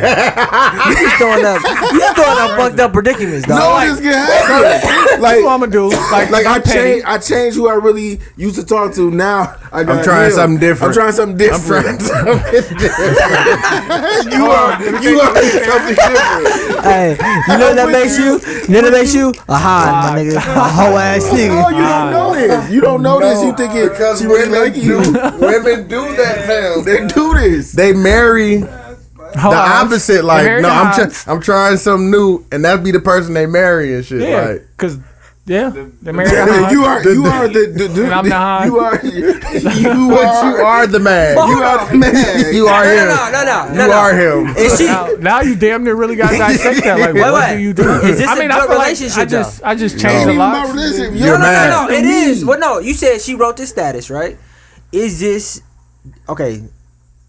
Speaker 1: throwing up? You throwing up fucked up predicaments, dog.
Speaker 7: No, this can happen.
Speaker 3: That's what
Speaker 7: like.
Speaker 3: I'm gonna do. Like,
Speaker 7: Like I
Speaker 3: I'm petty.
Speaker 7: changed, I changed who I really used to talk to. Now I got
Speaker 2: trying
Speaker 7: him.
Speaker 2: something different.
Speaker 7: I'm trying something
Speaker 2: I'm
Speaker 7: different.
Speaker 2: trying something
Speaker 7: you are, you are something different.
Speaker 1: Hey, you know what that makes you? You know what that makes you? A high, my nigga. A hoe ass
Speaker 7: Oh,
Speaker 1: nigga.
Speaker 7: you don't know this. You don't know this. You think it
Speaker 2: because
Speaker 7: she really
Speaker 2: women
Speaker 7: like you.
Speaker 2: do women do that now.
Speaker 7: They do this.
Speaker 2: They marry
Speaker 3: Hold
Speaker 2: the
Speaker 3: on.
Speaker 2: opposite. Like
Speaker 3: marry
Speaker 2: no,
Speaker 3: the
Speaker 2: I'm
Speaker 3: Hans.
Speaker 2: try- I'm trying something new, and that'd be the person they marry and shit.
Speaker 3: yeah,
Speaker 2: Like
Speaker 3: because yeah, they're married.
Speaker 7: You are you are the, the, the,
Speaker 3: And I'm not.
Speaker 7: you are you
Speaker 2: but you
Speaker 7: are
Speaker 2: are the man.
Speaker 7: you are the man.
Speaker 2: You are
Speaker 1: No,
Speaker 2: him.
Speaker 1: no, no, no, no.
Speaker 2: you
Speaker 1: no.
Speaker 2: are him.
Speaker 1: Is she?
Speaker 3: now, now you damn near really got to dissect that. Like, what
Speaker 1: wait.
Speaker 3: do you do?
Speaker 1: Is this
Speaker 3: I mean,
Speaker 1: a
Speaker 3: I
Speaker 1: good
Speaker 3: feel like
Speaker 1: relationship,
Speaker 3: I just, I just changed
Speaker 7: Even
Speaker 3: a
Speaker 7: my
Speaker 3: lot.
Speaker 7: relationship,
Speaker 2: You're
Speaker 7: you're
Speaker 1: No, no, no,
Speaker 2: mad.
Speaker 1: no. It is. Well, no. You said she wrote this status, right? Is this okay?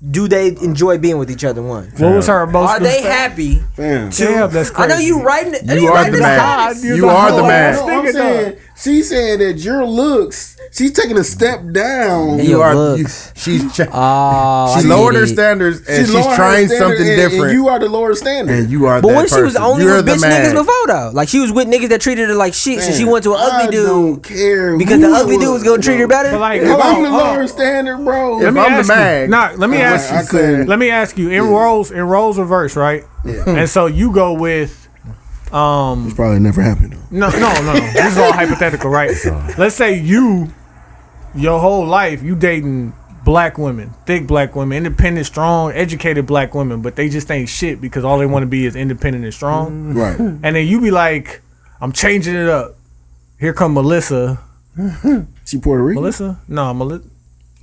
Speaker 1: Do they enjoy being with each other? One.
Speaker 3: What was her emotional?
Speaker 1: Are they happy?
Speaker 7: Fam.
Speaker 1: To,
Speaker 3: Damn, that's
Speaker 1: I know
Speaker 3: crazy.
Speaker 1: you writing.
Speaker 2: You are
Speaker 1: writing
Speaker 2: the
Speaker 1: this
Speaker 2: man.
Speaker 1: status.
Speaker 2: You are the
Speaker 7: No,
Speaker 2: man.
Speaker 7: no, I'm
Speaker 3: Nigga,
Speaker 7: saying she's saying that your looks. She's taking a step down.
Speaker 1: Your
Speaker 2: You are. You,
Speaker 1: looks.
Speaker 2: she's ch-
Speaker 1: Oh, I
Speaker 2: she lowered
Speaker 1: get
Speaker 2: her
Speaker 1: it.
Speaker 2: standards, and she's
Speaker 7: lowered her
Speaker 2: trying
Speaker 7: standard
Speaker 2: something
Speaker 7: and- and
Speaker 2: different.
Speaker 7: you are the lower standard.
Speaker 2: and you are.
Speaker 1: But
Speaker 2: that
Speaker 1: what if she was
Speaker 2: person.
Speaker 1: only
Speaker 2: You're
Speaker 1: with
Speaker 2: the
Speaker 1: bitch niggas
Speaker 2: man.
Speaker 1: before though? Like she was with niggas that treated her like shit, so she went to an ugly
Speaker 7: I
Speaker 1: dude
Speaker 7: Don't care
Speaker 1: because
Speaker 7: who
Speaker 1: the
Speaker 7: it
Speaker 1: ugly dude was gonna treat her better.
Speaker 3: But like,
Speaker 7: If
Speaker 3: hold
Speaker 7: I'm
Speaker 3: on,
Speaker 7: the
Speaker 3: hold on.
Speaker 7: lower standard, bro.
Speaker 2: If I'm the
Speaker 3: ask You,
Speaker 2: man.
Speaker 3: nah, let me
Speaker 7: I-
Speaker 3: ask
Speaker 7: I
Speaker 3: you.
Speaker 7: couldn't.
Speaker 3: Let me ask you. In roles, in roles reverse, right? And so you go with Um,
Speaker 7: It's probably never happened.
Speaker 3: no, no, no, no. This is all hypothetical, right? Let's say you, your whole life, you dating black women, thick black women, independent, strong, educated black women, but they just ain't shit because all they want to be is independent and strong.
Speaker 7: Right.
Speaker 3: And then you be like, I'm changing it up. Here come Melissa.
Speaker 7: She Puerto Rican.
Speaker 3: Melissa? No, Melissa.
Speaker 1: Mm-hmm.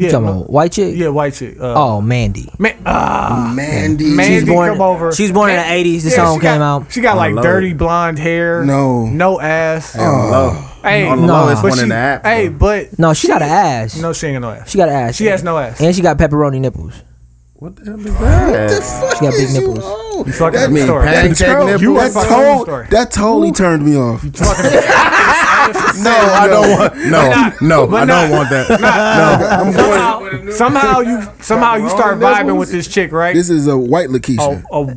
Speaker 1: You talking about white chick?
Speaker 3: Yeah, white chick. Uh,
Speaker 1: oh, Mandy.
Speaker 3: Man, ah,
Speaker 7: Mandy.
Speaker 3: Mandy
Speaker 1: She's born-
Speaker 3: come over.
Speaker 1: she was born in the 80s, the song
Speaker 3: she got-
Speaker 1: came out.
Speaker 3: She got
Speaker 1: On
Speaker 3: like
Speaker 1: the low.
Speaker 3: dirty blonde hair.
Speaker 1: No.
Speaker 3: no ass.
Speaker 1: on the low.
Speaker 3: Hey,
Speaker 1: On the low, it's
Speaker 3: but
Speaker 1: one in
Speaker 3: she-
Speaker 1: the app,
Speaker 3: Hey, but
Speaker 1: No, she got an ass.
Speaker 3: No, she ain't got no ass.
Speaker 1: She got an ass.
Speaker 3: She has no ass.
Speaker 1: And she got pepperoni nipples.
Speaker 2: What the hell is that?
Speaker 1: She got big nipples.
Speaker 7: You
Speaker 3: fucking
Speaker 7: That
Speaker 3: up the
Speaker 7: mean
Speaker 3: story.
Speaker 7: pancake
Speaker 3: You fucking up
Speaker 7: nipples. That
Speaker 3: the
Speaker 7: to-
Speaker 3: story.
Speaker 7: That totally turned me off.
Speaker 3: no,
Speaker 2: I don't want. No, no,
Speaker 3: But
Speaker 2: I
Speaker 3: not-
Speaker 2: don't want that.
Speaker 3: somehow, somehow you somehow you start vibing with this chick, right?
Speaker 7: This is a white Lakeisha.
Speaker 3: Oh,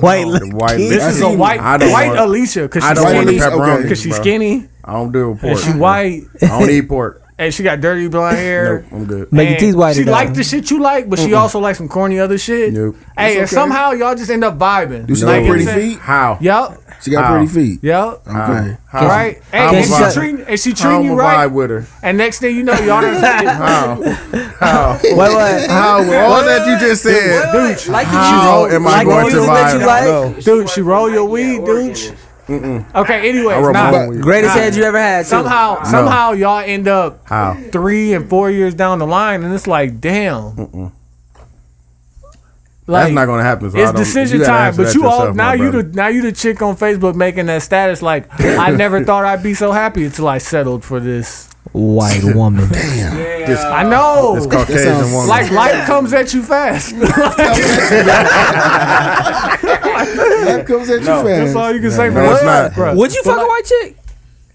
Speaker 1: white
Speaker 2: white.
Speaker 3: This is a white white Alicia because
Speaker 2: I
Speaker 3: she's
Speaker 2: don't want the
Speaker 3: skinny.
Speaker 2: pepperoni
Speaker 3: Because she's
Speaker 2: bro.
Speaker 3: skinny
Speaker 2: I don't do pork.
Speaker 3: and she white
Speaker 2: I don't eat pork.
Speaker 3: and she got dirty blonde hair.
Speaker 2: Nope, I'm good.
Speaker 1: Make your
Speaker 3: And
Speaker 1: teeth whiter,
Speaker 3: She
Speaker 1: though.
Speaker 3: like the shit you like, but she
Speaker 2: Mm-mm.
Speaker 3: also likes some corny other shit.
Speaker 2: Nope.
Speaker 3: Hey, and
Speaker 7: It's okay.
Speaker 3: somehow y'all just end up vibing.
Speaker 7: Do she
Speaker 3: Like,
Speaker 7: got pretty
Speaker 3: it's a-
Speaker 7: feet?
Speaker 2: How?
Speaker 3: Yup.
Speaker 7: She got pretty feet.
Speaker 3: Yup.
Speaker 7: Okay.
Speaker 2: How?
Speaker 3: Right?
Speaker 2: How
Speaker 3: Hey, and
Speaker 2: am
Speaker 3: she
Speaker 2: I-
Speaker 3: treating and she
Speaker 2: How
Speaker 3: treating you
Speaker 2: I'ma
Speaker 3: right.
Speaker 2: vibe with her?
Speaker 3: And next thing you know, y'all done
Speaker 2: How? How?
Speaker 1: Wait, what?
Speaker 2: How? with All that you just said.
Speaker 3: dude,
Speaker 1: Like the
Speaker 2: How am I
Speaker 1: like the
Speaker 2: going to
Speaker 1: music that you
Speaker 2: vibe?
Speaker 1: like?
Speaker 2: No.
Speaker 3: dude, she roll your weed, dude. Okay,
Speaker 2: I
Speaker 3: anyways,
Speaker 2: rub my
Speaker 3: nah,
Speaker 2: own weed.
Speaker 1: Greatest
Speaker 3: Nah.
Speaker 1: head you ever had. too.
Speaker 3: somehow
Speaker 2: No.
Speaker 3: somehow y'all end up
Speaker 2: How?
Speaker 3: three and four years down the line, and it's like, damn.
Speaker 2: That's not gonna happen. So I
Speaker 3: it's
Speaker 2: don't-
Speaker 3: decision
Speaker 2: you gotta
Speaker 3: time,
Speaker 2: answer
Speaker 3: but
Speaker 2: that
Speaker 3: you all
Speaker 2: yourself, my
Speaker 3: now you the
Speaker 2: brother.
Speaker 3: now you the chick on Facebook making that status like I never thought I'd be so happy until I settled for this.
Speaker 1: White woman.
Speaker 2: This-
Speaker 3: I
Speaker 1: Oh.
Speaker 3: know,
Speaker 2: This Caucasian
Speaker 7: sounds-
Speaker 2: woman.
Speaker 3: like life comes at you fast.
Speaker 7: That comes at you
Speaker 3: That's
Speaker 7: fast.
Speaker 3: all you can say for
Speaker 2: No, it's
Speaker 3: that,
Speaker 2: not.
Speaker 3: bro.
Speaker 1: Would you fuck a white chick?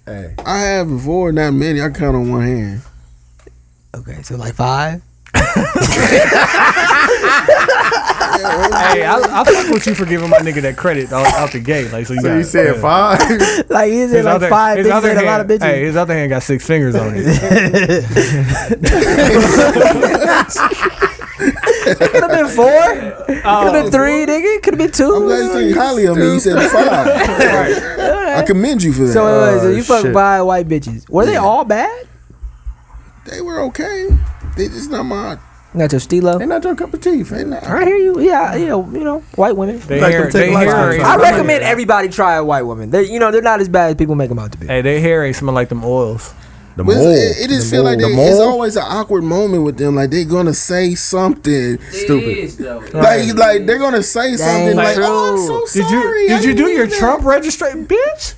Speaker 2: Hey,
Speaker 7: I have before, not many. I count on one hand.
Speaker 1: Okay, so like five.
Speaker 3: Hey, I, I fuck with you for giving my nigga that credit out, out the gate. Like so, you
Speaker 2: so
Speaker 3: got,
Speaker 2: you said
Speaker 3: yeah.
Speaker 2: five?
Speaker 1: Like he said,
Speaker 3: His
Speaker 1: like
Speaker 3: other-
Speaker 1: five
Speaker 3: his
Speaker 1: bitches
Speaker 3: other
Speaker 1: and a lot of
Speaker 3: hand-
Speaker 1: bitches.
Speaker 3: Hey, his other hand got six fingers on it.
Speaker 1: Could have been four. Could have been three, nigga. Could have been
Speaker 7: I'm glad you
Speaker 1: two.
Speaker 7: think highly of me. You said five. I commend you for that.
Speaker 1: So, wait, wait, so
Speaker 2: Oh,
Speaker 1: you fuck
Speaker 2: shit.
Speaker 1: by white bitches. Were they all bad? uh,
Speaker 7: they were okay. They just not my.
Speaker 1: Not your
Speaker 2: They
Speaker 1: Stilo.
Speaker 2: not your cup of tea,
Speaker 7: They
Speaker 2: fam.
Speaker 7: not.
Speaker 1: I hear you. Yeah, yeah, you know, white women.
Speaker 3: They
Speaker 2: Like
Speaker 3: hair,
Speaker 2: them take
Speaker 3: they
Speaker 2: lights
Speaker 3: hair
Speaker 2: out.
Speaker 3: ain't-
Speaker 1: I recommend everybody try a white woman. They, you know, they're not as bad as people make them out to be.
Speaker 3: Hey, they hair ain't smell like them oils.
Speaker 2: The
Speaker 7: But
Speaker 2: mole.
Speaker 7: it's- it, it just
Speaker 2: The
Speaker 7: feel like
Speaker 2: mole.
Speaker 7: they,
Speaker 2: The
Speaker 7: it's
Speaker 2: mole?
Speaker 7: always an awkward moment with them. Like they're gonna say something.
Speaker 6: Stupid. Is, though.
Speaker 7: Like like they're gonna say something. Like
Speaker 1: true.
Speaker 7: oh, I'm so sorry.
Speaker 3: Did you
Speaker 7: I
Speaker 3: did you
Speaker 7: didn't
Speaker 3: do
Speaker 7: mean
Speaker 3: your
Speaker 7: that."
Speaker 3: Trump registration, bitch?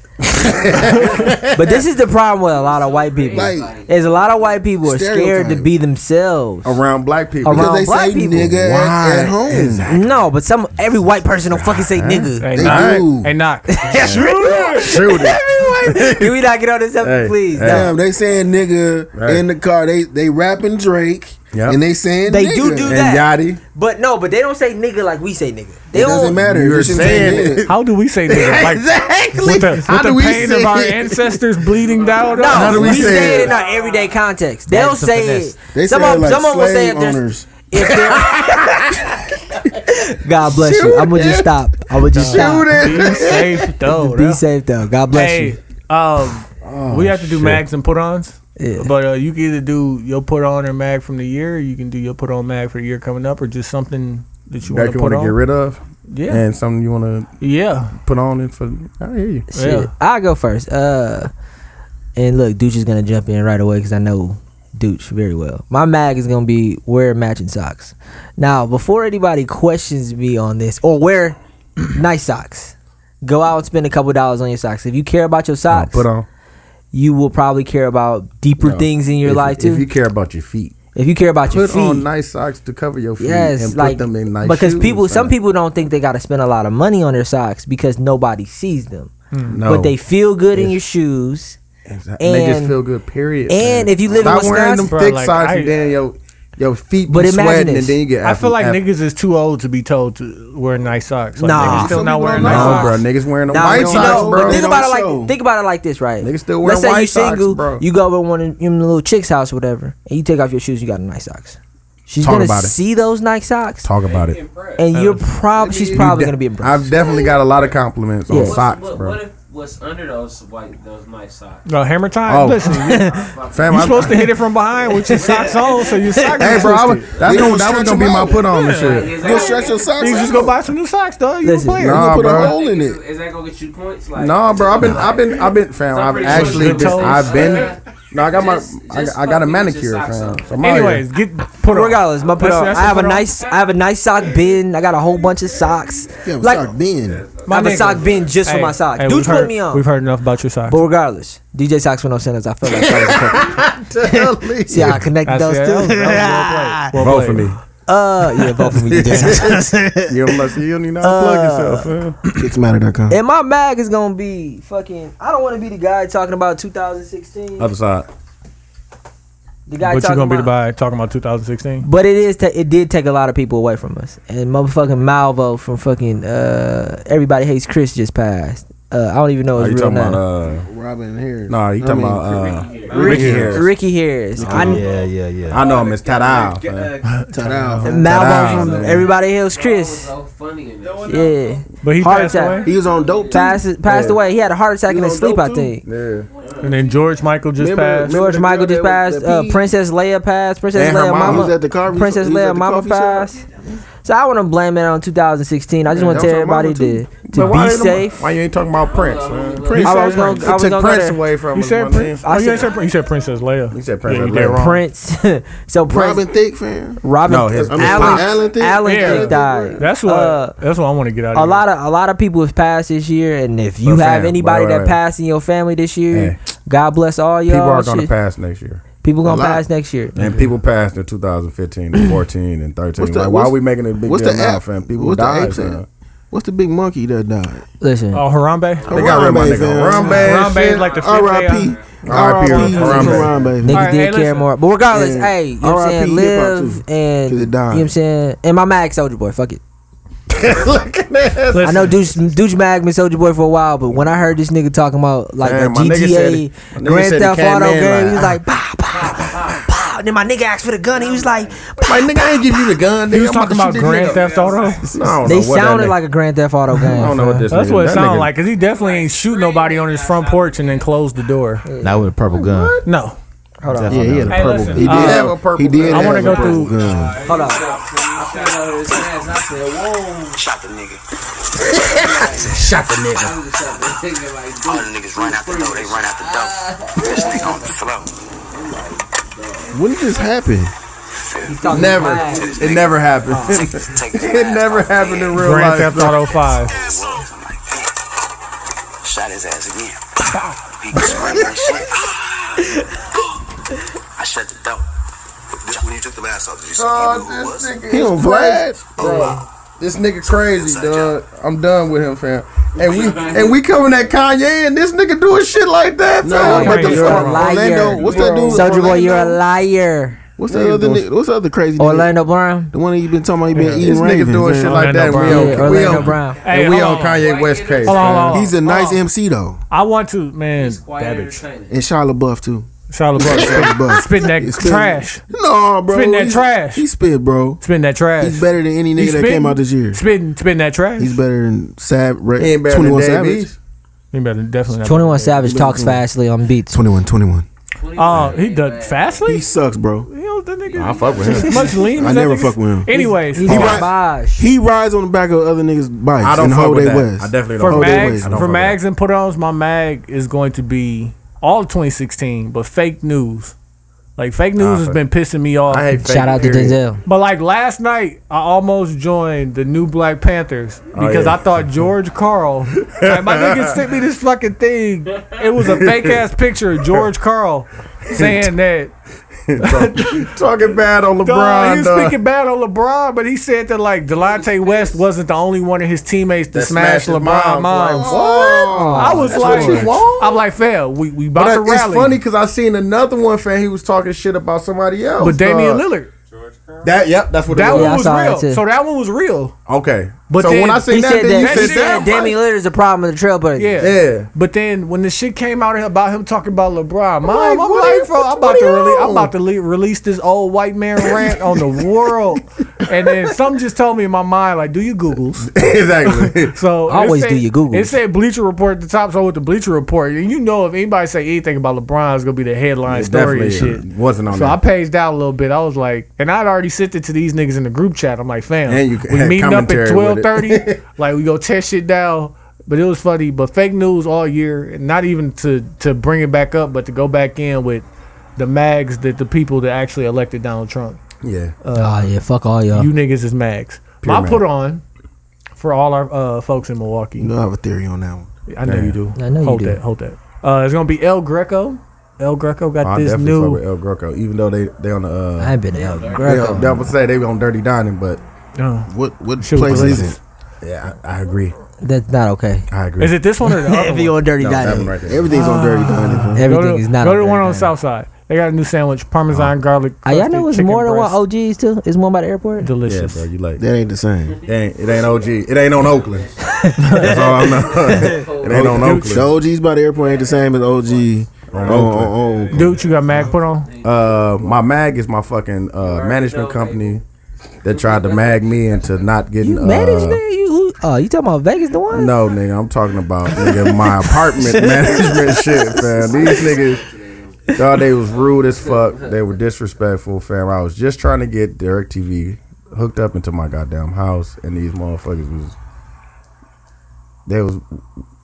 Speaker 1: But this is the problem with a lot of white people.
Speaker 7: Like-
Speaker 1: There's a lot of white people are scared to
Speaker 7: Stereotype.
Speaker 1: be themselves.
Speaker 2: around black people.
Speaker 1: Around-
Speaker 7: Because they
Speaker 1: black
Speaker 7: say
Speaker 1: people.
Speaker 7: nigga
Speaker 2: Why
Speaker 7: at, at home.
Speaker 2: is
Speaker 1: No, but some every white person don't fucking say nigga.
Speaker 3: Hey,
Speaker 7: They
Speaker 3: knock.
Speaker 7: do.
Speaker 3: Hey, knock.
Speaker 2: Shoot it.
Speaker 1: Can we not get on this subject,
Speaker 2: Hey,
Speaker 1: please?
Speaker 2: hey.
Speaker 1: No.
Speaker 7: Damn, they saying nigga
Speaker 2: Right.
Speaker 7: in the car. They they rapping Drake.
Speaker 2: Yep.
Speaker 7: And they saying
Speaker 1: They
Speaker 7: nigga.
Speaker 1: do do
Speaker 2: And
Speaker 1: that.
Speaker 2: Yachty.
Speaker 1: But no, but they don't say nigga like we say nigga. They
Speaker 7: It
Speaker 1: don't.
Speaker 7: doesn't matter.
Speaker 2: You're
Speaker 7: You shouldn't
Speaker 2: saying
Speaker 7: say
Speaker 2: it.
Speaker 7: nigga.
Speaker 3: How do we say nigga? Like,
Speaker 1: Exactly.
Speaker 3: With the, with
Speaker 7: How
Speaker 3: the
Speaker 7: do we
Speaker 3: pain
Speaker 7: say
Speaker 3: of our
Speaker 7: it?
Speaker 3: ancestors bleeding down.
Speaker 1: No,
Speaker 2: How do
Speaker 1: we,
Speaker 2: we
Speaker 1: say,
Speaker 2: say
Speaker 1: it?
Speaker 2: it?
Speaker 1: in our everyday context. They don't
Speaker 4: a
Speaker 1: say
Speaker 4: finesse.
Speaker 1: it.
Speaker 7: They
Speaker 1: Some
Speaker 7: say it
Speaker 1: of-
Speaker 7: like
Speaker 1: someone will
Speaker 7: slave
Speaker 1: say if there's-
Speaker 7: owners.
Speaker 1: If they're- God bless you. I'm gonna just stop. I'm gonna just stop.
Speaker 3: Be safe though.
Speaker 1: Be
Speaker 3: though.
Speaker 1: safe though. God bless
Speaker 3: Hey,
Speaker 1: you.
Speaker 3: um, we have to do
Speaker 2: shit.
Speaker 3: mags and put ons.
Speaker 1: Yeah.
Speaker 3: But uh, you can either do your put on or mag from the year. You can do your put on mag for the year coming up, or just something that you want
Speaker 2: That
Speaker 3: to
Speaker 2: you want
Speaker 3: put
Speaker 2: to
Speaker 3: on.
Speaker 2: get rid of,
Speaker 3: yeah,
Speaker 2: and something you want to
Speaker 3: yeah.
Speaker 2: put on it for. I hear you.
Speaker 1: Shit.
Speaker 3: Yeah.
Speaker 1: I'll go first. Uh, and look, Dooch is gonna jump in right away because I know Dooch very well. My mag is gonna be wear matching socks. Now, before anybody questions me on this, or wear nice socks. Go out and spend a couple dollars on your socks. If you care about your
Speaker 2: Uh,
Speaker 1: socks,
Speaker 2: Put on.
Speaker 1: you will probably care about deeper
Speaker 2: No.
Speaker 1: things in your
Speaker 2: if,
Speaker 1: life too.
Speaker 2: If you care about your feet,
Speaker 1: care about your
Speaker 2: put
Speaker 1: feet,
Speaker 2: on nice socks to cover your feet
Speaker 1: yes,
Speaker 2: and
Speaker 1: like
Speaker 2: put them in nice
Speaker 1: because
Speaker 2: shoes,
Speaker 1: people, some
Speaker 2: son.
Speaker 1: people don't think they got to spend a lot of money on their socks because nobody sees them,
Speaker 2: no,
Speaker 1: but they feel good in
Speaker 2: If-
Speaker 1: your shoes.
Speaker 2: Exact- they just
Speaker 1: and-
Speaker 2: feel good. Period.
Speaker 1: and
Speaker 2: man.
Speaker 1: if you live in
Speaker 2: Stop wearing
Speaker 1: Wisconsin-
Speaker 2: them
Speaker 3: Bro,
Speaker 2: thick
Speaker 3: like,
Speaker 2: socks
Speaker 3: I-
Speaker 2: and then your your feet be
Speaker 1: But imagine
Speaker 2: sweating
Speaker 1: this.
Speaker 2: and then you get.
Speaker 3: I feel like
Speaker 2: af-
Speaker 3: niggas is too old to be told to wear nice socks. Like,
Speaker 1: Nah.
Speaker 3: niggas still
Speaker 7: Some
Speaker 3: not
Speaker 7: people
Speaker 3: wearing
Speaker 7: don't
Speaker 3: nice
Speaker 7: know.
Speaker 2: No,
Speaker 3: socks.
Speaker 2: bro, niggas wearing them
Speaker 1: Nah,
Speaker 2: white
Speaker 1: but you
Speaker 2: socks,
Speaker 1: know,
Speaker 2: bro.
Speaker 1: but
Speaker 7: They
Speaker 1: think about it
Speaker 7: don't
Speaker 1: like
Speaker 7: show.
Speaker 1: think about it like this, right?
Speaker 2: Niggas still
Speaker 1: Let's
Speaker 2: wearing
Speaker 1: say you
Speaker 2: white socks,
Speaker 1: single,
Speaker 2: bro.
Speaker 1: you go over one of them little chicks' house or whatever, and you take off your shoes, you got nice socks. She's
Speaker 2: Talk
Speaker 1: gonna
Speaker 2: about it.
Speaker 1: see those Nike socks.
Speaker 2: Talk about it.
Speaker 1: And you're prob she's probably gonna be impressed.
Speaker 2: I've definitely got a lot of compliments on
Speaker 1: Yeah.
Speaker 2: socks,
Speaker 6: what,
Speaker 2: bro.
Speaker 6: what if what's under those white those nice socks?
Speaker 3: No hammer time.
Speaker 2: Oh.
Speaker 3: Listen, you-
Speaker 2: Fam,
Speaker 3: you
Speaker 2: I-
Speaker 3: supposed to hit it from behind with your socks on, so your socks.
Speaker 2: Hey,
Speaker 3: are
Speaker 2: bro, I was,
Speaker 3: twisted.
Speaker 2: that's
Speaker 7: You
Speaker 2: gonna,
Speaker 7: gonna
Speaker 2: that was
Speaker 7: stretch
Speaker 2: gonna be
Speaker 7: them
Speaker 2: my
Speaker 7: out.
Speaker 2: put on and shit.
Speaker 6: Is
Speaker 7: You gonna
Speaker 6: that,
Speaker 7: stretch your socks
Speaker 3: You
Speaker 7: out?
Speaker 3: just go buy some new socks, dog. You a
Speaker 1: Listen,
Speaker 3: player.
Speaker 7: You gonna
Speaker 2: Nah,
Speaker 7: put
Speaker 2: bro.
Speaker 7: a hole in it.
Speaker 6: is that gonna get you points? Like
Speaker 2: No, bro, I've been, I've been, I've been, fam. I've
Speaker 6: pretty
Speaker 2: actually
Speaker 3: sure
Speaker 2: been,
Speaker 3: toes.
Speaker 2: I've been.
Speaker 6: Okay.
Speaker 2: No, I got my,
Speaker 6: Just-
Speaker 2: I,
Speaker 6: just
Speaker 2: I got a
Speaker 6: fucking get your
Speaker 2: manicure,
Speaker 6: socks
Speaker 2: fam.
Speaker 6: on.
Speaker 2: So I'm out here.
Speaker 3: Anyways, get put on.
Speaker 1: Regardless, my put
Speaker 3: That's-
Speaker 1: on, I
Speaker 3: that's
Speaker 1: have a
Speaker 3: put on.
Speaker 1: nice I have a nice sock bin. I got a whole bunch of socks.
Speaker 7: Yeah,
Speaker 1: Like-
Speaker 7: sock bin.
Speaker 3: My
Speaker 1: I have a
Speaker 3: nigga.
Speaker 1: sock bin just for
Speaker 3: Hey,
Speaker 1: my socks.
Speaker 3: hey,
Speaker 1: Dude
Speaker 3: we've
Speaker 1: put
Speaker 3: heard-
Speaker 1: me on.
Speaker 3: We've heard enough about your socks.
Speaker 1: But regardless, DJ Socks with no centers, I feel like that was perfect. See how I connected those
Speaker 3: That's- yeah, that was-
Speaker 1: two?
Speaker 3: that was well
Speaker 2: Vote
Speaker 3: played.
Speaker 2: for me.
Speaker 1: Uh, yeah, both of me DJ Socks.
Speaker 2: You don't, let- you don't need to unplug yourself, man.
Speaker 7: Kicksmatter.com.
Speaker 1: And my mag is gonna be fucking. I don't want to be the guy talking about 2016.
Speaker 2: Other side.
Speaker 1: The guy
Speaker 3: But you're
Speaker 1: talking
Speaker 3: gonna be the
Speaker 1: about.
Speaker 3: by talking about 2016.
Speaker 1: But it is. ta it did take a lot of people away from us. And motherfucking Malvo from fucking uh, everybody hates Chris just passed. Uh, I don't even know
Speaker 2: Are
Speaker 1: his
Speaker 2: Oh, you
Speaker 1: real
Speaker 2: talking
Speaker 1: name.
Speaker 2: about? Uh,
Speaker 7: Robin Harris.
Speaker 2: no, you talking
Speaker 7: I mean,
Speaker 2: about uh,
Speaker 6: Ricky
Speaker 2: Ricky Harris?
Speaker 1: Ricky Harris. I,
Speaker 4: yeah, yeah, yeah.
Speaker 2: I know him as Tadao. fam.
Speaker 7: Ta-da.
Speaker 1: Malvo
Speaker 2: Ta-da.
Speaker 1: from everybody hates Chris.
Speaker 6: So funny in this.
Speaker 1: Yeah,
Speaker 3: But he
Speaker 1: Heart
Speaker 3: passed
Speaker 1: attack.
Speaker 3: away.
Speaker 7: He was on dope too.
Speaker 1: passed passed away. He had a heart attack in his
Speaker 7: You don't
Speaker 1: sleep, I
Speaker 7: know,
Speaker 1: think.
Speaker 2: Yeah.
Speaker 3: And then George Michael just
Speaker 7: Remember-
Speaker 3: passed.
Speaker 7: remember
Speaker 1: George
Speaker 7: the
Speaker 1: Michael
Speaker 7: girl
Speaker 1: just
Speaker 7: that was-
Speaker 1: passed.
Speaker 7: that
Speaker 1: Uh,
Speaker 7: peed?
Speaker 1: Princess Leia passed. Princess
Speaker 2: And her
Speaker 1: Leia
Speaker 2: mama.
Speaker 7: He was
Speaker 1: mama.
Speaker 7: at the car.
Speaker 1: Princess
Speaker 7: he was at
Speaker 1: Leia
Speaker 7: the
Speaker 1: mama
Speaker 7: coffee shop.
Speaker 1: passed. So I want to blame it on 2016. I just
Speaker 7: Yeah,
Speaker 1: want
Speaker 7: that
Speaker 1: to
Speaker 7: was
Speaker 1: tell
Speaker 7: her mama,
Speaker 1: everybody to,
Speaker 7: too.
Speaker 1: to
Speaker 2: why
Speaker 1: be
Speaker 2: ain't-
Speaker 1: safe.
Speaker 2: Why you ain't talking about Prince, man?
Speaker 3: Prince.
Speaker 1: I was going. I
Speaker 2: It
Speaker 1: was
Speaker 2: took
Speaker 1: going
Speaker 2: Prince
Speaker 1: to.
Speaker 2: away from
Speaker 3: You
Speaker 2: us,
Speaker 3: said
Speaker 2: my
Speaker 3: Prince.
Speaker 2: nigga.
Speaker 3: Oh, you
Speaker 1: said-
Speaker 3: ain't said Prince. You said Princess Leia.
Speaker 2: You said
Speaker 3: Yeah,
Speaker 2: Prince.
Speaker 3: you
Speaker 2: I
Speaker 3: did
Speaker 2: did wrong.
Speaker 1: Prince. so Prince.
Speaker 7: Robin Thicke fan.
Speaker 1: Robin.
Speaker 2: No, his- I mean,
Speaker 1: Alan.
Speaker 2: Pop.
Speaker 7: Alan Thicke.
Speaker 1: Alan
Speaker 3: Yeah.
Speaker 1: Thicke died.
Speaker 3: That's what.
Speaker 1: Uh,
Speaker 3: that's what I want to get out.
Speaker 1: a
Speaker 3: of
Speaker 1: lot of a lot of people have passed this year, and if you
Speaker 2: But
Speaker 1: have
Speaker 2: fam,
Speaker 1: anybody
Speaker 2: wait, wait,
Speaker 1: that
Speaker 2: wait.
Speaker 1: passed in your family this year,
Speaker 2: Hey.
Speaker 1: God bless all y'all.
Speaker 2: People
Speaker 3: oh,
Speaker 2: are going to
Speaker 1: Shit.
Speaker 2: pass next year.
Speaker 1: People gonna
Speaker 7: A lot.
Speaker 1: pass next year.
Speaker 2: And people passed in 2015 and 14 and 13.
Speaker 7: What's the-
Speaker 2: like, why are
Speaker 7: what's-
Speaker 2: we making a big
Speaker 7: what's
Speaker 2: deal
Speaker 7: the
Speaker 2: now,
Speaker 7: app?
Speaker 2: fam? People
Speaker 7: What's the
Speaker 2: died,
Speaker 7: ape
Speaker 2: fam.
Speaker 7: saying? What's the big monkey that died?
Speaker 1: Listen,
Speaker 3: Oh, Harambe.
Speaker 2: They got rid of my nigga Harambe.
Speaker 3: Harambe is like the fifth
Speaker 7: R.I.P.
Speaker 2: R.I.P.
Speaker 7: R.I.P.
Speaker 2: Harambe.
Speaker 1: Niggas
Speaker 3: All right,
Speaker 1: did care
Speaker 3: hey, listen.
Speaker 1: more. But regardless,
Speaker 7: And
Speaker 1: hey, you know what I'm
Speaker 7: RIP
Speaker 1: saying?
Speaker 7: hip-hop too,
Speaker 1: Live and.
Speaker 7: 'cause
Speaker 1: You know
Speaker 7: it died.
Speaker 1: what I'm saying? And my mag Soldier Boy, fuck it.
Speaker 3: Listen,
Speaker 1: I know Deuce, Deuce Mag been Soldier Boy for a while, but when I heard this nigga talking about like
Speaker 2: Damn,
Speaker 1: the
Speaker 2: my nigga said
Speaker 1: GTA
Speaker 2: he- my nigga
Speaker 1: Grand
Speaker 2: said he
Speaker 1: Theft
Speaker 2: came
Speaker 1: Auto
Speaker 2: in
Speaker 1: game,
Speaker 2: like,
Speaker 1: he was like, pow, pow, pow, pow. And then my nigga asked for the gun. He was like,
Speaker 2: My nigga, I ain't give you the gun.
Speaker 3: He
Speaker 2: nigga.
Speaker 3: was
Speaker 2: I'm
Speaker 3: talking
Speaker 2: to
Speaker 3: about
Speaker 2: shoot
Speaker 3: Grand
Speaker 2: this
Speaker 3: Theft Auto.
Speaker 2: nigga. I don't know
Speaker 1: they
Speaker 2: what that
Speaker 1: sounded
Speaker 2: nigga-
Speaker 1: like a Grand Theft Auto game.
Speaker 2: I don't know what this.
Speaker 3: That's what it
Speaker 2: nigga- that
Speaker 3: sounded
Speaker 2: nigga-
Speaker 3: like. Cause he definitely ain't shoot nobody on his front porch and then close the door.
Speaker 10: Not with a purple gun.
Speaker 3: No.
Speaker 1: Hold on,
Speaker 7: Yeah, he had a
Speaker 3: Hey,
Speaker 7: purple.
Speaker 3: listen,
Speaker 7: He did
Speaker 3: uh,
Speaker 7: have
Speaker 2: I
Speaker 7: a purple. He did
Speaker 3: I wanna
Speaker 7: have
Speaker 3: go
Speaker 7: a purple
Speaker 3: through-
Speaker 7: gun.
Speaker 1: hold on.
Speaker 6: I fell over his ass. I said, "Whoa!" Shot the nigga.
Speaker 10: Shot the nigga.
Speaker 6: I was just shot the nigga like, dude.
Speaker 12: All the niggas run out the door, they run out the door. This nigga on the floor.
Speaker 7: When did this happen?
Speaker 1: He's talking
Speaker 2: Never.
Speaker 1: about mag.
Speaker 2: It never happened.
Speaker 12: Take
Speaker 2: It never happened in real
Speaker 3: Grand
Speaker 2: life.
Speaker 3: Theft Auto Five.
Speaker 12: Shot his ass again. He screaming and shit. I shut the door. When you took the mask off, did you see
Speaker 2: Oh, this
Speaker 7: He
Speaker 2: nigga
Speaker 7: on
Speaker 2: is crazy.
Speaker 7: Vlad.
Speaker 2: Bro, this nigga crazy, dog. I'm done with him, fam. And we and we coming at Kanye, and this nigga doing shit like that, fam.
Speaker 3: No,
Speaker 2: What the
Speaker 3: Kanye,
Speaker 2: fuck?
Speaker 1: You're a
Speaker 3: Orlando,
Speaker 1: liar.
Speaker 7: what's that dude?
Speaker 1: Soldier Boy, you're a
Speaker 7: Orlando?
Speaker 1: liar.
Speaker 7: What's the other? nigga- What's the other crazy? nigga?
Speaker 1: Orlando Brown.
Speaker 7: The one that you been talking about, you been eating
Speaker 2: This nigga doing
Speaker 7: ravens.
Speaker 2: shit
Speaker 7: man.
Speaker 2: like that. and We
Speaker 3: Orlando
Speaker 2: on,
Speaker 1: Yeah,
Speaker 2: we
Speaker 1: Orlando
Speaker 2: on,
Speaker 1: Brown.
Speaker 2: and
Speaker 3: Hey,
Speaker 2: we
Speaker 3: hold
Speaker 2: on
Speaker 3: on.
Speaker 2: Kanye West case.
Speaker 3: Hold on,
Speaker 2: fam.
Speaker 3: hold on.
Speaker 7: He's a nice MC though,
Speaker 3: I want to man.
Speaker 6: Quiet
Speaker 3: That bitch.
Speaker 6: entertainment.
Speaker 7: and Shia LaBeouf too.
Speaker 3: Shia LaBeouf.
Speaker 7: Shia LaBeouf.
Speaker 3: Spitting that
Speaker 7: He's
Speaker 3: trash.
Speaker 7: No, bro.
Speaker 3: Spitting that
Speaker 7: he-
Speaker 3: trash.
Speaker 7: He spit, bro.
Speaker 3: Spitting that trash.
Speaker 7: He's better than any
Speaker 3: He
Speaker 7: nigga that
Speaker 3: spitting-
Speaker 7: came out this year.
Speaker 3: Spitting, spitting that trash.
Speaker 7: He's better than Sav. Ra-
Speaker 2: He ain't better than
Speaker 7: 21
Speaker 2: Dave
Speaker 7: Savage.
Speaker 2: East.
Speaker 3: He better definitely not.
Speaker 1: 21 Savage talks fastly on beats.
Speaker 7: 21, 21.
Speaker 3: Oh, he done fastly.
Speaker 7: He sucks, bro.
Speaker 3: You know, that nigga.
Speaker 2: I fuck with him.
Speaker 3: as much lean.
Speaker 7: I
Speaker 3: as that
Speaker 7: never
Speaker 3: nigga-
Speaker 7: fuck with him.
Speaker 3: Anyways,
Speaker 1: He's
Speaker 3: for
Speaker 1: a
Speaker 7: right.
Speaker 1: bosh.
Speaker 7: He rides on the back of other niggas' bikes
Speaker 2: I don't
Speaker 7: and
Speaker 2: fuck
Speaker 7: hold
Speaker 2: with
Speaker 7: they
Speaker 2: that.
Speaker 7: west.
Speaker 2: I definitely
Speaker 3: for
Speaker 2: don't. fuck with
Speaker 7: Mag-
Speaker 2: that.
Speaker 3: mags,
Speaker 2: I don't
Speaker 3: for
Speaker 2: fuck with that.
Speaker 3: mags and put ons, my mag is going to be all of 2016, but fake news. Like fake news
Speaker 2: Nah,
Speaker 3: has
Speaker 2: fuck.
Speaker 3: been pissing me off.
Speaker 2: I hate fake.
Speaker 1: Shout out to
Speaker 2: period.
Speaker 1: Denzel.
Speaker 3: But like last night, I almost joined the new Black Panthers because
Speaker 2: Oh, yeah.
Speaker 3: I thought George Carl, like my nigga sent me this fucking thing. It was a fake ass picture of George Carl saying that
Speaker 2: Talking bad on LeBron.
Speaker 3: Dog, he was
Speaker 2: dog.
Speaker 3: speaking bad on LeBron, but he said that like Delonte West wasn't the only one of his teammates to
Speaker 2: That
Speaker 3: smash
Speaker 2: smashed his mom's
Speaker 3: LeBron moms.
Speaker 2: like, "Whoa,
Speaker 3: I was
Speaker 2: that's
Speaker 3: like,
Speaker 2: what you want?"
Speaker 3: I'm like, fail. We we about
Speaker 2: But
Speaker 3: to
Speaker 2: it's
Speaker 3: rally.
Speaker 2: funny because I seen another one fan. He was talking shit about somebody else.
Speaker 3: but Damian
Speaker 2: dog.
Speaker 3: Lillard,
Speaker 2: That yep, that's what
Speaker 3: that
Speaker 2: it was.
Speaker 1: Yeah, I
Speaker 3: one was
Speaker 1: saw that
Speaker 3: real.
Speaker 1: too.
Speaker 3: so that one was real.
Speaker 2: Okay.
Speaker 3: But
Speaker 2: so
Speaker 3: then-
Speaker 2: when I
Speaker 3: He
Speaker 2: seen that,
Speaker 3: said
Speaker 2: then
Speaker 3: that-
Speaker 2: you
Speaker 3: he
Speaker 2: said
Speaker 3: said
Speaker 2: that.
Speaker 3: Damian
Speaker 1: Damian Lillard is a problem in the Trailblazers.
Speaker 3: Yeah.
Speaker 2: Yeah.
Speaker 3: But then when the shit came out about him talking about LeBron, mom,
Speaker 2: like,
Speaker 3: I'm
Speaker 2: what
Speaker 3: like,
Speaker 2: is-
Speaker 3: bro,
Speaker 2: what-
Speaker 3: I'm
Speaker 2: what
Speaker 3: about to
Speaker 2: he
Speaker 3: release,
Speaker 2: on?
Speaker 3: I'm about to le- release this old white man rant on the world. And then something just told me in my mind, like, do you Googles?
Speaker 2: exactly.
Speaker 3: so it
Speaker 1: Always do your Googles.
Speaker 3: It said Bleacher Report at the top. So with the Bleacher Report, and you know if anybody say anything about LeBron, it's gonna be the headline
Speaker 2: It
Speaker 3: story and
Speaker 2: definitely
Speaker 3: shit.
Speaker 2: wasn't on
Speaker 3: So
Speaker 2: that.
Speaker 3: I paged out a little bit. I was like, and I'd already sent it to these niggas in the group chat. I'm like, fam,
Speaker 2: And you
Speaker 3: we
Speaker 2: had
Speaker 3: meeting up at
Speaker 2: commentary
Speaker 3: twelve
Speaker 2: with
Speaker 3: thirty.
Speaker 2: it.
Speaker 3: like we go test shit down. But it was funny. But fake news all year, and not even to to bring it back up, but to go back in with the mags that the people that actually elected Donald Trump.
Speaker 2: Yeah.
Speaker 1: oh yeah, fuck all y'all.
Speaker 3: You niggas is mags.
Speaker 1: Pure
Speaker 3: I
Speaker 1: mag.
Speaker 3: put on for all our uh, folks in Milwaukee.
Speaker 7: You know, I have a theory on that one.
Speaker 3: I know
Speaker 7: Yeah.
Speaker 3: you do.
Speaker 1: I know you
Speaker 3: hold
Speaker 1: do.
Speaker 3: that. Hold that. Uh, it's gonna be El Greco. El Greco got
Speaker 2: I
Speaker 3: this
Speaker 2: definitely fuck
Speaker 3: new.
Speaker 2: with El Greco, even though they they on the. Uh,
Speaker 1: I ain't been to El
Speaker 2: they-
Speaker 1: Greco.
Speaker 2: They, would say they on Dirty Dining, but
Speaker 3: Uh,
Speaker 7: What what
Speaker 3: Shit was
Speaker 7: place
Speaker 3: delicious.
Speaker 7: is it?
Speaker 2: yeah, I, I agree.
Speaker 1: That's not okay.
Speaker 2: I agree.
Speaker 3: is it this one or the other
Speaker 1: if
Speaker 3: one?
Speaker 1: you on dirty
Speaker 2: No, that
Speaker 1: dining,
Speaker 2: one right there.
Speaker 7: Everything's on
Speaker 3: Ah.
Speaker 7: Dirty Dining. bro.
Speaker 1: everything
Speaker 3: go to,
Speaker 1: is not.
Speaker 3: Go
Speaker 1: on
Speaker 3: to the
Speaker 1: dirty
Speaker 3: one on
Speaker 1: dining.
Speaker 3: South Side. They got a new sandwich: Parmesan garlic.
Speaker 1: Oh, y'all
Speaker 3: crusted
Speaker 1: know it's
Speaker 3: chicken
Speaker 1: more than one
Speaker 3: breast.
Speaker 1: OGs too. It's one by the airport.
Speaker 2: Yeah,
Speaker 3: Delicious.
Speaker 2: bro, you like
Speaker 7: That ain't the same.
Speaker 2: it ain't, it ain't OG. It ain't on Oakland. That's all I know. it ain't on
Speaker 7: The
Speaker 2: Oakland.
Speaker 7: OGs by the airport ain't the same as OG.
Speaker 2: On Oakland.
Speaker 7: Oh, oh, oh.
Speaker 3: Dude, you got mag put on?
Speaker 2: Uh, my mag is my fucking uh, management company that tried to mag me into not getting.
Speaker 1: You manage
Speaker 2: uh,
Speaker 1: nigga? You who? Oh, you talking about Vegas? The one?
Speaker 2: No, nigga, I'm talking about nigga my apartment management shit, fam. These niggas, dawg, they was rude as fuck. They were disrespectful, fam. I was just trying to get DirecTV hooked up into my goddamn house, and these motherfuckers was, they was,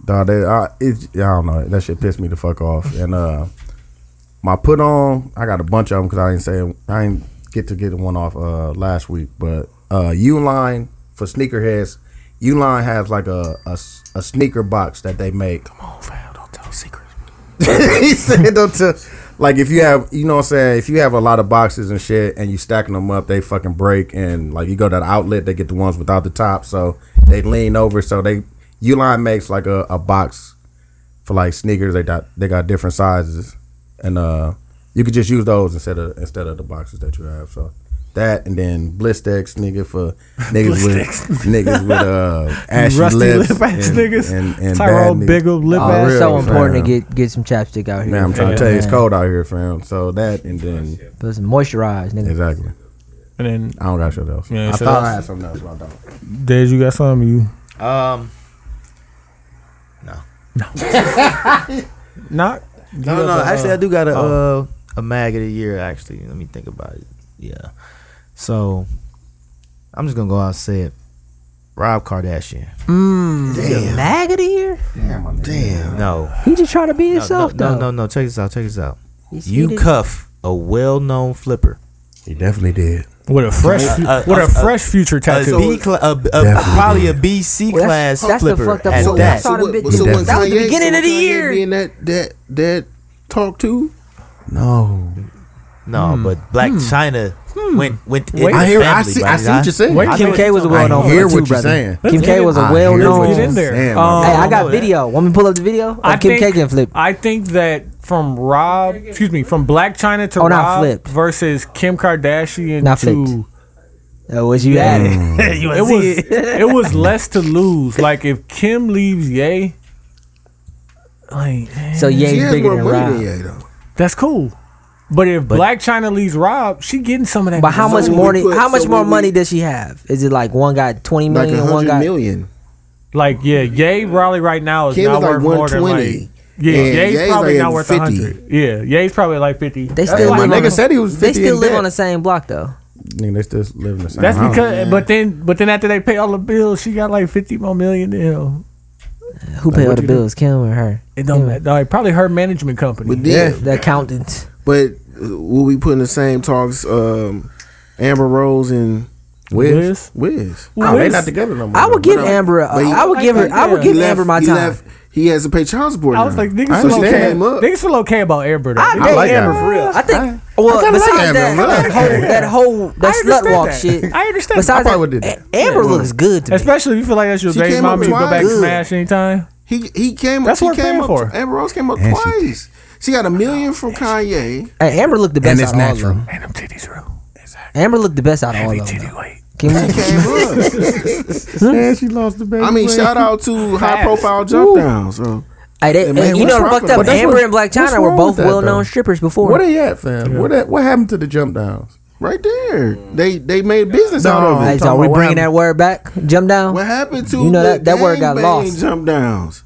Speaker 2: dawg, they, I, it, I don't know, that shit pissed me the fuck off. And uh, my put on, I got a bunch of them because I ain't say I ain't get to get one off uh last week, but uh, Uline for sneakerheads. Uline has like a, a s- a sneaker box that they make. Come on, fam, don't tell secrets. he said don't tell. Like if you have, you know what I'm saying. If you have a lot of boxes and shit, and you stacking them up, they fucking break. And like you go to the outlet, they get the ones without the top, so they lean over. So they Uline makes like a, a box for like sneakers. They got they got different sizes, and uh, you could just use those instead of instead of the boxes that you have. So that and then Blistex nigga for niggas with niggas with uh ashy
Speaker 3: Rusty
Speaker 2: lips,
Speaker 3: lip ass
Speaker 2: and,
Speaker 3: niggas.
Speaker 2: and, and
Speaker 3: Tyrone
Speaker 2: bad niggas.
Speaker 3: Biggum, lip
Speaker 1: Oh,
Speaker 3: ass.
Speaker 1: it's so
Speaker 2: Real,
Speaker 1: important to
Speaker 2: fam.
Speaker 1: get get some chapstick out here.
Speaker 2: Man, I'm trying to
Speaker 1: Yeah.
Speaker 2: tell you, it's
Speaker 1: Man.
Speaker 2: cold out here, fam. So that and then
Speaker 1: Put some moisturize, nigga.
Speaker 2: exactly.
Speaker 3: And then,
Speaker 2: I don't got shit else.
Speaker 3: Yeah,
Speaker 2: I
Speaker 3: shit
Speaker 2: thought
Speaker 3: else.
Speaker 2: I had something else, but I don't.
Speaker 3: Dad, you got something? You
Speaker 10: Um,
Speaker 3: not?
Speaker 10: no, no. Actually, I do got a uh, a mag of the year. Actually, let me think about it. Yeah. So, I'm just gonna go out and say it. Rob Kardashian.
Speaker 1: Damn. Mag of the year?
Speaker 10: No.
Speaker 1: He just trying to be
Speaker 10: No, no,
Speaker 1: himself
Speaker 10: no,
Speaker 1: though.
Speaker 10: no, no. Check this out. Check this out.
Speaker 1: He's- he
Speaker 10: You
Speaker 1: did-
Speaker 10: cuff a well-known flipper.
Speaker 2: He definitely did.
Speaker 3: With a fresh,
Speaker 10: Uh, uh,
Speaker 3: with
Speaker 10: uh,
Speaker 3: a fresh future
Speaker 10: A
Speaker 3: tattoo.
Speaker 10: B cla- a, a,
Speaker 2: Definitely.
Speaker 10: probably a BC
Speaker 1: Well,
Speaker 10: class
Speaker 1: that's- that's the
Speaker 10: flipper
Speaker 1: fucked up
Speaker 10: at
Speaker 1: part.
Speaker 10: that.
Speaker 1: That's- Son of a bitch.
Speaker 2: He
Speaker 7: so when
Speaker 1: That was the
Speaker 7: Kanye-
Speaker 1: beginning
Speaker 7: so
Speaker 1: of the
Speaker 7: when Kanye
Speaker 1: year.
Speaker 7: Being that that that talk to.
Speaker 2: No,
Speaker 10: No,
Speaker 2: Hmm.
Speaker 10: but Black China
Speaker 1: Hmm.
Speaker 10: went went. in
Speaker 3: Wait.
Speaker 10: the
Speaker 2: I hear. I
Speaker 10: family,
Speaker 2: see. I
Speaker 10: brother.
Speaker 2: see what you're saying.
Speaker 3: Wait,
Speaker 2: I
Speaker 1: Kim
Speaker 2: know
Speaker 1: K
Speaker 2: what
Speaker 1: was a
Speaker 2: you're talking
Speaker 1: well-known
Speaker 2: about. I hear
Speaker 1: one too,
Speaker 2: what you're
Speaker 1: brother.
Speaker 2: saying.
Speaker 1: Kim K was a
Speaker 2: I hear
Speaker 1: well-known.
Speaker 2: what
Speaker 3: Let's
Speaker 2: you're
Speaker 3: get in there.
Speaker 2: saying,
Speaker 3: Um,
Speaker 2: my
Speaker 1: Hey, I
Speaker 10: know
Speaker 1: got
Speaker 10: that.
Speaker 1: video. Want me to pull up the video? Of
Speaker 3: I
Speaker 1: Kim
Speaker 3: think-
Speaker 1: K getting flipped.
Speaker 3: I think that from Rob, excuse me, from Black China to
Speaker 1: Oh, not
Speaker 3: Rob
Speaker 1: flipped.
Speaker 3: versus Kim Kardashian
Speaker 1: Not
Speaker 3: to
Speaker 1: flipped. I wish you Oh, had
Speaker 2: Mm.
Speaker 1: it.
Speaker 10: you
Speaker 3: it was it was less to lose. Like if Kim leaves, Ye, like eh,
Speaker 1: So
Speaker 7: She
Speaker 1: Ye's
Speaker 7: has
Speaker 1: bigger
Speaker 7: more
Speaker 1: than
Speaker 7: money than
Speaker 1: Rob.
Speaker 7: Ye though.
Speaker 3: that's cool. But if Black China leaves Rob, she getting some of that.
Speaker 1: But how
Speaker 7: So
Speaker 1: much
Speaker 7: when
Speaker 1: more?
Speaker 7: we
Speaker 1: did-
Speaker 7: put-
Speaker 1: How
Speaker 7: so
Speaker 1: much more
Speaker 7: when we-
Speaker 1: money does she have? Is it like one got twenty
Speaker 7: Like
Speaker 1: million,
Speaker 7: a
Speaker 1: one
Speaker 7: hundred
Speaker 1: got?
Speaker 7: million.
Speaker 3: Like yeah, Ye probably right now is
Speaker 7: Kim
Speaker 3: not
Speaker 7: is like
Speaker 3: worth more than like
Speaker 7: 120.
Speaker 3: yeah.
Speaker 7: and
Speaker 3: Ye's,
Speaker 7: Ye's
Speaker 3: probably
Speaker 7: like
Speaker 3: not
Speaker 7: at
Speaker 3: worth
Speaker 7: 50.
Speaker 3: hundred. Yeah, Ye's probably like fifty.
Speaker 1: They
Speaker 3: That's
Speaker 1: still
Speaker 3: why
Speaker 2: my
Speaker 1: live on.
Speaker 2: nigga
Speaker 1: The,
Speaker 2: said he was. 50
Speaker 1: they still
Speaker 2: in
Speaker 1: live
Speaker 2: debt.
Speaker 1: on the same block though.
Speaker 2: Nigga, they still live in the same.
Speaker 3: That's
Speaker 2: house.
Speaker 3: because, but then, but then after they pay all the bills, she got like fifty more million. You know,
Speaker 1: Who paid all
Speaker 2: what
Speaker 1: the
Speaker 2: you do?
Speaker 1: bills? Kim or her?
Speaker 3: it don't
Speaker 1: Yeah.
Speaker 3: matter. Like, probably her management company.
Speaker 7: But then,
Speaker 1: The accountant.
Speaker 7: but uh, will we put in the same talks? Um, Amber Rose and
Speaker 2: Wiz.
Speaker 3: Wiz?
Speaker 7: Wiz.
Speaker 2: Oh, they
Speaker 3: Wiz-
Speaker 2: not together no more.
Speaker 1: I would give
Speaker 7: But, uh,
Speaker 1: Amber. A,
Speaker 7: but he-
Speaker 1: I would give her. I would
Speaker 3: Yeah.
Speaker 1: give
Speaker 7: He
Speaker 1: Amber
Speaker 7: left-
Speaker 1: my
Speaker 7: he
Speaker 1: time.
Speaker 7: left- He has to pay child support.
Speaker 3: I was
Speaker 7: now.
Speaker 3: like,
Speaker 2: I
Speaker 3: niggas feel
Speaker 2: understand.
Speaker 3: okay.
Speaker 7: Came up.
Speaker 3: Niggas feel okay about Amber. Though.
Speaker 1: I
Speaker 3: Niggas
Speaker 1: date
Speaker 2: like
Speaker 1: Amber
Speaker 2: Amber.
Speaker 1: for real. I think.
Speaker 2: I
Speaker 1: Well,
Speaker 2: kinda like
Speaker 1: besides
Speaker 2: Amber,
Speaker 1: that,
Speaker 2: bro.
Speaker 1: that whole that whole that
Speaker 3: I
Speaker 1: slut
Speaker 3: understand
Speaker 1: walk
Speaker 3: that.
Speaker 1: shit.
Speaker 3: I understand.
Speaker 1: Besides
Speaker 2: I probably would do
Speaker 1: that,
Speaker 2: that.
Speaker 1: A- Amber looks good to me.
Speaker 3: Especially if you feel like that's your
Speaker 7: She
Speaker 3: baby
Speaker 7: came up
Speaker 3: mama, you go
Speaker 7: twice.
Speaker 3: back to
Speaker 7: Good.
Speaker 3: smash anytime.
Speaker 7: He he came.
Speaker 3: That's
Speaker 7: she
Speaker 3: worth
Speaker 7: came
Speaker 3: paying
Speaker 7: up,
Speaker 3: for.
Speaker 7: Amber Rose came up
Speaker 2: And she-
Speaker 7: twice. She got a million from Kanye.
Speaker 1: Hey, Amber looked the best
Speaker 2: and it's
Speaker 1: out of all of
Speaker 2: natural.
Speaker 1: them.
Speaker 3: And them titties real.
Speaker 1: Amber looked the best out of all
Speaker 3: Heavy
Speaker 1: of them.
Speaker 3: titty weight.
Speaker 1: Can we?
Speaker 2: Man, she lost the baby.
Speaker 7: I mean,
Speaker 2: weight.
Speaker 7: shout out to high profile jump downs. uh, So
Speaker 1: Hey, they,
Speaker 7: Man,
Speaker 1: hey, you
Speaker 7: what's
Speaker 1: know,
Speaker 7: wrong
Speaker 1: fucked
Speaker 7: with
Speaker 1: up.
Speaker 7: that?
Speaker 1: Amber and Black
Speaker 2: What's
Speaker 1: China were
Speaker 2: wrong
Speaker 1: both
Speaker 2: with that,
Speaker 1: well known
Speaker 2: though?
Speaker 1: strippers before.
Speaker 2: Where they at, fam? What at, what happened to the jump downs?
Speaker 7: right there, they they made business out of it.
Speaker 1: Hey, so
Speaker 2: Talking
Speaker 1: we
Speaker 2: about what
Speaker 1: bringing that word back? Jump down.
Speaker 7: What happened to
Speaker 1: You know
Speaker 7: the
Speaker 1: that- that word got
Speaker 7: gangbang
Speaker 1: lost.
Speaker 7: Jump downs,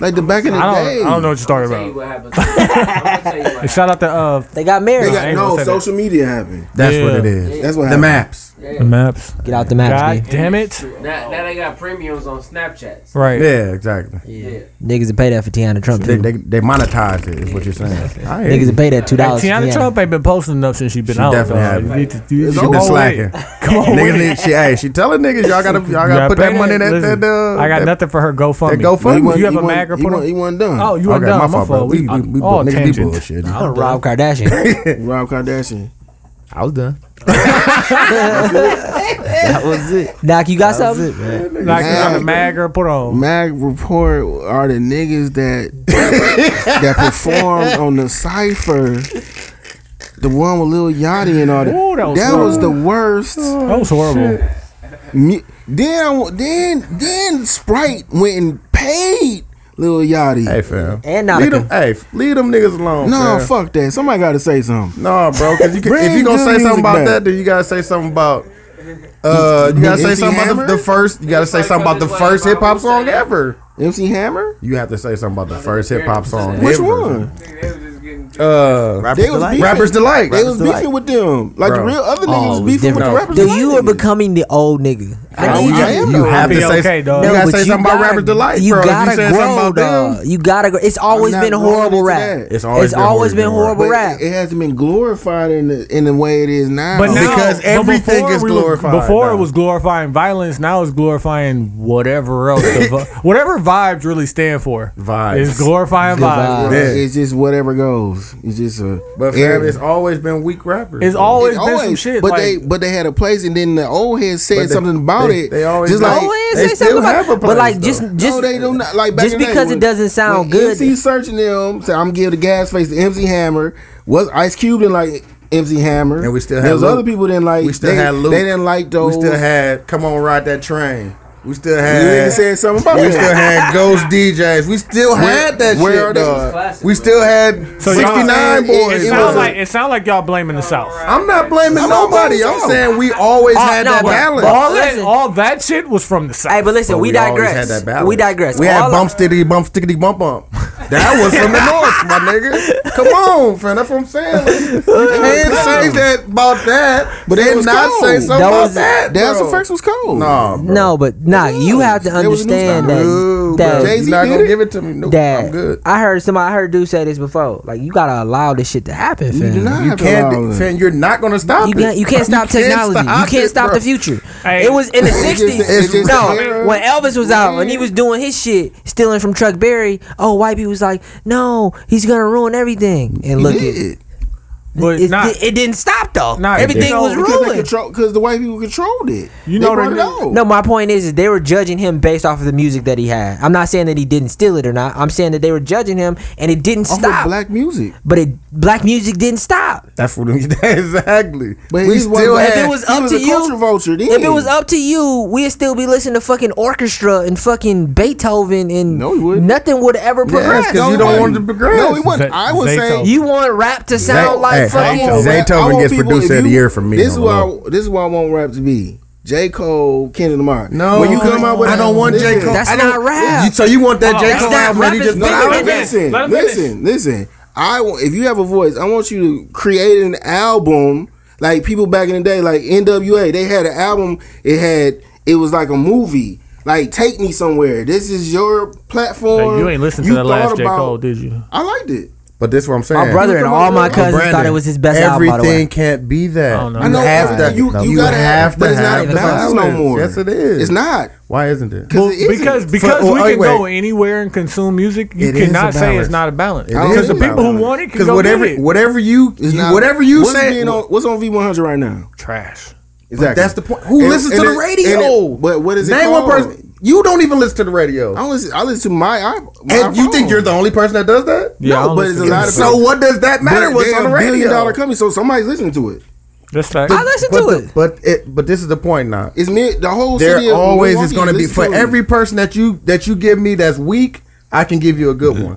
Speaker 7: like the back in the
Speaker 3: I don't,
Speaker 7: day.
Speaker 3: I don't know what you're talking
Speaker 6: Tell you
Speaker 3: about.
Speaker 6: what happened. I'm gonna tell you what
Speaker 3: Hey,
Speaker 6: happened.
Speaker 3: Shout out to uh,
Speaker 1: They got
Speaker 7: They
Speaker 1: married.
Speaker 7: got,
Speaker 3: ain't
Speaker 7: no
Speaker 3: gonna say that.
Speaker 7: social media happened.
Speaker 2: That's what
Speaker 3: Yeah.
Speaker 2: it is.
Speaker 7: That's what
Speaker 2: the
Speaker 7: happened.
Speaker 2: maps.
Speaker 3: the maps.
Speaker 1: Get out the match,
Speaker 3: God
Speaker 1: man.
Speaker 3: damn it!
Speaker 6: Now, now they got premiums on Snapchats.
Speaker 3: Right.
Speaker 2: Yeah, exactly.
Speaker 6: Yeah.
Speaker 1: Niggas that pay that for Tiana Trump
Speaker 2: They,
Speaker 1: too.
Speaker 2: they they monetize it. Is what you're saying. I hear
Speaker 1: Niggas
Speaker 2: you.
Speaker 1: that pay that two
Speaker 3: Hey,
Speaker 1: dollars.
Speaker 3: Tiana Trump ain't been posting enough since she been
Speaker 2: She
Speaker 3: out.
Speaker 2: definitely
Speaker 3: dog.
Speaker 2: haven't.
Speaker 3: You need to- you-
Speaker 2: She
Speaker 3: you
Speaker 2: been
Speaker 3: go away.
Speaker 2: slacking. Niggas need she hey she telling niggas y'all gotta y'all gotta
Speaker 3: Yeah,
Speaker 2: put that
Speaker 3: pay
Speaker 2: money in that,
Speaker 3: Listen,
Speaker 2: that uh,
Speaker 3: I got
Speaker 2: that,
Speaker 3: nothing for her
Speaker 2: that
Speaker 3: GoFundMe.
Speaker 2: GoFundMe.
Speaker 7: He wasn't-
Speaker 3: You have
Speaker 7: he
Speaker 3: a
Speaker 7: wasn't-
Speaker 3: mag or
Speaker 7: he
Speaker 3: put
Speaker 7: wasn't-
Speaker 3: on-
Speaker 7: He wasn't done.
Speaker 3: Oh, you are
Speaker 2: okay,
Speaker 3: done.
Speaker 2: my fault. bro.
Speaker 3: fault.
Speaker 2: We, we, we,
Speaker 3: all
Speaker 2: niggas be
Speaker 3: tangent.
Speaker 2: bullshit.
Speaker 1: I'm Rob Kardashian.
Speaker 7: Rob Kardashian.
Speaker 10: I was done. that was it.
Speaker 1: Doc, you got
Speaker 10: That was
Speaker 1: something?
Speaker 10: it, man.
Speaker 3: Like you have a mag or put on.
Speaker 7: Mag Report are the niggas that that performed on the cipher. The one with Lil Yachty and all that.
Speaker 3: Ooh, that was
Speaker 7: that was the worst.
Speaker 3: That was horrible.
Speaker 7: mu- Then, I wa- then, then Sprite went and paid Lil Yachty.
Speaker 2: Hey fam.
Speaker 1: And
Speaker 2: Leave
Speaker 1: Nautica.
Speaker 2: them, hey, f- leave them niggas alone.
Speaker 7: no,
Speaker 2: fam.
Speaker 7: fuck that. Somebody got to say something.
Speaker 2: No, bro. Cause you can, if
Speaker 7: Bring
Speaker 2: you gonna
Speaker 7: good
Speaker 2: say
Speaker 7: music
Speaker 2: something about
Speaker 7: back.
Speaker 2: that, then you gotta say something about. Uh, you gotta say
Speaker 7: MC
Speaker 2: something about the,
Speaker 7: Hammer?
Speaker 2: the first. You gotta say
Speaker 6: It's like
Speaker 2: something about the
Speaker 6: coming to
Speaker 2: first
Speaker 6: life,
Speaker 2: hip hop
Speaker 6: I
Speaker 2: song
Speaker 6: would say.
Speaker 2: ever.
Speaker 7: MC Hammer?
Speaker 2: You have to say something about the first hip hop song.
Speaker 7: Which
Speaker 2: ever.
Speaker 7: one?
Speaker 6: Nigga, They was just getting
Speaker 2: Uh,
Speaker 10: Rappers
Speaker 7: They was
Speaker 10: Delight.
Speaker 7: beefing.
Speaker 2: Rappers Delight.
Speaker 7: They was
Speaker 10: Rappers Delight.
Speaker 7: beefing with them. Like the
Speaker 2: Bro.
Speaker 7: real other
Speaker 1: Oh,
Speaker 7: niggas
Speaker 1: it was
Speaker 7: was beefing with the
Speaker 1: different.
Speaker 7: rappers.
Speaker 1: Dude,
Speaker 7: Delight
Speaker 1: you are
Speaker 7: niggas.
Speaker 1: becoming the old nigga. I
Speaker 2: Bro,
Speaker 1: need
Speaker 2: you,
Speaker 1: you.
Speaker 7: I am
Speaker 2: you
Speaker 7: though.
Speaker 2: have to
Speaker 3: Be
Speaker 2: say
Speaker 3: okay, dog.
Speaker 2: you
Speaker 1: No,
Speaker 2: gotta
Speaker 1: but
Speaker 2: say
Speaker 1: you
Speaker 2: something about
Speaker 1: gotta-
Speaker 2: Rapper Delight,
Speaker 1: you
Speaker 2: bro. If
Speaker 1: gotta
Speaker 2: you say
Speaker 1: grow,
Speaker 2: something about
Speaker 1: dog.
Speaker 2: them,
Speaker 1: You gotta grow. It's always
Speaker 7: not
Speaker 1: been
Speaker 7: growing
Speaker 1: horrible
Speaker 7: into
Speaker 1: rap.
Speaker 7: that.
Speaker 2: It's always been horrible
Speaker 1: been
Speaker 2: rap.
Speaker 1: horrible
Speaker 7: But
Speaker 1: rap.
Speaker 7: It, it hasn't been glorified in the in the way it is now.
Speaker 3: But now,
Speaker 2: Because
Speaker 3: but
Speaker 2: everything
Speaker 3: before
Speaker 2: is
Speaker 3: we were-
Speaker 2: glorified
Speaker 3: before
Speaker 2: now.
Speaker 3: it was glorifying violence, now it's glorifying whatever else. the vi- whatever vibes really stand for.
Speaker 2: Vibes.
Speaker 3: It's glorifying
Speaker 1: Good
Speaker 3: vibes.
Speaker 1: vibes.
Speaker 2: Yeah.
Speaker 7: it's just whatever goes. It's just a.
Speaker 2: but fam, it's always been weak rappers.
Speaker 3: It's
Speaker 2: bro.
Speaker 3: always
Speaker 7: It
Speaker 3: been some shit.
Speaker 7: But
Speaker 3: like,
Speaker 7: they but they had a place, and then the old head said
Speaker 2: But they-
Speaker 7: something about
Speaker 2: they-
Speaker 7: it.
Speaker 2: they always
Speaker 7: just
Speaker 2: been-
Speaker 7: like.
Speaker 1: Oh, it
Speaker 2: they
Speaker 1: say something
Speaker 2: still
Speaker 1: about-
Speaker 2: have a
Speaker 1: but like
Speaker 2: place,
Speaker 1: just
Speaker 2: though.
Speaker 1: just
Speaker 7: no, they do not like back
Speaker 1: just
Speaker 7: in the day
Speaker 1: because
Speaker 7: when-
Speaker 1: it doesn't sound
Speaker 7: when
Speaker 1: good.
Speaker 7: MC searching them, so I'm give the gas face to MC Hammer. Was Ice Cube didn't like MC Hammer,
Speaker 2: And we still had
Speaker 7: there was
Speaker 2: Luke.
Speaker 7: other people didn't like.
Speaker 2: we still
Speaker 7: they,
Speaker 2: had Luke.
Speaker 7: They didn't like those.
Speaker 2: We still had Come On Ride That Train. We still
Speaker 7: You niggas
Speaker 2: had.
Speaker 7: said something about
Speaker 2: we
Speaker 7: it.
Speaker 2: still had Ghost DJs. We still had that
Speaker 7: where
Speaker 2: shit,
Speaker 7: are they?
Speaker 2: dog.
Speaker 6: Classic,
Speaker 2: we
Speaker 6: bro.
Speaker 2: still had
Speaker 3: So y'all-
Speaker 2: 69
Speaker 7: it-
Speaker 2: boys.
Speaker 3: it
Speaker 7: it
Speaker 3: sounds
Speaker 7: was a-
Speaker 3: like it sound like y'all blaming the South.
Speaker 2: I'm not blaming
Speaker 7: I'm not
Speaker 2: nobody.
Speaker 7: blaming
Speaker 2: I'm
Speaker 7: you.
Speaker 2: saying we always
Speaker 1: Uh,
Speaker 2: had
Speaker 1: no,
Speaker 2: that
Speaker 1: but-
Speaker 2: balance.
Speaker 1: but
Speaker 3: All that,
Speaker 1: Listen.
Speaker 3: all that shit was from the South.
Speaker 1: Hey, but listen,
Speaker 2: But
Speaker 1: we,
Speaker 2: always
Speaker 1: digress.
Speaker 2: had that balance.
Speaker 1: we digress.
Speaker 2: We had
Speaker 1: All
Speaker 2: bump stickity bump stickity bump bump. That was from the north, my nigga. Come on, friend. That's what I'm saying. Like, you can't say that about that, but
Speaker 7: But it
Speaker 2: then
Speaker 7: was
Speaker 2: not
Speaker 7: cold.
Speaker 2: say something
Speaker 1: That
Speaker 2: about
Speaker 1: was-
Speaker 2: that.
Speaker 7: That's
Speaker 2: bro.
Speaker 7: the first was cold.
Speaker 2: Nah,
Speaker 1: I-
Speaker 2: bro.
Speaker 1: no, but nah, you have to
Speaker 7: There was a new
Speaker 1: understand
Speaker 7: style.
Speaker 1: that
Speaker 2: Ooh,
Speaker 1: that,
Speaker 2: bro.
Speaker 7: Jay-Z
Speaker 2: Jay-Z not
Speaker 7: did
Speaker 2: gonna
Speaker 7: it?
Speaker 2: give it to me. Nope,
Speaker 1: that
Speaker 2: I'm good.
Speaker 1: I heard somebody I heard dude say this before. Like you gotta allow this shit to happen,
Speaker 7: You
Speaker 1: fam.
Speaker 7: do not
Speaker 2: You
Speaker 7: have to
Speaker 2: can't,
Speaker 7: allow
Speaker 2: do-
Speaker 7: it.
Speaker 2: fam, you're not gonna stop
Speaker 1: You
Speaker 2: it.
Speaker 1: can't, you can't stop technology. you can't
Speaker 2: it,
Speaker 1: stop
Speaker 2: bro.
Speaker 1: the future.
Speaker 3: Hey.
Speaker 1: It was in the
Speaker 7: just-
Speaker 1: sixties.
Speaker 7: it's just the
Speaker 1: No,
Speaker 7: era.
Speaker 1: when Elvis was out and he was doing his shit, stealing from Chuck Berry. Oh, white people was like, no, he's gonna ruin everything. And look, it,
Speaker 7: did.
Speaker 3: but
Speaker 1: it,
Speaker 3: not,
Speaker 1: it didn't stop though.
Speaker 3: Nah, it
Speaker 1: Everything
Speaker 3: didn't.
Speaker 1: was
Speaker 3: No,
Speaker 7: because they
Speaker 1: ruined.
Speaker 7: control because the white people controlled it.
Speaker 3: You
Speaker 7: They
Speaker 3: know
Speaker 7: brought
Speaker 3: they
Speaker 7: it
Speaker 3: did.
Speaker 7: out.
Speaker 1: No, my point is, is they were judging him based off of the music that he had. I'm not saying that he didn't steal it or not. I'm saying that they were judging him, and it didn't
Speaker 7: off
Speaker 1: stop.
Speaker 7: of black music.
Speaker 1: but it black music didn't stop.
Speaker 2: That's what I'm exactly.
Speaker 7: But
Speaker 2: we
Speaker 7: he's one-
Speaker 2: still
Speaker 7: but
Speaker 1: if
Speaker 2: had
Speaker 1: it was
Speaker 7: he
Speaker 1: up
Speaker 7: was
Speaker 1: to
Speaker 7: a
Speaker 1: you,
Speaker 7: culture vulture then.
Speaker 1: if it was up to you, we'd still be listening to fucking orchestra and fucking Beethoven, and
Speaker 7: No, we wouldn't.
Speaker 1: nothing would ever progress.
Speaker 2: 'cause you
Speaker 7: No,
Speaker 2: don't
Speaker 7: it
Speaker 2: want
Speaker 7: wasn't.
Speaker 2: it to progress.
Speaker 7: No, it wasn't.
Speaker 3: Zay-
Speaker 7: I would
Speaker 3: Zaytoven.
Speaker 7: say
Speaker 1: you want rap to sound
Speaker 2: Zay-
Speaker 1: like
Speaker 2: hey,
Speaker 1: fucking.
Speaker 7: I want
Speaker 2: Zay-
Speaker 7: rap- I
Speaker 2: Zaytoven
Speaker 7: want
Speaker 2: gets
Speaker 7: people-
Speaker 2: producer
Speaker 7: if
Speaker 2: of the
Speaker 7: you-
Speaker 2: year from me
Speaker 7: This
Speaker 2: on
Speaker 7: is
Speaker 2: the
Speaker 7: what
Speaker 2: low.
Speaker 7: I, this is what I want rap to be. J. Cole, Kendrick Lamar.
Speaker 2: No,
Speaker 7: when you come out with
Speaker 2: I don't want J
Speaker 7: listen,
Speaker 2: Cole.
Speaker 1: That's
Speaker 2: I don't-
Speaker 1: not rap.
Speaker 2: You- so you want that
Speaker 3: Oh,
Speaker 2: J
Speaker 3: that's
Speaker 2: Cole
Speaker 1: not
Speaker 2: album?
Speaker 1: rap
Speaker 2: He
Speaker 1: is
Speaker 2: just
Speaker 1: bigger
Speaker 2: I
Speaker 1: than
Speaker 2: don't-
Speaker 1: that.
Speaker 7: listen,
Speaker 3: Let him finish.
Speaker 7: listen, listen. I want if you have a voice, I want you to create an album like people back in the day, like NWA. They had an album. It had it was like a movie. Like take me somewhere. This is your platform.
Speaker 3: Hey, you ain't listened to
Speaker 7: You
Speaker 3: that last
Speaker 7: thought
Speaker 3: J.
Speaker 7: about-
Speaker 3: Cole, did you?
Speaker 7: I liked it.
Speaker 2: But this is what I'm saying.
Speaker 1: my brother and all my
Speaker 2: But
Speaker 1: cousins
Speaker 2: Brandon,
Speaker 1: thought it was his best album.
Speaker 2: everything
Speaker 1: By the way,
Speaker 2: can't be that.
Speaker 3: I don't know.
Speaker 7: I know
Speaker 2: You have
Speaker 7: but
Speaker 2: to.
Speaker 7: you- you gotta have-
Speaker 2: have to
Speaker 7: but it's not
Speaker 2: have
Speaker 7: a
Speaker 2: the
Speaker 7: balance no more.
Speaker 2: Yes, it is.
Speaker 7: It's not
Speaker 2: Why isn't it?
Speaker 7: because it isn't.
Speaker 3: Because because
Speaker 2: oh,
Speaker 3: we
Speaker 2: oh,
Speaker 3: can
Speaker 2: wait.
Speaker 3: go anywhere and consume music, you
Speaker 2: It is
Speaker 3: cannot
Speaker 2: a
Speaker 3: say
Speaker 2: balance.
Speaker 3: it's not a balance.
Speaker 2: It
Speaker 3: Because
Speaker 7: is
Speaker 3: the
Speaker 7: a
Speaker 3: people who
Speaker 2: balance.
Speaker 3: want it can
Speaker 2: Because
Speaker 3: go whatever,
Speaker 2: whatever
Speaker 3: get it.
Speaker 2: whatever you
Speaker 7: It's not-
Speaker 2: whatever you
Speaker 7: what's
Speaker 2: say,
Speaker 7: being on, what's on V100 right now?
Speaker 3: Trash.
Speaker 2: But that's the point. Who
Speaker 7: And-
Speaker 2: listens
Speaker 7: and
Speaker 2: to
Speaker 7: it-
Speaker 2: the
Speaker 7: and it-
Speaker 2: radio?
Speaker 7: but what is it
Speaker 2: Name one
Speaker 7: called?
Speaker 2: person. You don't even listen to the radio,
Speaker 7: I listen. I listen to my. iP- my
Speaker 2: and you think
Speaker 7: phone.
Speaker 2: you're the only person that does that?
Speaker 3: Yeah, I
Speaker 7: no,
Speaker 3: don't
Speaker 7: but it's
Speaker 3: listen
Speaker 7: a
Speaker 3: to
Speaker 7: lot
Speaker 3: that.
Speaker 7: of
Speaker 2: So what does that matter?
Speaker 7: But
Speaker 2: What's
Speaker 7: they're
Speaker 2: on the
Speaker 7: a billion
Speaker 2: radio?
Speaker 7: dollar company, so somebody's listening to it.
Speaker 3: That's fact.
Speaker 1: I listen
Speaker 2: but
Speaker 1: to
Speaker 2: the- but it, but this is the point now.
Speaker 7: It's me. The whole
Speaker 2: there
Speaker 7: city of
Speaker 2: always is
Speaker 7: Milwaukee
Speaker 2: going to be
Speaker 7: listen
Speaker 2: for
Speaker 7: to it.
Speaker 2: every person that you that you give me that's weak. I can give you a good one.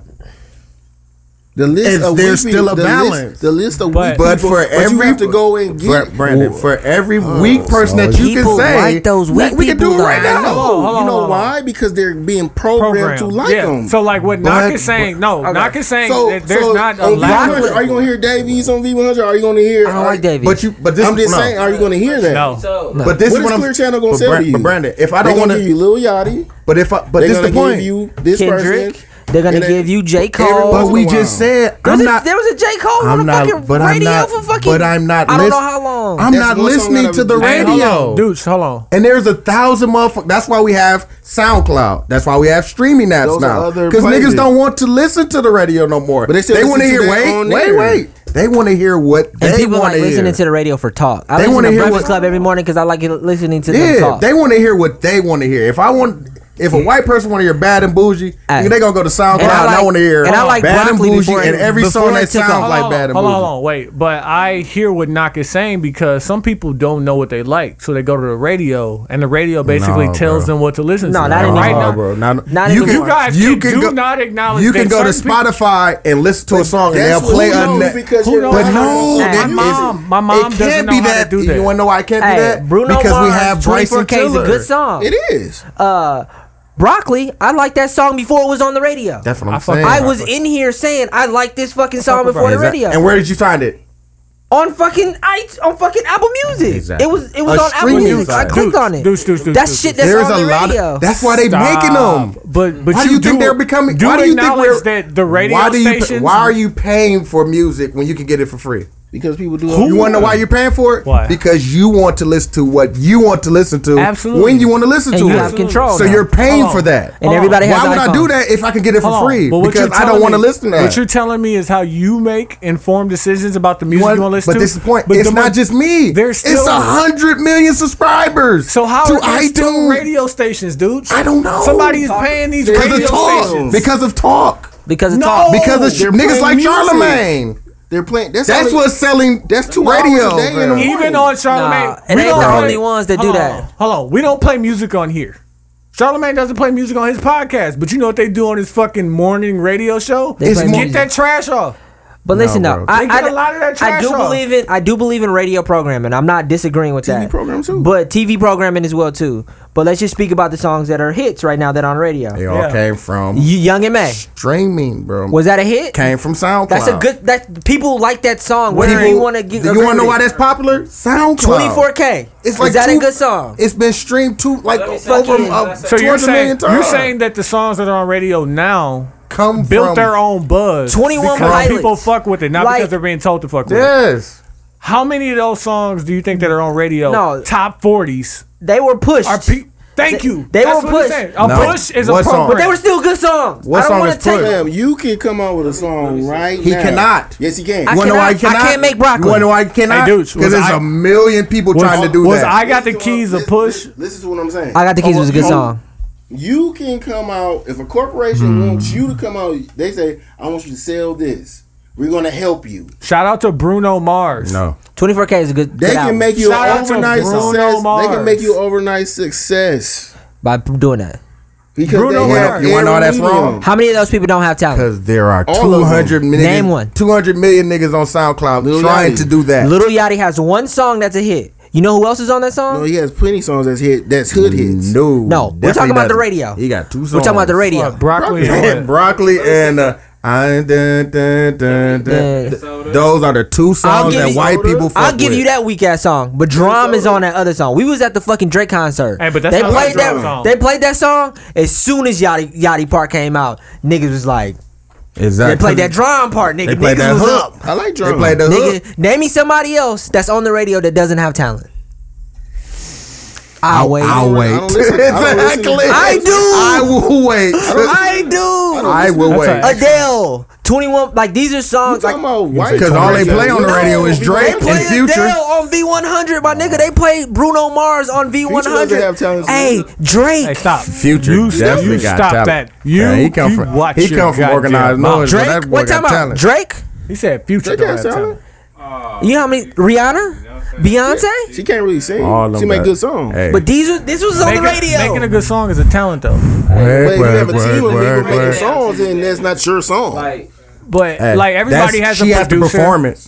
Speaker 7: The list
Speaker 2: If
Speaker 7: of
Speaker 2: there's
Speaker 7: weak
Speaker 2: still
Speaker 7: people-
Speaker 2: a
Speaker 7: the list-
Speaker 2: balance.
Speaker 7: the list of weak
Speaker 2: but
Speaker 7: people,
Speaker 2: for
Speaker 7: but you
Speaker 2: every
Speaker 7: have to go and get Oh,
Speaker 2: Bra- Brandon, for every weak person that you can
Speaker 1: people
Speaker 2: say,
Speaker 1: like those
Speaker 2: we-
Speaker 1: weak
Speaker 2: we can do it
Speaker 1: people,
Speaker 2: right
Speaker 1: though.
Speaker 2: now.
Speaker 3: Hold on,
Speaker 7: you know
Speaker 3: hold on.
Speaker 7: why? Because they're being programmed, to like
Speaker 3: yeah.
Speaker 7: them.
Speaker 3: So like what
Speaker 2: But-
Speaker 3: Knock is saying, no,
Speaker 2: okay.
Speaker 3: Knock is saying that there's not a
Speaker 7: on
Speaker 3: lack.
Speaker 7: V100, Are you gonna hear Davies on V one hundred? Are you gonna hear?
Speaker 1: I don't like Davies.
Speaker 2: But you, but this,
Speaker 7: I'm just
Speaker 2: no.
Speaker 7: saying, are you gonna hear that?
Speaker 3: No.
Speaker 6: So
Speaker 2: But this
Speaker 7: What
Speaker 2: is
Speaker 7: is
Speaker 2: what I'm.
Speaker 7: Clear Channel gonna
Speaker 2: but
Speaker 7: sell to
Speaker 2: Bran-
Speaker 7: you?
Speaker 2: But Brandon, if I
Speaker 7: They're
Speaker 2: don't want
Speaker 7: gonna give you
Speaker 2: to,
Speaker 7: Lil Yachty.
Speaker 2: but if I, but
Speaker 7: They're
Speaker 2: this
Speaker 7: gonna
Speaker 2: the point.
Speaker 7: give you this
Speaker 1: Kendrick.
Speaker 7: person.
Speaker 1: They're gonna
Speaker 7: and they-
Speaker 1: give you J Cole.
Speaker 7: everyone-
Speaker 2: but we
Speaker 7: Once in a
Speaker 2: just
Speaker 7: while.
Speaker 2: said
Speaker 1: There was,
Speaker 2: I'm
Speaker 1: a,
Speaker 2: not.
Speaker 1: there was a J Cole
Speaker 2: I'm
Speaker 1: on the
Speaker 2: not-
Speaker 1: fucking
Speaker 2: but I'm
Speaker 1: radio
Speaker 2: not-
Speaker 1: for fucking.
Speaker 2: but I'm not
Speaker 1: I don't
Speaker 2: lis-
Speaker 1: know how long.
Speaker 2: I'm
Speaker 7: That's
Speaker 2: not
Speaker 7: one song
Speaker 2: listening
Speaker 7: that
Speaker 2: to
Speaker 7: I'm-
Speaker 2: the
Speaker 7: Hey, hold
Speaker 2: radio.
Speaker 3: Dudes, hold on.
Speaker 2: And there's a thousand motherfuckers. That's why we have SoundCloud. That's why we have streaming apps
Speaker 7: Those are
Speaker 2: now.
Speaker 7: other
Speaker 2: Because niggas
Speaker 7: playlists.
Speaker 2: don't want to listen to the radio no more.
Speaker 7: But they still
Speaker 2: want to
Speaker 7: listen to
Speaker 2: hear.
Speaker 7: their
Speaker 2: Wait,
Speaker 7: own
Speaker 2: wait,
Speaker 7: air.
Speaker 2: wait. They want to hear what
Speaker 1: And
Speaker 2: they
Speaker 1: people
Speaker 2: want
Speaker 1: like
Speaker 2: to hear.
Speaker 1: listening to the radio for talk. I
Speaker 2: They
Speaker 1: listen
Speaker 2: wanna
Speaker 1: to
Speaker 2: hear
Speaker 1: Breakfast
Speaker 2: what-
Speaker 1: Club every morning because I like it- listening to them
Speaker 2: yeah,
Speaker 1: talk.
Speaker 2: they want to hear what they want to hear. If I want, if a white person want to hear bad and bougie,
Speaker 1: Aye.
Speaker 2: nigga, they gonna go to SoundCloud.
Speaker 1: And I
Speaker 2: And I,
Speaker 1: like-
Speaker 2: want to hear.
Speaker 1: and I like
Speaker 2: bad and
Speaker 1: broccoli
Speaker 2: bougie,
Speaker 1: before
Speaker 2: and
Speaker 1: it-
Speaker 2: every
Speaker 1: before
Speaker 2: song
Speaker 1: it
Speaker 2: that
Speaker 1: took
Speaker 2: sounds
Speaker 1: off.
Speaker 2: like
Speaker 3: Hold on,
Speaker 2: bad and
Speaker 3: hold on,
Speaker 2: bougie.
Speaker 3: hold on, wait. But I hear what Knock is saying because some people don't know what they like, so they go to the radio, and the radio basically
Speaker 2: No,
Speaker 3: tells
Speaker 2: bro.
Speaker 3: them what to listen
Speaker 1: No,
Speaker 3: to.
Speaker 1: not
Speaker 3: And
Speaker 1: anymore.
Speaker 3: right
Speaker 2: Nah,
Speaker 3: now,
Speaker 2: bro. Not,
Speaker 1: Not
Speaker 2: you,
Speaker 1: anymore.
Speaker 2: can,
Speaker 1: You
Speaker 3: guys
Speaker 2: you
Speaker 3: can-
Speaker 2: can
Speaker 3: do
Speaker 2: go,
Speaker 3: not acknowledge
Speaker 2: You
Speaker 3: that
Speaker 2: can go to
Speaker 3: certain people-
Speaker 2: Spotify and listen to a song, and they'll
Speaker 7: That's
Speaker 2: play
Speaker 7: what
Speaker 2: a.
Speaker 7: who knows
Speaker 2: ne-
Speaker 7: because
Speaker 3: Who
Speaker 7: you're
Speaker 3: knows?
Speaker 2: But
Speaker 7: not-
Speaker 2: no,
Speaker 1: Hey,
Speaker 2: that
Speaker 1: my
Speaker 3: mom- my mom
Speaker 2: it
Speaker 3: doesn't
Speaker 2: can't
Speaker 3: know
Speaker 2: be
Speaker 3: how to
Speaker 2: that.
Speaker 3: do that.
Speaker 2: You want to know why it can't be
Speaker 1: Hey,
Speaker 2: that?
Speaker 1: Bruno
Speaker 2: because we
Speaker 1: Mars,
Speaker 2: have Bryson
Speaker 1: 24K is a
Speaker 2: Tiller.
Speaker 1: good song.
Speaker 7: It is.
Speaker 1: Uh, broccoli, I liked that song before it was on the radio.
Speaker 2: That's what
Speaker 3: I
Speaker 2: I'm
Speaker 3: fuck-
Speaker 2: saying.
Speaker 1: I was in here saying I like this fucking song before the
Speaker 2: Exact-
Speaker 1: radio.
Speaker 2: And where did you find it?
Speaker 1: on fucking i on fucking Apple Music.
Speaker 2: Exactly.
Speaker 1: It was it was
Speaker 2: A
Speaker 1: on Apple
Speaker 2: streaming
Speaker 1: Music. I
Speaker 2: site.
Speaker 1: clicked on it.
Speaker 3: Deuce, deuce, deuce,
Speaker 1: that's
Speaker 3: deuce,
Speaker 1: shit.
Speaker 3: deuce.
Speaker 1: That's
Speaker 2: There's
Speaker 1: on
Speaker 2: a
Speaker 1: the
Speaker 2: lot
Speaker 1: radio.
Speaker 2: of. That's why they making
Speaker 3: Stop.
Speaker 2: them.
Speaker 3: But but
Speaker 2: why do you think
Speaker 3: do-
Speaker 2: they're becoming?
Speaker 3: Do
Speaker 2: why do you think
Speaker 3: acknowledge
Speaker 2: we're,
Speaker 3: that the radio
Speaker 2: why do you, pay-
Speaker 3: stations?
Speaker 2: Why are you paying for music when you can get it for free?
Speaker 7: Because people do.
Speaker 2: You want to know why you're paying for it?
Speaker 3: Why?
Speaker 2: Because you want to listen to what you want to listen to.
Speaker 3: Absolutely.
Speaker 2: When you want to listen
Speaker 1: And
Speaker 2: to
Speaker 1: you
Speaker 2: it.
Speaker 1: have control
Speaker 2: So
Speaker 1: now.
Speaker 2: you're paying
Speaker 3: Hold on.
Speaker 2: for that.
Speaker 1: And everybody has
Speaker 2: Why would I
Speaker 1: iPhone.
Speaker 2: do that if I can get it for
Speaker 3: Hold on,
Speaker 2: free?
Speaker 3: but what
Speaker 2: Because
Speaker 3: you're
Speaker 2: I don't
Speaker 3: telling
Speaker 2: want to
Speaker 3: me-
Speaker 2: listen to that.
Speaker 3: What you're telling me is how you make informed decisions about the music
Speaker 2: One-
Speaker 3: you want to listen
Speaker 2: but
Speaker 3: to.
Speaker 2: this is the point.
Speaker 3: But
Speaker 2: it's
Speaker 3: the
Speaker 2: not
Speaker 3: mon-
Speaker 2: just me.
Speaker 3: There's
Speaker 2: it's
Speaker 3: still-
Speaker 2: a hundred million subscribers.
Speaker 3: So how
Speaker 2: to
Speaker 3: are there still
Speaker 2: iTunes
Speaker 3: radio stations, dudes?
Speaker 2: I don't know.
Speaker 3: Somebody is paying these
Speaker 2: because
Speaker 3: radio
Speaker 2: of talk.
Speaker 3: stations.
Speaker 2: Because of talk.
Speaker 1: because it's
Speaker 3: No!
Speaker 1: all
Speaker 2: Because of sh-
Speaker 7: they're
Speaker 2: niggas
Speaker 7: playing
Speaker 2: like
Speaker 7: music.
Speaker 2: Charlemagne.
Speaker 7: They're playing. That's,
Speaker 2: That's
Speaker 7: only-
Speaker 2: what's selling.
Speaker 7: That's two
Speaker 2: radio.
Speaker 7: hours a day in the
Speaker 2: bruh.
Speaker 3: Even on Charlemagne,
Speaker 1: Nah, it
Speaker 3: we
Speaker 1: ain't
Speaker 3: don't
Speaker 1: the
Speaker 3: play-
Speaker 1: only ones that do
Speaker 3: Hold
Speaker 1: that.
Speaker 3: on, hold on, we don't play music on here. Charlemagne doesn't play music on his podcast, but you know what they do on his fucking morning radio show?
Speaker 1: They
Speaker 2: play
Speaker 3: get
Speaker 2: music.
Speaker 3: that trash off.
Speaker 1: But listen though,
Speaker 2: bro.
Speaker 1: I,
Speaker 3: They get
Speaker 1: I-
Speaker 3: a lot of that
Speaker 1: I
Speaker 3: trash
Speaker 1: do
Speaker 3: off.
Speaker 1: believe in I do believe in radio programming. I'm not disagreeing with that.
Speaker 7: program too.
Speaker 1: But TV programming as well too. But let's just speak about the songs that are hits right now that are on radio.
Speaker 2: They all
Speaker 3: Yeah.
Speaker 2: came from
Speaker 1: You, Young and May
Speaker 2: streaming, bro.
Speaker 1: was that a hit?
Speaker 2: came from SoundCloud.
Speaker 1: That's a good. That people like that song. Whether
Speaker 2: People-
Speaker 1: you want to get
Speaker 2: You want to know why that's popular? SoundCloud.
Speaker 1: twenty four k.
Speaker 2: It's like
Speaker 1: is that
Speaker 2: two-
Speaker 1: a good song?
Speaker 2: It's been streamed to like
Speaker 6: me
Speaker 2: over
Speaker 6: say this.
Speaker 2: uh,
Speaker 3: So
Speaker 6: So
Speaker 2: 200
Speaker 3: you're saying
Speaker 2: million times.
Speaker 3: you're saying that the songs that are on radio now
Speaker 2: come
Speaker 3: built
Speaker 2: from,
Speaker 3: their own buzz.
Speaker 1: 21
Speaker 3: because
Speaker 1: Pilots.
Speaker 3: people fuck with it, not
Speaker 1: Like-
Speaker 3: because they're being told to fuck with it.
Speaker 2: Yes.
Speaker 3: How many of those songs do you think that are on radio?
Speaker 1: No.
Speaker 3: top forties
Speaker 1: They were pushed.
Speaker 3: are. Pe- thank
Speaker 1: They-
Speaker 3: you.
Speaker 1: they were
Speaker 3: That's what I'm
Speaker 1: pushed.
Speaker 3: saying. A
Speaker 2: No.
Speaker 3: push is
Speaker 2: What
Speaker 3: a
Speaker 2: song?
Speaker 3: program.
Speaker 1: but they were still good songs.
Speaker 2: What
Speaker 1: I don't
Speaker 2: song
Speaker 1: want
Speaker 2: is
Speaker 1: to take.
Speaker 2: pushed?
Speaker 7: Fam, you can come out with a song right
Speaker 2: He
Speaker 7: now.
Speaker 2: cannot.
Speaker 7: Yes, he can.
Speaker 1: I
Speaker 2: You wanna know why he
Speaker 1: cannot- I
Speaker 2: cannot?
Speaker 1: can't make broccoli.
Speaker 2: You wanna know why he cannot?
Speaker 3: Hey, dude,
Speaker 2: Because
Speaker 3: was
Speaker 2: there's
Speaker 3: I-
Speaker 2: a million people
Speaker 3: was-
Speaker 2: trying to do
Speaker 3: was
Speaker 2: that.
Speaker 3: I got the keys to
Speaker 7: Listen-
Speaker 3: push.
Speaker 7: Listen to what I'm saying.
Speaker 1: I got the
Speaker 2: Oh,
Speaker 1: keys was a good song.
Speaker 7: You can come out if a
Speaker 2: Hmm.
Speaker 7: corporation wants you to come out. They say, "I want you to sell this. We're going to help you."
Speaker 3: Shout out to Bruno Mars.
Speaker 2: no.
Speaker 1: 24K is a good.
Speaker 7: They
Speaker 1: good
Speaker 7: can
Speaker 1: album
Speaker 7: make you
Speaker 3: Shout out
Speaker 7: an
Speaker 3: to
Speaker 7: overnight
Speaker 3: Bruno
Speaker 7: success.
Speaker 3: Mars.
Speaker 7: They can make you overnight success
Speaker 1: by p- doing that.
Speaker 7: because
Speaker 3: Bruno
Speaker 7: they
Speaker 3: Mars.
Speaker 7: have
Speaker 2: You wanna know
Speaker 7: every
Speaker 2: that's wrong?
Speaker 7: medium.
Speaker 1: How many of those people don't have talent?
Speaker 2: Because there are
Speaker 7: All of
Speaker 2: 200 million,
Speaker 1: Name one.
Speaker 2: 200 million niggas on SoundCloud
Speaker 7: Lil
Speaker 2: trying
Speaker 7: Yachty.
Speaker 2: to do that.
Speaker 1: Little Yachty has one song that's a hit. You know who else is on that
Speaker 7: No,
Speaker 1: song?
Speaker 7: he has plenty songs that's hit. That's hood hits.
Speaker 2: No,
Speaker 1: No, we're
Speaker 2: definitely
Speaker 1: talking about the
Speaker 2: doesn't.
Speaker 1: radio.
Speaker 2: He got two songs.
Speaker 1: We're talking about the radio.
Speaker 3: Fuck, broccoli.
Speaker 2: and broccoli and uh, I dun, dun, dun, dun. Th- Those are the two songs
Speaker 1: give
Speaker 2: that
Speaker 1: you-
Speaker 2: white people. Fuck
Speaker 1: I'll give
Speaker 2: with.
Speaker 1: you that weak ass song, but Drum is on that other song. We was at the fucking Drake concert.
Speaker 3: Hey, but that's
Speaker 1: they
Speaker 3: not
Speaker 1: played
Speaker 3: a
Speaker 1: that.
Speaker 3: Drum song.
Speaker 1: They played that song as soon as Yachty Yachty part came out. Niggas was like,
Speaker 2: Exactly.
Speaker 1: they played that Drum part. Nigga,
Speaker 2: They played
Speaker 1: niggas
Speaker 2: that
Speaker 1: was
Speaker 2: hook.
Speaker 1: up.
Speaker 7: I like
Speaker 2: They
Speaker 7: drum.
Speaker 2: played the hook.
Speaker 1: Nigga, name me somebody else that's on the radio that doesn't have talent. I'll, wait.
Speaker 2: I'll wait.
Speaker 7: I don't listen- I don't listen to-
Speaker 2: Exactly.
Speaker 1: I do.
Speaker 2: I will wait.
Speaker 1: I do.
Speaker 2: I will
Speaker 3: That's
Speaker 2: wait.
Speaker 3: a-
Speaker 1: Adele, Twenty One, like these are songs like
Speaker 7: Talking about white
Speaker 2: Because all they
Speaker 7: people.
Speaker 2: play on the radio is
Speaker 1: They
Speaker 2: Drake
Speaker 1: play
Speaker 2: and Future.
Speaker 1: Adele on V100, my nigga. They play Bruno Mars on
Speaker 7: doesn't
Speaker 1: V100.
Speaker 7: have talent.
Speaker 1: Hey, Drake.
Speaker 3: Hey, stop.
Speaker 2: Future
Speaker 3: You,
Speaker 2: definitely
Speaker 3: you
Speaker 2: got
Speaker 3: stop
Speaker 2: talent.
Speaker 3: that. You,
Speaker 2: Yeah, he come
Speaker 3: you
Speaker 2: from-
Speaker 3: watch
Speaker 2: he
Speaker 3: your
Speaker 2: come from
Speaker 3: goddamn
Speaker 2: organized
Speaker 3: mouth.
Speaker 2: noise.
Speaker 1: Drake.
Speaker 2: that boy
Speaker 1: what
Speaker 2: got
Speaker 1: time out?
Speaker 2: talent.
Speaker 1: Drake.
Speaker 3: He said future
Speaker 7: They
Speaker 3: don't
Speaker 7: got
Speaker 3: have talent.
Speaker 7: talent.
Speaker 1: You know how many? Rihanna. Beyonce?
Speaker 7: She can't really sing.
Speaker 2: All them
Speaker 7: she make
Speaker 2: that-
Speaker 7: good songs.
Speaker 2: Hey.
Speaker 1: But these are this was on the
Speaker 3: Making-
Speaker 1: radio.
Speaker 3: Making a good song is a talent, though.
Speaker 7: But if you have a
Speaker 2: work,
Speaker 7: team of
Speaker 2: work,
Speaker 7: people making
Speaker 2: work.
Speaker 7: songs, then that's not your song.
Speaker 3: But
Speaker 2: Hey,
Speaker 3: like everybody
Speaker 2: that's-
Speaker 3: has a
Speaker 2: she
Speaker 3: producer.
Speaker 2: has to perform it.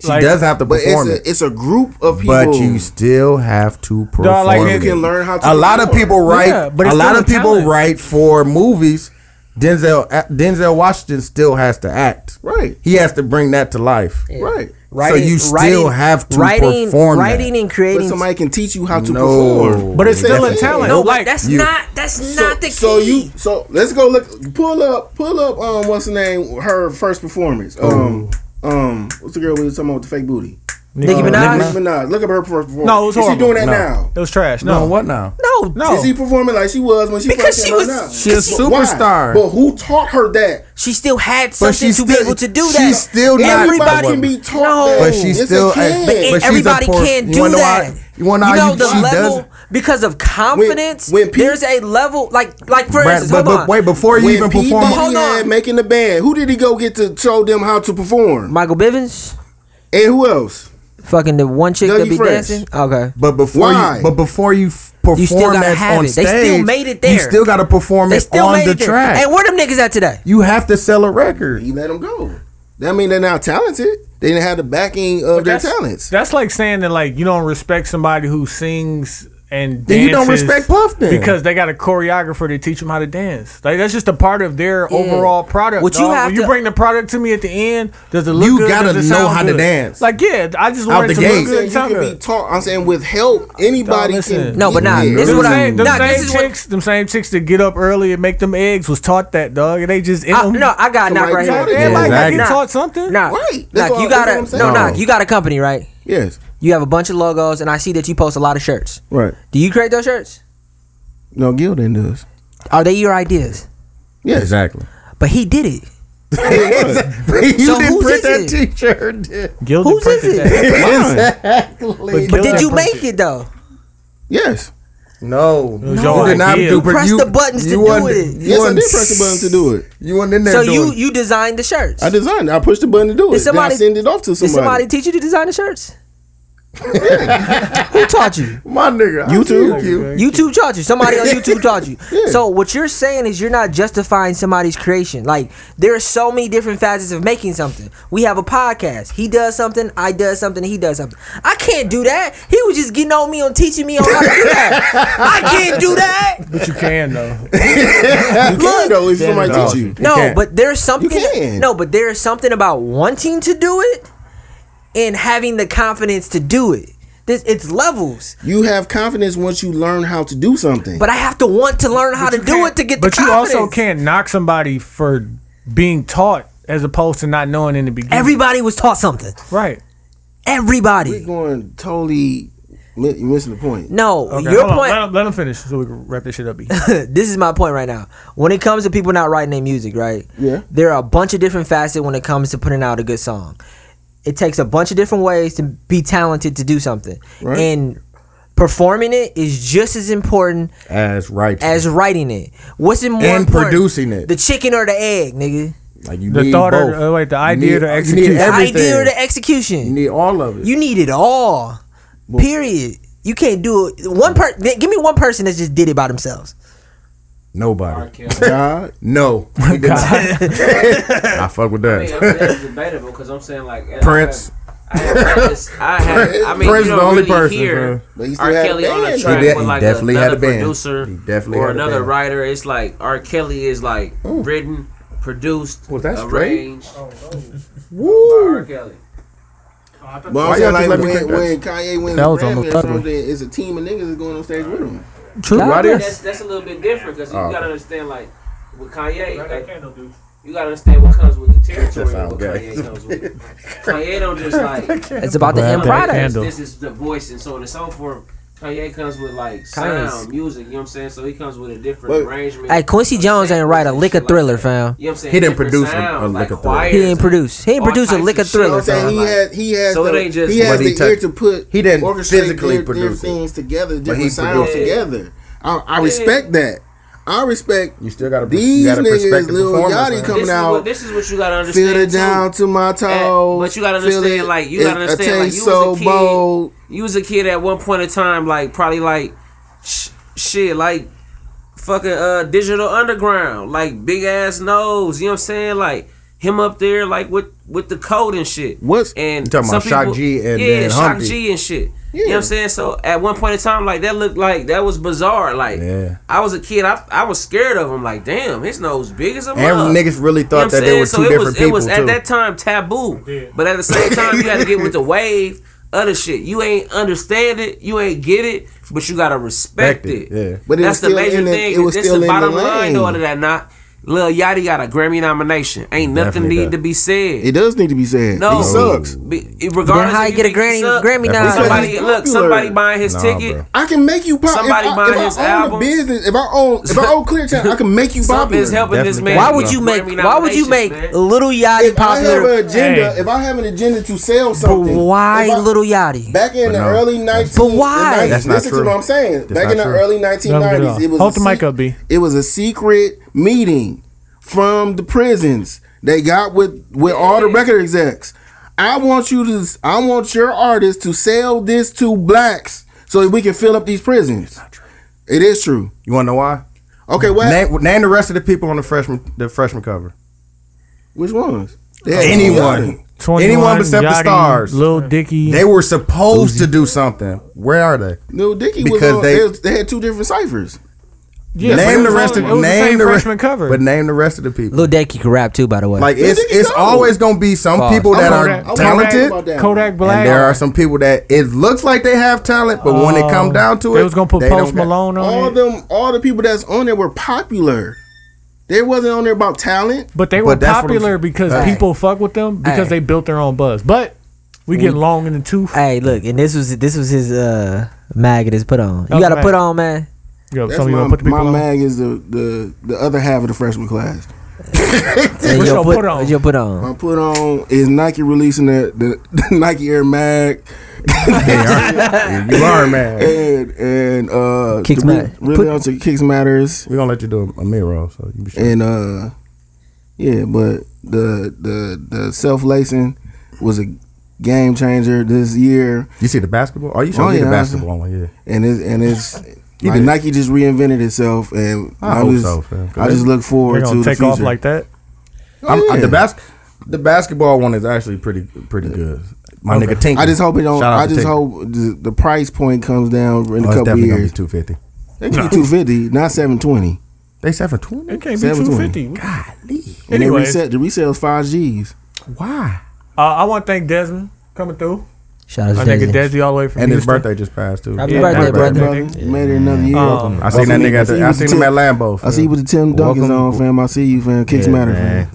Speaker 2: She
Speaker 3: Like-
Speaker 2: does have to
Speaker 7: but it's
Speaker 2: perform
Speaker 7: a,
Speaker 2: it.
Speaker 7: it's a group of people.
Speaker 2: But you still have to perform.
Speaker 3: Dog, like,
Speaker 2: it.
Speaker 7: you can learn how to
Speaker 2: A lot of
Speaker 7: perform.
Speaker 2: people write.
Speaker 3: Yeah, but
Speaker 2: a
Speaker 3: it's
Speaker 2: lot
Speaker 3: still
Speaker 2: of
Speaker 3: a
Speaker 2: people
Speaker 3: talent.
Speaker 2: write for movies. Denzel uh, Denzel Washington still has to act.
Speaker 7: Right.
Speaker 2: He has to bring that to life.
Speaker 7: Right.
Speaker 2: so you still have to
Speaker 1: writing,
Speaker 2: perform.
Speaker 1: writing and
Speaker 7: But
Speaker 1: creating.
Speaker 7: somebody can teach you how to
Speaker 2: No.
Speaker 7: perform.
Speaker 3: But it's still a
Speaker 7: That's it.
Speaker 3: talent.
Speaker 1: no,
Speaker 3: like
Speaker 1: but that's
Speaker 2: you-
Speaker 1: not that's
Speaker 7: So,
Speaker 1: not the key.
Speaker 7: so you so let's go look pull up pull up um what's the name her first performance um um what's the girl we was talking about with the fake booty
Speaker 1: Nicki Minaj?
Speaker 7: Uh, Nicki Minaj look up her first performance
Speaker 3: No, it was
Speaker 7: is she
Speaker 3: horrible.
Speaker 7: doing that now
Speaker 3: It was trash.
Speaker 2: No,
Speaker 3: No,
Speaker 2: what now?
Speaker 1: no,
Speaker 3: no.
Speaker 7: is she performing like she was when she
Speaker 1: Because
Speaker 7: first
Speaker 1: she
Speaker 7: came out
Speaker 1: was-
Speaker 7: now?
Speaker 1: she
Speaker 2: a
Speaker 7: Why?
Speaker 2: superstar.
Speaker 7: but who taught her that
Speaker 1: she still had
Speaker 2: But
Speaker 1: something
Speaker 2: she's
Speaker 1: to be
Speaker 2: still-
Speaker 1: able to do
Speaker 2: she's
Speaker 1: that.
Speaker 2: still not-
Speaker 7: everybody can
Speaker 2: Everybody-
Speaker 7: be taught that
Speaker 2: But she's
Speaker 7: Yes,
Speaker 2: still.
Speaker 7: they can.
Speaker 2: a-
Speaker 1: But
Speaker 2: she's a
Speaker 1: everybody
Speaker 2: poor-
Speaker 1: can't
Speaker 2: you
Speaker 1: do
Speaker 2: wanna know
Speaker 1: that.
Speaker 2: why- you want to know
Speaker 1: you
Speaker 2: how
Speaker 1: know
Speaker 2: you,
Speaker 1: the
Speaker 2: she
Speaker 1: level
Speaker 2: does?
Speaker 1: because of confidence.
Speaker 7: when people-
Speaker 1: there's a level like like for
Speaker 2: Brad,
Speaker 1: instance,
Speaker 2: but,
Speaker 1: hold
Speaker 2: but
Speaker 1: on.
Speaker 2: wait, before you
Speaker 7: when
Speaker 2: even
Speaker 7: P.
Speaker 2: perform,
Speaker 7: Diddy
Speaker 1: Hold
Speaker 7: had
Speaker 1: on.
Speaker 7: making the band who did he go get to show them how to perform
Speaker 1: Michael Bivins,
Speaker 7: and who else
Speaker 1: fucking the one chick
Speaker 7: Dougie
Speaker 1: that be
Speaker 7: Fresh.
Speaker 1: dancing. Okay,
Speaker 2: But before
Speaker 7: Why?
Speaker 2: you, but before you f-
Speaker 1: You still
Speaker 2: perform
Speaker 1: gotta
Speaker 2: that
Speaker 1: have
Speaker 2: on
Speaker 1: it. They
Speaker 2: stage,
Speaker 1: still made it
Speaker 2: You
Speaker 1: there.
Speaker 2: still got to perform
Speaker 1: they
Speaker 2: it
Speaker 1: still
Speaker 2: on
Speaker 1: made
Speaker 2: the
Speaker 1: it there.
Speaker 2: track.
Speaker 1: And where them niggas at today?
Speaker 2: you have to sell a record.
Speaker 7: he let them go that mean they're not talented they didn't have the backing of their
Speaker 3: that's,
Speaker 7: talents
Speaker 3: That's like saying that like you don't respect somebody who sings and dances
Speaker 2: Then you don't respect Puff then.
Speaker 3: because they got a choreographer to teach them how to dance. Like that's just a part of their overall product.
Speaker 1: What you
Speaker 3: dog.
Speaker 1: have
Speaker 3: when you
Speaker 1: to-
Speaker 3: bring the product to me at the end, does it look
Speaker 2: You
Speaker 3: good?
Speaker 2: gotta
Speaker 3: Does it
Speaker 2: know
Speaker 3: sound
Speaker 2: how to
Speaker 3: good?
Speaker 2: dance.
Speaker 3: Like yeah, I just
Speaker 2: Out
Speaker 3: wanted
Speaker 2: the
Speaker 3: to
Speaker 2: gate.
Speaker 3: look
Speaker 7: I'm
Speaker 3: good
Speaker 7: saying
Speaker 3: and
Speaker 7: you
Speaker 3: sound
Speaker 7: can be
Speaker 3: good.
Speaker 7: taught. I'm saying with help, anybody
Speaker 3: Dog, listen.
Speaker 7: can.
Speaker 1: No, but nah,
Speaker 7: Yeah.
Speaker 1: this is what
Speaker 3: Them
Speaker 1: I-
Speaker 3: same, them
Speaker 1: nah,
Speaker 3: same
Speaker 1: this is what-
Speaker 3: chicks, them same chicks that get up early and make them eggs was taught that dog, and they just ate
Speaker 1: I,
Speaker 3: them.
Speaker 1: Uh, no, I got knock
Speaker 7: Somebody
Speaker 1: right here.
Speaker 7: taught it.
Speaker 3: everybody got
Speaker 2: exactly.
Speaker 3: get
Speaker 1: Knock,
Speaker 3: taught something.
Speaker 1: knock,
Speaker 7: Right. That's
Speaker 1: knock.
Speaker 7: all-
Speaker 1: You
Speaker 7: that's
Speaker 1: got
Speaker 7: what I'm
Speaker 1: a
Speaker 7: saying.
Speaker 1: no, knock. You got a company, right?
Speaker 7: Yes,
Speaker 1: You have a bunch of logos, and I see that you post a lot of shirts.
Speaker 7: right.
Speaker 1: Do you create those shirts?
Speaker 7: No, Gildan does.
Speaker 1: Are they your ideas?
Speaker 7: Yes,
Speaker 2: Exactly.
Speaker 1: But he did it.
Speaker 2: you
Speaker 1: So
Speaker 2: didn't
Speaker 1: whose
Speaker 2: print that
Speaker 1: is
Speaker 2: T-shirt. did you?
Speaker 3: Gilded
Speaker 1: Whose is
Speaker 3: printed
Speaker 1: it?
Speaker 3: that.
Speaker 2: Exactly.
Speaker 1: But did
Speaker 3: that
Speaker 1: you
Speaker 3: person.
Speaker 1: make it though?
Speaker 7: Yes,
Speaker 2: No,
Speaker 3: was your
Speaker 2: you did not
Speaker 3: idea.
Speaker 2: do.
Speaker 3: You
Speaker 1: pressed
Speaker 2: you,
Speaker 1: the buttons to
Speaker 2: you
Speaker 1: do
Speaker 2: wasn't-
Speaker 1: it.
Speaker 2: You
Speaker 7: yes. I
Speaker 2: wasn't-
Speaker 7: did press the button to do it.
Speaker 2: You weren't in there.
Speaker 1: So
Speaker 2: doing,
Speaker 1: you you designed the shirts.
Speaker 7: I designed. it. I pushed the button to do it.
Speaker 1: Did somebody
Speaker 7: then I send it off to
Speaker 1: Did somebody
Speaker 7: somebody.
Speaker 1: teach you to design the shirts? Who taught you?
Speaker 2: my nigga.
Speaker 7: You too.
Speaker 2: I see you.
Speaker 1: YouTube taught you. Somebody on YouTube taught you.
Speaker 7: Yeah.
Speaker 1: So what you're saying is you're not justifying somebody's creation. Like there are so many different facets of making something. We have a podcast. He does something. I does something. He does something. I can't do that. He was just getting on me on teaching me on how to do that. I can't do that.
Speaker 3: But you can though.
Speaker 7: You can though if somebody
Speaker 2: no.
Speaker 7: teach you.
Speaker 1: No,
Speaker 2: can't.
Speaker 1: but there's something.
Speaker 7: can.
Speaker 1: No, but there's something about wanting to do it and having the confidence to do it. This it's levels,
Speaker 7: You have confidence once you learn how to do something.
Speaker 1: but I have to want to learn how
Speaker 3: But
Speaker 1: to
Speaker 3: you
Speaker 1: do
Speaker 3: can't-
Speaker 1: it to get the
Speaker 3: But you
Speaker 1: confidence.
Speaker 3: also can't knock somebody for being taught as opposed to not knowing in the beginning.
Speaker 1: Everybody was taught something.
Speaker 3: right.
Speaker 7: We're
Speaker 1: Everybody.
Speaker 7: going totally. mi- You're missing the point.
Speaker 1: No,
Speaker 3: Okay,
Speaker 1: your
Speaker 3: hold on.
Speaker 1: point.
Speaker 3: Let, him, let him finish so we can wrap this shit up. E.
Speaker 1: this is my point right now. When it comes to people not writing their music, right?
Speaker 7: Yeah.
Speaker 1: There are a bunch of different facets when it comes to putting out a good song. It takes a bunch of different ways to be talented to do something.
Speaker 7: Right.
Speaker 1: And performing it is just as important
Speaker 2: As right
Speaker 1: as writing it. What's it more
Speaker 2: And
Speaker 1: important?
Speaker 2: producing it.
Speaker 1: The chicken or the egg, nigga?
Speaker 2: like you
Speaker 3: The
Speaker 2: need
Speaker 3: thought or-
Speaker 2: both.
Speaker 3: uh, wait, the
Speaker 2: You
Speaker 3: idea
Speaker 2: need-
Speaker 3: to
Speaker 2: You
Speaker 3: execute.
Speaker 2: need
Speaker 3: The
Speaker 1: The idea or the
Speaker 2: everything. You
Speaker 1: execution?
Speaker 2: need all of it.
Speaker 1: You need it all. Period. You can't do it. One person. Give me one person that just did it by themselves.
Speaker 2: Nobody.
Speaker 7: God,
Speaker 2: No. He did not. I fuck with
Speaker 6: I mean,
Speaker 2: that.
Speaker 6: it's debatable because I'm saying like
Speaker 2: Prince.
Speaker 6: I have, I have, I have, I mean,
Speaker 2: Prince
Speaker 6: you
Speaker 2: the
Speaker 6: don't
Speaker 2: only
Speaker 6: really
Speaker 2: person,
Speaker 6: hear
Speaker 7: bro. But he still
Speaker 6: R.
Speaker 7: had a
Speaker 6: Kelly on
Speaker 7: band,
Speaker 6: a
Speaker 7: though.
Speaker 6: track
Speaker 2: He de-
Speaker 6: with
Speaker 2: he
Speaker 6: like
Speaker 2: definitely had
Speaker 6: another
Speaker 2: a band.
Speaker 6: producer
Speaker 2: He definitely
Speaker 6: or
Speaker 2: had a
Speaker 6: another
Speaker 2: band.
Speaker 6: writer. It's like R. Kelly is like written, produced,
Speaker 2: Was that straight?
Speaker 6: arranged by R. Kelly.
Speaker 7: but I'm
Speaker 2: y'all
Speaker 7: saying
Speaker 2: just
Speaker 7: like
Speaker 2: let
Speaker 7: when,
Speaker 2: me think that?
Speaker 7: when Kanye wins the
Speaker 3: That was almost
Speaker 7: Grammy or
Speaker 3: ugly.
Speaker 7: something, it's a team of niggas that's going on stage with him.
Speaker 3: True.
Speaker 1: Right
Speaker 3: there.
Speaker 6: That's that's a little bit different because you
Speaker 2: Oh.
Speaker 6: gotta understand like with Kanye, like, you gotta understand what comes with the territory.
Speaker 2: sound
Speaker 6: and What
Speaker 2: gay.
Speaker 6: Kanye comes with. Kanye don't just like
Speaker 1: It's about the end
Speaker 3: Grab that
Speaker 1: product.
Speaker 3: candle.
Speaker 6: This is the voice and so on and so forth. Kanye comes with like sound,
Speaker 1: Kanye's-
Speaker 6: music, you know what I'm saying? So he comes with a different
Speaker 7: Wait.
Speaker 6: arrangement.
Speaker 1: Hey, Quincy
Speaker 6: of
Speaker 1: Jones ain't
Speaker 6: samples
Speaker 1: write a
Speaker 6: and
Speaker 1: lick
Speaker 6: shit
Speaker 1: of Thriller,
Speaker 6: like that.
Speaker 1: fam.
Speaker 6: You know what I'm saying?
Speaker 2: He didn't
Speaker 6: Different
Speaker 2: produce a- a
Speaker 6: sounds,
Speaker 2: lick of Thriller.
Speaker 6: choirs
Speaker 1: He didn't
Speaker 6: and-
Speaker 1: produce. He didn't
Speaker 6: all
Speaker 1: produce a
Speaker 6: types
Speaker 1: lick of
Speaker 6: shit.
Speaker 1: Thriller,
Speaker 7: I'm saying he
Speaker 6: Like,
Speaker 7: had he has
Speaker 6: so it
Speaker 7: the,
Speaker 6: ain't just
Speaker 7: he has
Speaker 2: what he
Speaker 7: the
Speaker 2: touched.
Speaker 7: ear to put
Speaker 2: He didn't
Speaker 7: orchestrate
Speaker 2: physically
Speaker 7: their, their
Speaker 2: produce it.
Speaker 7: things together, different
Speaker 2: he
Speaker 7: sounds
Speaker 6: produced it.
Speaker 7: together. I, I respect that. I respect
Speaker 2: you still got a
Speaker 7: these
Speaker 2: you got a
Speaker 7: niggas.
Speaker 2: perspective
Speaker 7: Lil
Speaker 2: performance,
Speaker 7: Yachty
Speaker 2: man.
Speaker 7: coming
Speaker 6: This is
Speaker 7: out.
Speaker 6: what- this is what you gotta
Speaker 7: Feel
Speaker 6: understand,
Speaker 7: it down
Speaker 6: too. Eh,
Speaker 7: to my toes.
Speaker 6: But you gotta
Speaker 7: feel
Speaker 6: understand,
Speaker 7: it-
Speaker 6: like you gotta
Speaker 7: it- it
Speaker 6: understand, like
Speaker 7: tastes
Speaker 6: you
Speaker 7: so
Speaker 6: was a kid.
Speaker 7: bold.
Speaker 6: You was a kid at one point in time, like probably like sh- shit, like fucking uh digital underground, like big ass nose. You know what I'm saying? Like him up there, like with with the code and shit.
Speaker 2: What's-
Speaker 6: and
Speaker 2: You talking
Speaker 6: some
Speaker 2: about Shock G and
Speaker 6: yeah,
Speaker 2: then
Speaker 6: Shock
Speaker 2: Humpty.
Speaker 6: G and shit. You know what I'm saying? So at one point in time, like that looked like that was bizarre. Like
Speaker 2: Yeah.
Speaker 6: I was a kid, I, I was scared of him. Like damn, his nose big as a
Speaker 2: And
Speaker 6: mug.
Speaker 2: niggas really thought
Speaker 6: what I'm
Speaker 2: that they
Speaker 6: saying?
Speaker 2: were two
Speaker 6: it
Speaker 2: different
Speaker 6: was, It was
Speaker 2: people,
Speaker 6: at
Speaker 2: too.
Speaker 6: that time taboo, but at the same time, you got to get with the wave. Other shit, you ain't understand it, you ain't get it, but you gotta respect it.
Speaker 2: Respect it, yeah.
Speaker 7: But it
Speaker 6: that's
Speaker 7: was
Speaker 6: the
Speaker 7: still
Speaker 6: major
Speaker 7: in the-
Speaker 6: thing.
Speaker 7: it was
Speaker 6: this
Speaker 7: still
Speaker 6: the
Speaker 7: in
Speaker 6: bottom
Speaker 7: the
Speaker 6: line
Speaker 7: lane.
Speaker 6: to all of that. Not Lil Yachty got a Grammy nomination. Ain't nothing
Speaker 7: Definitely
Speaker 6: need
Speaker 7: does.
Speaker 6: to be said.
Speaker 7: It does need to be said.
Speaker 6: No,
Speaker 7: he sucks.
Speaker 6: Be- regardless,
Speaker 1: Then how
Speaker 6: if
Speaker 1: you get a
Speaker 6: think he
Speaker 1: Grammy-
Speaker 6: suck,
Speaker 1: Grammy
Speaker 6: if Somebody,
Speaker 7: nomination?
Speaker 6: look, somebody buying his
Speaker 2: Nah,
Speaker 6: ticket.
Speaker 2: bro.
Speaker 7: I can make you pop.
Speaker 6: Somebody
Speaker 7: if I,
Speaker 6: buying
Speaker 7: if I
Speaker 6: his
Speaker 7: own
Speaker 6: albums.
Speaker 7: A business, if I own, if I own Clear Channel, I can make you
Speaker 6: Something
Speaker 7: popular.
Speaker 6: is helping this
Speaker 2: Definitely.
Speaker 6: man.
Speaker 1: Why would
Speaker 6: get
Speaker 1: you make?
Speaker 6: Grammy
Speaker 1: Why would you make
Speaker 6: nominations, man?
Speaker 1: Little Yachty
Speaker 7: If I have
Speaker 1: popular?
Speaker 7: an agenda,
Speaker 3: Hey.
Speaker 7: if I have an agenda to sell
Speaker 1: But
Speaker 7: something,
Speaker 1: why
Speaker 7: if I-
Speaker 1: Little Yachty?
Speaker 7: Back in
Speaker 2: But
Speaker 7: the
Speaker 2: no.
Speaker 7: early 1990s.
Speaker 1: But why?
Speaker 2: That's not
Speaker 7: Listen
Speaker 2: true.
Speaker 7: to what I'm saying.
Speaker 2: That's
Speaker 7: Back
Speaker 2: not
Speaker 7: in the
Speaker 2: true.
Speaker 7: early
Speaker 3: Level it
Speaker 7: 1990s,
Speaker 3: up.
Speaker 7: it was,
Speaker 3: Hold
Speaker 7: a
Speaker 3: the mic up, B.
Speaker 7: it was a secret meeting from the prisons. They got with with all the record execs. I want you to I want your artists to sell this to blacks so that we can fill up these prisons. It is true.
Speaker 2: You want to know why?
Speaker 7: Okay, what?
Speaker 2: Name, name the rest of the people on the freshman the freshman cover.
Speaker 7: Which ones? They had
Speaker 2: Anyone, anyone except the stars.
Speaker 3: Lil Dicky.
Speaker 2: They were supposed to do something. Where are they?
Speaker 7: Lil Dicky was
Speaker 2: Because
Speaker 7: on.
Speaker 2: they-
Speaker 7: They, was- they had two different ciphers.
Speaker 3: yeah, but
Speaker 2: name
Speaker 3: it
Speaker 2: the
Speaker 3: was
Speaker 2: rest
Speaker 3: on-
Speaker 2: of
Speaker 3: it was the
Speaker 2: name
Speaker 3: same
Speaker 2: the re-
Speaker 3: freshman cover.
Speaker 2: But name the rest of the people.
Speaker 1: Lil Dicky can rap too, by the way.
Speaker 2: like it's
Speaker 7: Look at
Speaker 2: it's
Speaker 7: Kodak.
Speaker 2: always gonna be some
Speaker 1: Pause.
Speaker 2: people that
Speaker 3: I'm
Speaker 2: are
Speaker 3: Kodak- I'm
Speaker 2: talented,
Speaker 7: Kodak-
Speaker 2: and
Speaker 3: Kodak Black.
Speaker 2: there are some people that it looks like they have talent, but when it come down to it,
Speaker 3: Oh. they was gonna put
Speaker 2: they don't
Speaker 3: Post
Speaker 2: got-
Speaker 3: Malone on
Speaker 7: All
Speaker 3: it,
Speaker 7: them, all the people that's on there were popular. They wasn't on there about talent.
Speaker 3: but they
Speaker 2: But
Speaker 3: were
Speaker 2: that's what I'm
Speaker 3: popular
Speaker 2: saying.
Speaker 3: because
Speaker 1: Hey.
Speaker 3: people fuck with them because
Speaker 1: Hey.
Speaker 3: they built their own buzz. But we get long in the tooth.
Speaker 1: Hey, look, and this was this was his uh mag that is put on. You
Speaker 3: was
Speaker 1: gotta
Speaker 3: mag.
Speaker 1: put on, man.
Speaker 3: You know,
Speaker 7: That's
Speaker 3: some of you
Speaker 7: my,
Speaker 3: gonna put the people
Speaker 7: my
Speaker 3: on.
Speaker 7: mag is the, the the other half of the freshman class.
Speaker 1: And
Speaker 3: What's
Speaker 1: you'll
Speaker 3: your
Speaker 1: put,
Speaker 3: put on?
Speaker 1: You'll put on.
Speaker 7: I put on is Nike releasing the, the, the Nike Air Mag
Speaker 2: You learn, man.
Speaker 7: and and uh
Speaker 1: Kicks
Speaker 7: the re-
Speaker 1: Matter.
Speaker 7: really
Speaker 1: Put-
Speaker 7: onto Kicks Matters
Speaker 2: We're gonna let you do a, a mirror, so you be sure.
Speaker 7: and uh yeah, but the the the self lacing was a game changer this year.
Speaker 2: You see the basketball? Are you showing
Speaker 7: Oh,
Speaker 2: me
Speaker 7: yeah,
Speaker 2: the
Speaker 7: I-
Speaker 2: basketball one? Yeah.
Speaker 7: and it's and it's like
Speaker 2: did.
Speaker 7: Nike just reinvented itself, and
Speaker 2: I
Speaker 7: I,
Speaker 2: hope
Speaker 7: just
Speaker 2: so, fam.
Speaker 7: I just
Speaker 3: They're
Speaker 7: look forward to
Speaker 3: gonna
Speaker 7: the
Speaker 3: take
Speaker 7: future.
Speaker 3: off like that.
Speaker 2: I'm, I-
Speaker 7: Oh, yeah. Uh,
Speaker 2: the bas- the basketball one is actually pretty pretty good. My
Speaker 3: Okay.
Speaker 2: nigga Tinker.
Speaker 7: I just hope it don't.
Speaker 2: Shout out
Speaker 7: I
Speaker 2: to
Speaker 7: just
Speaker 2: Tinker.
Speaker 7: hope the, the price point comes down in
Speaker 2: Oh,
Speaker 7: a
Speaker 2: it's
Speaker 7: couple
Speaker 2: definitely gonna be
Speaker 7: years.
Speaker 2: two fifty.
Speaker 7: They should be two fifty, not seven twenty.
Speaker 2: They said for twenty.
Speaker 3: It can't be
Speaker 7: Seven
Speaker 3: two
Speaker 7: twenty.
Speaker 3: fifty. Uh,
Speaker 2: Golly,
Speaker 7: And they
Speaker 3: Anyways.
Speaker 7: reset. The resale's five Gs.
Speaker 2: why?
Speaker 3: Uh, I want to thank Desmond coming through.
Speaker 1: Shout
Speaker 3: My
Speaker 1: out to
Speaker 3: nigga
Speaker 1: Desi.
Speaker 3: Desi all the way from
Speaker 2: And his
Speaker 3: Houston.
Speaker 2: birthday just passed too.
Speaker 1: Happy
Speaker 3: Yeah,
Speaker 1: birthday,
Speaker 3: happy
Speaker 1: brother.
Speaker 3: birthday.
Speaker 7: brother. Made it another year.
Speaker 3: Um,
Speaker 2: I seen that nigga. At the, I
Speaker 7: see
Speaker 2: seen him at Lambo.
Speaker 7: I see you with the Tim Duncan's on, fam. I see you, fam. Kicks matter, fam.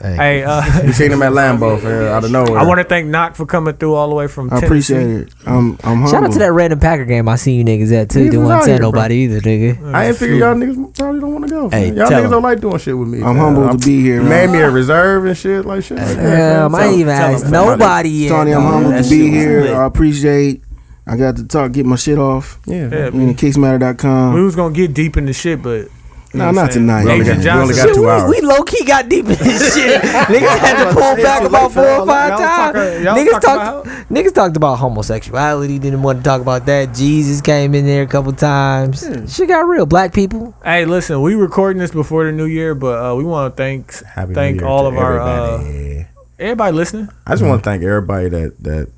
Speaker 3: Hey, uh,
Speaker 2: You seen him at Lambo, fam, out of nowhere.
Speaker 3: I want to thank Knock for coming through all the way from.
Speaker 7: I appreciate
Speaker 3: Tennessee.
Speaker 7: it. I'm I'm humble.
Speaker 1: Shout out to that random Packer game I seen you niggas at too.
Speaker 2: Niggas
Speaker 1: Didn't
Speaker 2: was
Speaker 1: want
Speaker 2: out
Speaker 1: to tell
Speaker 2: here, bro.
Speaker 1: nobody either, nigga.
Speaker 2: I ain't figure y'all niggas probably don't want to go.
Speaker 10: Hey,
Speaker 2: fam. y'all
Speaker 10: tell
Speaker 2: niggas
Speaker 10: him.
Speaker 2: don't like doing shit with me.
Speaker 7: I'm
Speaker 2: fam.
Speaker 7: humbled
Speaker 2: I'm-
Speaker 7: to be here.
Speaker 2: You
Speaker 7: Man.
Speaker 2: made me a reserve and shit like shit. Like that,
Speaker 1: Damn,
Speaker 2: fam.
Speaker 1: I ain't even
Speaker 2: Tell him,
Speaker 1: asked
Speaker 2: fam. I just-
Speaker 1: nobody yet.
Speaker 7: Tony, I'm
Speaker 1: man.
Speaker 7: humbled
Speaker 1: That
Speaker 7: to
Speaker 1: shit
Speaker 7: be
Speaker 1: was
Speaker 7: here.
Speaker 1: lit.
Speaker 7: I appreciate. I got to talk. Get my shit off.
Speaker 2: Yeah.
Speaker 3: Yeah,
Speaker 7: You know, kicksmatter.com.
Speaker 2: Uh-huh.
Speaker 3: we was gonna get deep in the shit, but
Speaker 7: No, not tonight.
Speaker 2: We only got-
Speaker 3: Agent
Speaker 2: we only
Speaker 3: Johnson.
Speaker 2: got
Speaker 1: Shit,
Speaker 2: two
Speaker 1: we,
Speaker 2: hours.
Speaker 1: we low key got deep in this shit. niggas had to pull back about four or five
Speaker 3: Y'all
Speaker 1: times.
Speaker 3: talk- y'all
Speaker 1: niggas
Speaker 3: talk
Speaker 1: talked. Niggas talked about homosexuality. Didn't want to talk about that. Jesus came in there a couple times. Shit got real. Black people.
Speaker 3: Hey, listen, we recording this before the new year, but uh, we want to thank
Speaker 2: Happy New
Speaker 3: thank
Speaker 2: Year
Speaker 3: all
Speaker 2: to
Speaker 3: of our uh,
Speaker 2: everybody.
Speaker 3: everybody listening.
Speaker 2: I just
Speaker 1: Mm.
Speaker 2: want to thank everybody that that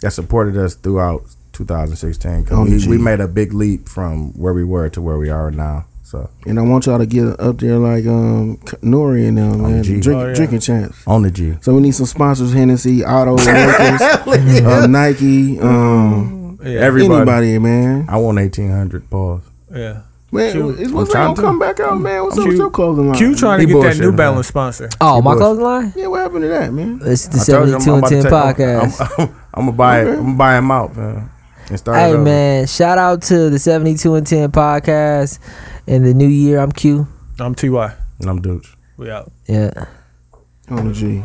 Speaker 2: that supported us throughout 2016. 'cause
Speaker 7: Only
Speaker 2: we, we
Speaker 7: G.
Speaker 2: made a big leap from where we were to where we are now. So
Speaker 7: And I want y'all to get up there like um Nori and them, man.
Speaker 2: G.
Speaker 7: Drink,
Speaker 3: Oh, yeah.
Speaker 7: Drinking champs.
Speaker 2: on the G.
Speaker 7: So we need some sponsors: Hennessy, Auto, Lakers, uh, Nike, um,
Speaker 3: Yeah,
Speaker 2: Everybody.
Speaker 7: anybody, man.
Speaker 2: I want 1800 pause.
Speaker 3: yeah.
Speaker 7: Man,
Speaker 3: Q.
Speaker 7: it's what's
Speaker 2: I'm
Speaker 7: gonna
Speaker 2: trying
Speaker 7: come back out, man. What's
Speaker 3: I'm
Speaker 7: up with
Speaker 3: Q.
Speaker 7: your clothing line?
Speaker 3: Q trying
Speaker 2: He
Speaker 3: to get that
Speaker 2: bullshitting,
Speaker 3: New
Speaker 2: man.
Speaker 3: Balance sponsor.
Speaker 1: Oh, my
Speaker 2: was.
Speaker 1: clothing line.
Speaker 7: Yeah, what happened to that, man?
Speaker 1: It's the
Speaker 2: I told you
Speaker 1: seventy
Speaker 2: I'm
Speaker 1: two and
Speaker 2: about to
Speaker 1: ten
Speaker 2: take- I'm-
Speaker 1: podcast.
Speaker 2: I'm, I'm gonna buy it. I'm gonna buy him out, man. And start it
Speaker 1: Hey
Speaker 2: over.
Speaker 1: man, shout out to the seventy two and ten podcast. In the new year, I'm Q.
Speaker 3: I'm Ty.
Speaker 2: And I'm dudes.
Speaker 3: We out.
Speaker 1: Yeah.
Speaker 7: On the G.